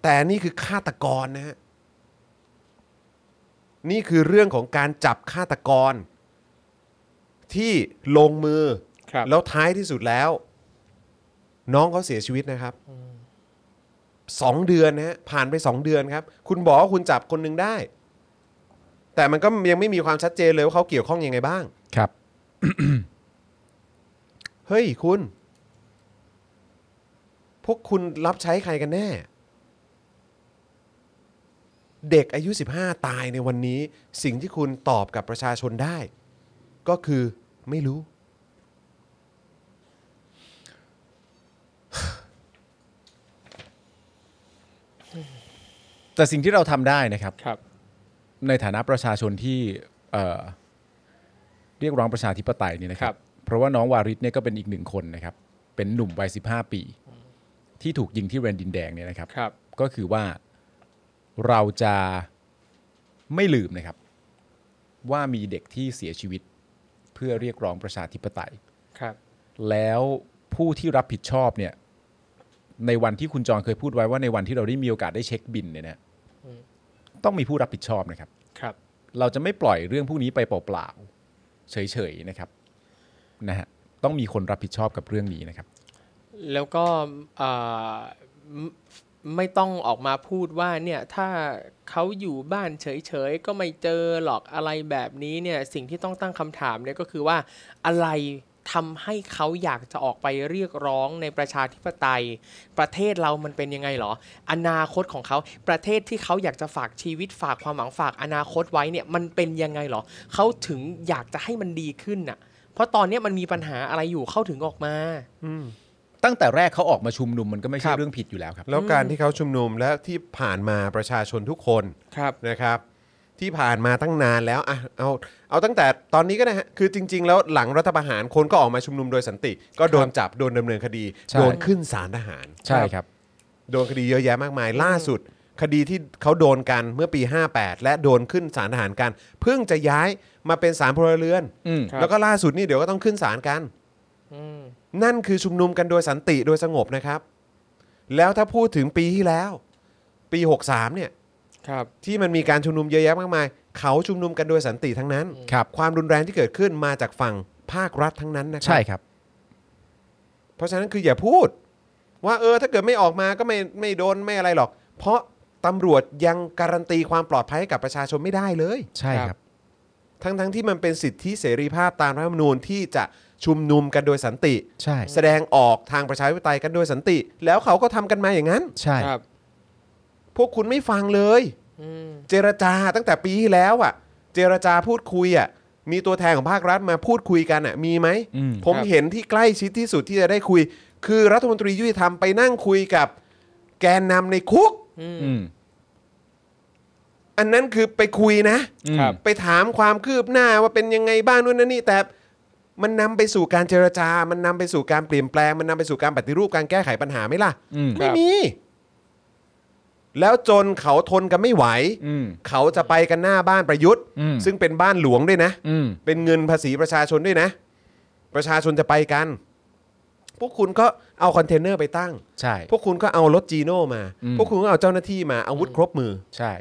Speaker 2: แต่นี่คือฆาตกรนะฮะนี่คือเรื่องของการจับฆาตกร ที่ลงมือ
Speaker 4: ครับ
Speaker 2: แล้วท้ายที่สุดแล้ว น้องเขาเสียชีวิตนะครับสองเดือนนะฮะผ่านไปสองเดือนครับ คุณบอกว่าคุณจับคนหนึ่งได้ แต่มันก็ยังไม่มีความชัดเจนเลยว่าเขาเกี่ยวข้องยังไงบ้าง
Speaker 3: ครับ
Speaker 2: เฮ้ยคุณ พวกคุณรับใช้ใครกันแน่ เด็กอายุ 15 ตายในวันนี้ สิ่งที่คุณตอบกับประชาชนได้ ก็คือไม่รู้
Speaker 3: แต่สิ่งที่เราทำได้นะครับ
Speaker 4: ครับ
Speaker 3: ในฐานะประชาชนที่เอ่อเรียกร้องประชาธิปไตยเนี่ยนะครั
Speaker 4: ครับ บ
Speaker 3: เพราะว่าน้องวาริศเนี่ยก็เป็นอีกหนึ่งคนนะครับ เป็นหนุ่มวัย15 ปี ที่ถูกยิงที่เรนดินแดงเนี่ยนะครับ
Speaker 4: ครับ
Speaker 3: ก็คือว่าเราจะไม่ลืมนะครับ ว่ามีเด็กที่เสียชีวิตเพื่อเรียกร้องประชาธิปไตย
Speaker 4: ครับ
Speaker 3: แล้วผู้ที่รับผิดชอบเนี่ย ในวันที่คุณจองเคยพูดไว้ว่าในวันที่เราได้มีโอกาสได้เช็คบินเนี่ยนะต้องมีผู้รับผิดชอบนะครับ
Speaker 4: ครับ
Speaker 3: เราจะไม่ปล่อยเรื่องพวกนี้ไปเปล่าๆเฉยๆนะครับนะฮะต้องมีคนรับผิดชอบกับเรื่องนี้นะครับ
Speaker 4: แล้วก็เอ่อไม่ไม่ต้องออกมาพูดว่าเนี่ยถ้าเขาอยู่บ้านเฉยๆ ก็ไม่เจอหรอกอะไรแบบนี้เนี่ยสิ่งที่ต้องตั้งคำถามเนี่ยก็คือว่าอะไรทำให้เขาอยากจะออกไปเรียกร้องในประชาธิปไตย ประเทศเรามันเป็นยังไงหรอ อนาคตของเขาประเทศที่เขาอยากจะฝากชีวิตฝากความหวังฝากอนาคตไว้เนี่ยมันเป็นยังไงหรอเขาถึงอยากจะให้มันดีขึ้นน่ะเพราะตอนเนี้ยมันมีปัญหาอะไรอยู่เข้าถึงออกมา
Speaker 3: ตั้งแต่แรกเขาออกมาชุมนุมมันก็ไม่
Speaker 4: ค
Speaker 3: ใช่
Speaker 4: รับ
Speaker 3: เรื่องผิดอยู่แล้วครับ
Speaker 2: แล้วการที่เขาชุมนุมและที่ผ่านมาประชาชนทุกคน
Speaker 4: ครับ
Speaker 2: นะครับ ที่ผ่านมาตั้งนานแล้วอ่ะเอาเอาตั้งแต่ตอนนี้ก็ได้ฮะคือจริง ๆ แล้วหลังรัฐประหารคนก็ออกมาชุมนุมโดยสันติ ก็โดนจับโดนดำเนินคดี
Speaker 3: ใช่
Speaker 2: โดนขึ้นศาลทหาร
Speaker 3: ใช่ครับ
Speaker 2: โดนคดีเยอะแยะมากมาย ล่าสุด คดีที่เขาโดนกันเมื่อปี 58 และโดนขึ้นศาลทหารกัน เพิ่งจะย้ายมาเป็นศาลพลเรือน
Speaker 3: อืม
Speaker 4: ครับ
Speaker 2: แล้วก็ล่าสุดนี่เดี๋ยวก็ต้องขึ้นศาลกัน
Speaker 4: อืม
Speaker 2: นั่นคือชุมนุมกันโดยสันติโดยสงบนะครับ แล้วถ้าพูดถึงปีที่แล้ว ปี 63 เนี่ย
Speaker 4: ครับ
Speaker 2: ที่มันมีการชุมนุมเยอะแยะมากมาย เขาชุมนุมกันโดยสันติทั้งนั้น
Speaker 3: ครับ
Speaker 2: ความรุนแรงที่เกิดขึ้นมาจากฝั่งภาครัฐทั้งนั้นนะครั
Speaker 3: ใช่ครับ
Speaker 2: เพราะฉะนั้นคืออย่าพูด ว่าเออถ้าเกิดไม่ออกมาก็ไม่ไม่โดนไม่อะไรหรอก เพราะตำรวจยังการันตีความปลอดภัยให้กับประชาชนไม่ได้เลย
Speaker 3: ใช่ครับ
Speaker 2: ทั้งทั้งที่มันเป็นสิทธิเสรีภาพตามรัฐธรรมนูญที่จะชุมนุมกันโดยสันติ
Speaker 3: ใช่
Speaker 2: แสดงออกทางประชาธิปไตยกันโดยสันติ แล้วเขาก็ทำกันมาอย่างนั้น
Speaker 3: ใช่
Speaker 4: ครับ
Speaker 2: พวกคุณไม่ฟังเลย
Speaker 4: อืม
Speaker 2: เจรจาตั้งแต่ปีที่แล้วอ่ะ เจรจาพูดคุยอ่ะมีตัวแทนของภาครัฐมาพูดคุยกันอ่ะมีไหม
Speaker 3: อืม
Speaker 2: ผม
Speaker 4: ครับ
Speaker 2: เห็นที่ใกล้ชิดที่สุดที่จะได้คุย คือรัฐมนตรียุติธรรมไปนั่งคุยกับแกนนำในคุก
Speaker 4: อืม
Speaker 3: อืม
Speaker 2: อันนั้นคือไปคุยนะ
Speaker 3: อืม
Speaker 4: ครับ
Speaker 2: ไปถามความคืบหน้าว่าเป็นยังไงบ้างนู่นนั่นนี่แต่มันนำไปสู่การเจรจา มันนำไปสู่การเปลี่ยนแปลง มันนำไปสู่การปฏิรูปการแก้ไขปัญหาไหมล่ะ
Speaker 3: อืม
Speaker 4: ครั
Speaker 2: ไม่
Speaker 4: บ
Speaker 2: มี แล้วจนเขาทนกันไม่ไหว
Speaker 3: อืม
Speaker 2: เขาจะไปกันหน้าบ้านประยุทธ์
Speaker 3: อืม
Speaker 2: ซึ่งเป็นบ้านหลวงด้วยนะ
Speaker 3: อืม
Speaker 2: เป็นเงินภาษีประชาชนด้วยนะ ประชาชนจะไปกัน พวกคุณก็เอาคอนเทนเนอร์ไปตั้ง
Speaker 3: ใช่
Speaker 2: พวกคุณก็เอารถจีโน่มา
Speaker 3: อืม
Speaker 2: พวกคุณก็เอาเจ้าหน้าที่มาอาวุธครบมือ
Speaker 3: ใช่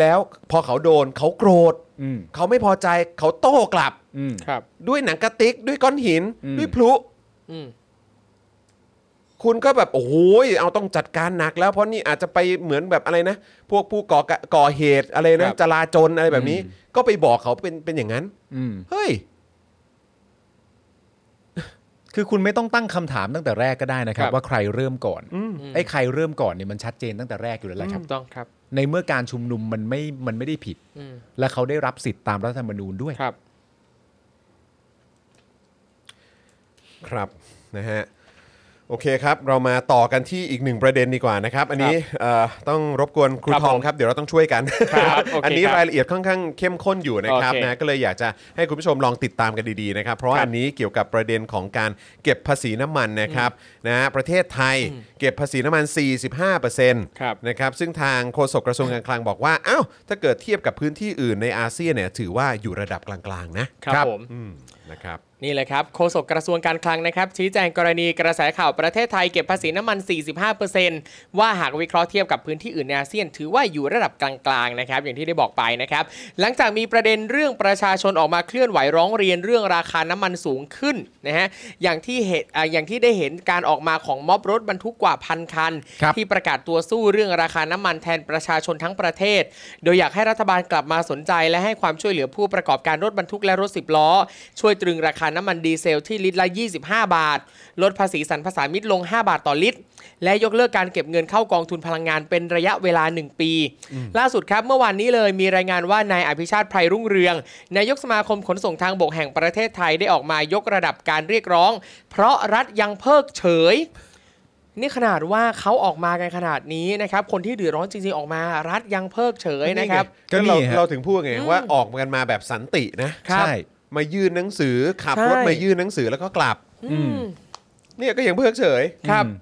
Speaker 2: แล้วพอเขาโดนเขาโกรธ
Speaker 3: อืม
Speaker 2: เขาไม่พอใจเขาโต้กลับ
Speaker 3: อืม
Speaker 4: ครับ
Speaker 2: ด้วยหนังกระติกด้วยก้อนหิน
Speaker 3: อืม
Speaker 2: ด้วยพลุ
Speaker 4: อืม
Speaker 2: คุณก็แบบโอ้โหเอาต้องจัดการหนักแล้วเพราะนี่อาจจะไปเหมือนแบบอะไรนะ พวกผู้ก่อกะก่อเหตุอะไร
Speaker 4: ค
Speaker 2: นะ
Speaker 4: รับ
Speaker 2: จลาจลอะไรแบบนี้ ก็ไปบอกเขาเป็นเป็นอย่างนั้น
Speaker 3: อืม
Speaker 2: เฮ้ย
Speaker 3: คือคุณไม่ต้องตั้งคำถามตั้งแต่แรกก็ได้นะครับ
Speaker 4: ครับ
Speaker 3: ว่าใครเริ่มก่อนไอ้ใครเริ่มก่อนเนี่ยมันชัดเจนตั้งแต่แรกอยู่แล้วแหละครับ
Speaker 4: ถูกต้องครับ
Speaker 3: ในเมื่อการชุมนุมมันไม่มันไม่ได้ผิด
Speaker 4: อืม
Speaker 3: และเขาได้รับสิทธิ์ตามรัฐธรรมนูญด้วย
Speaker 4: ครับ
Speaker 2: ครับนะฮะโอเคครับ เรามาต่อกันที่อีกหนึ่งประเด็นดีกว่านะครับ อันนี้เอ่อต้องรบกวนครู
Speaker 4: ครับ
Speaker 2: ทอง
Speaker 4: ผม
Speaker 2: ครับ เดี๋ยวเราต้องช่วยกัน
Speaker 4: ครับ โอเค
Speaker 2: อันนี้
Speaker 4: ครับ
Speaker 2: รายละเอียดค่อนข้างเข้มข้นอยู่นะครับ
Speaker 4: โอเค
Speaker 2: นะก็เลยอยากจะให้คุณผู้ชมลองติดตามกันดีๆนะครับ เพราะว่า
Speaker 4: ครับ
Speaker 2: อันนี้เกี่ยวกับประเด็นของการเก็บภาษีน้ำมันนะครับนะฮะประเทศไทยเก็บภาษีน้ำมัน 45%น
Speaker 4: ครับ
Speaker 2: ะครับซึ่งทางโฆษกกระทรวงการคลังบอกว่าอ้าวถ้าเกิดเทียบกับพื้นที่อื่นในอาเซียนเนี่ยถือว่าอยู่ระดับกลางๆนะครับ
Speaker 4: ผม
Speaker 2: อืมนะครับ
Speaker 4: นี่แหละครับโฆษกกระทรวงการคลังนะครับ ชี้แจงกรณีกระแสข่าวประเทศไทยเก็บภาษีน้ำมัน 45%ว่าหากวิเคราะห์เทียบกับพื้นที่อื่นในอาเซียน ถือว่าอยู่ระดับกลางๆนะครับ อย่างที่ได้บอกไปนะครับ หลังจากมีประเด็นเรื่องประชาชนออกมาเคลื่อนไหวร้องเรียนเรื่องราคาน้ำมันสูงขึ้นนะฮะอย่างที่เหตุอ่าอย่างที่ได้เห็นการออกมาของม็อบรถบรรทุกกว่าพันคัน
Speaker 3: ครับ
Speaker 4: ที่ประกาศตัวสู้เรื่องราคาน้ำมันแทนประชาชนทั้งประเทศ โดยอยากให้รัฐบาลกลับมาสนใจ และให้ความช่วยเหลือผู้ประกอบการรถบรรทุกและรถสิบล้อ ช่วยตรึงราคาน้ำมันดีเซลที่ลิตรละ 25 บาท ลดภาษีสรรพสามิตลง 5 บาทต่อลิตร และยกเลิกการเก็บเงินเข้ากองทุนพลังงานเป็นระยะเวลา 1 ปี ล่าสุดครับเมื่อวานนี้เลยมีรายงานว่านายอภิชาติไพรรุ่งเรือง นายกสมาคมขนส่งทางบกแห่งประเทศไทยได้ออกมายกระดับการเรียกร้อง เพราะรัฐยังเพิกเฉย นี่ขนาดว่าเขาออกมากันขนาดนี้นะครับ คนที่เดือดร้อนจริงๆออกมา รัฐยังเพิกเฉยนะครับ
Speaker 2: ก็
Speaker 3: ก็นี่
Speaker 2: เรา
Speaker 3: ฮะ
Speaker 2: เราถึงพูดไงว่าออกกันมาแบบสันตินะ
Speaker 4: ครับ
Speaker 3: ใช่
Speaker 2: มายื่นหนังสือขับ
Speaker 4: ใช่
Speaker 2: รถมายื่นหนังสือแล้วก็กลับ
Speaker 4: อืม
Speaker 2: เนี่ยก็ยังเพิกเฉย
Speaker 4: ครับ
Speaker 3: อืม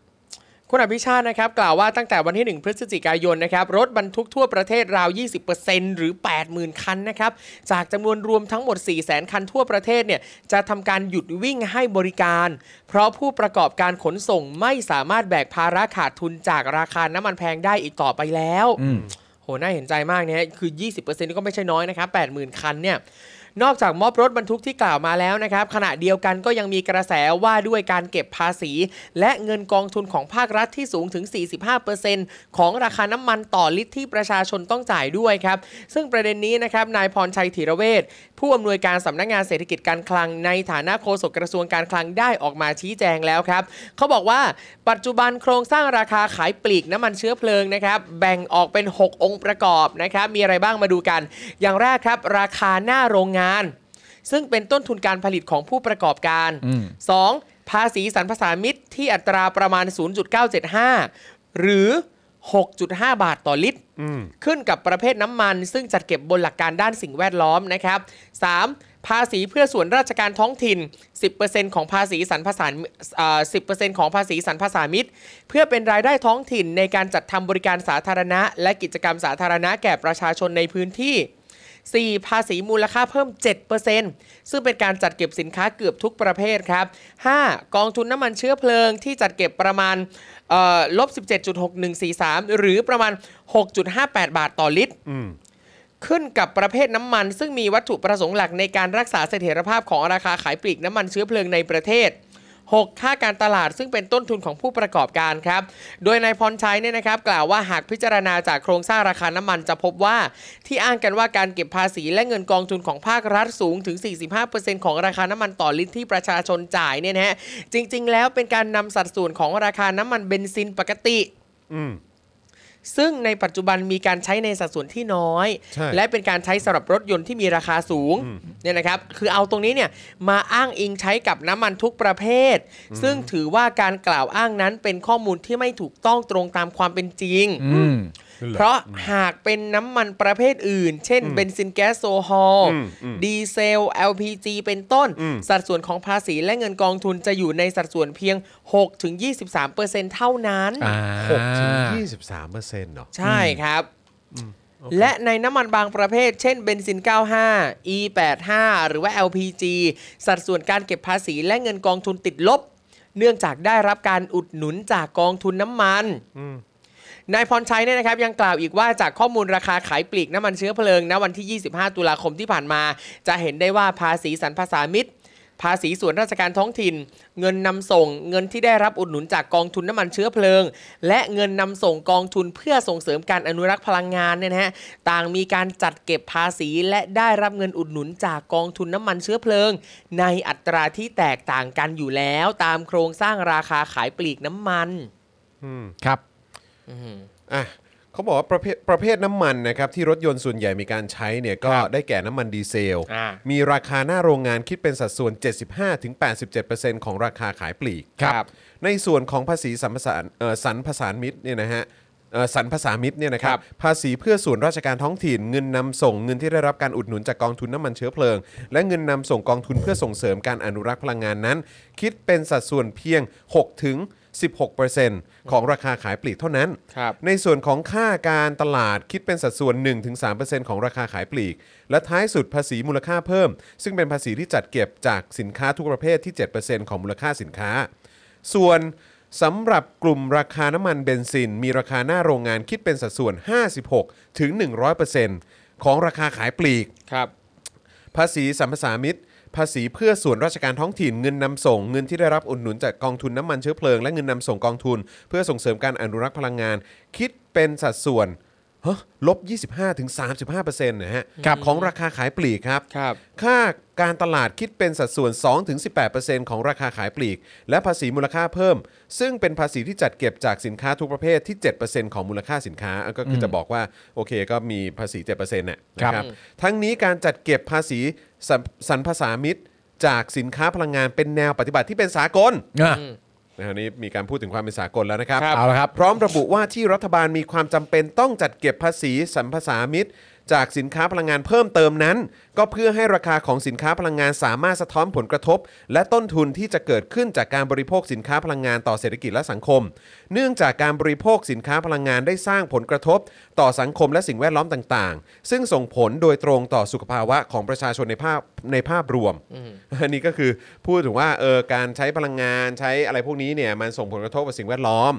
Speaker 4: คุณอภิชาตินะครับ กล่าวว่าตั้งแต่วันที่ 1 พฤศจิกายนนะครับรถบรรทุกทั่วประเทศราว 20%หรือ 80,000 คันนะครับ จากจำนวนรวมทั้งหมด 400,000 คันทั่วประเทศเนี่ยจะทำการหยุดวิ่งให้บริการ เพราะผู้ประกอบการขนส่งไม่สามารถแบกภาระขาดทุนจากราคาน้ำมันแพงได้อีกต่อไปแล้ว
Speaker 3: อืม
Speaker 4: โห น่าเห็นใจมากนะฮะ คือ 20%นี่ก็ไม่ใช่น้อยนะครับ 80,000 คันเนี่ย นอกจากมอบรถบรรทุกที่กล่าวมาแล้วนะครับ ขณะเดียวกันก็ยังมีกระแสว่าด้วยการเก็บภาษี และเงินกองทุนของภาครัฐที่สูงถึง 45%ของราคาน้ำมันต่อลิตรที่ประชาชนต้องจ่ายด้วยครับ ซึ่งประเด็นนี้นะครับ นายพรชัยธีรเวชผู้อำนวยการสำนักงานเศรษฐกิจการคลังในฐานะโฆษกกระทรวงการคลังได้ออกมาชี้แจงแล้วครับ เขาบอกว่าปัจจุบันโครงสร้างราคาขายปลีกน้ำมันเชื้อเพลิงนะครับ แบ่งออกเป็น 6 องค์ประกอบนะครับ มีอะไรบ้างมาดูกัน อย่างแรกครับ ราคาหน้าโรงงาน ซึ่งเป็นต้นทุนการผลิตของผู้ประกอบการ
Speaker 3: อืม
Speaker 4: 2. ภาษีสรรพสามิตที่อัตราประมาณ 0.975 หรือ 6.5 บาทต่อลิตร
Speaker 2: อืม
Speaker 4: ขึ้นกับประเภทน้ำมัน ซึ่งจัดเก็บบนหลักการด้านสิ่งแวดล้อมนะครับ 3. ภาษีเพื่อส่วนราชการท้องถิ่น 10%ของภาษีสรรพสานเอ่อ10%ของภาษีสรรพสามิตเพื่อเป็นรายได้ท้องถิ่นในการจัดทำบริการสาธารณะ และกิจกรรมสาธารณะแก่ประชาชนในพื้นที่ 4. ภาษีมูลค่าเพิ่ม 7%ซึ่งเป็นการจัดเก็บสินค้าเกือบทุกประเภทครับ 5. กองทุนน้ำมันเชื้อเพลิงที่จัดเก็บประมาณเอ่อลบ 17.6143 หรือประมาณ 6.58 บาทต่อลิตร
Speaker 2: อืม
Speaker 4: ขึ้นกับประเภทน้ำมัน ซึ่งมีวัตถุประสงค์หลักในการรักษาเสถียรภาพของราคาขายปลีกน้ำมันเชื้อเพลิงในประเทศ 6. ค่าการตลาดซึ่งเป็นต้นทุนของผู้ประกอบการครับ โดยนายพรชัยเนี่ยนะครับ กล่าวว่าหากพิจารณาจากโครงสร้างราคาน้ำมันจะพบว่า ที่อ้างกันว่าการเก็บภาษีและเงินกองทุนของภาครัฐสูงถึง 45%ของราคาน้ำมันต่อลิตรที่ประชาชนจ่ายเนี่ยนะฮะจริง ๆ แล้วเป็นการนำสัดส่วนของราคาน้ำมันเบนซินปกติ
Speaker 2: อืม
Speaker 4: ซึ่งในปัจจุบันมีการใช้ในสัดส่วนที่น้อย
Speaker 2: ใช่
Speaker 4: และเป็นการใช้สำหรับรถยนต์ที่มีราคาสูงเนี่ยนะครับ คือเอาตรงนี้เนี่ยมาอ้างอิงใช้กับน้ำมันทุกประเภท ซึ่งถือว่าการกล่าวอ้างนั้นเป็นข้อมูลที่ไม่ถูกต้องตรงตามความเป็นจริง
Speaker 3: อืม
Speaker 4: เพราะหากเป็นน้ำมันประเภทอื่น เช่นเบนซินแก๊สโซฮอล
Speaker 2: อืมอืม
Speaker 4: ดีเซล LPG เป็นต้น
Speaker 2: อืม
Speaker 4: สัดส่วนของภาษีและเงินกองทุนจะอยู่ในสัดส่วนเพียง 6-23%เท่านั้น
Speaker 3: อ่า
Speaker 2: หกถึงยี่สิบสามเปอร์เซ็นต์เนาะ
Speaker 4: ใช่ครับ และในน้ำมันบางประเภท เช่นเบนซิน 95 E85 หรือว่า LPG สัดส่วนการเก็บภาษีและเงินกองทุนติดลบ เนื่องจากได้รับการอุดหนุนจากกองทุนน้ำมัน นายพรชัยเนี่ยนะครับยังกล่าวอีกว่าจากข้อมูลราคาขายปลีกน้ำมันเชื้อเพลิงณวันที่ 25 ตุลาคมที่ผ่านมา จะเห็นได้ว่าภาษีสรรพสามิตภาษีส่วนราชการท้องถิ่น เงินนำส่ง เงินที่ได้รับอุดหนุนจากกองทุนน้ำมันเชื้อเพลิง และเงินนำส่งกองทุนเพื่อส่งเสริมการอนุรักษ์พลังงานเนี่ยนะฮะต่างมีการจัดเก็บภาษีและได้รับเงินอุดหนุนจากกองทุนน้ำมันเชื้อเพลิง ในอัตราที่แตกต่างกันอยู่แล้ว ตามโครงสร้างราคาขายปลีกน้ำมัน
Speaker 3: ครับ
Speaker 2: อ่ะเขาบอกว่าประเภทประเภทน้ำมันนะครับที่รถยนต์ส่วนใหญ่มีการใช้เนี่ยก็ได้แก่น้ำมันดีเซล
Speaker 1: อ่า
Speaker 2: มีราคาหน้าโรงงานคิดเป็นสัดส่วน 75-87%ของราคาขายปลีก
Speaker 4: ครับ
Speaker 2: ในส่วนของภาษีสัมภาษานเอ่อสรรพสานมิตรเนี่ยนะฮะเอ่อสรรพสามิตรเนี่ยนะครับ
Speaker 4: ครับ
Speaker 2: ภาษีเพื่อส่วนราชการท้องถิ่น เงินนำส่งเงินที่ได้รับการอุดหนุนจากกองทุนน้ำมันเชื้อเพลิง และเงินนำส่งกองทุนเพื่อส่งเสริมการอนุรักษ์พลังงานนั้น คิดเป็นสัดส่วนเพียง6ถึง16%ของราคาขายปลีกเท่านั้น
Speaker 4: ครับ
Speaker 2: ในส่วนของค่าการตลาดคิดเป็นสัดส่วน 1-3%ของราคาขายปลีก และท้ายสุดภาษีมูลค่าเพิ่ม ซึ่งเป็นภาษีที่จัดเก็บจากสินค้าทุกประเภทที่ 7%ของมูลค่าสินค้า ส่วนสำหรับกลุ่มราคาน้ำมันเบนซิน มีราคาหน้าโรงงานคิดเป็นสัดส่วน 56ถึง100%ของราคาขายปลีก
Speaker 4: ครับ
Speaker 2: ภาษีสัมภาษามิตร ภาษีเพื่อส่วนราชการท้องถิ่นเงินนำส่ง เงินที่ได้รับอุดหนุนจากกองทุนน้ำมันเชื้อเพลิงและเงินนำส่งกองทุน เพื่อส่งเสริมการอนุรักษ์พลังงาน คิดเป็นสัดส่วนฮะลบ 25-35%นะฮะของราคาขายปลีกครับ
Speaker 4: ครับ
Speaker 2: ค่าการตลาดคิดเป็นสัดส่วน 2-18%ของราคาขายปลีก และภาษีมูลค่าเพิ่ม ซึ่งเป็นภาษีที่จัดเก็บจากสินค้าทุกประเภทที่ 7%ของมูลค่าสินค้าอ่ะก็คือจะบอกว่าโอเคก็มีภาษี 7%เนี่ยนะค
Speaker 3: ครั
Speaker 2: รับ
Speaker 3: บ
Speaker 2: ทั้งนี้การจัดเก็บภาษีสรรสรรพสามิตจากสินค้าพลังงานเป็นแนวปฏิบัติที่เป็นสากล
Speaker 3: อ่ะ
Speaker 2: นะฮะนี่มีการพูดถึงความเป็นสากลแล้วนะครับ
Speaker 3: ครับเอาละครับ
Speaker 2: พร้อมระบุว่าที่รัฐบาลมีความจำเป็นต้องจัดเก็บภาษีสัมภาษามิตร จากสินค้าพลังงานเพิ่มเติมนั้น ก็เพื่อให้ราคาของสินค้าพลังงานสามารถสะท้อนผลกระทบ และต้นทุนที่จะเกิดขึ้นจากการบริโภคสินค้าพลังงานต่อเศรษฐกิจและสังคม เนื่องจากการบริโภคสินค้าพลังงานได้สร้างผลกระทบ ต่อสังคมและสิ่งแวดล้อมต่างๆ ซึ่งส่งผลโดยตรงต่อสุขภาวะของประชาชนในภาพในภาพรวม อันนี้ก็คือพูดถึงว่าเออการใช้พลังงานใช้อะไรพวกนี้เนี่ยมันส่งผลกระทบกับสิ่งแวดล้อม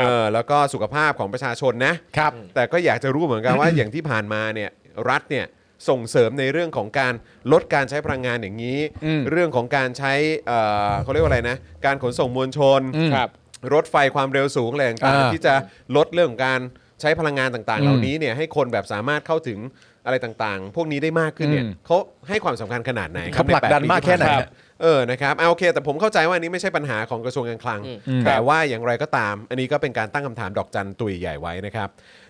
Speaker 2: เออแล้วก็สุขภาพของประชาชนนะครับ แต่ก็อยากจะรู้เหมือนกันว่า อย่างที่ผ่านมาเนี่ยรัฐเนี่ยส่งเสริมในเรื่องของการลดการใช้พลังงานอย่างนี้
Speaker 3: อืม
Speaker 2: เรื่องของการใช้เอ่อเขาเรียกว่าอะไรนะการขนส่งมวลชน
Speaker 3: อืม
Speaker 4: ครับ
Speaker 2: รถไฟความเร็วสูงอะไรต่าง
Speaker 3: อ่า
Speaker 2: ๆที่จะลดเรื่องของการใช้พลังงานต่างๆ
Speaker 3: อืม
Speaker 2: เหล่านี้เนี่ยให้คนแบบสามารถเข้าถึงอะไรต่างๆ พวกนี้ได้มากขึ้นเนี่ย
Speaker 3: อืม
Speaker 2: เขาให้ความสำคัญขนาดไหนครับ
Speaker 3: เขาผลักดัน
Speaker 2: ใ8
Speaker 3: มากแค่ไหน
Speaker 2: ที่ผ่
Speaker 3: ค
Speaker 2: ม
Speaker 3: รับ
Speaker 2: เออนะครับเอาโอเค แต่ผมเข้าใจว่าอันนี้ไม่ใช่ปัญหาของกระทรวงการคลัง
Speaker 3: อืม
Speaker 2: แต่ว่าอย่างไรก็ตาม อันนี้ก็เป็นการตั้งคำถามดอกจันตุยใหญ่ไว้นะครับ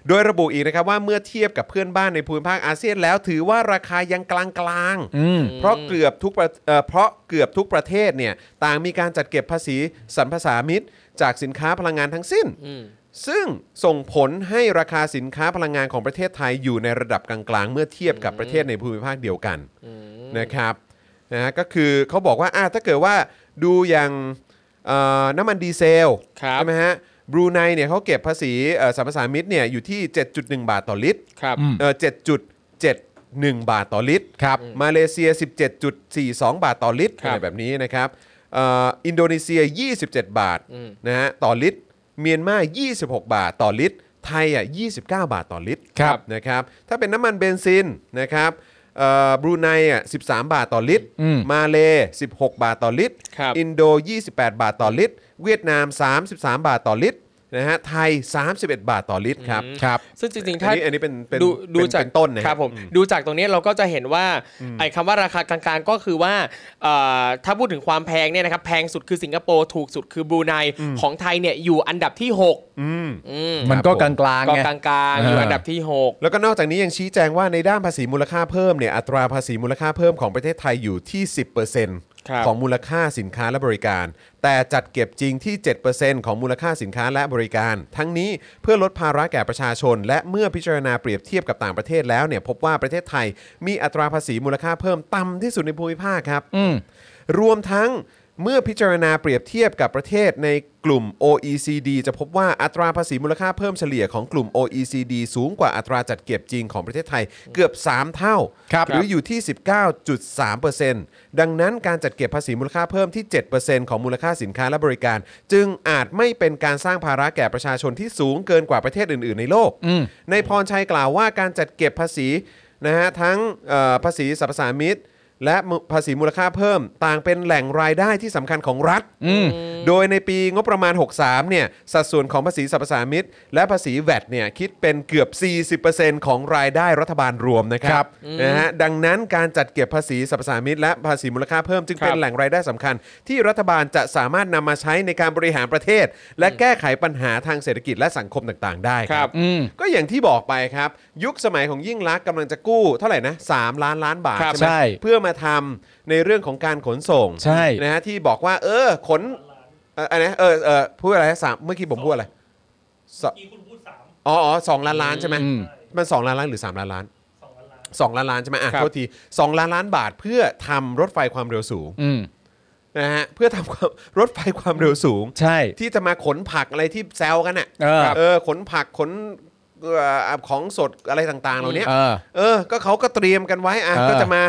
Speaker 2: โดยระบุอีกนะครับว่าเมื่อเทียบกับเพื่อนบ้านในภูมิภาคอาเซียนแล้ว ถือว่าราคายังกลางๆ
Speaker 3: อืม
Speaker 2: เพราะเกือบทุกประเอ่อเพราะเกือบทุกประเทศเนี่ยต่างมีการจัดเก็บภาษีสรรพสามิตจากสินค้าพลังงานทั้งสิ้น ซึ่งส่งผลให้ราคาสินค้าพลังงานของประเทศไทยอยู่ในระดับกลางๆ เมื่อเทียบกับประเทศในภูมิภาคเดียวกันนะครับนะฮะก็คือเขาบอกว่าอ่ะถ้าเกิดว่าดูอย่างเอ่อน้ำมันดีเซล
Speaker 4: ครับ
Speaker 2: ใช่ไหมฮะบรูไนเนี่ยเขาเก็บภาษีเอ่อสรรพสามิตเนี่ยอยู่ที่ 7.1 บาทต่อลิตร
Speaker 4: ครับ
Speaker 3: อืม
Speaker 2: เออ7.71 บาทต่อลิตรครับมาเลเซีย 17.42 บาทต่อลิตร
Speaker 4: ค
Speaker 2: อะ
Speaker 4: รับ
Speaker 2: ไรแบบนี้นะครับเอ่ออินโดนีเซีย 27 บาท
Speaker 4: อืม
Speaker 2: นะฮะต่อลิตร เมียนมา 26 บาทต่อลิตร ไทยอ่ะ29 บาทต่อลิตร
Speaker 3: ครับ
Speaker 2: นะครับถ้าเป็นน้ำมันเบนซินนะครับเอ่อบรูไนอ่ะ13 บาทต่อลิตร
Speaker 3: อืม
Speaker 2: มาเล 16 บาทต่อลิตร
Speaker 4: ครับ
Speaker 2: อินโด 28 บาทต่อลิตร เวียดนาม 33 บาทต่อลิตรนะฮะไทย 31 บาทต่อลิตรครับ
Speaker 3: ครับ
Speaker 4: ซึ่งจริงๆ
Speaker 2: อั
Speaker 4: ถ้าน
Speaker 2: นี้อันนี้เป็นเป็น
Speaker 4: ดู
Speaker 2: เป็น
Speaker 4: ดูจาก
Speaker 2: เป็นต้นนะฮะ
Speaker 4: ครับผมดูจากตรงนี้เราก็จะเห็นว่าไอ้คำว่าราคากลางๆก็คือว่าเอ่อถ้าพูดถึงความแพงเนี่ยนะครับแพงสุดคือสิงคโปร์ถูกสุดคือบรูไนของไทยเนี่ยอยู่อันดับที่หก
Speaker 2: อืม
Speaker 4: อืม
Speaker 3: มันก็กลาง
Speaker 4: ก็
Speaker 3: ๆไง
Speaker 4: กลางๆอยู่อันดับที่หก
Speaker 2: แล้วก็นอกจากนี้ยังชี้แจงว่าในด้านภาษีมูลค่าเพิ่มเนี่ยอัตราภาษีมูลค่าเพิ่มของประเทศไทยอยู่ที่
Speaker 4: ครับ
Speaker 2: 10%ของมูลค่าสินค้าและบริการ แต่จัดเก็บจริงที่ 7%ของมูลค่าสินค้าและบริการ ทั้งนี้เพื่อลดภาระแก่ประชาชน และเมื่อพิจารณาเปรียบเทียบกับต่างประเทศแล้วเนี่ยพบว่าประเทศไทยมีอัตราภาษีมูลค่าเพิ่มต่ำที่สุดในภูมิภาคครับ
Speaker 3: อืม
Speaker 2: รวมทั้ง เมื่อพิจารณาเปรียบเทียบกับประเทศในกลุ่ม OECD จะพบว่าอัตราภาษีมูลค่าเพิ่มเฉลี่ยของกลุ่ม OECD สูงกว่าอัตราจัดเก็บจริงของประเทศไทยเกือบ 3 เท่า
Speaker 3: ครับ
Speaker 2: หรืออยู่ที่ 19.3%ดังนั้นการจัดเก็บภาษีมูลค่าเพิ่มที่ 7%ของมูลค่าสินค้าและบริการ จึงอาจไม่เป็นการสร้างภาระแก่ประชาชนที่สูงเกินกว่าประเทศอื่น ๆ ในโลก ในพรชัยกล่าวว่าการจัดเก็บภาษีนะฮะทั้งเอ่อภาษีสรรพสามิต และภาษีมูลค่าเพิ่มต่างเป็นแหล่งรายได้ที่สำคัญของรัฐ โดยในปีงบประมาณ 63 เนี่ย สัดส่วนของภาษีสรรพสามิตและภาษีแวดเนี่ย คิดเป็นเกือบ 40%ของรายได้รัฐบาลรวมนะครับนะฮะดังนั้นการจัดเก็บภาษีสรรพสามิตและภาษีมูลค่าเพิ่มจึงเป็น
Speaker 4: ครับ
Speaker 2: แหล่งรายได้สำคัญ ที่รัฐบาลจะสามารถนำมาใช้ในการบริหารประเทศ และแก้ไขปัญหาทางเศรษฐกิจและสังคมต่างๆ ได้ค
Speaker 4: ค
Speaker 2: รั
Speaker 4: รับ บ
Speaker 2: ก็อย่างที่บอกไปครับ ยุคสมัยของยิ่งลักษณ์กำลังจะกู้เท่าไหร่นะสามล้านล้านบาท
Speaker 4: ครับ
Speaker 2: ใช่ไหม
Speaker 3: ใช่
Speaker 2: เพื่อมาทำในเรื่องของการขนส่ง
Speaker 3: ใช่
Speaker 2: นะฮะที่บอกว่า เออขนเอ่ออะไรนะเออเออพูดอะไรนะสามเมื่อกี้ผมพูดอะไรส
Speaker 5: ที่คุณพูดสาม
Speaker 2: อ๋ออ๋อสองล้านล้านใช่ไหม
Speaker 3: อืม
Speaker 2: มันสองล้านล้านหรือสามล้านล้าน
Speaker 5: สองล้าน
Speaker 2: สองล้าน
Speaker 5: ล้าน
Speaker 2: ล้านใช่ไหมอ่ะ
Speaker 4: ครับ
Speaker 2: โทษทีสองล้านล้านบาทเพื่อทำรถไฟความเร็วสูง
Speaker 3: อืม
Speaker 2: นะฮะเพื่อทำความ รถไฟความเร็วสูง
Speaker 3: ใช่
Speaker 2: ที่จะมาขนผักอะไรที่แซวกันอ่ะ
Speaker 3: เออ
Speaker 2: เออขนผักขนเอ่อของสดอะไรต่างๆ เหล่านี้
Speaker 3: เออ
Speaker 2: เออ ก็เขาก็เตรียมกันไว้อ่ะ
Speaker 3: เออ
Speaker 2: ก็จะมา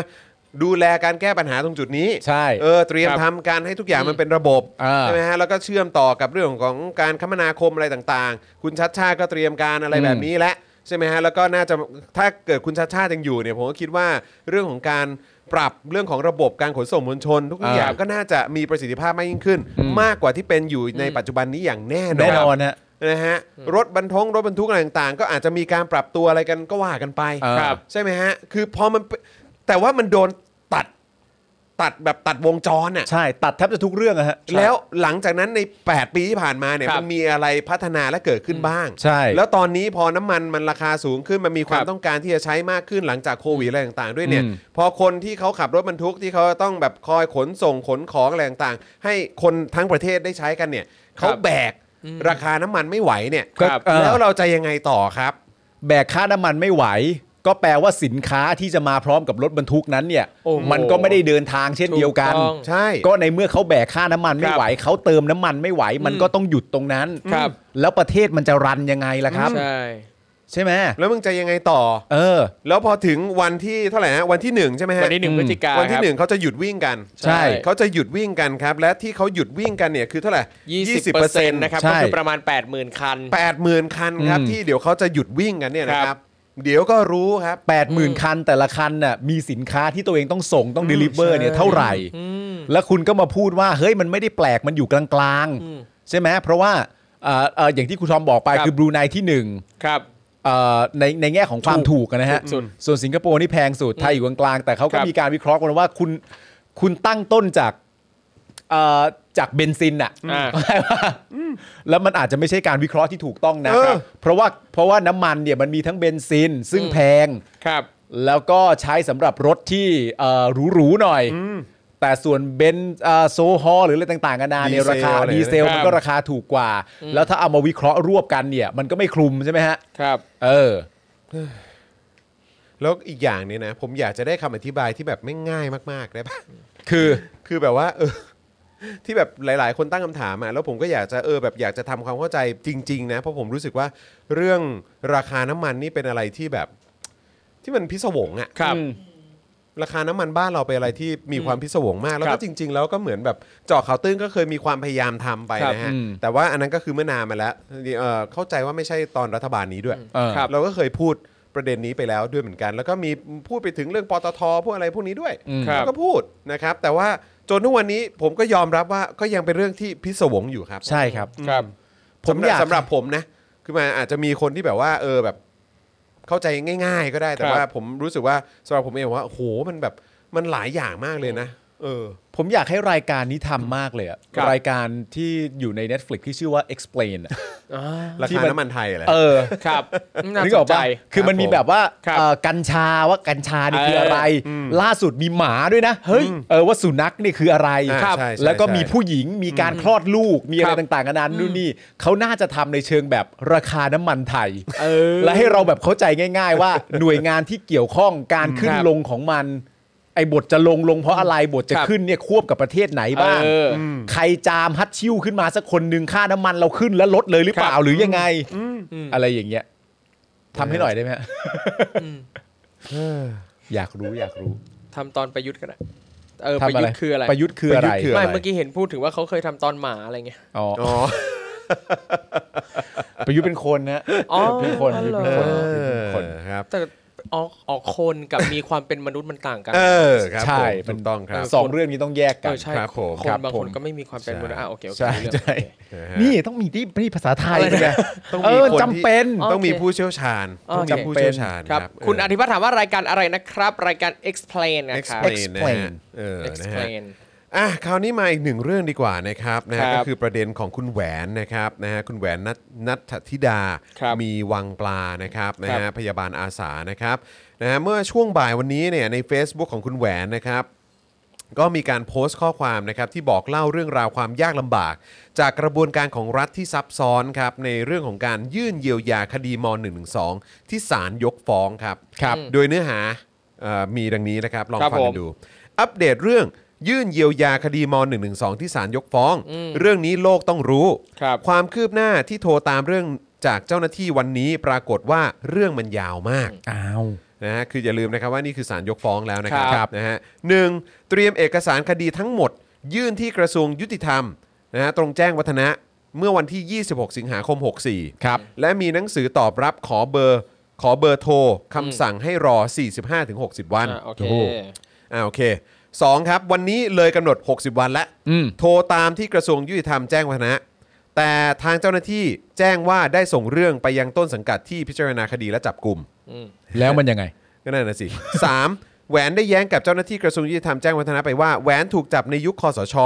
Speaker 2: ดูแลการแก้ปัญหาตรงจุดนี้
Speaker 3: ใช่
Speaker 2: เออ เตรียม
Speaker 4: ครับ
Speaker 2: ทำการให้ทุกอย่างมันเป็นระบบ
Speaker 3: เออ
Speaker 2: ใช่ไหมฮะ แล้วก็เชื่อมต่อกับเรื่องของการคมนาคมอะไรต่างๆ คุณชัดชาติก็เตรียมการอะไร
Speaker 3: อืม
Speaker 2: แบบนี้แหละใช่ไหมฮะ แล้วก็น่าจะถ้าเกิดคุณชัดชาติยังอยู่เนี่ย ผมก็คิดว่าเรื่องของการปรับเรื่องของระบบการขนส่งมวลชน ทุก
Speaker 3: เออ
Speaker 2: อ
Speaker 3: อย่าง
Speaker 2: ก็น่าจะมีประสิทธิภาพมากยิ่งขึ้น
Speaker 3: อืม
Speaker 2: มากกว่าที่เป็นอยู่ในปัจจุบันนี้อย่างแน่นอน
Speaker 3: แน่นอนฮะ
Speaker 2: นะฮะรถบรรทุกรถบรรทุกอะไรต่างๆ ก็อาจจะมีการปรับตัวอะไรกันก็ว่ากันไป
Speaker 3: เออครับ
Speaker 2: ใช่ไหมฮะ คือพอมันเป็นแต่ว่ามันโดนตัดตัดแบบตัดวงจรอ่ะ
Speaker 3: ใช่ตัดแทบจะทุกเรื่องอะฮะ
Speaker 2: แล้วหลังจากนั้นใน 8 ปีที่ผ่านมาเนี่ย
Speaker 4: ครับ
Speaker 2: มันมีอะไรพัฒนาและเกิดขึ้นบ้าง
Speaker 3: ใช่
Speaker 2: แล้วตอนนี้พอน้ำมันมันราคาสูงขึ้นมันมีความ
Speaker 4: ครับ
Speaker 2: ต้องการที่จะใช้มากขึ้นหลังจากโควิดอะไรต่างๆ ด้วยเนี่ย
Speaker 3: อืม
Speaker 2: พอคนที่เขาขับรถบรรทุกที่เขาต้องแบบคอยขนส่งขนของอะไรต่างๆ ให้คนทั้งประเทศได้ใช้กันเนี่ยเขาแบกราคาน้ำมันไม่ไหวเนี่ย
Speaker 4: ครับ
Speaker 3: เออ
Speaker 2: แล้วเราจะยังไงต่อครับ
Speaker 3: แบกค่าน้ำมันไม่ไหว ก็แปลว่าสินค้าที่จะมาพร้อมกับรถบรรทุกนั้นเนี่ย
Speaker 4: โอ้โห
Speaker 3: มันก็ไม่ได้เดินทางเช่นเดียวกัน
Speaker 4: ถูกต้อง
Speaker 2: ใช่
Speaker 3: ก็ในเมื่อเขาแบกค่าน้ำมันไม่
Speaker 4: ครับ
Speaker 3: ไหว เขาเติมน้ำมันไม่ไหว มันก็ต้องหยุดตรงนั้น
Speaker 4: ครับ
Speaker 3: แล้วประเทศมันจะรันยังไงล่ะครับ
Speaker 4: ใช่
Speaker 3: ใช่ไหม
Speaker 2: แล้วมึงจะยังไงต่อ
Speaker 3: เออ
Speaker 2: แล้วพอถึงวันที่เท่าไหร่ฮะวันที่หนึ่งใช่ไหมฮะ
Speaker 4: วันที่หนึ่ง
Speaker 3: อืม
Speaker 4: พฤศจิกา
Speaker 2: วัน
Speaker 4: ค
Speaker 2: ที่
Speaker 4: รับ
Speaker 2: หนึ่งเขาจะหยุดวิ่งกัน
Speaker 3: ใช่
Speaker 2: เขาจะหยุดวิ่งกันครับ และที่เขาหยุดวิ่งกันเนี่ยคือเท่าไหร่
Speaker 4: ยี่สิบเปอร์เซ็นต์นะครับ
Speaker 3: ใช่
Speaker 4: ก็คือประมาณ 8 0,000 คัน
Speaker 2: แปดหมื่นคันครับ
Speaker 3: อืม
Speaker 2: ที่เดี๋ยวเขาจะหยุดวิ่งกันเนี่ยนะค
Speaker 4: ครั
Speaker 2: รับ
Speaker 4: บ
Speaker 2: เดี๋ยวก็รู้ครับ
Speaker 3: แปดหมื่นคันแต่ละคันน่ะมีสินค้าที่ตัวเองต้องส่งต้องเดลิเวอร์เนี่ยเท่าไหร่ แล้วคุณก็มาพูดว่าเฮ้ยมันไม่ได้แปลกมันอยู่กลางๆ ใช่ไหมเพราะว่าเอ่อเอ่ออย่างที่ครูทอมบอกไป
Speaker 4: ครับ
Speaker 3: คือบรูไนที่หนึ่ง
Speaker 4: ครับ
Speaker 3: เอ่อในในแง่ของความถูกอะนะฮะ
Speaker 4: ถูกสุด
Speaker 3: ส่วนสิงคโปร์นี่แพงสุดไทยอยู่กลางๆ แต่เขาก็
Speaker 4: ครับ
Speaker 3: มีการวิเคราะห์กันว่าคุณคุณตั้งต้นจากเอ่อจากเบนซินอะ
Speaker 4: อ่า
Speaker 3: แล้วมันอาจจะไม่ใช่การวิเคราะห์ที่ถูกต้องนะ
Speaker 2: เออ
Speaker 3: ครับเพราะว่าเพราะว่าน้ำมันเนี่ยมันมีทั้งเบนซิน ซึ่ง
Speaker 4: อืม
Speaker 3: แพง
Speaker 4: ครับ
Speaker 3: แล้วก็ใช้สำหรับรถที่เอ่อหรูๆหน่อย แต่ส่วนเบนซ์เอ่อโซฮอลหรืออะไรต่างๆกันานาเนี่ย
Speaker 2: ดีเซล
Speaker 3: ราคา
Speaker 2: อะไร
Speaker 3: ดีเซล
Speaker 4: เนี่ยค
Speaker 3: มัน
Speaker 4: รับ
Speaker 3: ก็ราคาถูกกว่า แล้วถ้าเอามาวิเคราะห์รวบกันเนี่ย มันก็ไม่คลุมใช่ไหมฮะ
Speaker 4: ครับ
Speaker 3: เออ
Speaker 2: แล้วอีกอย่างเนี่ยนะ ผมอยากจะได้คำอธิบายที่แบบไม่ง่ายมากๆได้ปะ
Speaker 3: คือ
Speaker 2: คือแบบว่าเออ ที่แบบหลาย ๆ คนตั้งคำถามอ่ะแล้วผมก็อยากจะเออแบบอยากจะทำความเข้าใจจริง ๆ นะ เพราะผมรู้สึกว่าเรื่องราคาน้ำมันนี่เป็นอะไรที่แบบ ที่มันพิศวงอ่ะ
Speaker 4: ครับ
Speaker 2: ราคาน้ำมันบ้านเราเป็นอะไรที่มีความพิศวงมาก แล้ว
Speaker 4: ครั
Speaker 2: ก็
Speaker 4: บ
Speaker 2: จริง ๆ แล้วก็เหมือนแบบเจาะข่าวตื้นก็เคยมีความพยายามทำไป
Speaker 4: ครับ
Speaker 2: นะฮะ
Speaker 3: อืม
Speaker 2: แต่ว่าอันนั้นก็คือเมื่อนานมาแล้วเอ่อเข้าใจว่าไม่ใช่ตอนรัฐบาลนี้ด้วย
Speaker 3: เออ
Speaker 4: ครับ
Speaker 2: เราก็เคยพูดประเด็นนี้ไปแล้วด้วยเหมือนกัน แล้วก็มีพูดไปถึงเรื่องปตทพวกอะไรพวกนี้ด้วย
Speaker 3: อืม
Speaker 4: ครับ
Speaker 2: แล้วก็พูดนะครับ แต่ว่าจนทุกวันนี้ผมก็ยอมรับว่าก็ยังเป็นเรื่องที่พิศวงอยู่ครับ
Speaker 3: ใช่ครับ
Speaker 4: ครับ
Speaker 3: ผม
Speaker 2: สำหรั
Speaker 3: อบ ยาก
Speaker 2: สำหรับผมนะคือมันอาจจะมีคนที่แบบว่า เออแบบ เข้าใจง่าย ๆ ก็ได้แต่
Speaker 4: ครับ
Speaker 2: ว่าผมรู้สึกว่าสำหรับผมเองว่าโอ้โหมันแบบมันหลายอย่างมากเลยนะ เออ
Speaker 3: ผมอยากให้รายการนี้ทำมากเลยอะ
Speaker 4: ครับ
Speaker 3: รายการที่อยู่ใน Netflix ที่ชื่อว่า explain อะ
Speaker 2: รา
Speaker 3: ที่
Speaker 2: คา
Speaker 3: มัน
Speaker 2: น้ำมันไทยอะไร
Speaker 3: เออ
Speaker 4: ครับน่า
Speaker 3: นึก
Speaker 4: ส
Speaker 3: อน อก
Speaker 4: ใจ
Speaker 3: ปะคือมันมีแบบว่า
Speaker 4: ครับ
Speaker 3: เอ่อกัญชาว่ากัญชานี่คืออะไร
Speaker 2: เออ
Speaker 3: ล่าสุดมีหมาด้วยนะเฮ้ยเออว่าสุนัขนี่คืออะไร
Speaker 2: อ่าครับใช่ใช่
Speaker 3: แล้วก็
Speaker 2: ใช่
Speaker 3: มีผู้หญิงมีการคลอดลูกมีอะไร
Speaker 4: ครับ
Speaker 3: ต่างๆนานานู่นนี่เขาน่าจะทำในเชิงแบบราคาน้ำมันไทย
Speaker 4: เออ
Speaker 3: และให้เราแบบเข้าใจง่าย ๆ ว่า หน่วยงานที่เกี่ยวข้องการขึ้น
Speaker 4: ครับ
Speaker 3: ลงของมัน ไอ้บทจะลงลงเพราะอะไรบทจะ
Speaker 4: ครับ
Speaker 3: ขึ้นเนี่ยควบกับประเทศไหนบ้าง
Speaker 4: เออ
Speaker 3: ใครจามฮัตชิวขึ้นมาสักคนหนึ่งค่าน้ำมันเราขึ้นแล้วลดเลยหรือเปล่าหรือยังไงอะไรอย่างเงี้ยทำให้หน่อยได้ไหมฮะ
Speaker 4: อืม
Speaker 2: เออ
Speaker 3: อยากรู้อยากรู้
Speaker 4: ทำตอนประยุทธ์ก็ได้เออป
Speaker 3: ทำ
Speaker 4: ระยุทธ์คืออะไร
Speaker 3: ประยุทธ์คืออะ
Speaker 2: ป
Speaker 3: ไร
Speaker 2: ระยุทธ์คืออะร
Speaker 4: ไม่เมื่อกี้เห็นพูดถึงว่าเขาเคยทำตอนหมาอะไรเงี้ย
Speaker 3: อ๋อ
Speaker 2: อ๋อ
Speaker 3: ประยุทธ์เป็นคนนะ
Speaker 4: อ๋อ
Speaker 3: เป็นคน
Speaker 4: เหรอ
Speaker 3: เป็นคนเป็นคน
Speaker 2: ครับ
Speaker 4: แต่ออกออกคนกับมีความเป็นมนุษย์มันต่างกัน
Speaker 2: เออครับ
Speaker 3: ใช่
Speaker 2: ผมถูกต้องครับ
Speaker 3: สองเรื่องนี้ต้องแยกกั
Speaker 4: เอน อใช่
Speaker 2: ครับผม
Speaker 4: ค
Speaker 3: ครับบ
Speaker 4: นาง
Speaker 3: ผ
Speaker 4: คน
Speaker 3: ม
Speaker 4: ก็ไม่มีความเป็นมนุษย์อ่ะโอเคโอเค
Speaker 3: ใช่
Speaker 4: เรื่อง
Speaker 3: ใช่
Speaker 2: นะฮะ
Speaker 3: นี่ต้องมีที่ที่ภาษาไทย
Speaker 4: อะไรนะ
Speaker 3: นะ
Speaker 2: ต้อง
Speaker 3: เอ
Speaker 2: มี
Speaker 3: อ
Speaker 2: คน
Speaker 3: จำเป็น
Speaker 2: ที่ต้องมีผู้เชี่ยวชาญ
Speaker 4: อ๋อ
Speaker 2: ต้องมี
Speaker 4: จำเป็น
Speaker 2: ผู้เชี่ยวชาญ
Speaker 4: ครับ
Speaker 2: เ
Speaker 4: คุณอธิพัฒน์ถามว่ารายการอะไรนะครับ รายการ explain นะครับ
Speaker 2: explain นะฮะ
Speaker 3: Explain
Speaker 2: เออนะฮะ
Speaker 4: explain
Speaker 2: อ่ะคราวนี้มาอีกหนึ่งเรื่องดีกว่านะครับนะฮะ
Speaker 4: ครับ
Speaker 2: ก็คือประเด็นของคุณแหวนนะครับนะฮะคุณแหวนนัทนัทธิดา
Speaker 4: ครับ
Speaker 2: มีวังปลานะครับนะ
Speaker 4: ครั
Speaker 2: ฮะ
Speaker 4: บ
Speaker 2: พยาบาลอาสานะครับนะฮะเมื่อช่วงบ่ายวันนี้เนี่ยใน Facebook ของคุณแหวนนะครับ ก็มีการโพสต์ข้อความนะครับที่บอกเล่าเรื่องราวความยากลำบาก จากกระบวนการของรัฐที่ซับซ้อนครับในเรื่องของการยื่นเยียวยาคดีม .112 ที่ศาลยกฟ้องครับ
Speaker 4: ครับ
Speaker 2: โดยเนื้อหาเอ่อมีดังนี้นะครับลอง
Speaker 4: ครับ
Speaker 2: ฟัง
Speaker 4: ผ
Speaker 2: กั
Speaker 4: ม
Speaker 2: นดู อัปเดตเรื่องยื่นเยียวยาคดีม .112 ที่ศาลยกฟ้อง เรื่องนี้โลกต้องรู้
Speaker 4: ครับ
Speaker 2: ความคืบหน้าที่โทรตามเรื่องจากเจ้าหน้าที่วันนี้ปรากฏว่าเรื่องมันยาวมาก
Speaker 3: อ้าว
Speaker 2: นะฮะคืออย่าลืมนะครับว่านี่คือสารยกฟ้องแล้วนะครั
Speaker 4: ครับ
Speaker 2: นะฮะหนึ่งเตรียมเอกสารคดีทั้งหมด ยื่นที่กระทรวงยุติธรรมนะฮะตรงแจ้งวัฒนะเมื่อวันที่ 26 สิงหาคม 64
Speaker 3: ครับ
Speaker 2: และมีหนังสือตอบรับขอเบอร์ ขอเบอร์โทรคำสั่งให้รอ 45-60 วัน
Speaker 4: อ่ะโอเค
Speaker 2: อ่าโอเคสองครับ วันนี้เลยกำหนด 60 วันแล้ว
Speaker 3: อืม
Speaker 2: โทรตามที่กระทรวงยุติธรรมแจ้งวัฒนะ แต่ทางเจ้าหน้าที่แจ้งว่าได้ส่งเรื่องไปยังต้นสังกัดที่พิจารณาคดีและจับกลุ่ม
Speaker 3: แล้วมันยังไง
Speaker 2: ก็นั่นนะสิ สามแหวนได้แย้งกับเจ้าหน้าที่กระทรวงยุติธรรมแจ้งวัฒนะไปว่าแหวนถูกจับในยุคคอสช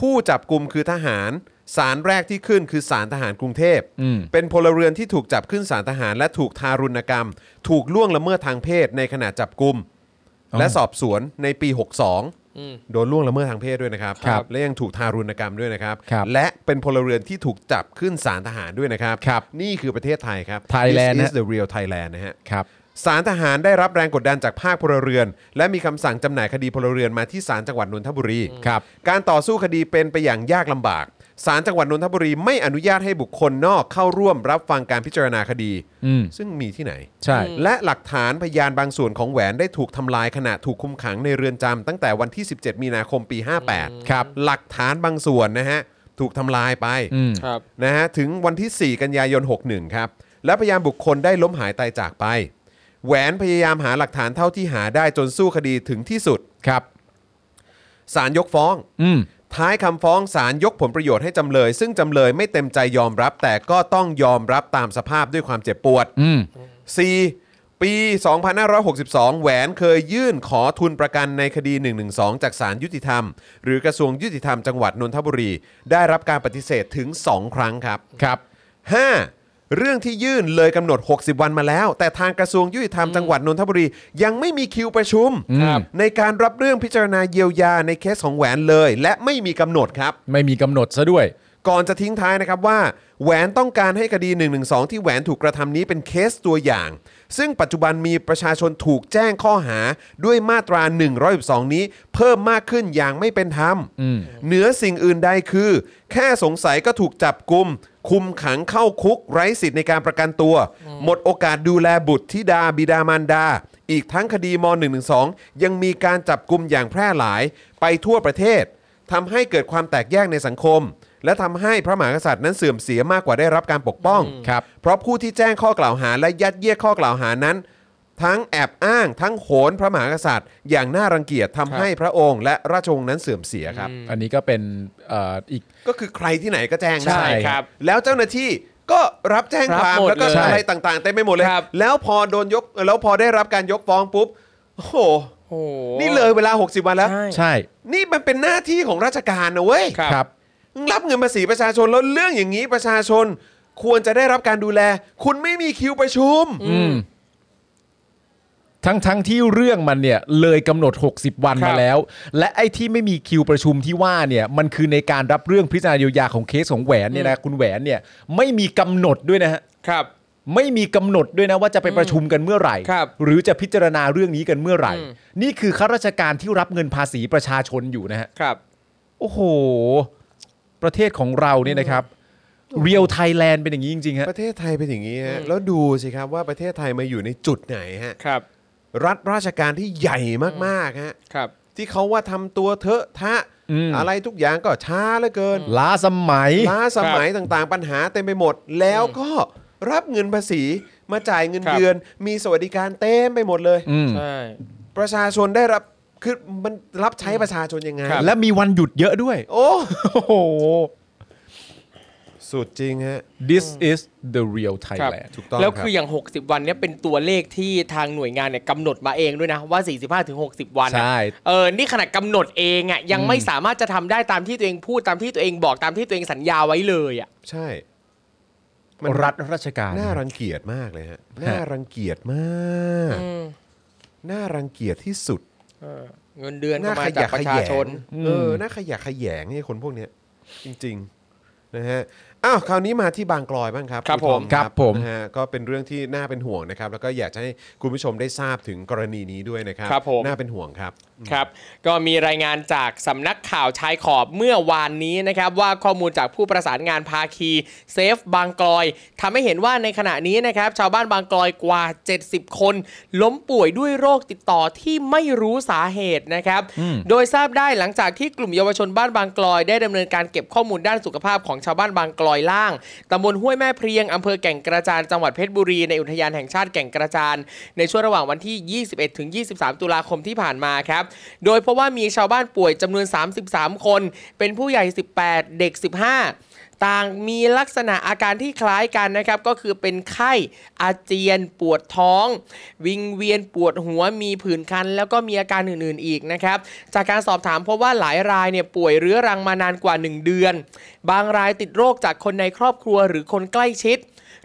Speaker 2: ผู้จับกลุ่มคือทหาร สารแรกที่ขึ้นคือสารทหารกรุงเทพ
Speaker 3: อืม
Speaker 2: เป็นพลเรือนที่ถูกจับขึ้นสารทหาร และถูกทารุณกรรม ถูกล่วงละเมิดทางเพศในขณะจับกลุ่ม และสอบสวนในปี
Speaker 4: อืม
Speaker 2: 62 โดนล่วงละเมิดทางเพศด้วยนะครับ
Speaker 3: ครับ
Speaker 2: และยังถูกทารุณกรรมด้วยนะครับ
Speaker 3: ครับ
Speaker 2: และเป็นพลเรือนที่ถูกจับขึ้นสารทหารด้วยนะครับ
Speaker 3: ครับ
Speaker 2: นี่คือประเทศไทยครับ
Speaker 3: Thailand
Speaker 2: This is
Speaker 3: นะ
Speaker 2: the real Thailand นะฮะ
Speaker 3: ครับ
Speaker 2: สารทหารได้รับแรงกดดันจากภาคพลเรือน และมีคำสั่งจำหน่ายคดีพลเรือนมาที่ศาลจังหวัดนนทบุรี
Speaker 3: ครับ
Speaker 2: การต่อสู้คดีเป็นไปอย่างยากลำบากศาลจังหวัดนนทบุรีไม่อนุญาตให้บุคคลนอกเข้าร่วมรับฟังการพิจารณาคดี
Speaker 3: อืม
Speaker 2: ซึ่งมีที่ไหน
Speaker 3: ใช่
Speaker 2: และหลักฐานพยานบางส่วนของแหวนได้ถูกทำลายขณะถูกคุมขังในเรือนจำตั้งแต่วันที่ 17 มีนาคมปี 58
Speaker 3: ครับ
Speaker 2: หลักฐานบางส่วนนะฮะถูกทำลายไป
Speaker 3: อืม
Speaker 4: ครับ
Speaker 2: นะฮะถึงวันที่ 4 กันยายน 61 ครับ และพยานบุคคลได้ล้มหายตายจากไป แหวนพยายามหาหลักฐานเท่าที่หาได้จนสู้คดีถึงที่สุด
Speaker 3: ครับ
Speaker 2: ศาลยกฟ้อง
Speaker 3: อืม
Speaker 2: ท้ายคำฟ้องศาลยกผลประโยชน์ให้จำเลย ซึ่งจำเลยไม่เต็มใจยอมรับ แต่ก็ต้องยอมรับตามสภาพด้วยความเจ็บปวด
Speaker 3: อืม
Speaker 2: 4. ปี 2562 แหวนเคยยื่นขอทุนประกันในคดี 112 จากศาลยุติธรรม หรือกระทรวงยุติธรรมจังหวัดนนทบุรี ได้รับการปฏิเสธถึง 2 ครั้งครับ
Speaker 3: ครับ
Speaker 2: 5. เรื่องที่ยื่นเลยกำหนด 60 วันมาแล้ว แต่ทางกระทรวงยุติธรรมจังหวัดนนทบุรี ยังไม่มีคิวประชุม
Speaker 3: ครับ
Speaker 2: ในการรับเรื่องพิจารณาเยียวยาในเคสของแหวนเลย และไม่มีกำหนดครับ
Speaker 3: ไม่มีกำหนดซะด้วย
Speaker 2: ก่อนจะทิ้งท้ายนะครับว่า แหวนต้องการให้คดี 112 ที่แหวนถูกกระทำนี้เป็นเคสตัวอย่าง ซึ่งปัจจุบันมีประชาชนถูกแจ้งข้อหาด้วยมาตรา 112 นี้เพิ่มมากขึ้นอย่างไม่เป็นธรรม เหนือสิ่งอื่นใดคือ แค่สงสัยก็ถูกจับกุม คุมขังเข้าคุกไร้สิทธิ์ในการประกันตัว หมดโอกาสดูแลบุตรธิดาบิดามารดา อีกทั้งคดีม .112 ยังมีการจับกุมอย่างแพร่หลายไปทั่วประเทศ ทำให้เกิดความแตกแยกในสังคม และทำให้พระมหากษัตริย์นั้นเสื่อมเสียมากกว่าได้รับการปกป้อง
Speaker 3: ครับ
Speaker 2: เพราะผู้ที่แจ้งข้อกล่าวหาและยัดเยียดข้อกล่าวหานั้น ทั้งแอบอ้างทั้งโหนพระมหากษัตริย์ อย่างน่ารังเกียจทำให้พระองค์ และราชวงศ์นั้นเสื่อมเสียครับ
Speaker 3: อันนี้ก็เป็นเอ่ออีก
Speaker 2: ก็คือใครที่ไหนก็แจ้งได้
Speaker 4: ใช่ครับ
Speaker 2: แล้วเจ้าหน้าที่ก็รับแจ้ง
Speaker 4: รับ
Speaker 2: ความ
Speaker 4: หมด
Speaker 2: แล้วก็
Speaker 4: เลย
Speaker 2: อะไรต่างๆเต็มไปหมดเลย
Speaker 4: ครับ
Speaker 2: แล้วพอโดนยกแล้วพอได้รับการยกฟ้องปุ๊บโอ้โห
Speaker 4: โอ้โห
Speaker 2: นี่เลยเวลา 60 วันแล้ว
Speaker 4: ใช่
Speaker 3: ใช่
Speaker 2: นี่มันเป็นหน้าที่ของราชการนะเว้ย
Speaker 4: ครับ
Speaker 3: ครับ
Speaker 2: มึงรับเงินภาษีประชาชนแล้วเรื่องอย่างนี้ประชาชน ควรจะได้รับการดูแล คุณไม่มีคิวประชุม
Speaker 3: อืม ทั้งทั้งที่เรื่องมันเนี่ย เลยกำหนด 60 วัน
Speaker 4: ครับ
Speaker 3: มาแล้ว และไอ้ที่ไม่มีคิวประชุมที่ว่าเนี่ย มันคือในการรับเรื่องพิจารณาเยียวยาของเคสของแหวนเนี่ยนะคุณแหวนเนี่ย ไม่มีกำหนดด้วยนะฮะ
Speaker 4: ครับ
Speaker 3: ไม่มีกำหนดด้วยนะว่าจะไปประชุมกันเมื่อไหร่
Speaker 4: ครับ
Speaker 3: หรือจะพิจารณาเรื่องนี้กันเมื่อไหร่
Speaker 4: อืม
Speaker 3: นี่คือข้าราชการที่รับเงินภาษีประชาชนอยู่นะฮะ
Speaker 4: ครับ
Speaker 3: โอ้โห ประเทศของเราเนี่ยนะครับเรียวไทยแลนด์เป็นอย่างนี้จริงๆฮะ
Speaker 2: ประเทศไทยเป็นอย่างนี้ฮะแล้วดูสิครับว่าประเทศไทยมาอยู่ในจุดไหนฮะ
Speaker 4: ครับ
Speaker 2: รัฐราชการที่ใหญ่มากๆฮะ
Speaker 4: ครับ
Speaker 2: ที่เขาว่าทำตัวเถอะทะ
Speaker 3: อืม
Speaker 2: อะไรทุกอย่างก็ช้าเหลือเกิน
Speaker 3: ล้าสมัย
Speaker 2: ล้าสมัยต่างๆ ปัญหาเต็มไปหมด แล้วก็รับเงินภาษีมาจ่ายเงิน
Speaker 4: ครับ
Speaker 2: เดือน มีสวัสดิการเต็มไปหมดเลย
Speaker 3: อืม
Speaker 4: ใช่
Speaker 2: ประชาชนได้รับคือมันรับใช้ประชาชนยังไง
Speaker 4: ครับ
Speaker 3: และมีวันหยุดเยอะด้วย
Speaker 2: โอ้
Speaker 3: โอ้โห
Speaker 2: สุดจริงฮะ
Speaker 3: this is the real
Speaker 4: ครับ
Speaker 3: Thailand
Speaker 2: ถูกต้อง
Speaker 4: แล้ว
Speaker 2: รับ
Speaker 4: คืออย่าง 60 วันเนี้ยเป็นตัวเลขที่ทางหน่วยงานเนี่ยกำหนดมาเองด้วยนะ ว่า 45ถึง60 วันอะ
Speaker 3: ใช่
Speaker 4: เออนี่ขนาดกำหนดเองอ่ะยังไม่สามารถจะทำได้ตามที่ตัวเองพูดตามที่ตัวเองบอกตามที่ตัวเองสัญญาไว้เลยอ่ะ
Speaker 2: ใช่ มัน
Speaker 3: รัฐราชการ
Speaker 2: น่ารังเกียจมากเลยฮะ
Speaker 3: ฮะ
Speaker 2: น่ารังเกียจมากน่ารังเกียจที่สุด
Speaker 4: เงินเดือนก็
Speaker 2: น่า
Speaker 4: มาจาย
Speaker 2: ขะ
Speaker 4: ก
Speaker 2: ข
Speaker 4: ประ
Speaker 2: ย
Speaker 4: ชาชน
Speaker 2: งเออน่าขยะขยงไอ้คนพวกเนี้ยจริงๆนะฮะอ้าวคราวนี้มาที่บางกลอยบ้างครับ
Speaker 4: ครับ
Speaker 2: ณทอ
Speaker 4: ผม
Speaker 3: ครับผม
Speaker 2: นะฮะก็เป็นเรื่องที่น่าเป็นห่วงนะครับ แล้วก็อยากจะให้คุณผู้ชมได้ทราบถึงกรณีนี้ด้วยนะครับ
Speaker 4: ครับผม
Speaker 2: น่าเป็นห่วงครับ
Speaker 4: ครับก็มีรายงานจากสำนักข่าวชายขอบเมื่อวานนี้นะครับว่าข้อมูลจากผู้ประสานงานภาคีเซฟบางกลอยทำให้เห็นว่าในขณะนี้นะครับชาวบ้านบางกลอยกว่า 70 คน ล้มป่วยด้วยโรคติดต่อที่ไม่รู้สาเหตุนะครับ โดยทราบได้หลังจากที่กลุ่มเยาวชนบ้านบางกลอย ได้ดำเนินการเก็บข้อมูลด้านสุขภาพของชาวบ้านบางกลอยล่างตำบลห้วยแม่เพรียงอำเภอแก่งกระจานจังหวัดเพชรบุรีในอุทยานแห่งชาติแก่งกระจาน ในช่วงระหว่างวันที่ 21 ถึง 23 ตุลาคมที่ผ่านมาครับ โดยเพราะว่ามีชาวบ้านป่วยจำนวน 33 คน เป็นผู้ใหญ่ 18 เด็ก 15 ต่างมีลักษณะอาการที่คล้ายกันนะครับ ก็คือเป็นไข้ อาเจียน ปวดท้อง วิงเวียนปวดหัว มีผื่นคัน แล้วก็มีอาการอื่นๆอีกนะครับ จากการสอบถามพบว่าหลายรายเนี่ยป่วยเรื้อรังมานานกว่า 1 เดือน บางรายติดโรคจากคนในครอบครัวหรือคนใกล้ชิด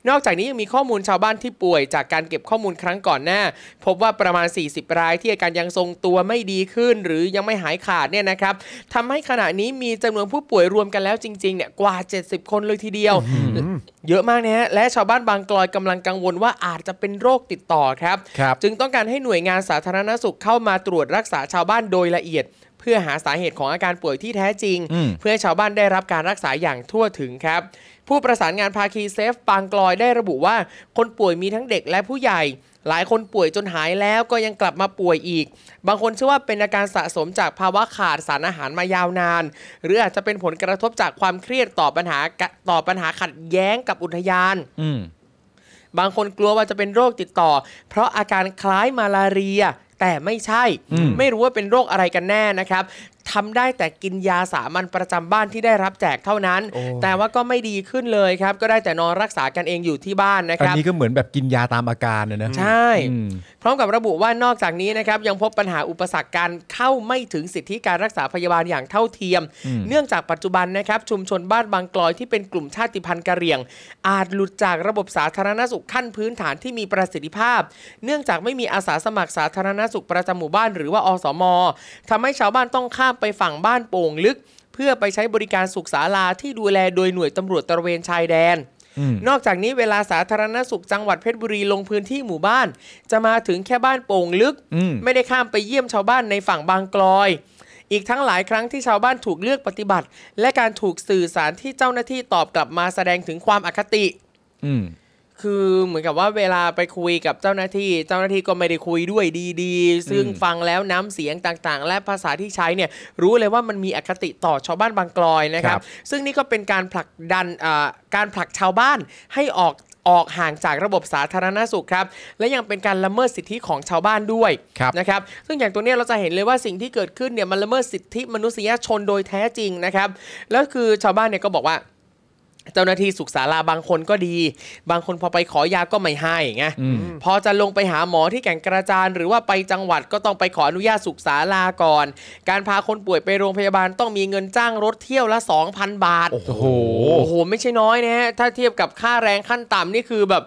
Speaker 4: นอกจากนี้ยังมีข้อมูลชาวบ้านที่ป่วยจากการเก็บข้อมูลครั้งก่อนหน้า พบว่าประมาณ 40 รายที่อาการยังทรงตัวไม่ดีขึ้น หรือยังไม่หายขาดเนี่ยนะครับทำให้ขณะนี้มีจำนวนผู้ป่วยรวมกันแล้วจริงๆเนี่ยกว่า 70 คนเลยทีเดียว เยอะมากนะฮะและชาวบ้านบางกลอยกำลังกังวลว่าอาจจะเป็นโรคติดต่อครับ
Speaker 3: ครับ
Speaker 4: จึงต้องการให้หน่วยงานสาธารณสุขเข้ามาตรวจรักษาชาวบ้านโดยละเอียด เพื่อหาสาเหตุของอาการป่วยที่แท้จริง
Speaker 3: อืม
Speaker 4: เพื่อให้ชาวบ้านได้รับการรักษาอย่างทั่วถึงครับ ผู้ประสานงานภาคีเซฟปางกลอยได้ระบุว่า คนป่วยมีทั้งเด็กและผู้ใหญ่ หลายคนป่วยจนหายแล้วก็ยังกลับมาป่วยอีก บางคนเชื่อว่าเป็นอาการสะสมจากภาวะขาดสารอาหารมายาวนาน หรืออาจจะเป็นผลกระทบจากความเครียดต่อปัญหากะต่อปัญหาขัดแย้งกับอุทยาน
Speaker 3: อืม
Speaker 4: บางคนกลัวว่าจะเป็นโรคติดต่อ เพราะอาการคล้ายมาลาเรีย แต่ไม่ใช่
Speaker 3: อืม
Speaker 4: ไม่รู้ว่าเป็นโรคอะไรกันแน่นะครับทำได้แต่กินยาสามัญประจำบ้านที่ได้รับแจกเท่านั้น
Speaker 2: โอ้
Speaker 4: แต่ว่าก็ไม่ดีขึ้นเลยครับ ก็ได้แต่นอนรักษากันเองอยู่ที่บ้านนะค
Speaker 3: อัน
Speaker 4: รับ
Speaker 3: นี้ก็เหมือนแบบกินยาตามอาการนะนะ
Speaker 4: ใช่
Speaker 3: อืม
Speaker 4: พร้อมกับระบุว่านอกจากนี้นะครับยังพบปัญหาอุปสรรคการเข้าไม่ถึงสิทธิการรักษาพยาบาลอย่างเท่าเทียม
Speaker 3: อืม
Speaker 4: เนื่องจากปัจจุบันนะครับชุมชนบ้านบางกลอยที่เป็นกลุ่มชาติพันธุ์กะเหรี่ยง อาจหลุดจากระบบสาธารณสุขขั้นพื้นฐานที่มีประสิทธิภาพ เนื่องจากไม่มีอาสาสมัครสาธารณสุขประจำหมู่บ้านหรือว่าอสมทำให้ชาวบ้านต้องข้ามไปฝั่งบ้านโป่งลึก เพื่อไปใช้บริการสุขศาลาที่ดูแลโดยหน่วยตำรวจตระเวนชายแดน
Speaker 3: อืม
Speaker 4: นอกจากนี้เวลาสาธารณสุขจังหวัดเพชรบุรีลงพื้นที่หมู่บ้าน จะมาถึงแค่บ้านโป่งลึก
Speaker 3: อืม
Speaker 4: ไม่ได้ข้ามไปเยี่ยมชาวบ้านในฝั่งบางกลอย อีกทั้งหลายครั้งที่ชาวบ้านถูกเลือกปฏิบัติ และการถูกสื่อสารที่เจ้าหน้าที่ตอบกลับมาแสดงถึงความอคติ
Speaker 3: อืม
Speaker 4: คือเหมือนกับว่าเวลาไปคุยกับเจ้าหน้าที่ เจ้าหน้าที่ก็ไม่ได้คุยด้วยดีๆ ซึ่งฟังแล้วน้ำเสียงต่างๆ และภาษาที่ใช้เนี่ยรู้เลยว่ามันมีอคติต่อชาวบ้านบางกลอยนะครั
Speaker 3: ครับ บ
Speaker 4: ซึ่งนี่ก็เป็นการผลักดันอ่าการผลักชาวบ้านให้ออกออกห่างจากระบบสาธารณสุขครับ และยังเป็นการละเมิดสิทธิของชาวบ้านด้วย
Speaker 3: ครับ
Speaker 4: นะครับ ซึ่งอย่างตัวเนี้ยเราจะเห็นเลยว่าสิ่งที่เกิดขึ้นเนี่ยมันละเมิดสิทธิมนุษยชนโดยแท้จริงนะครับ แล้วคือชาวบ้านเนี่ยก็บอกว่า เจ้าหน้าที่สุขศาลาบางคนก็ดี บางคนพอไปขอยาก็ไม่ให้ไงพอจะลงไปหาหมอที่แก่งกระจานหรือว่าไปจังหวัดก็ต้องไปขออนุญาตสุขศาลาก่อน การพาคนป่วยไปโรงพยาบาลต้องมีเงินจ้างรถเที่ยวละ 2,000 บาท
Speaker 3: โอ้โห
Speaker 4: โอ้โห ไม่ใช่น้อยนะฮะ ถ้าเทียบกับค่าแรงขั้นต่ำนี่คือแบบ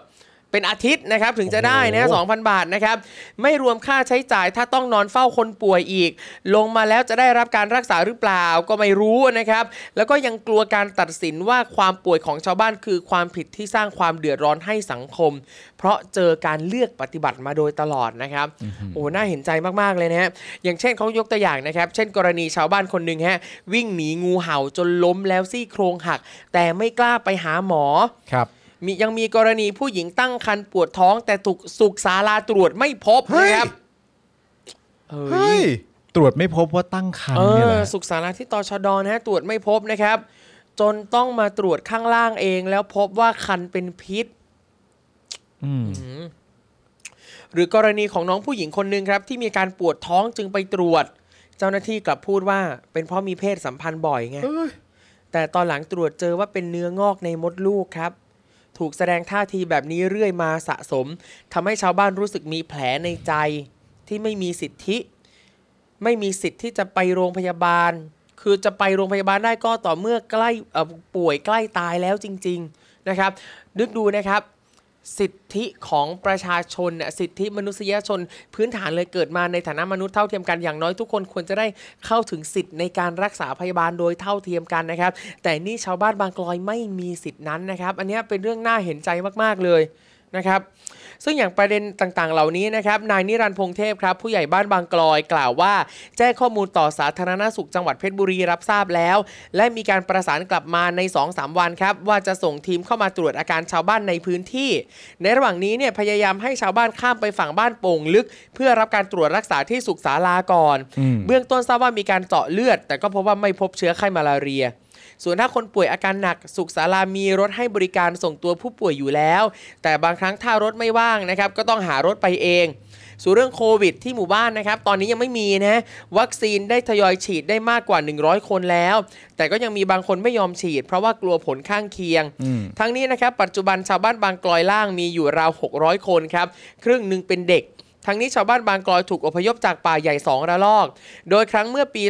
Speaker 4: เป็นอาทิตย์นะครับถึงจะได้นะ
Speaker 2: โอ้โห
Speaker 4: 2,000 บาทนะครับ ไม่รวมค่าใช้จ่ายถ้าต้องนอนเฝ้าคนป่วยอีก ลงมาแล้วจะได้รับการรักษาหรือเปล่าก็ไม่รู้นะครับ แล้วก็ยังกลัวการตัดสินว่าความป่วยของชาวบ้านคือความผิดที่สร้างความเดือดร้อนให้สังคม เพราะเจอการเลือกปฏิบัติมาโดยตลอดนะครับ โอ้ น่าเห็นใจมาก ๆ เลยนะฮะ อย่างเช่นเขายกตัวอย่างนะครับ เช่นกรณีชาวบ้านคนหนึ่งฮะ วิ่งหนีงูเห่าจนล้มแล้วซี่โครงหัก แต่ไม่กล้าไปหาหมอ
Speaker 3: ครับ
Speaker 4: มียังมีกรณีผู้หญิงตั้งครรภ์ปวดท้องแต่ถูกสุกสาราตรวจไม่พบ
Speaker 2: เฮ้ย
Speaker 4: นะครับเ
Speaker 3: เฮ้ย ตรวจไม่พบว่าตั้งครร
Speaker 4: เอ
Speaker 3: ภ์เนี่ย
Speaker 4: อ
Speaker 3: เหรอ
Speaker 4: สุขสาราที่ตชดนะฮะตรวจไม่พบนะครับ จนต้องมาตรวจข้างล่างเองแล้วพบว่าคันเป็นพิษ
Speaker 3: อืม
Speaker 4: หรือกรณีของน้องผู้หญิงคนหนึ่งครับ ที่มีการปวดท้องจึงไปตรวจ เจ้าหน้าที่กลับพูดว่าเป็นเพราะมีเพศสัมพันธ์บ่อยไง แต่ตอนหลังตรวจเจอว่าเป็นเนื้องอกในมดลูกครับ ถูกแสดงท่าทีแบบนี้เรื่อยมาสะสมทำให้ชาวบ้านรู้สึกมีแผลในใจที่ไม่มีสิทธิ ไม่มีสิทธิ์ที่จะไปโรงพยาบาล คือจะไปโรงพยาบาลได้ก็ต่อเมื่อใกล้เอ่อป่วยใกล้ตายแล้วจริง ๆนะครับ นึกดูนะครับ สิทธิของประชาชนเนี่ยสิทธิมนุษยชนพื้นฐานเลยเกิดมาในฐานะมนุษย์เท่าเทียมกันอย่างน้อยทุกคนควรจะได้เข้าถึงสิทธิ์ในการรักษาพยาบาลโดยเท่าเทียมกันนะครับ แต่นี่ชาวบ้านบางกลอยไม่มีสิทธินั้นนะครับ อันเนี้ยเป็นเรื่องน่าเห็นใจมากๆเลยนะครับ ซึ่งอย่างประเด็นต่างๆ เหล่านี้นะครับ นายนิรันดร์พงเทพครับ ผู้ใหญ่บ้านบางกลอยกล่าวว่า แจ้งข้อมูลต่อสาธารณสุขจังหวัดเพชรบุรีรับทราบแล้ว และมีการประสานกลับมาใน 2-3 วันครับ ว่าจะส่งทีมเข้ามาตรวจอาการชาวบ้านในพื้นที่ ในระหว่างนี้เนี่ยพยายามให้ชาวบ้านข้ามไปฝั่งบ้านโป่งลึก เพื่อรับการตรวจรักษาที่สุขศาลาก่อน
Speaker 3: อืม
Speaker 4: เบื้องต้นทราบว่ามีการเจาะเลือด แต่ก็พบว่าไม่พบเชื้อไข้มาลาเรีย ส่วนถ้าคนป่วยอาการหนัก สุขศาลามีรถให้บริการส่งตัวผู้ป่วยอยู่แล้ว แต่บางครั้งถ้ารถไม่ว่างนะครับ ก็ต้องหารถไปเอง ส่วนเรื่องโควิดที่หมู่บ้านนะครับ ตอนนี้ยังไม่มีนะ วัคซีนได้ทยอยฉีดได้มากกว่า 100 คนแล้ว แต่ก็ยังมีบางคนไม่ยอมฉีด เพราะว่ากลัวผลข้างเคียง
Speaker 3: อืม
Speaker 4: ทั้งนี้นะครับ ปัจจุบันชาวบ้านบางกลอยล่างมีอยู่ราว 600 คนครับ ครึ่งหนึ่งเป็นเด็ก ทั้งนี้ชาวบ้านบางกลอยถูกอพยพจากป่าใหญ่ 2 ระลอก โดยครั้งเมื่อปี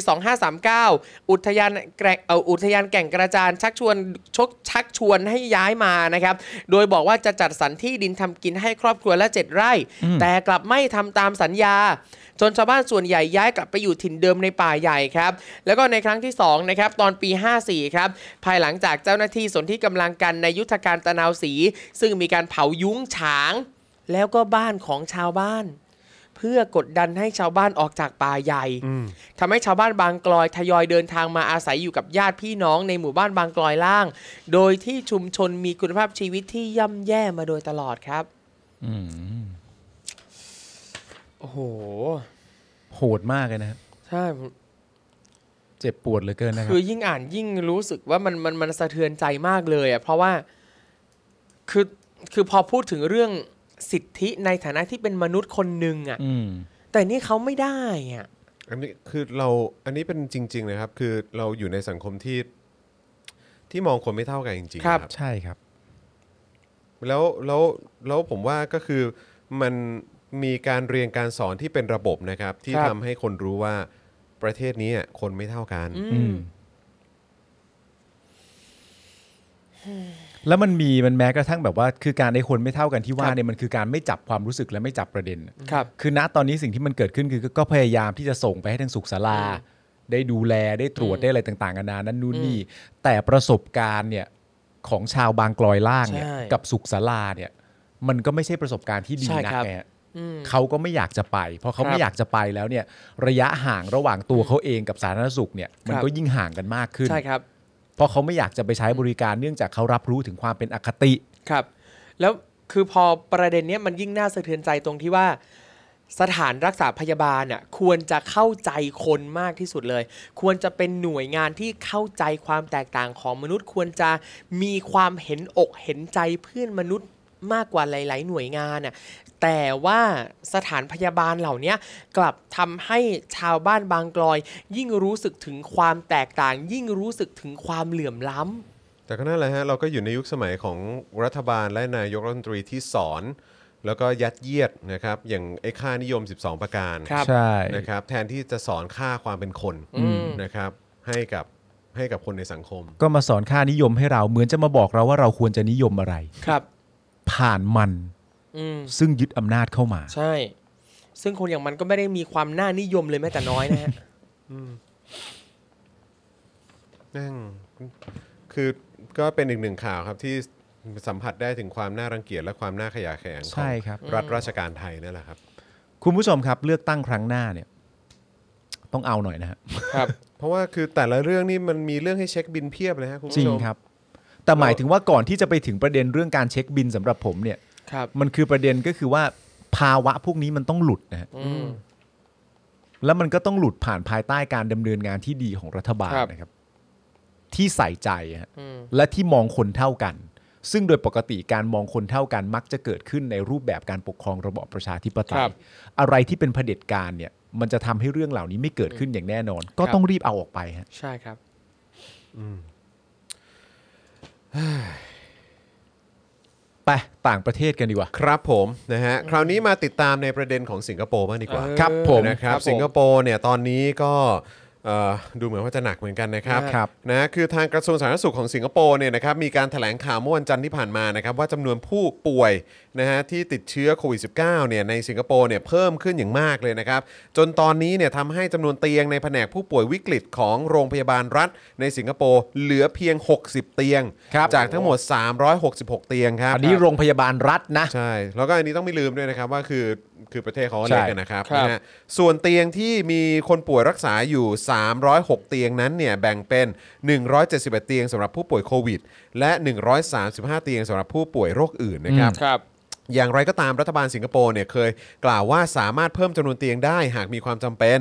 Speaker 4: 2539 อุทยานแกร่งเอ่ออุทยานแก่งกระจานชักชวนชกชักชวนให้ย้ายมานะครับ โดยบอกว่าจะจัดสรรที่ดินทำกินให้ครอบครัวละ 7 ไร่ แต่กลับไม่ทำตามสัญญา จนชาวบ้านส่วนใหญ่ย้ายกลับไปอยู่ถิ่นเดิมในป่าใหญ่ครับ แล้วก็ในครั้งที่2นะครับตอนปี 54 ครับ ภายหลังจากเจ้าหน้าที่สนที่กำลังกันในยุทธการตะนาวสี ซึ่งมีการเผายุ้งฉาง แล้วก็บ้านของชาวบ้าน เพื่อกดดันให้ชาวบ้านออกจากป่าใหญ่ ทำให้ชาวบ้านบางกลอยทยอยเดินทางมาอาศัยอยู่กับญาติพี่น้องในหมู่บ้านบางกลอยล่าง โดยที่ชุมชนมีคุณภาพชีวิตที่ย่ำแย่มาโดยตลอดครับ โอ้โห
Speaker 3: โหดมากเลยนะครับ
Speaker 4: ใช่
Speaker 3: เจ็บปวดเหลือเกินนะครั
Speaker 4: คือบ ยิ่งอ่านยิ่งรู้สึกว่ามันมันมันสะเทือนใจมากเลยอ่ะเพราะว่าคือคือพอพูดถึงเรื่องสิทธิในฐานะที่เป็นมนุษย์คนหนึ่งอ่ะ
Speaker 3: อืม
Speaker 4: แต่นี่เขาไม่ได้อ่ะ
Speaker 2: อันนี้คือเราอันนี้เป็นจริง ๆ นะครับ คือเราอยู่ในสังคมที่ที่มองคนไม่เท่ากันจริงๆ
Speaker 4: ครับ
Speaker 2: นะ
Speaker 3: ใช่ครับ
Speaker 2: แล้วแล้วแล้วผมว่าก็คือมันมีการเรียนการสอนที่เป็นระบบนะครับ ที่
Speaker 4: ครับ
Speaker 2: ทำให้คนรู้ว่าประเทศนี้คนไม่เท่ากัน
Speaker 3: อืม แล้วมันมีมันแม้กระทั่งแบบว่า คือการได้คนไม่เท่ากันที่ว่าเนี่ยมันคือการไม่จับความรู้สึกและไม่จับประเด็นน่ะ
Speaker 4: ครับ
Speaker 3: คือณตอนนี้สิ่งที่มันเกิดขึ้นคือก็ก็พยายามที่จะส่งไปให้ทางสุขศาลา ได้ดูแลได้ตรวจได้อะไรต่างๆกันานานั่นนู่นนี่ แต่ประสบการณ์เนี่ยของชาวบางกลอยล่างเนี่ย
Speaker 4: ใช่
Speaker 3: กับสุขศาลาเนี่ย มันก็ไม่ใช่ประสบการณ์ที่ดี
Speaker 4: ใช่
Speaker 3: นัก
Speaker 4: ครับ
Speaker 3: ไงฮะ เขาก็ไม่อยากจะไป เพราะเขา
Speaker 4: ครับ
Speaker 3: ไม่อยากจะไปแล้วเนี่ย ระยะห่างระหว่างตัวเขาเองกับสาธารณสุขเนี่ย มัน
Speaker 4: ครับ
Speaker 3: ก็ยิ่งห่างกันมากขึ้น
Speaker 4: ใช่ครับ
Speaker 3: เพราะเขาไม่อยากจะไปใช้บริการเนื่องจากเขารับรู้ถึงความเป็นอคติ
Speaker 4: ครับ แล้วคือพอประเด็นเนี้ยมันยิ่งน่าสะเทือนใจตรงที่ว่า สถานรักษาพยาบาลน่ะควรจะเข้าใจคนมากที่สุดเลย ควรจะเป็นหน่วยงานที่เข้าใจความแตกต่างของมนุษย์ ควรจะมีความเห็นอกเห็นใจเพื่อนมนุษย์มากกว่าหลาย ๆ หน่วยงานน่ะแต่ว่าสถานพยาบาลเหล่าเนี้ยกลับทำให้ชาวบ้านบางกลอย ยิ่งรู้สึกถึงความแตกต่าง ยิ่งรู้สึกถึงความเหลื่อมล้ำ
Speaker 2: แต่ก็นั่นแหละฮะเราก็อยู่ในยุคสมัยของรัฐบาลและนายกรัฐมนตรีที่สอน แล้วก็ยัดเยียดนะครับ อย่างไอ้ค่านิยม 12 ประการ
Speaker 4: ครับ
Speaker 3: ใช่
Speaker 2: นะครับ แทนที่จะสอนค่าความเป็นคนนะครับ ให้กับให้กับคนในสังคม
Speaker 3: ก็มาสอนค่านิยมให้เราเหมือนจะมาบอกเราว่าเราควรจะนิยมอะไร
Speaker 4: ครับ
Speaker 3: ผ่านมัน
Speaker 4: อืม
Speaker 3: ซึ่งยึดอำนาจเข้ามา
Speaker 4: ใช่ ซึ่งคนอย่างมันก็ไม่ได้มีความน่านิยมเลยแม้แต่น้อยนะฮะ
Speaker 2: นั่งคือก็เป็นอีกหนึ่งข่าวครับที่สัมผัสได้ถึงความน่ารังเกียจและความน่าขยะแขยงข
Speaker 3: ใช่
Speaker 2: อง
Speaker 3: ครับ
Speaker 2: รัฐราชการไทยนั่นแหละครับ
Speaker 3: คุณผู้ชมครับ เลือกตั้งครั้งหน้าเนี่ย ต้องเอาหน่อยนะฮะ
Speaker 4: ครับ
Speaker 2: เพราะว่าคือแต่ละเรื่องนี่มันมีเรื่องให้เช็คบินเพียบเลยฮะคุณ
Speaker 3: จริ
Speaker 2: ผู้
Speaker 3: ง
Speaker 2: ชม
Speaker 3: ครับ แต่หมายถึงว่าก่อนที่จะไปถึงประเด็นเรื่องการเช็คบินสำหรับผมเนี่ย
Speaker 4: ครับ
Speaker 3: มันคือประเด็นก็คือว่าภาวะพวกนี้มันต้องหลุดนะฮะ
Speaker 4: อืม
Speaker 3: แล้วมันก็ต้องหลุดผ่านภายใต้การดำเนินงานที่ดีของรัฐบาล
Speaker 4: ครับ
Speaker 3: นะครับ ที่ใส่ใจฮะ
Speaker 4: อืม
Speaker 3: และที่มองคนเท่ากัน ซึ่งโดยปกติการมองคนเท่ากันมักจะเกิดขึ้นในรูปแบบการปกครองระบอบประชาธิปไต
Speaker 4: ค
Speaker 3: ย
Speaker 4: รับ
Speaker 3: อะไรที่เป็นเผด็จการเนี่ย มันจะทำให้เรื่องเหล่านี้ไม่เกิดขึ้นอย่างแน่นอน ก็
Speaker 4: ครับ
Speaker 3: ต้องรีบเอาออกไปฮะ
Speaker 4: ใช่ครับ
Speaker 3: ไปต่างประเทศกันดีกว่า
Speaker 2: ครับผมนะฮะคราวนี้มาติดตามในประเด็นของสิงคโปร์บ้างดีกว่า
Speaker 4: เออ
Speaker 3: ครับผม
Speaker 2: นะครับ
Speaker 4: ครับผม
Speaker 2: สิงคโปร์เนี่ยตอนนี้ก็เอ่อดูเหมือนว่าจะหนักเหมือนกันนะครับ
Speaker 3: ครับ
Speaker 2: นะคือทางกระทรวงสาธารณสุขของสิงคโปร์เนี่ยนะครับมีการแถลงข่าวเมื่อวันจันทร์ที่ผ่านมานะครับว่าจำนวนผู้ป่วยนะฮะที่ติดเชื้อโควิด -19 เนี่ยในสิงคโปร์เนี่ยเพิ่มขึ้นอย่างมากเลยนะครับ จนตอนนี้เนี่ยทำให้จำนวนเตียงในแผนกผู้ป่วยวิกฤตของโรงพยาบาลรัฐ ในสิงคโปร์เหลือเพียง 60 เตียง
Speaker 3: ครับ
Speaker 2: จากทั้งหมด 366 เตียงครับ
Speaker 3: อันนี้โรงพยาบาลรัฐนะ
Speaker 2: ใช่ แล้วก็อันนี้ต้องไม่ลืมด้วยนะครับว่าคือคือประเทศเขาก็เล็กกันนะครับ
Speaker 4: ครับ
Speaker 2: นะฮะส่วนเตียงที่มีคนป่วยรักษาอยู่ 306 เตียงนั้นเนี่ยแบ่งเป็น 171 เตียงสำหรับผู้ป่วยโควิด และ 135 เตียงสำหรับผู้ป่วยโรคอื่นนะครับ
Speaker 4: ครับ
Speaker 2: อย่างไรก็ตามรัฐบาลสิงคโปร์เนี่ยเคยกล่าวว่าสามารถเพิ่มจำนวนเตียงได้หากมีความจำเป็น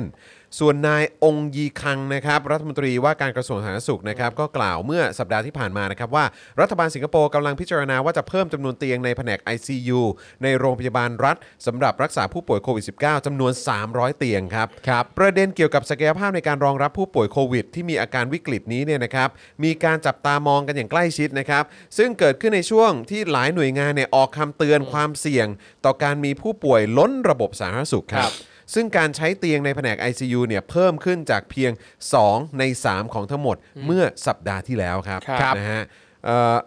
Speaker 2: ส่วนนายองยีคังนะครับรัฐมนตรีว่าการกระทรวงสาธารณสุขนะครับก็กล่าวเมื่อสัปดาห์ที่ผ่านมานะครับว่ารัฐบาลสิงคโปร์กำลังพิจารณาว่าจะเพิ่มจำนวนเตียงในแผนก ICU ในโรงพยาบาลรัฐสำหรับรักษาผู้ป่วยโควิด -19 จำนวน 300 เตียงครับ
Speaker 3: ครับ
Speaker 2: ประเด็นเกี่ยวกับศักยภาพในการรองรับผู้ป่วยโควิด ที่มีอาการวิกฤตนี้เนี่ยนะครับมีการจับตามองกันอย่างใกล้ชิดนะครับซึ่งเกิดขึ้นในช่วงที่หลายหน่วยงานเนี่ยออกคำเตือนความเสี่ยง ต่อการมีผู้ป่วยล้นระบบสาธารณสุขค
Speaker 4: ค
Speaker 2: รั
Speaker 4: รับ บ
Speaker 2: ซึ่งการใช้เตียงในแผนก ICU เนี่ยเพิ่มขึ้นจากเพียง 2 ใน 3 ของทั้งหมดเมื่อสัปดาห์ที่แล้วครับ
Speaker 4: ครับ
Speaker 2: นะฮะเอ่อ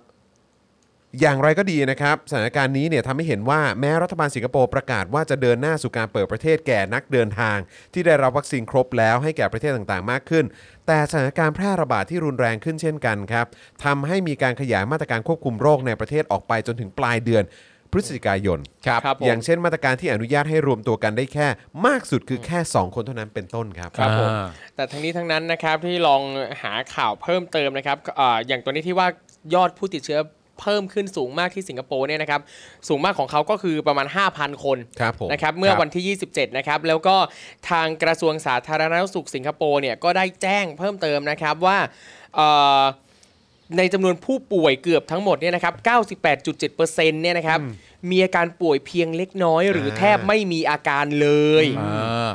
Speaker 2: อย่างไรก็ดีนะครับ สถานการณ์นี้เนี่ยทำให้เห็นว่าแม้รัฐบาลสิงคโปร์ประกาศว่าจะเดินหน้าสู่การเปิดประเทศแก่นักเดินทาง ที่ได้รับวัคซีนครบแล้วให้แก่ประเทศต่างๆ มากขึ้น แต่สถานการณ์แพร่ระบาดที่รุนแรงขึ้นเช่นกันครับทำให้มีการขยายมาตรการควบคุมโรคในประเทศออกไปจนถึงปลายเดือนพฤศจิกายน
Speaker 4: ครับครับผม
Speaker 2: อย่างเช่นมาตรการที่อนุญาตให้รวมตัวกันได้แค่มากสุดคือแค่ 2 คนเท่านั้นเป็นต้นครับ
Speaker 4: ครับผม
Speaker 3: อ่า
Speaker 4: แต่ทั้งนี้ทั้งนั้นนะครับที่ลองหาข่าวเพิ่มเติมนะครับก็อ่าอย่างตัวนี้ที่ว่ายอดผู้ติดเชื้อเพิ่มขึ้นสูงมากที่สิงคโปร์เนี่ยนะครับ สูงมากของเขาก็คือประมาณ 5,000 คน
Speaker 2: ครับผม
Speaker 4: นะครับเมื่อ
Speaker 2: ครับ
Speaker 4: วันที่ 27 นะครับ แล้วก็ทางกระทรวงสาธารณสุขสิงคโปร์เนี่ยก็ได้แจ้งเพิ่มเติมนะครับว่าเอ่อในจำนวนผู้ป่วยเกือบทั้งหมดเนี่ยนะครับ 98.7%เนี่ยนะครับ มีอาการป่วยเพียงเล็กน้อย หรือแทบไม่มีอาการเลย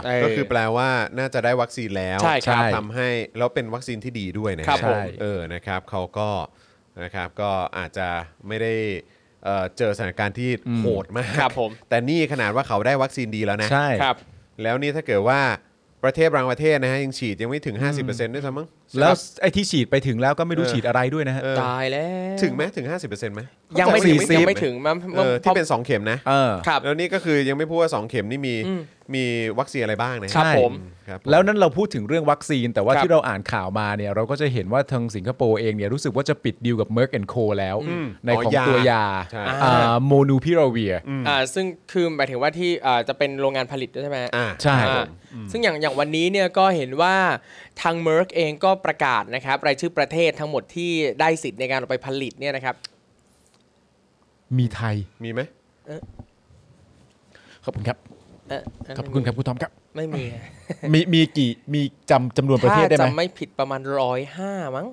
Speaker 4: เ
Speaker 2: ก็คือแปลว่าน่าจะได้วัคซีนแล้ว
Speaker 4: ใช่ครับ
Speaker 2: ทำให้แล้วเป็นวัคซีนที่ดีด้วยนะ
Speaker 4: ค
Speaker 2: ค
Speaker 4: รั
Speaker 2: รั
Speaker 4: บบ ผม
Speaker 2: เออนะครับเขาก็นะครับก็อาจจะไม่ได้เอ่อเจอสถานการณ์ที่โหดมาก
Speaker 4: ครับผม
Speaker 2: แต่นี่ขนาดว่าเขาได้วัคซีนดีแล้วนะ
Speaker 3: ใช่
Speaker 4: ครับ
Speaker 2: แล้วนี่ถ้าเกิดว่าประเทศบางประเทศนะฮะยังฉีดยังไม่ถึง 50%ด้วยซ้ำมั้ง
Speaker 3: แล้วไอ้ที่ฉีดไปถึงแล้วก็ไม่รู้
Speaker 2: เออ
Speaker 3: ฉีดอะไรด้วยนะฮะ
Speaker 2: เออ
Speaker 4: ตายแล้ว
Speaker 2: ถึงไหมถึง 50%ไหม
Speaker 4: ยังไม่ถึง
Speaker 2: 40%
Speaker 4: ยังไม่ถึงมั้ง
Speaker 2: เออที่เป็น 2 เข็มนะ
Speaker 3: เออ
Speaker 4: ครับ
Speaker 2: แล้วนี่ก็คือยังไม่พูดว่า 2 เข็มนี่มี
Speaker 4: อืม
Speaker 2: มีวัคซีนอะไรบ้างนะฮะ
Speaker 4: ครับ
Speaker 3: ใช่
Speaker 4: ผม
Speaker 2: ครับผม
Speaker 3: แล้วนั้นเราพูดถึงเรื่องวัคซีน แต่ว่า
Speaker 4: ครับ
Speaker 3: ที่เราอ่านข่าวมาเนี่ยเราก็จะเห็นว่าทางสิงคโปร์เองเนี่ยรู้สึกว่าจะปิดดีลกับ Merck Co แล้ว
Speaker 2: อืม
Speaker 3: ในของ
Speaker 2: อ๋อยา
Speaker 3: ตัวยา
Speaker 2: ใช่
Speaker 4: อ่า
Speaker 3: โมนูพิราเวีย
Speaker 4: อ่าซึ่งคือหมายถึงว่าที่อ่าจะเป็นโรงงานผลิตด้วยใช่ไหมฮะ
Speaker 2: อ่า
Speaker 3: ใช่
Speaker 4: อ่าซึ่งอย่างอย่างวันนี้เนี่ยก็เห็นว่าทาง Merck เองก็ประกาศนะครับ รายชื่อประเทศทั้งหมดที่ได้สิทธิ์ในการเอาไปผลิตเนี่ยนะครับ
Speaker 3: มีไทย
Speaker 2: มีไหม
Speaker 3: ขอบคุณครับ
Speaker 4: เอ่อเอ่อ
Speaker 3: ขอบคุณครับคุณทอมครับ
Speaker 4: ไม่มี
Speaker 3: มีมีกี่มีจำจำนวนประเทศได้ไห
Speaker 4: ถ้าม จำไม่ผิดประมาณร้อยห้ามั้ง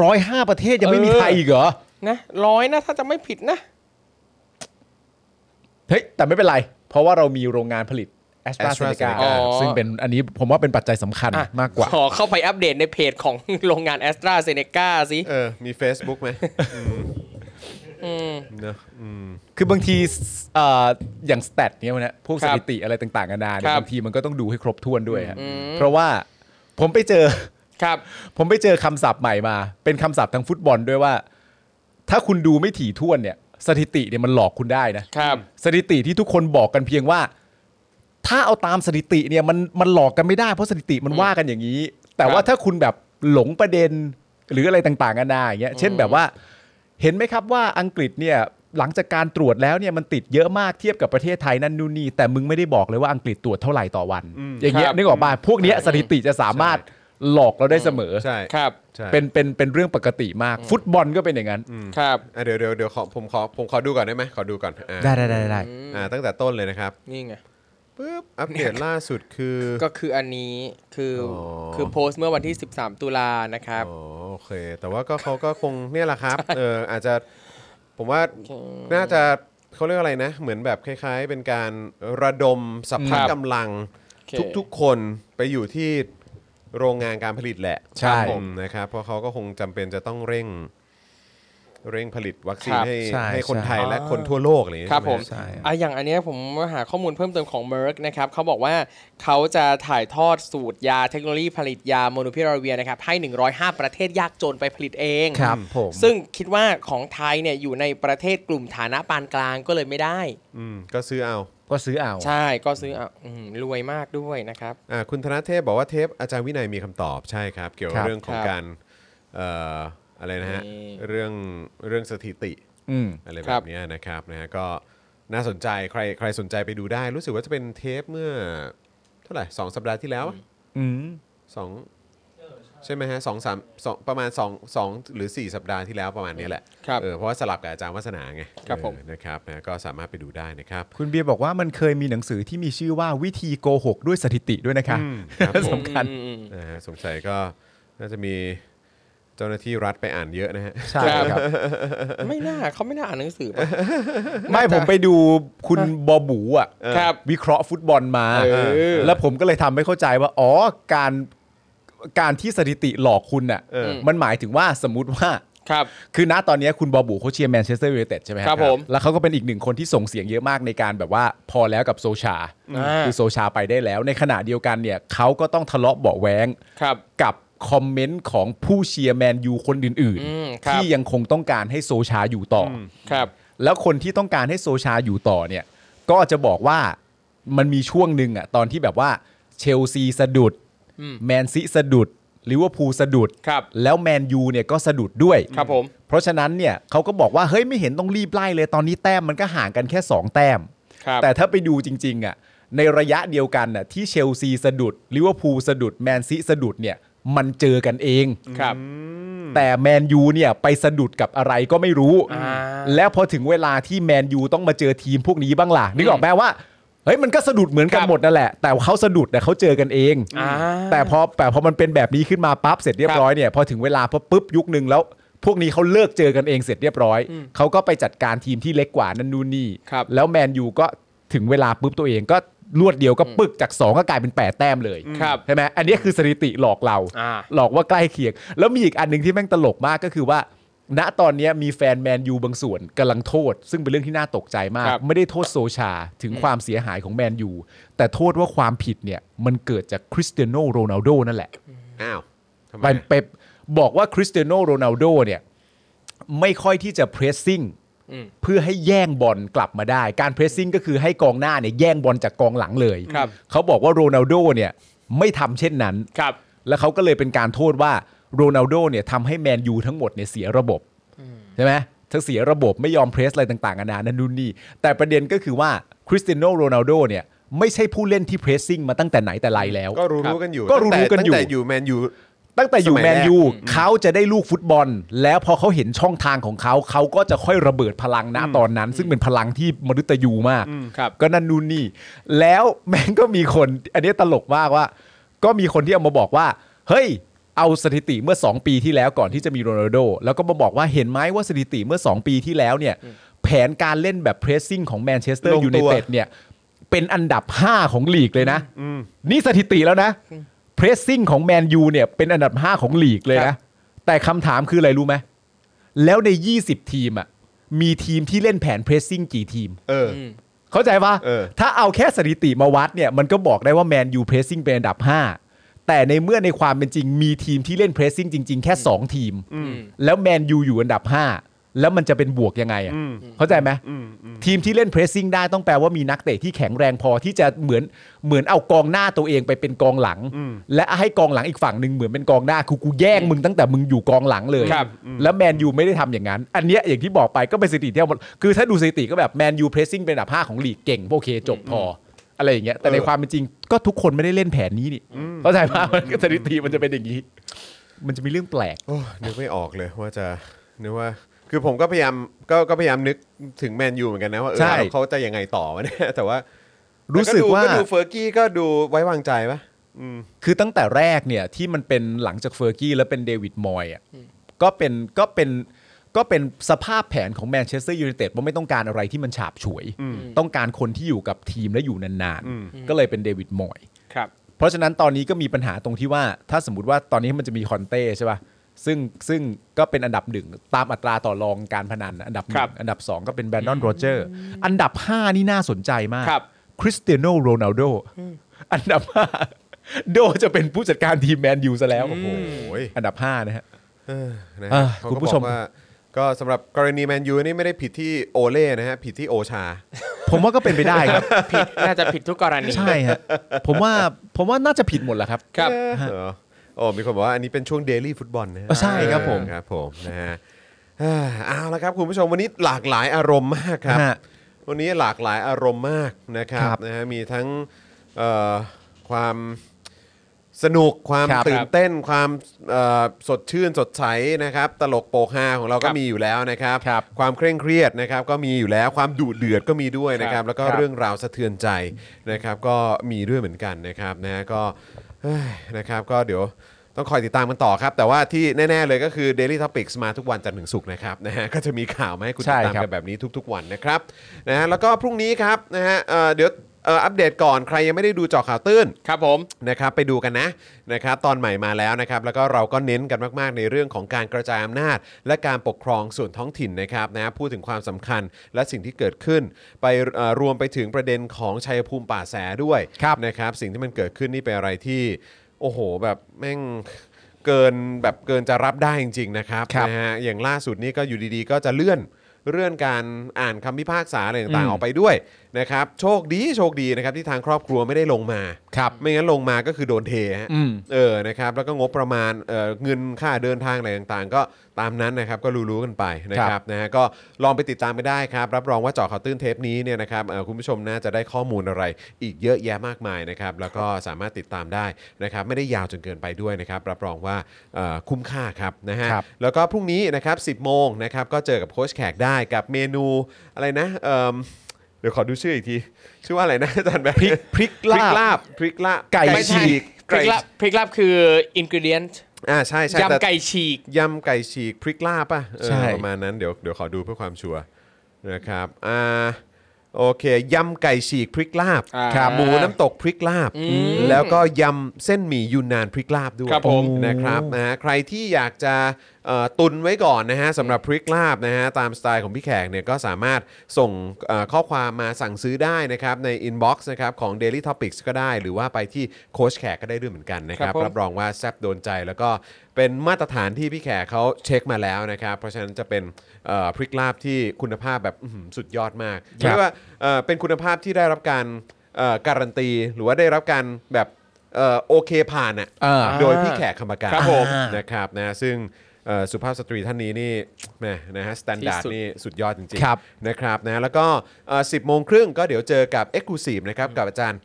Speaker 3: ร้อยห้าประเทศยังไม่มี
Speaker 4: เออ
Speaker 3: ไทยอีกเหรอ
Speaker 4: นะร้อยนะถ้าจะไม่ผิดนะ
Speaker 3: เฮ้ย แต่ไม่เป็นไร เพราะว่าเรามีโรงงานผลิตแอสตราเซเนกา
Speaker 2: AstraZeneca
Speaker 3: ซึ่งเป็นอันนี้ผมว่าเป็นปัจจัยสำคัญ
Speaker 4: อ่ะ
Speaker 3: มากกว่า
Speaker 4: ขอเข้าไปอัปเดตในเพจของ โรงงานแอสตราเซเนกาสิ
Speaker 2: เออ มี Facebook ไหมอืมเนอะอืม
Speaker 3: คือบางทีเอ่ออย่างสแตทเนี่ยนะพวก
Speaker 4: ค
Speaker 3: ส
Speaker 4: รับ
Speaker 3: ถิติอะไรต่างๆนานาเนี่
Speaker 4: ค
Speaker 3: ย
Speaker 4: รับ
Speaker 3: บางทีมันก็ต้องดูให้ครบถ้วนด้วยฮะเพราะว่าผมไปเจอ
Speaker 4: ครับ
Speaker 3: ผมไปเจอคำศัพท์ใหม่มา เป็นคำศัพท์ทางฟุตบอลด้วยว่า ถ้าคุณดูไม่ถี่ถ้วนเนี่ย สถิติเนี่ยมันหลอกคุณได้นะ
Speaker 4: ครับ
Speaker 3: สถิติที่ทุกคนบอกกันเพียงว่า ถ้าเอาตามสถิติเนี่ยมันมันหลอกกันไม่ได้เพราะสถิติมันว่ากันอย่างนี้ แต่ว่าถ้าคุณแบบหลงประเด็นหรืออะไรต่างๆกันานาอย่างเงี้ยเช่นแบบว่า เห็นไหมครับว่าอังกฤษเนี่ยหลังจากการตรวจแล้วเนี่ยมันติดเยอะมากเทียบกับประเทศไทยนั่นนู่นนี่แต่มึงไม่ได้บอกเลยว่าอังกฤษตรวจเท่าไหร่ต่อวัน อย่างเงี้
Speaker 4: ค
Speaker 3: ย
Speaker 4: รับ
Speaker 3: นึกออกป่ะพวกเนี้ยสถิติจะสามารถหลอกเราได้เสมอ
Speaker 2: ใช่
Speaker 4: ครับ
Speaker 2: ใช่
Speaker 3: เป็นเป็นเป็นเรื่องปกติมาก ฟุตบอลก็เป็นอย่างนั้น
Speaker 4: ครับ
Speaker 2: อ่ะเดี๋ยวเดี๋ยวเดี๋ยวขอผมขอผมขอดูก่อนได้ไหมขอดูก่อนอ่า
Speaker 3: ได้ได้ได้ได้
Speaker 2: อ่าตั้งแต่ต้นเลยนะครับ
Speaker 4: นี่ไง
Speaker 2: ปึ๊บอัปเดตล่าสุดคือ
Speaker 4: ก็คืออันนี้คืออ
Speaker 2: อ
Speaker 4: คือโพสต์เมื่อวันที่ 13 ตุลานะครับ
Speaker 2: อ๋อโอเค แต่ว่าก็เขาก็คงเนี่ยแหละครับเอออาจจะผมว่าน่าจะเขาเรียกอะไรนะ เหมือนแบบคล้าย ๆ เป็นการระดมสัพพะ
Speaker 4: ครับ
Speaker 2: กำลัง
Speaker 4: อเค
Speaker 2: ทุกๆคนไปอยู่ที่โรงงานการผลิตแหละค
Speaker 3: ใช่
Speaker 2: รับผมนะครับ เพราะเขาก็คงจำเป็นจะต้องเร่ง เร่งผลิตวัคซีนให้
Speaker 3: ใช่
Speaker 2: ให้คน
Speaker 3: ใช่
Speaker 2: ไทยและคนทั่วโลกอะไรอย่างเงี้ย
Speaker 4: ครับ
Speaker 2: ใช่
Speaker 4: ผ
Speaker 2: ไห
Speaker 4: ม
Speaker 2: ฮะ
Speaker 3: ใช่
Speaker 4: อ่ะอย่างอันเนี้ยผมหาข้อมูลเพิ่มเติมของ Merck นะครับเขาบอกว่าเขาจะถ่ายทอดสูตรยาเทคโนโลยีผลิตยาโมโนพิราเวียนะครับ ให้ 105 ประเทศยากจนไปผลิตเอง
Speaker 3: ครับผม
Speaker 4: ซึ่งคิดว่าของไทยเนี่ยอยู่ในประเทศกลุ่มฐานะปานกลางก็เลยไม่ได้
Speaker 2: อืมก็ซื้อเอา
Speaker 3: ก็ซื้อเอา
Speaker 4: ใช่ก็ซื้ออ่ะอืมรวยมากด้วยนะครับ
Speaker 2: อ่าคุณธนเทพบอกว่าเทปอาจารย์วินัยมีคำตอบใช่ครับ เกี่ยวกับเรื่องของ
Speaker 4: ครับ
Speaker 2: การเอ่ออะไรนะฮะ
Speaker 4: นี่
Speaker 2: เรื่องเรื่องสถิติ
Speaker 3: อืม
Speaker 2: อะไร
Speaker 4: ค
Speaker 2: แบ
Speaker 4: รั
Speaker 2: บบ เนี้ยนะครับนะฮะก็น่าสนใจใครใครสนใจไปดูได้ รู้สึกว่าจะเป็นเทปเมื่อเท่าไหร่สองสัปดาห์ที่แล้วอะ
Speaker 3: อืม
Speaker 2: สองใช่ไหมฮะสองสามสองประมาณสองสองหรือสี่สัปดาห์ที่แล้วประมาณเนี้ยแหละ
Speaker 4: ครับ
Speaker 2: เออเพราะว่าสลับกับอาจารย์วัฒนาไง
Speaker 4: ครับผม
Speaker 2: เออนะครับนะก็สามารถไปดูได้นะครับ
Speaker 3: คุณเบียร์บอกว่ามันเคยมีหนังสือที่มีชื่อว่าวิธีโกหกด้วยสถิติด้วยนะคะ
Speaker 2: อืมครับผม
Speaker 3: สำคัญ
Speaker 4: อืมอืม
Speaker 2: นะฮะสงสัยก็น่าจะมีเจ้าหน้าที่รัฐไปอ่านเยอะนะฮะ
Speaker 3: ใช่
Speaker 4: ครับ
Speaker 3: ครับ
Speaker 4: อืมไม่น่าเขาไม่น่าอ่านหนังสือป่ะ
Speaker 3: ไม่ผมไปดูคุณบอบูอ่ะ
Speaker 4: ครับ
Speaker 3: วิเคราะห์ฟุตบอลมา
Speaker 4: เออ
Speaker 3: แล้วผมก็เลยทำไม่เข้าใจว่า อ๋อการการที่สถิติหลอกคุณน่ะ
Speaker 2: เออ
Speaker 3: มันหมายถึงว่าสมมติว่า
Speaker 4: ครับ
Speaker 3: คือณตอนนี้คุณบอบูเขาเชียร์แมนเชสเตอร์ยูไนเต็ดใช่ไหม
Speaker 4: ครับผม
Speaker 3: แล้วเขาก็เป็นอีกหนึ่งคนที่ส่งเสียงเยอะมากในการแบบว่าพอแล้วกับโซชา
Speaker 4: อ่า
Speaker 3: คือโซชาไปได้แล้ว ในขณะเดียวกันเนี่ยเขาก็ต้องทะเลาะเบาะแว้ง
Speaker 4: ครับ
Speaker 3: กับคอมเมนต์ของผู้เชียร์แมนยูคนอื่น
Speaker 4: อืมครับ
Speaker 3: ที่ยังคงต้องการให้โซชาอยู่ต่ออ
Speaker 4: ครับ
Speaker 3: แล้วคนที่ต้องการให้โซชาอยู่ต่อเนี่ย ก็จะบอกว่ามันมีช่วงหนึ่งอะตอนที่แบบว่าเชลซีสะดุด
Speaker 4: อืม
Speaker 3: แมนซิสะดุดลิเวอร์พูลสะดุด
Speaker 4: ครับ
Speaker 3: แล้วแมนยูเนี่ยก็สะดุดด้วย
Speaker 4: ครับผม
Speaker 3: เพราะฉะนั้นเนี่ยเขาก็บอกว่าเฮ้ยไม่เห็นต้องรีบไล่เลยตอนนี้แต้มมันก็ห่างกันแค่สองแต้ม
Speaker 4: ครับ
Speaker 3: แต่ถ้าไปดูจริงๆอ่ะในระยะเดียวกันน่ะที่เชลซีสะดุดลิเวอร์พูลสะดุดแมนซีสะดุดเนี่ยมันเจอกันเอง
Speaker 4: ครับ
Speaker 3: แต่แมนยูเนี่ยไปสะดุดกับอะไรก็ไม่รู้
Speaker 4: อ่า
Speaker 3: แล้วพอถึงเวลาที่แมนยูต้องมาเจอทีมพวกนี้บ้างล่ะนึกออกไหมว่าเฮ้ยมันก็สะดุดเหมือนกัน
Speaker 4: ครับ
Speaker 3: หมดนั่นแหละ แต่เขาสะดุดแต่เขาเจอกันเอง
Speaker 4: อ่า
Speaker 3: แต่พอแต่พอมันเป็นแบบนี้ขึ้นมาปั๊บเสร็จเรียบร้อยเนี่ยพอถึงเวลาพอปุ๊บยุคนึงแล้ว พวกนี้เขาเลิกเจอกันเองเสร็จเรียบร้อยเขาก็ไปจัดการทีมที่เล็กกว่านั่นนู่นนี่
Speaker 4: ครับ
Speaker 3: แล้วแมนยูก็ถึงเวลาปุ๊บตัวเองก็รวดเดียวก็ปึกจากสองก็กลายเป็นแปดแต้มเลย
Speaker 4: ครับ
Speaker 3: ใช่ไหมอันนี้คือสถิติหลอกเรา
Speaker 4: อ่า
Speaker 3: หลอกว่าใกล้เคียง แล้วมีอีกอันหนึ่งที่แม่งตลกมากก็คือว่า ณตอนนี้มีแฟนแมนยูบางส่วนกำลังโทษ ซึ่งเป็นเรื่องที่น่าตกใจมาก
Speaker 4: ครับ
Speaker 3: ไม่ได้โทษโซชาถึงความเสียหายของแมนยูแต่โทษว่าความผิดเนี่ย มันเกิดจากคริสเตียโนโรนัลโดนั่นแหละ
Speaker 2: อ้าวทำไม
Speaker 3: ไปไปบอกว่าคริสเตียโนโรนัลโดเนี่ย ไม่ค่อยที่จะเพรสซิ่ง
Speaker 4: อืม
Speaker 3: เพื่อให้แย่งบอลกลับมาได้ การเพรสซิ่งก็คือให้กองหน้าเนี่ยแย่งบอลจากกองหลังเลย
Speaker 4: ครับ
Speaker 3: เขาบอกว่าโรนัลโดเนี่ยไม่ทำเช่นนั้น
Speaker 4: ครับ
Speaker 3: แล้วเขาก็เลยเป็นการโทษว่าโรนัลโดเนี่ยทำให้แมนยูทั้งหมดเนี่ยเสียระบบใช่ไหมทั้งเสียระบบไม่ยอมเพรสอะไรต่างๆนานานั่นนู่นนี่ แต่ประเด็นก็คือว่าคริสเตียโนโรนัลโดเนี่ยไม่ใช่ผู้เล่นที่เพรสซิ่งมาตั้งแต่ไหนแต่ไรแล้ว
Speaker 2: ก็รู้รู้ๆกันอยู่
Speaker 3: ก็รู้ๆกันอยู่
Speaker 2: ตั้งแต่อยู่แมนยู
Speaker 3: ตั้งแต่อยู่
Speaker 2: สมัย
Speaker 3: แม
Speaker 2: แรก
Speaker 3: นยูเขาจะได้ลูกฟุตบอล แล้วพอเขาเห็นช่องทางของเขาเขาก็จะค่อยระเบิดพลังนะตอนนั้น ซึ่งเป็นพลังที่มนุษย์ยูมาก
Speaker 4: ครับ
Speaker 3: ก็นั่นนู่นนี่ แล้ว แม่งก็มีคน อันนี้ตลกมากว่า ก็มีคนที่เอามาบอกว่า เฮ้ย เอาสถิติเมื่อ 2 ปีที่แล้วก่อนที่จะมีโรนัลโด แล้วก็มาบอกว่าเห็นไหมว่าสถิติเมื่อ 2 ปีที่แล้วเนี่ย แผนการเล่นแบบเพรสซิ่งของแมนเชสเตอร์
Speaker 2: ลงตัว
Speaker 3: ยูไนเต็ดเนี่ย เป็นอันดับ 5 ของลีกเลยนะ นี่สถิติแล้วนะเพรสซิ่งของแมนยูเนี่ยเป็นอันดับ 5 ของลีกเลย
Speaker 4: ครับ
Speaker 3: นะแต่คำถามคืออะไรรู้ไหมแล้วใน 20 ทีมอ่ะมีทีมที่เล่นแผนเพรสซิ่งกี่ทีม
Speaker 2: เออ
Speaker 4: อืม
Speaker 3: เข้าใจปะ
Speaker 2: เออ
Speaker 3: ถ้าเอาแค่สถิติมาวัดเนี่ยมันก็บอกได้ว่าแมนยูเพรสซิ่งเป็นอันดับ 5 แต่ในเมื่อในความเป็นจริงมีทีมที่เล่นเพรสซิ่งจริง ๆ แค่ 2 ทีม แล้วแมนยูอยู่อันดับ 5 แล้วมันจะเป็นบวกยังไงอ่ะเข้าใจไหมทีมที่เล่นเพรสซิ่งได้ต้องแปลว่ามีนักเตะที่แข็งแรงพอที่จะเหมือนเหมือนเอากองหน้าตัวเองไปเป็นกองหลัง และให้กองหลังอีกฝั่งหนึ่งเหมือนเป็นกองหน้าคือกูแย่งมึงตั้งแต่มึงอยู่กองหลังเลย
Speaker 4: ครับ
Speaker 3: แล้วแมนยูไม่ได้ทำอย่างนั้น อันเนี้ยอย่างที่บอกไปก็เป็นสถิติที่เอามาคือถ้าดูสถิติก็แบบแมนยูเพรสซิ่งเป็นอันดับห้าของลีกเก่งโอเคจบพออะไรอย่างเงี้ยแต่ในความเป็นจริงก็ทุกคนไม่ได้เล่นแผนนี้นี่เข้าใจป่ะมันก็สถิติมันจะเป็นอย่างนี้ มันจะมีเรื่องแปลก
Speaker 2: โอ้นึกไม่ออกเลยว่าจะนึกว่า คือผมก็พยายามก็ก็พยายามนึกถึงแมนยูเหมือนกันนะว่าเออ
Speaker 3: ใช่
Speaker 2: แล้วเขาจะยังไงต่อวะเนี่ย แต่ว่า
Speaker 3: รู้สึกว่า
Speaker 2: แต่ดูเฟอร์กี้ก็ดูไว้วางใจปะอืม
Speaker 3: คือตั้งแต่แรกเนี่ยที่มันเป็นหลังจากเฟอร์กี้แล้วเป็นเดวิดมอยอ่ะก็เป็นก็เป็นก็เป็นสภาพแผนของแมนเชสเตอร์ยูไนเต็ดว่าไม่ต้องการอะไรที่มันฉาบฉวย ต้องการคนที่อยู่กับทีมและอยู่นาน
Speaker 2: อืม
Speaker 3: ๆ ก็เลยเป็นเดวิดมอย
Speaker 4: ครับ
Speaker 3: เพราะฉะนั้นตอนนี้ก็มีปัญหาตรงที่ว่าถ้าสมมติว่าตอนนี้มันจะมีคอนเต้ใช่ป่ะซึ่งซึ่งก็เป็นอันดับหนึ่งตามอัตราต่อรองการพนันนะอันดับหนึ่งอันดับ 2 ก็เป็นแบรนดอนโรเจอร์อันดับ 5 นี่น่าสนใจมาก
Speaker 4: ครับ
Speaker 3: คริสเตียโนโรนัลโดอันดับ 5 โดจะเป็นผู้จัดการทีมแมนยูซะแล้ว
Speaker 2: โอ้โหย
Speaker 3: อันดับ 5 นะฮะ
Speaker 2: เออนะ
Speaker 3: อ่ะ
Speaker 2: ฮะเขา
Speaker 3: คุณ
Speaker 2: ก็
Speaker 3: ผู้
Speaker 2: บ
Speaker 3: ช
Speaker 2: อ
Speaker 3: ม
Speaker 2: กว่าก็สำหรับกรณีแมนยูนี่ไม่ได้ผิดที่โอเล่นะฮะผิดที่โอชา
Speaker 3: ผมว่าก็เป็นไปได้ครับ
Speaker 4: ผิดน่าจะผิดทุกกรณี
Speaker 3: ใช่ฮะผมว่าผมว่าน่าจะผิดหมดแหละครับ
Speaker 4: ครับ
Speaker 2: เออโอ้มีคนบอกว่าอันนี้เป็นช่วงเดลี่ฟุตบอลนะฮะ
Speaker 3: อ่ะใช่ครับผม
Speaker 2: เออครับผมนะฮะเอ้อเอาละครับคุณผู้ชมวันนี้หลากหลายอารมณ์มากครับ
Speaker 3: ฮะ
Speaker 2: วันนี้หลากหลายอารมณ์มากนะครับ
Speaker 3: ครับ
Speaker 2: นะฮะมีทั้งเอ่อความสนุกความ
Speaker 3: ครับ
Speaker 2: ตื่นเต้นความเอ่อสดชื่นสดใสนะครับ ตลกโปกฮาของเรา
Speaker 4: ค
Speaker 2: ก็
Speaker 4: รับ
Speaker 2: มีอยู่แล้วนะครับ
Speaker 3: ครับ
Speaker 2: ความเคร่งเครียดนะครับก็มีอยู่แล้วความดุเดือดก็มีด้วยนะค
Speaker 4: ครั
Speaker 2: รับ
Speaker 4: บ
Speaker 2: แล้วก็
Speaker 3: ครับ
Speaker 2: เรื่องราวสะเทือนใจนะครับก็มีด้วยเหมือนกันนะครับนะฮะก็เอ้ยนะครับก็เดี๋ยวต้องคอยติดตามกันต่อครับ แต่ว่าที่แน่ ๆ เลยก็คือ Daily Topics มาทุกวันจันทร์ถึงศุกร์นะครับนะฮะก็จะมีข่าวมาให้คุณติดตาม
Speaker 3: ใช่ครับ
Speaker 2: กัน แบบนี้ทุกๆวันนะครับนะฮะแล้วก็พรุ่งนี้ครับนะฮะเอ่อเดี๋ยวเอ่ออัปเดตก่อนใครยังไม่ได้ดูเจอข่าวตื้น
Speaker 4: ครับผม
Speaker 2: นะครับไปดูกันนะนะครับตอนใหม่มาแล้วนะครับแล้วก็เราก็เน้นกันมากๆในเรื่องของการกระจายอำนาจ และการปกครองส่วนท้องถิ่นนะครับนะฮะพูดถึงความสำคัญและสิ่งที่เกิดขึ้น ไปเอ่อรวมไปถึงประเด็นของชัยภูมิป่าแสด้วย
Speaker 3: ครับ
Speaker 2: นะครับสิ่งที่มันเกิดขึ้นนี่เป็นอะไรที่โอ้โหแบบแม่งเกินแบบเกินจะรับได้จริงๆนะครับ
Speaker 3: ครับ
Speaker 2: นะฮะอย่างล่าสุดนี้ก็อยู่ดีๆ ก็จะเลื่อน เรื่องการอ่านคำพิพากษาอะไรต่างๆ
Speaker 3: อืม
Speaker 2: ออกไปด้วยนะครับโชคดีโชคดีนะครับที่ทางครอบครัวไม่ได้ลงมา
Speaker 3: ครับ
Speaker 2: ไม่งั้นลงมาก็คือโดนเทฮะ
Speaker 3: อืม
Speaker 2: เออนะครับแล้วก็งบประมาณเอ่อเงินค่าเดินทางอะไรต่างๆ ก็ตามนั้นนะครับก็รู้ๆกันไปนะครับนะฮะก็ลองไปติดตามไปได้ครับ รับรองว่าเจาะข่าวตื้นเทปนี้เนี่ยนะครับเอ่อคุณผู้ชมน่าจะได้ข้อมูลอะไร อีกเยอะแยะมากมายนะครับแล้วก็สามารถติดตามได้นะครับไม่ได้ยาวจนเกินไปด้วยนะครับรับรองว่าเอ่อคุ้มค่าครับนะฮะ
Speaker 3: ครับ
Speaker 2: แล้วก็พรุ่งนี้นะครับ 10 โมงนะครับก็เจอกับโค้ชแขกได้กับเมนูอะไรนะเอิ่มเดี๋ยวขอดูชื่ออีกที ชื่อว่าอะไรนะ อาจารย์แบงค์
Speaker 3: พริกพริก
Speaker 2: พริก
Speaker 3: ลาบ
Speaker 2: ลาบพริกลาบ
Speaker 3: ไก่
Speaker 2: ฉีก
Speaker 4: พริกลับพริกลับคืออินกิเดียน
Speaker 2: อ่าใช่ใช่แต่
Speaker 4: ยำไก่ฉีก
Speaker 2: ยำไก่ฉีกพริกลาบป่ะเออ
Speaker 3: ใช่
Speaker 2: ประมาณนั้นเดี๋ยวเดี๋ยวขอดูเพื่อความชัวร์นะครับอ่าโอเคยำไก่ฉีกพริกลาบ
Speaker 4: อ่าครับ
Speaker 2: หมูน้ำตกพริกลาบ แล้วก็ยำเส้นหมี่ยูนนานพริกลาบด้วย
Speaker 4: ครับผม
Speaker 2: นะครับนะฮะใครที่อยากจะเอ่อตุนไว้ก่อนนะฮะสำหรับพริกลาบนะฮะตามสไตล์ของพี่แขกเนี่ยก็สามารถส่งเอ่อข้อความมาสั่งซื้อได้นะครับในอินบ็อกซ์นะครับของ Daily Topics ก็ได้ หรือว่าไปที่โค้ชแขกก็ได้ด้วยเหมือนกันนะครับ
Speaker 4: ครับผม
Speaker 2: รับรองว่าแซบโดนใจแล้วก็เป็นมาตรฐานที่พี่แขกเขาเช็คมาแล้วนะครับเพราะฉะนั้นจะเป็นเอ่อพริกลาบที่คุณภาพแบบอื้อหือสุดยอดมาก
Speaker 3: ครับ
Speaker 2: เรียกว่าเอ่อเป็นคุณภาพที่ได้รับการเอ่อการันตี หรือว่าได้รับการแบบเอ่อโอเคผ่านอ่ะ
Speaker 3: อ่า
Speaker 2: โดยพี่แขกคำปากา
Speaker 4: ครับผม
Speaker 2: นะครับนะซึ่งเอ่อสุภาพสตรีท่านนี้นี่แหมนะฮะสแตนดาร์ด
Speaker 4: ที่สุด
Speaker 2: นี่สุดยอดจริง
Speaker 3: ครับ
Speaker 2: ๆนะครับนะแล้วก็เอ่อ10โมงครึ่งก็เดี๋ยวเจอกับ e x c l u s i v e นะครับกับอาจารย์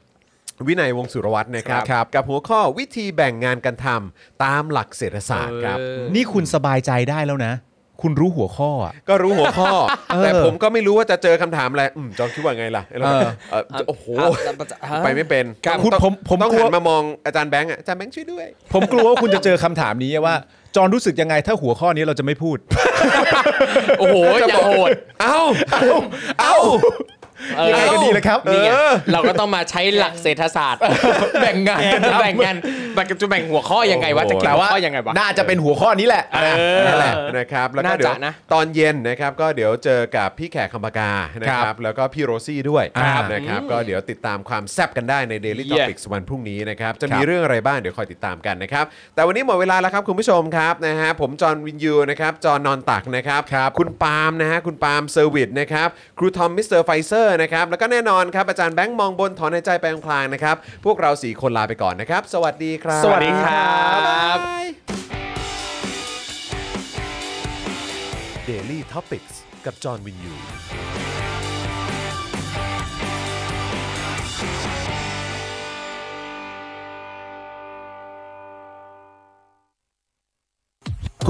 Speaker 2: วินัยวงศ์สุรวัตรนะครับ
Speaker 3: ครับ
Speaker 2: กับหัวข้อวิธีแบ่งงานกันทำตามหลักเศรษฐศาสตร์ครับ
Speaker 4: เออ
Speaker 3: นี่คุณสบายใจได้แล้วนะ คุณรู้หัวข้ออะ
Speaker 2: ก็รู้หัวข้อ
Speaker 3: เออ
Speaker 2: แต่ผมก็ไม่รู้ว่าจะเจอคำถามอะไรอืมจองคิดว่าไงล่ะแล้วก็
Speaker 3: เออ
Speaker 2: เอ่อโอ้โห
Speaker 4: อ่ะ
Speaker 2: ไปไม่เป็น
Speaker 4: ครับ
Speaker 2: ต้อง
Speaker 3: คุณผมผม
Speaker 2: ต้อง
Speaker 3: กลั
Speaker 2: หั
Speaker 3: ว
Speaker 2: นมามองอาจารย์แบงค์อะอาจารย์แบงค์ช่วยด้วย
Speaker 3: ผมกลัวว่าคุณจะเจอคำถามนี้ว่า จอห์นรู้สึกยังไงถ้าหัวข้อนี้เราจะไม่พูด
Speaker 4: โอ้โหอย่าโหด
Speaker 2: เอ้า เอ้า
Speaker 4: เออ
Speaker 3: ยังไงก็ดีเลยครับ
Speaker 4: นี่ไงเราก็ต้องมาใช้หลักเศรษฐศาสตร์ แบ่งงานกันแบ่งงานแบ่งกันจะแบ่งหัวข้อยังไงวะจะเกี่ยวข้อยังไงวะ
Speaker 3: น่าจะเป็นหัวข้อนี้แหละ
Speaker 2: นั่นแหละนะครับแล้วก็
Speaker 4: น่า
Speaker 2: เดี๋ยว
Speaker 4: จะนะ
Speaker 2: ตอนเย็นนะครับก็เดี๋ยวเจอกับพี่แขกคำปากานะค
Speaker 3: ครั
Speaker 2: รับบ แล้วก็พี่โรซี่ด้วย
Speaker 3: ครับ
Speaker 2: นะครับก็เดี๋ยวติดตามความแซบกันได้ใน Daily
Speaker 4: เยี่ยม
Speaker 2: Topics วันพรุ่งนี้นะครับจะมี
Speaker 3: ครับ
Speaker 2: เรื่องอะไรบ้างเดี๋ยวคอยติดตามกันนะครับแต่วันนี้หมดเวลาแล้วครับคุณผู้ชมครับนะฮะผมจอห์นวินยูนะครับจอห์นนอนตักนะครับคุณปาล์มนะฮะคุณปาล์มเซอร์วิสนะครับครูทอมมิสเตอร์ไฟเซอร์นะครับแล้วก็แน่นอนครับอาจารย์แบงค์มองบนถอนหายใจไปพลางๆนะครับพวกเราสี่คนลาไปก่อนนะครับสวัสดีครับ
Speaker 4: สวัสดีครับ
Speaker 2: บ๊ายบาย Daily Topics กับจอห์นวินยูค